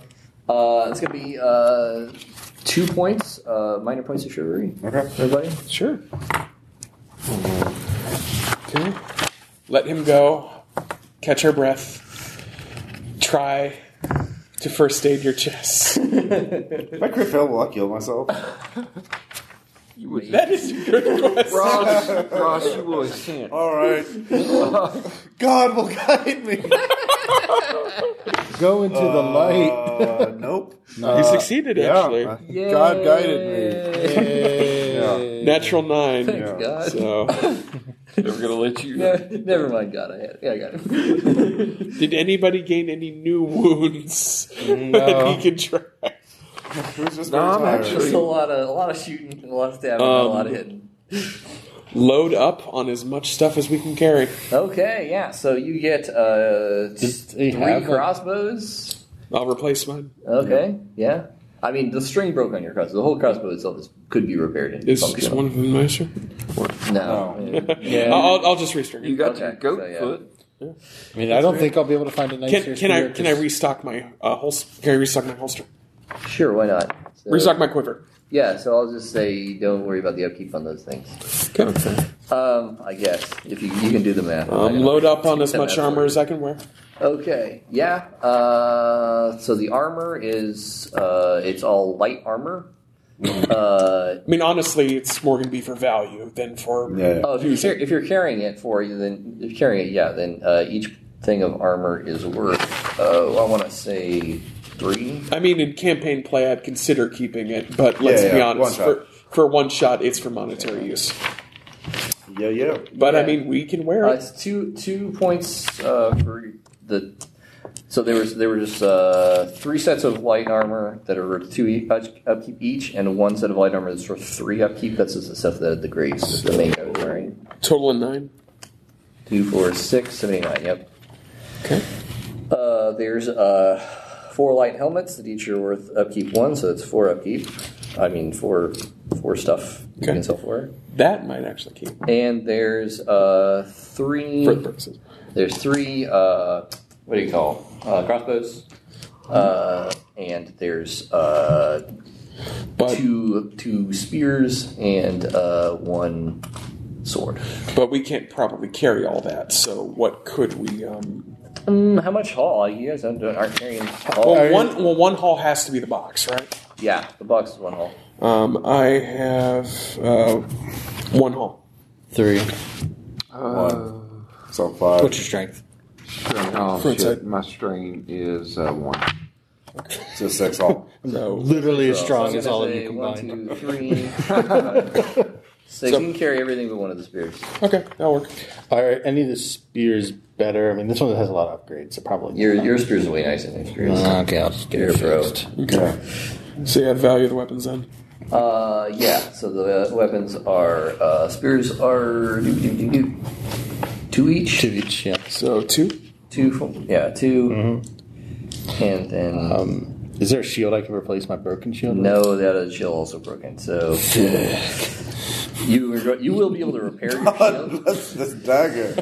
Speaker 2: Uh, it's gonna be uh, two points, uh, minor points of chivalry.
Speaker 7: Okay.
Speaker 2: Everybody.
Speaker 6: Sure. Okay. Let him go. Catch her breath. Try to first aid your chest.
Speaker 7: If I crit fail, will I kill myself?
Speaker 6: that is a good question.
Speaker 5: Ross, Ross, you really can't.
Speaker 7: All right. God will guide me.
Speaker 11: Go into the light.
Speaker 7: Uh, nope.
Speaker 11: Uh,
Speaker 6: you succeeded,
Speaker 7: Yeah,
Speaker 6: actually.
Speaker 7: uh, God guided me. Yeah.
Speaker 6: Natural nine.
Speaker 7: Yeah.
Speaker 2: Thanks, God.
Speaker 6: So,
Speaker 5: They're going to let you.
Speaker 2: Yeah, never mind, God. I had it. Yeah, I got it.
Speaker 6: did anybody gain any new wounds
Speaker 11: No.
Speaker 6: that he could try?
Speaker 7: It was just
Speaker 5: No,
Speaker 7: very
Speaker 5: I'm
Speaker 7: tired.
Speaker 5: actually-
Speaker 2: There's a lot of a lot of shooting, a lot of stabbing, a
Speaker 6: Um,
Speaker 2: lot of hitting.
Speaker 6: Load up on as much stuff as we can carry.
Speaker 2: Okay, yeah. So you get uh,
Speaker 4: Does
Speaker 2: three
Speaker 4: he have a-
Speaker 2: crossbows.
Speaker 6: I'll replace mine.
Speaker 2: Okay. Yeah. I mean, the string broke on your crossbow. The whole crossbow itself is, could be repaired. And
Speaker 6: Is, is
Speaker 2: functional.
Speaker 6: one of them nicer?
Speaker 2: No.
Speaker 6: I'll, I'll, I'll just restring
Speaker 5: You
Speaker 6: it.
Speaker 5: got
Speaker 2: Okay,
Speaker 5: your goat
Speaker 2: so, yeah.
Speaker 5: foot.
Speaker 4: I mean, I don't think I'll be able to find a nice.
Speaker 6: Can, can I can I restock my uh, holster? Can I restock my holster?
Speaker 2: Sure. Why not? So-
Speaker 6: Restock my quiver.
Speaker 2: Yeah. So I'll just say, don't worry about the upkeep on those things. Um, I guess if you you can do the math. I
Speaker 6: Um,
Speaker 2: don't-
Speaker 6: load up on as
Speaker 2: That
Speaker 6: much
Speaker 2: math
Speaker 6: armor
Speaker 2: works.
Speaker 6: as I can wear.
Speaker 2: Okay. Yeah. Uh, so the armor is uh, it's all light armor. uh,
Speaker 6: I mean, honestly, it's more going to be for value than for.
Speaker 7: Yeah, yeah.
Speaker 2: Oh, if you're, car- if you're carrying it for you, then if you're carrying it, yeah, then uh, each thing of armor is worth. Uh, I want to say three.
Speaker 6: I mean, in campaign play, I'd consider keeping it, but let's
Speaker 7: Yeah, yeah,
Speaker 6: be honest.
Speaker 7: one
Speaker 6: for,
Speaker 7: shot.
Speaker 6: for one shot, it's for monetary use.
Speaker 7: Yeah, yeah.
Speaker 6: But I
Speaker 2: Yeah.
Speaker 6: mean, we can wear
Speaker 2: Uh,
Speaker 6: it.
Speaker 2: it's two two points uh, for the. So there was there were just uh, three sets of light armor that are worth two e- up- upkeep each, and one set of light armor that's worth three upkeep. That's just the stuff that the grace the main guy was wearing.
Speaker 6: Total of nine.
Speaker 2: Two, four, six, seven, eight, nine. Yep.
Speaker 6: Okay.
Speaker 2: Uh, there's uh, four light helmets that each are worth upkeep one, so it's four upkeep. I mean, four four stuff you
Speaker 6: Okay.
Speaker 2: can sell for.
Speaker 6: That might actually keep
Speaker 2: And there's uh, three.
Speaker 6: for the purposes.
Speaker 2: There's three. Uh, what do you call uh, crossbows? Uh, and there's uh,
Speaker 6: But
Speaker 2: two two spears and uh, one sword.
Speaker 6: but we can't probably carry all that. So what could we? Um,
Speaker 2: Mm, how much haul? You guys aren't, aren't carrying haul.
Speaker 6: well, one well one haul has to be the box, right?
Speaker 2: Yeah, the box is one haul.
Speaker 6: Um, I have uh, one haul.
Speaker 4: Three.
Speaker 7: One. So five.
Speaker 4: What's your strength?
Speaker 5: Oh,
Speaker 6: Front
Speaker 5: shit.
Speaker 6: side.
Speaker 5: My strain is uh, one.
Speaker 7: So six all.
Speaker 6: So
Speaker 4: Literally as
Speaker 2: So
Speaker 4: strong
Speaker 2: I'm
Speaker 4: as
Speaker 2: gonna
Speaker 4: all of
Speaker 2: say
Speaker 4: you
Speaker 2: One,
Speaker 4: combined.
Speaker 2: two, three. five, six.
Speaker 6: So-
Speaker 2: you can carry everything but one of the spears.
Speaker 6: okay, that'll work.
Speaker 4: Are any of the spears better? I mean, this one has a lot of upgrades, so probably.
Speaker 2: Your your spears are way nicer than spears.
Speaker 4: Uh, okay, I'll just get
Speaker 2: You're
Speaker 4: it
Speaker 2: broke.
Speaker 4: fixed.
Speaker 7: Yeah.
Speaker 6: So you have value of the weapons then.
Speaker 2: Uh, yeah. So the uh, weapons are uh, spears are doo, doo, doo, doo. two each.
Speaker 4: Two each, yeah.
Speaker 6: So two.
Speaker 4: Mm-hmm.
Speaker 2: Two fo- yeah, 2 And then
Speaker 4: Um, Is there a shield I can replace my broken shield? with?
Speaker 2: No, that is shield also broken. So you are go- you will be able to repair your shield.
Speaker 7: That's this dagger.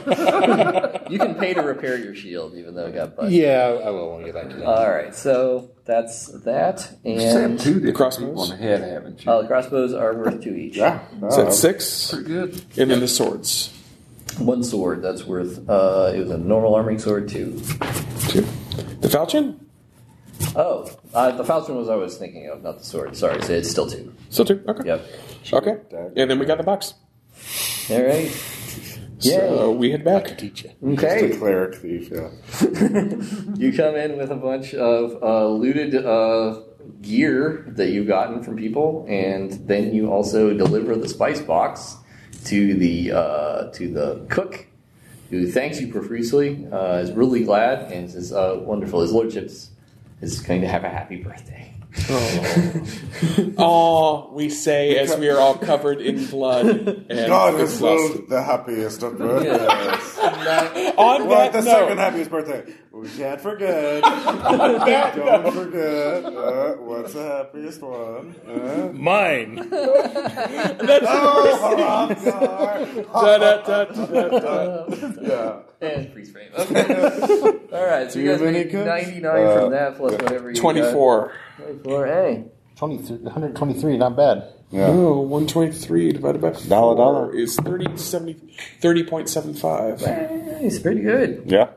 Speaker 2: You can pay to repair your shield, even though it got busted.
Speaker 4: Yeah, I I will. When we get back to that.
Speaker 2: All right, so that's that, and
Speaker 5: two different
Speaker 6: crossbows?
Speaker 5: people in the head, haven't you?
Speaker 2: uh, the crossbows are worth two each.
Speaker 7: Yeah.
Speaker 6: Is that six?
Speaker 5: Pretty good.
Speaker 6: And then the swords.
Speaker 2: One sword that's worth. Uh, it was a normal armoring sword too.
Speaker 6: Two. The falchion?
Speaker 2: Oh, uh, the falchion was I was thinking of, not the sword. Sorry, so it's still two.
Speaker 6: Still two. Okay.
Speaker 2: Yep.
Speaker 6: Okay. And then we got the box.
Speaker 2: All right. Yay.
Speaker 6: So we head back.
Speaker 7: Just a
Speaker 2: okay.
Speaker 7: cleric thief, yeah.
Speaker 2: You come in with a bunch of uh, looted uh, gear that you've gotten from people, and then you also deliver the spice box to the uh, to the cook, who thanks you profusely, uh, is really glad, and says, uh, "Wonderful, his lordship's is going to have a happy birthday."
Speaker 6: Oh, we say as we are all covered in blood. And
Speaker 7: God is
Speaker 6: blood.
Speaker 7: so the happiest of birthdays.
Speaker 6: On
Speaker 7: Well,
Speaker 6: that
Speaker 7: the
Speaker 6: note,
Speaker 7: second happiest birthday. We can't forget. Don't forget. Uh, what's the happiest one? Uh,
Speaker 4: Mine.
Speaker 7: oh, Haramkar.
Speaker 6: da, da, da, da, da, da.
Speaker 7: Yeah.
Speaker 2: And freeze frame. Okay. All right. So
Speaker 7: Do
Speaker 2: you
Speaker 7: you
Speaker 2: guys
Speaker 7: have any
Speaker 2: made
Speaker 7: cooks?
Speaker 2: ninety-nine
Speaker 7: Uh,
Speaker 2: from that plus whatever you got.
Speaker 6: twenty-four.
Speaker 2: Twenty-four. Hey.
Speaker 12: 23, 123, not bad.
Speaker 7: Yeah.
Speaker 6: Oh, 123 divided by four
Speaker 7: Dollar, dollar.
Speaker 6: is 30, 70, 30.75.
Speaker 2: Nice. Pretty good.
Speaker 7: Yeah.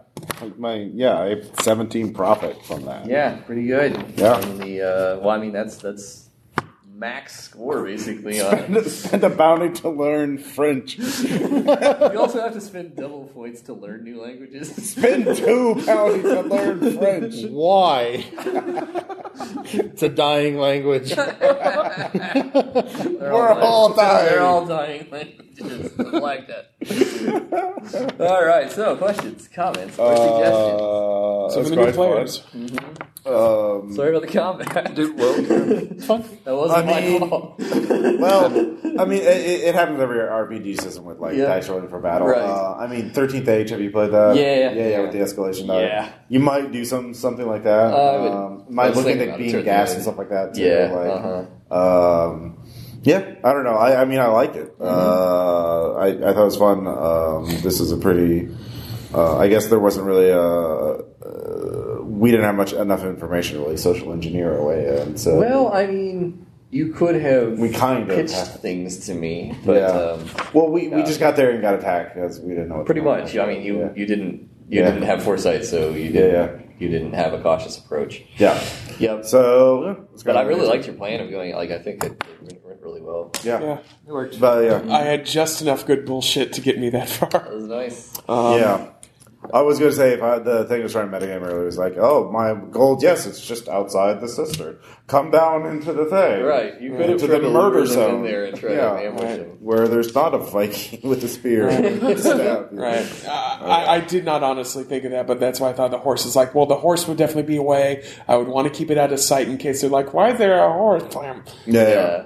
Speaker 7: Like my yeah, I have seventeen profit from that.
Speaker 2: Yeah. Pretty good.
Speaker 7: Yeah.
Speaker 2: And the uh, well, I mean that's that's max score basically. On it.
Speaker 7: Spend a bounty to learn French.
Speaker 2: you also have to spend double points to learn new languages.
Speaker 7: Spend two bounty to learn French.
Speaker 4: Why? it's a dying language.
Speaker 2: They're
Speaker 7: We're all dying.
Speaker 2: They're all dying languages. I like that. all right. So questions, comments, or suggestions.
Speaker 7: Uh,
Speaker 6: Some
Speaker 7: that's
Speaker 6: of the new
Speaker 7: quite fun.
Speaker 6: players.
Speaker 7: Um,
Speaker 2: Sorry about the combat.
Speaker 5: Dude, well,
Speaker 2: that wasn't
Speaker 7: I mean-
Speaker 2: my fault.
Speaker 7: well, I mean, it, it it happens every RPG system with like
Speaker 2: Yeah.
Speaker 7: dice rolling for battle.
Speaker 2: Right.
Speaker 7: Uh, I mean, Thirteenth Age. Have you played that?
Speaker 2: Yeah, yeah,
Speaker 7: yeah,
Speaker 2: yeah.
Speaker 7: with the escalation. die.
Speaker 2: Yeah.
Speaker 7: you might do some something like that.
Speaker 2: Uh, I would-
Speaker 7: um,
Speaker 2: I
Speaker 7: might
Speaker 2: was
Speaker 7: look
Speaker 2: thinking
Speaker 7: into
Speaker 2: about
Speaker 7: being
Speaker 2: Thirteenth
Speaker 7: gas
Speaker 2: Age.
Speaker 7: and stuff like that. Too,
Speaker 2: Yeah, uh-huh.
Speaker 7: like, um, yeah. I don't know. I, I mean, I liked
Speaker 2: Mm-hmm.
Speaker 7: it. Uh, I, I thought it was fun. Um, this is a pretty. Uh, I guess there wasn't really a. Uh, we didn't have much enough information to really social engineer our way in. So
Speaker 2: Well, I mean, you could have
Speaker 7: We kind of
Speaker 2: pitched
Speaker 7: have.
Speaker 2: things to me, but
Speaker 7: Yeah.
Speaker 2: um,
Speaker 7: Well, we, we
Speaker 2: Yeah.
Speaker 7: just got there and got attacked because we didn't know. What
Speaker 2: pretty
Speaker 7: the hell
Speaker 2: much. I mean, you
Speaker 7: Yeah.
Speaker 2: you didn't you
Speaker 7: Yeah.
Speaker 2: didn't have foresight, so you
Speaker 7: Yeah,
Speaker 2: didn't,
Speaker 7: yeah.
Speaker 2: you didn't have a cautious approach.
Speaker 7: yeah.
Speaker 2: Yep.
Speaker 7: So, yeah, it's
Speaker 2: But
Speaker 7: kinda
Speaker 2: I really
Speaker 7: amazing.
Speaker 2: liked your plan of going. Like, I think it, it went really well.
Speaker 7: Yeah.
Speaker 6: Yeah.
Speaker 7: But yeah,
Speaker 6: I had just enough good bullshit to get me that
Speaker 2: That
Speaker 6: far.
Speaker 2: was nice.
Speaker 7: yeah. I was going to say if I, the thing was trying to metagame earlier was like, oh, my gold. Yes, it's just outside the cistern. Come down into the thing.
Speaker 2: Right, you could have
Speaker 7: Into
Speaker 2: tried
Speaker 7: the
Speaker 2: to
Speaker 7: murder
Speaker 2: lure them
Speaker 7: zone
Speaker 2: in there and try to
Speaker 7: Yeah.
Speaker 2: ambush them.
Speaker 7: Where there's not a Viking with a spear, and a staff.
Speaker 6: Right. Uh, I, I did not honestly think of that, but that's why I thought the horse is like, well, the horse would definitely be away. I would want to keep it out of sight in case they're like, why is there a horse? Blam.
Speaker 7: Yeah, yeah.
Speaker 2: Yeah.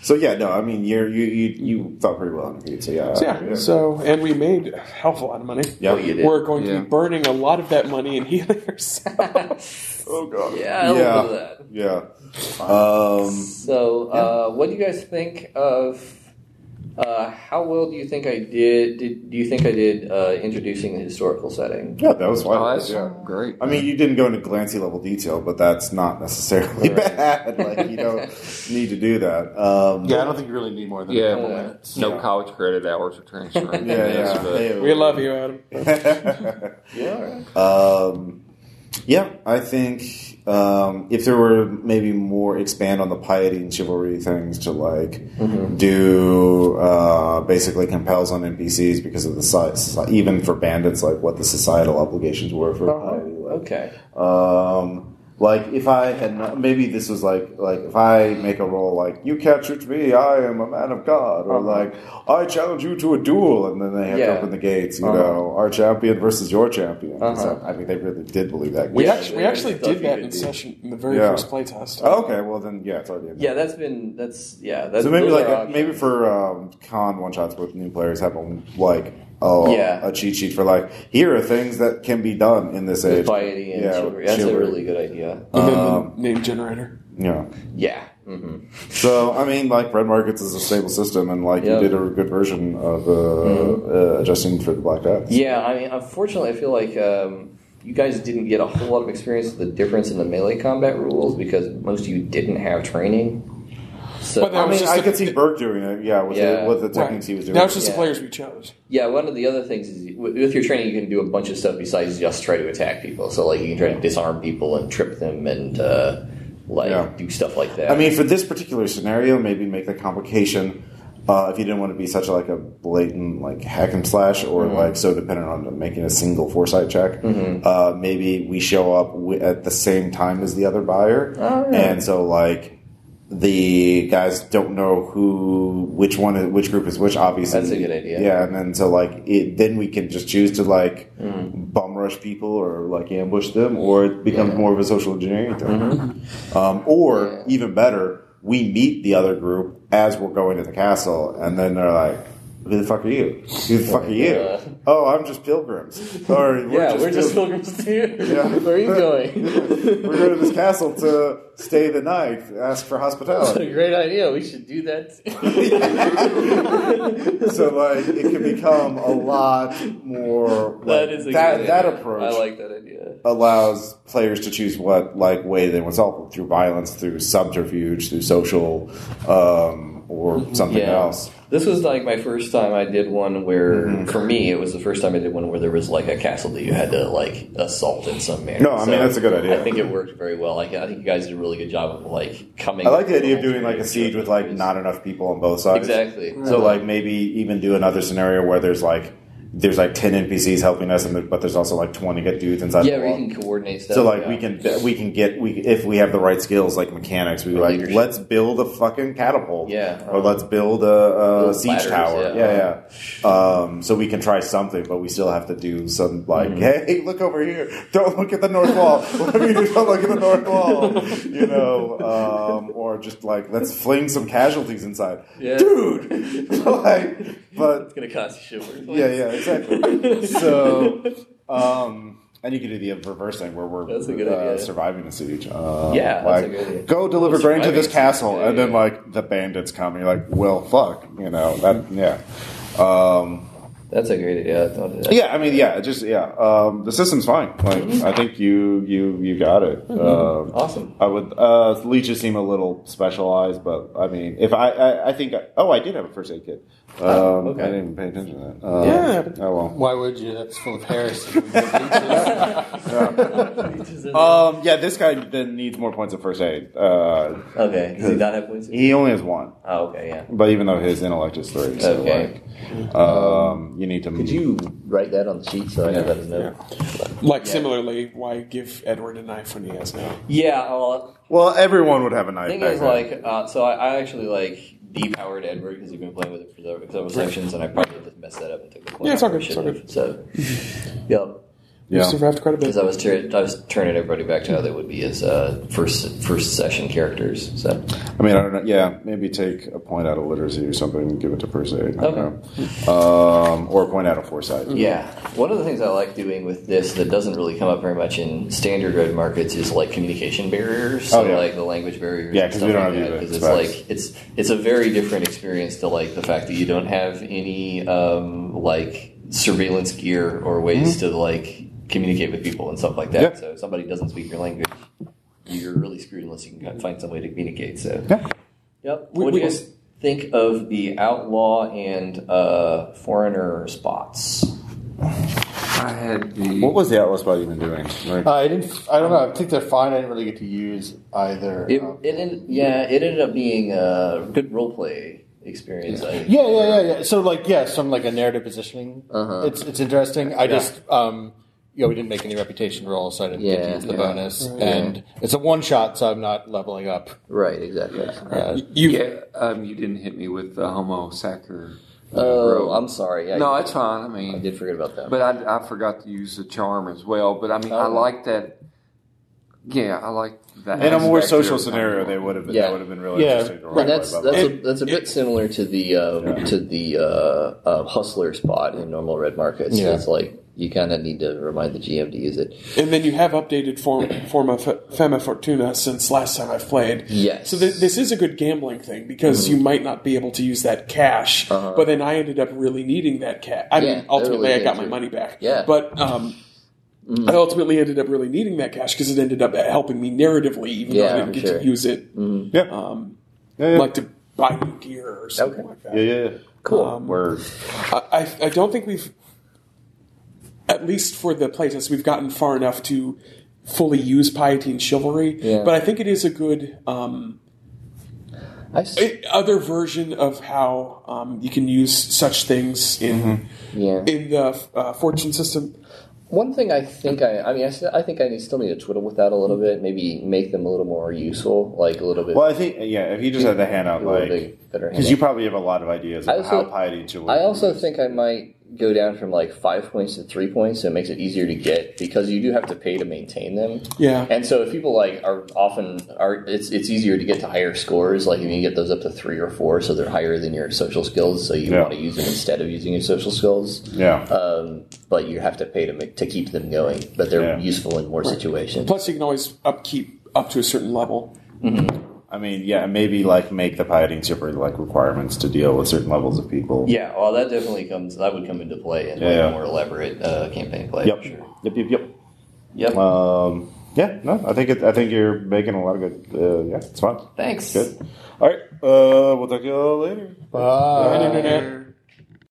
Speaker 7: So yeah, no, I mean you're, you you you thought pretty well on it. So yeah,
Speaker 6: So, yeah. So, and we made a hell of a lot of money.
Speaker 7: Yeah.
Speaker 2: Oh, you did.
Speaker 6: We're going to
Speaker 5: Yeah.
Speaker 6: be burning a lot of that money and healing ourselves.
Speaker 7: oh god,
Speaker 2: Yeah, a little bit of that.
Speaker 7: yeah, yeah. Um,
Speaker 2: So, uh, what do you guys think of? Uh, how well do you think I did? did do you think I did uh, introducing the historical setting?
Speaker 7: Yeah, that was fine.
Speaker 5: oh, that's
Speaker 7: yeah.
Speaker 5: great.
Speaker 7: I mean, you didn't go into glancy level detail, but that's not necessarily bad. Like you don't need to do that. Um,
Speaker 13: Yeah, I don't think you really need more than
Speaker 5: Yeah.
Speaker 13: a couple
Speaker 2: Uh,
Speaker 13: minutes.
Speaker 5: No
Speaker 7: Yeah.
Speaker 5: college credit hours or transfer.
Speaker 7: yeah, yeah.
Speaker 6: we love you, Adam.
Speaker 2: Yeah, all right.
Speaker 7: um, yeah, I think um, if there were maybe more expand on the piety and chivalry things to like
Speaker 13: Mm-hmm.
Speaker 7: do uh, basically compels on NPCs because of the size, even for bandits, like what the societal obligations were for
Speaker 13: Uh-huh.
Speaker 7: piety. Like,
Speaker 2: Okay.
Speaker 7: Um, like if I had not, maybe this was like like if I make a roll like you captured me, I am a man of God, or like I challenge you to a duel, and then they have to
Speaker 2: Uh-huh. Yeah.
Speaker 7: open the gates. You
Speaker 2: Uh-huh.
Speaker 7: know, our champion versus your champion. 'Cause
Speaker 2: Uh-huh.
Speaker 7: I, I think they really did believe that.
Speaker 6: We
Speaker 7: game.
Speaker 6: actually, we actually
Speaker 2: Stuff
Speaker 6: did
Speaker 2: you
Speaker 6: that
Speaker 2: did
Speaker 6: in
Speaker 2: do.
Speaker 6: session in the very
Speaker 7: Yeah. Oh.
Speaker 6: first playtest.
Speaker 7: Okay, well then, yeah, it's already in there.
Speaker 2: Yeah, that's been that's yeah. That's
Speaker 7: So maybe
Speaker 2: those
Speaker 7: like
Speaker 2: are
Speaker 7: maybe
Speaker 2: options.
Speaker 7: for um, con one shots with new players, have them like Oh,
Speaker 2: Yeah.
Speaker 7: a cheat sheet for like here are things that can be done in this age.
Speaker 2: Variety and
Speaker 7: Yeah,
Speaker 2: chivalry. That's a
Speaker 7: chivalry.
Speaker 2: really good idea.
Speaker 6: And then the name generator.
Speaker 7: Yeah.
Speaker 2: Yeah. hmm
Speaker 7: So I mean, like red markets is a stable system, and like
Speaker 2: Yep.
Speaker 7: you did a good version of uh, uh, adjusting for the black death.
Speaker 2: Yeah, I mean, unfortunately, I feel like um, you guys didn't get a whole lot of experience with the difference in the melee combat rules because most of you didn't have training. So,
Speaker 6: But that
Speaker 7: I
Speaker 6: was
Speaker 7: mean,
Speaker 6: just
Speaker 7: I
Speaker 6: a-
Speaker 7: could see Burke doing it. Yeah, with
Speaker 2: Yeah.
Speaker 7: the with the
Speaker 6: Right.
Speaker 7: techniques he was doing.
Speaker 6: That was just
Speaker 2: Yeah.
Speaker 6: the players we chose.
Speaker 2: yeah, one of the other things is with with your training, you can do a bunch of stuff besides just try to attack people. So, like, you can try to disarm people and trip them and uh, like
Speaker 7: Yeah.
Speaker 2: do stuff like that.
Speaker 7: I mean, for this particular scenario, maybe make the complication uh, if you didn't want to be such a, like a blatant like hack and slash or
Speaker 2: Mm-hmm.
Speaker 7: like so dependent on making a single foresight check. Uh, maybe we show up w- at the same time as the other buyer,
Speaker 2: Oh,
Speaker 7: and so like the guys don't know who which one is, which group is which. Obviously,
Speaker 2: That's a good idea.
Speaker 7: Yeah, and then so like it, then we can just choose to like
Speaker 2: Mm-hmm.
Speaker 7: bum rush people or like ambush them, or it becomes more of a social engineering thing.
Speaker 2: Mm-hmm.
Speaker 7: Um, or even better, we meet the other group as we're going to the castle, and then they're like, "Who the fuck are you? Who the fuck are you?
Speaker 2: Yeah.
Speaker 7: Oh, I'm just pilgrims. Or we're
Speaker 2: yeah, we're just
Speaker 7: pilgrims.
Speaker 2: pilgrims here.
Speaker 7: Yeah.
Speaker 2: Where are you going?
Speaker 7: we're going to this castle to stay the night, ask for
Speaker 2: That's a
Speaker 7: hospitality.
Speaker 2: great idea. We should do that.
Speaker 7: so like, it can become a lot more. Like,
Speaker 2: that is a
Speaker 7: that
Speaker 2: good
Speaker 7: that
Speaker 2: idea.
Speaker 7: approach.
Speaker 2: I like that idea.
Speaker 7: allows players to choose what like way they want to solve it, through violence, through subterfuge, through social, um,
Speaker 2: Mm-hmm.
Speaker 7: or something else.
Speaker 2: This was like my first time I did one where,
Speaker 7: Mm-hmm.
Speaker 2: for me, it was the first time I did one where there was like a castle that you had to like assault in some manner.
Speaker 7: No, I mean, that's a good idea.
Speaker 2: I think it worked very well. Like I think you guys did a really good job of like coming.
Speaker 7: I like the
Speaker 2: up
Speaker 7: idea of
Speaker 2: with
Speaker 7: doing like a siege with like not enough people on both sides.
Speaker 2: exactly.
Speaker 7: So like maybe even do another scenario where there's like there's like ten NPCs helping us, and there- but there's also like twenty good dudes inside.
Speaker 2: yeah,
Speaker 7: the
Speaker 2: we
Speaker 7: wall.
Speaker 2: can coordinate stuff.
Speaker 7: So like
Speaker 2: yeah.
Speaker 7: we can we can get we if we have the right skills like mechanics we like
Speaker 2: Leadership.
Speaker 7: let's build a fucking catapult
Speaker 2: Yeah.
Speaker 7: or let's build a, a
Speaker 2: Build
Speaker 7: siege
Speaker 2: ladders,
Speaker 7: tower
Speaker 2: yeah.
Speaker 7: yeah yeah, Um, so we can try something but we still have to do some like
Speaker 2: Mm-hmm.
Speaker 7: hey look over here don't look at the north wall what do you do? don't look at the north wall you know um, or just like let's fling some casualties inside
Speaker 2: Yeah.
Speaker 7: dude like but
Speaker 2: It's gonna cost you shit.
Speaker 7: yeah, yeah, exactly. so, um, and you can do the reverse thing where we're
Speaker 2: That's a good
Speaker 7: uh,
Speaker 2: idea.
Speaker 7: surviving a siege. Uh,
Speaker 2: Yeah, that's
Speaker 7: like,
Speaker 2: a good idea.
Speaker 7: go deliver grain to
Speaker 2: Surviving
Speaker 7: this
Speaker 2: a siege,
Speaker 7: castle,
Speaker 2: yeah,
Speaker 7: and then
Speaker 2: yeah.
Speaker 7: like the bandits come, and you're like, well, fuck, you know that, yeah. Um,
Speaker 2: That's a great idea. I thought of that.
Speaker 7: yeah, I mean, yeah, it just yeah. Um, the system's fine. Like, I think you you you got it. Um,
Speaker 2: Awesome.
Speaker 7: I would uh, leeches seem a little specialized, but I mean, if I I, I think oh, I did have a first aid kit. Um,
Speaker 2: Oh, okay.
Speaker 7: I didn't even pay attention to that. Um,
Speaker 6: Yeah.
Speaker 7: Oh well.
Speaker 4: Why would you? That's full of heresy. Uh,
Speaker 7: Um, yeah, this guy then needs more points of first aid. Uh,
Speaker 2: Okay. Does he not have points?
Speaker 7: he only has one,
Speaker 2: Oh, okay. Yeah.
Speaker 7: but even though his intellect is three, so
Speaker 2: Okay.
Speaker 7: like, um, you need to.
Speaker 2: Could you write that on the sheet so I have that as a note?
Speaker 6: Like similarly, why give Edward a knife when he has no?
Speaker 2: Yeah. I'll,
Speaker 7: Well, everyone would have a knife.
Speaker 2: thing
Speaker 7: back
Speaker 2: is,
Speaker 7: then.
Speaker 2: like, uh, so I, I actually like depowered Edward because he've been playing with it for several- several sessions, and I probably just messed that up and took the point.
Speaker 6: Yeah, it's all
Speaker 2: I
Speaker 6: good, it's all
Speaker 2: shouldn't have. So, yep.
Speaker 6: You
Speaker 7: yeah.
Speaker 6: survived quite a bit.
Speaker 2: Because I was tur- I was turning everybody back to how they would be as uh, first first session characters. So
Speaker 7: I mean, I don't know. Yeah, maybe take a point out of literacy or something and give it to first aid. I don't
Speaker 2: Okay.
Speaker 7: know. Um, or a point out of foresight.
Speaker 2: yeah, one of the things I like doing with this that doesn't really come up very much in standard red markets is like communication barriers. So
Speaker 7: Oh, yeah.
Speaker 2: like the language barriers.
Speaker 7: Yeah,
Speaker 2: and
Speaker 7: 'cause
Speaker 2: stuff
Speaker 7: we don't
Speaker 2: like
Speaker 7: have
Speaker 2: that,
Speaker 7: either.
Speaker 2: 'cause
Speaker 7: It's facts.
Speaker 2: it's like it's it's a very different experience to like the fact that you don't have any um, like surveillance gear or ways
Speaker 7: Mm-hmm.
Speaker 2: to like communicate with people and stuff like that.
Speaker 7: Yeah.
Speaker 2: So if somebody doesn't speak your language, you're really screwed unless you can find some way to communicate. So
Speaker 7: Yeah.
Speaker 2: Yep.
Speaker 6: We-
Speaker 2: what do
Speaker 6: we-
Speaker 2: you guys think of the outlaw and uh, foreigner spots?
Speaker 5: I had the.
Speaker 7: What was the Atlas body even doing? Like,
Speaker 4: I didn't. I don't know. I think they're fine. I didn't really get to use either.
Speaker 2: It,
Speaker 4: Um,
Speaker 2: it ended, yeah, it ended up being a good role play experience. I think.
Speaker 4: yeah, yeah, yeah, yeah. So like, yeah, some like a narrative positioning.
Speaker 2: Uh-huh.
Speaker 4: It's it's interesting. I just um, yeah, we didn't make any reputation rolls, so I didn't get to
Speaker 2: Yeah,
Speaker 4: use the
Speaker 2: yeah.
Speaker 4: bonus. And it's a one shot, so I'm not leveling up.
Speaker 2: Right. Exactly.
Speaker 4: Uh,
Speaker 5: You, yeah, um, you didn't hit me with the Homo sacer. uh,
Speaker 2: Oh,
Speaker 5: rope.
Speaker 2: I'm sorry. I,
Speaker 5: no, that's fine. I mean,
Speaker 2: I did forget about that.
Speaker 5: But I, I forgot to use the charm as well. But I mean, I
Speaker 2: Oh.
Speaker 5: like that Yeah, I like that.
Speaker 7: In a more
Speaker 5: aspect
Speaker 7: social
Speaker 5: of-
Speaker 7: scenario, they would have been,
Speaker 2: Yeah.
Speaker 7: that would have been really
Speaker 14: Yeah.
Speaker 7: interesting. To write
Speaker 2: And that's
Speaker 7: about
Speaker 2: that's a,
Speaker 7: that.
Speaker 2: that's a bit similar to the uh, to the uh, uh, hustler spot in normal red market. So
Speaker 14: Yeah.
Speaker 2: it's like you kind of need to remind the GM to use it.
Speaker 6: And then you have updated form, form of Fema Fortuna since last time I've played.
Speaker 2: Yes. Mm-hmm.
Speaker 6: So th- this is a good gambling thing because you might not be able to use that cash. But then I ended up really needing that cash. I
Speaker 2: Uh-huh. Yeah,
Speaker 6: mean, ultimately
Speaker 2: that really
Speaker 6: I got
Speaker 2: did
Speaker 6: my
Speaker 2: too.
Speaker 6: money back.
Speaker 2: Yeah. Mm.
Speaker 6: But um, I ultimately ended up really needing that cash because it ended up helping me narratively, even
Speaker 2: Yeah,
Speaker 6: though I
Speaker 2: I'm
Speaker 6: didn't get
Speaker 2: sure. Mm-hmm.
Speaker 6: to use it,
Speaker 7: yeah.
Speaker 6: um,
Speaker 7: yeah, yeah.
Speaker 6: like to buy new gear or something
Speaker 2: Okay.
Speaker 6: like that.
Speaker 7: yeah, yeah, yeah. Cool.
Speaker 6: Um,
Speaker 7: Word.
Speaker 6: I, I- I don't think we've, at least for the playtest, we've gotten far enough to fully use piety and chivalry.
Speaker 2: Yeah.
Speaker 6: But I think it is a good um,
Speaker 2: I s-
Speaker 6: i- other version of how um, you can use such things in
Speaker 2: yeah.
Speaker 6: in the uh, fortune system.
Speaker 2: One thing I think I, I mean, I, s- I think I need, still need to twiddle with that a little bit. Maybe make them a little more useful, like a little bit.
Speaker 7: Well, I think yeah, if you just had the handout,
Speaker 2: a little
Speaker 7: like
Speaker 2: bit better.
Speaker 7: because you probably have a lot of ideas
Speaker 2: I
Speaker 7: of
Speaker 2: also-
Speaker 7: how piety and chivalry.
Speaker 2: I also think I might go down from like five points to three points, so it makes it easier to get because you do have to pay to maintain them.
Speaker 6: Yeah.
Speaker 2: And so if people like are often are it's it's easier to get to higher scores, like you can get those up to three or four, so they're higher than your social skills, so you
Speaker 7: Yeah.
Speaker 2: want to use them instead of using your social skills.
Speaker 7: yeah,
Speaker 2: Um, but you have to pay to make, to keep them going, but they're
Speaker 7: Yeah.
Speaker 2: useful in more situations.
Speaker 6: Plus, you can always upkeep up to a certain level.
Speaker 7: I mean, yeah, maybe like make the piety and chivalry like requirements to deal with certain levels of people.
Speaker 2: Yeah, well, that definitely comes. That would come into play in
Speaker 7: like, Yeah. a
Speaker 2: more
Speaker 7: more
Speaker 2: elaborate uh, campaign play.
Speaker 7: Yep. Yep. Yep. Yep.
Speaker 2: Yep.
Speaker 7: Um, yeah, no, I think it, I think you're making a lot of good. Uh, yeah, it's fun.
Speaker 2: Thanks.
Speaker 7: Good. All right, uh, we'll talk to you all later.
Speaker 6: Internet.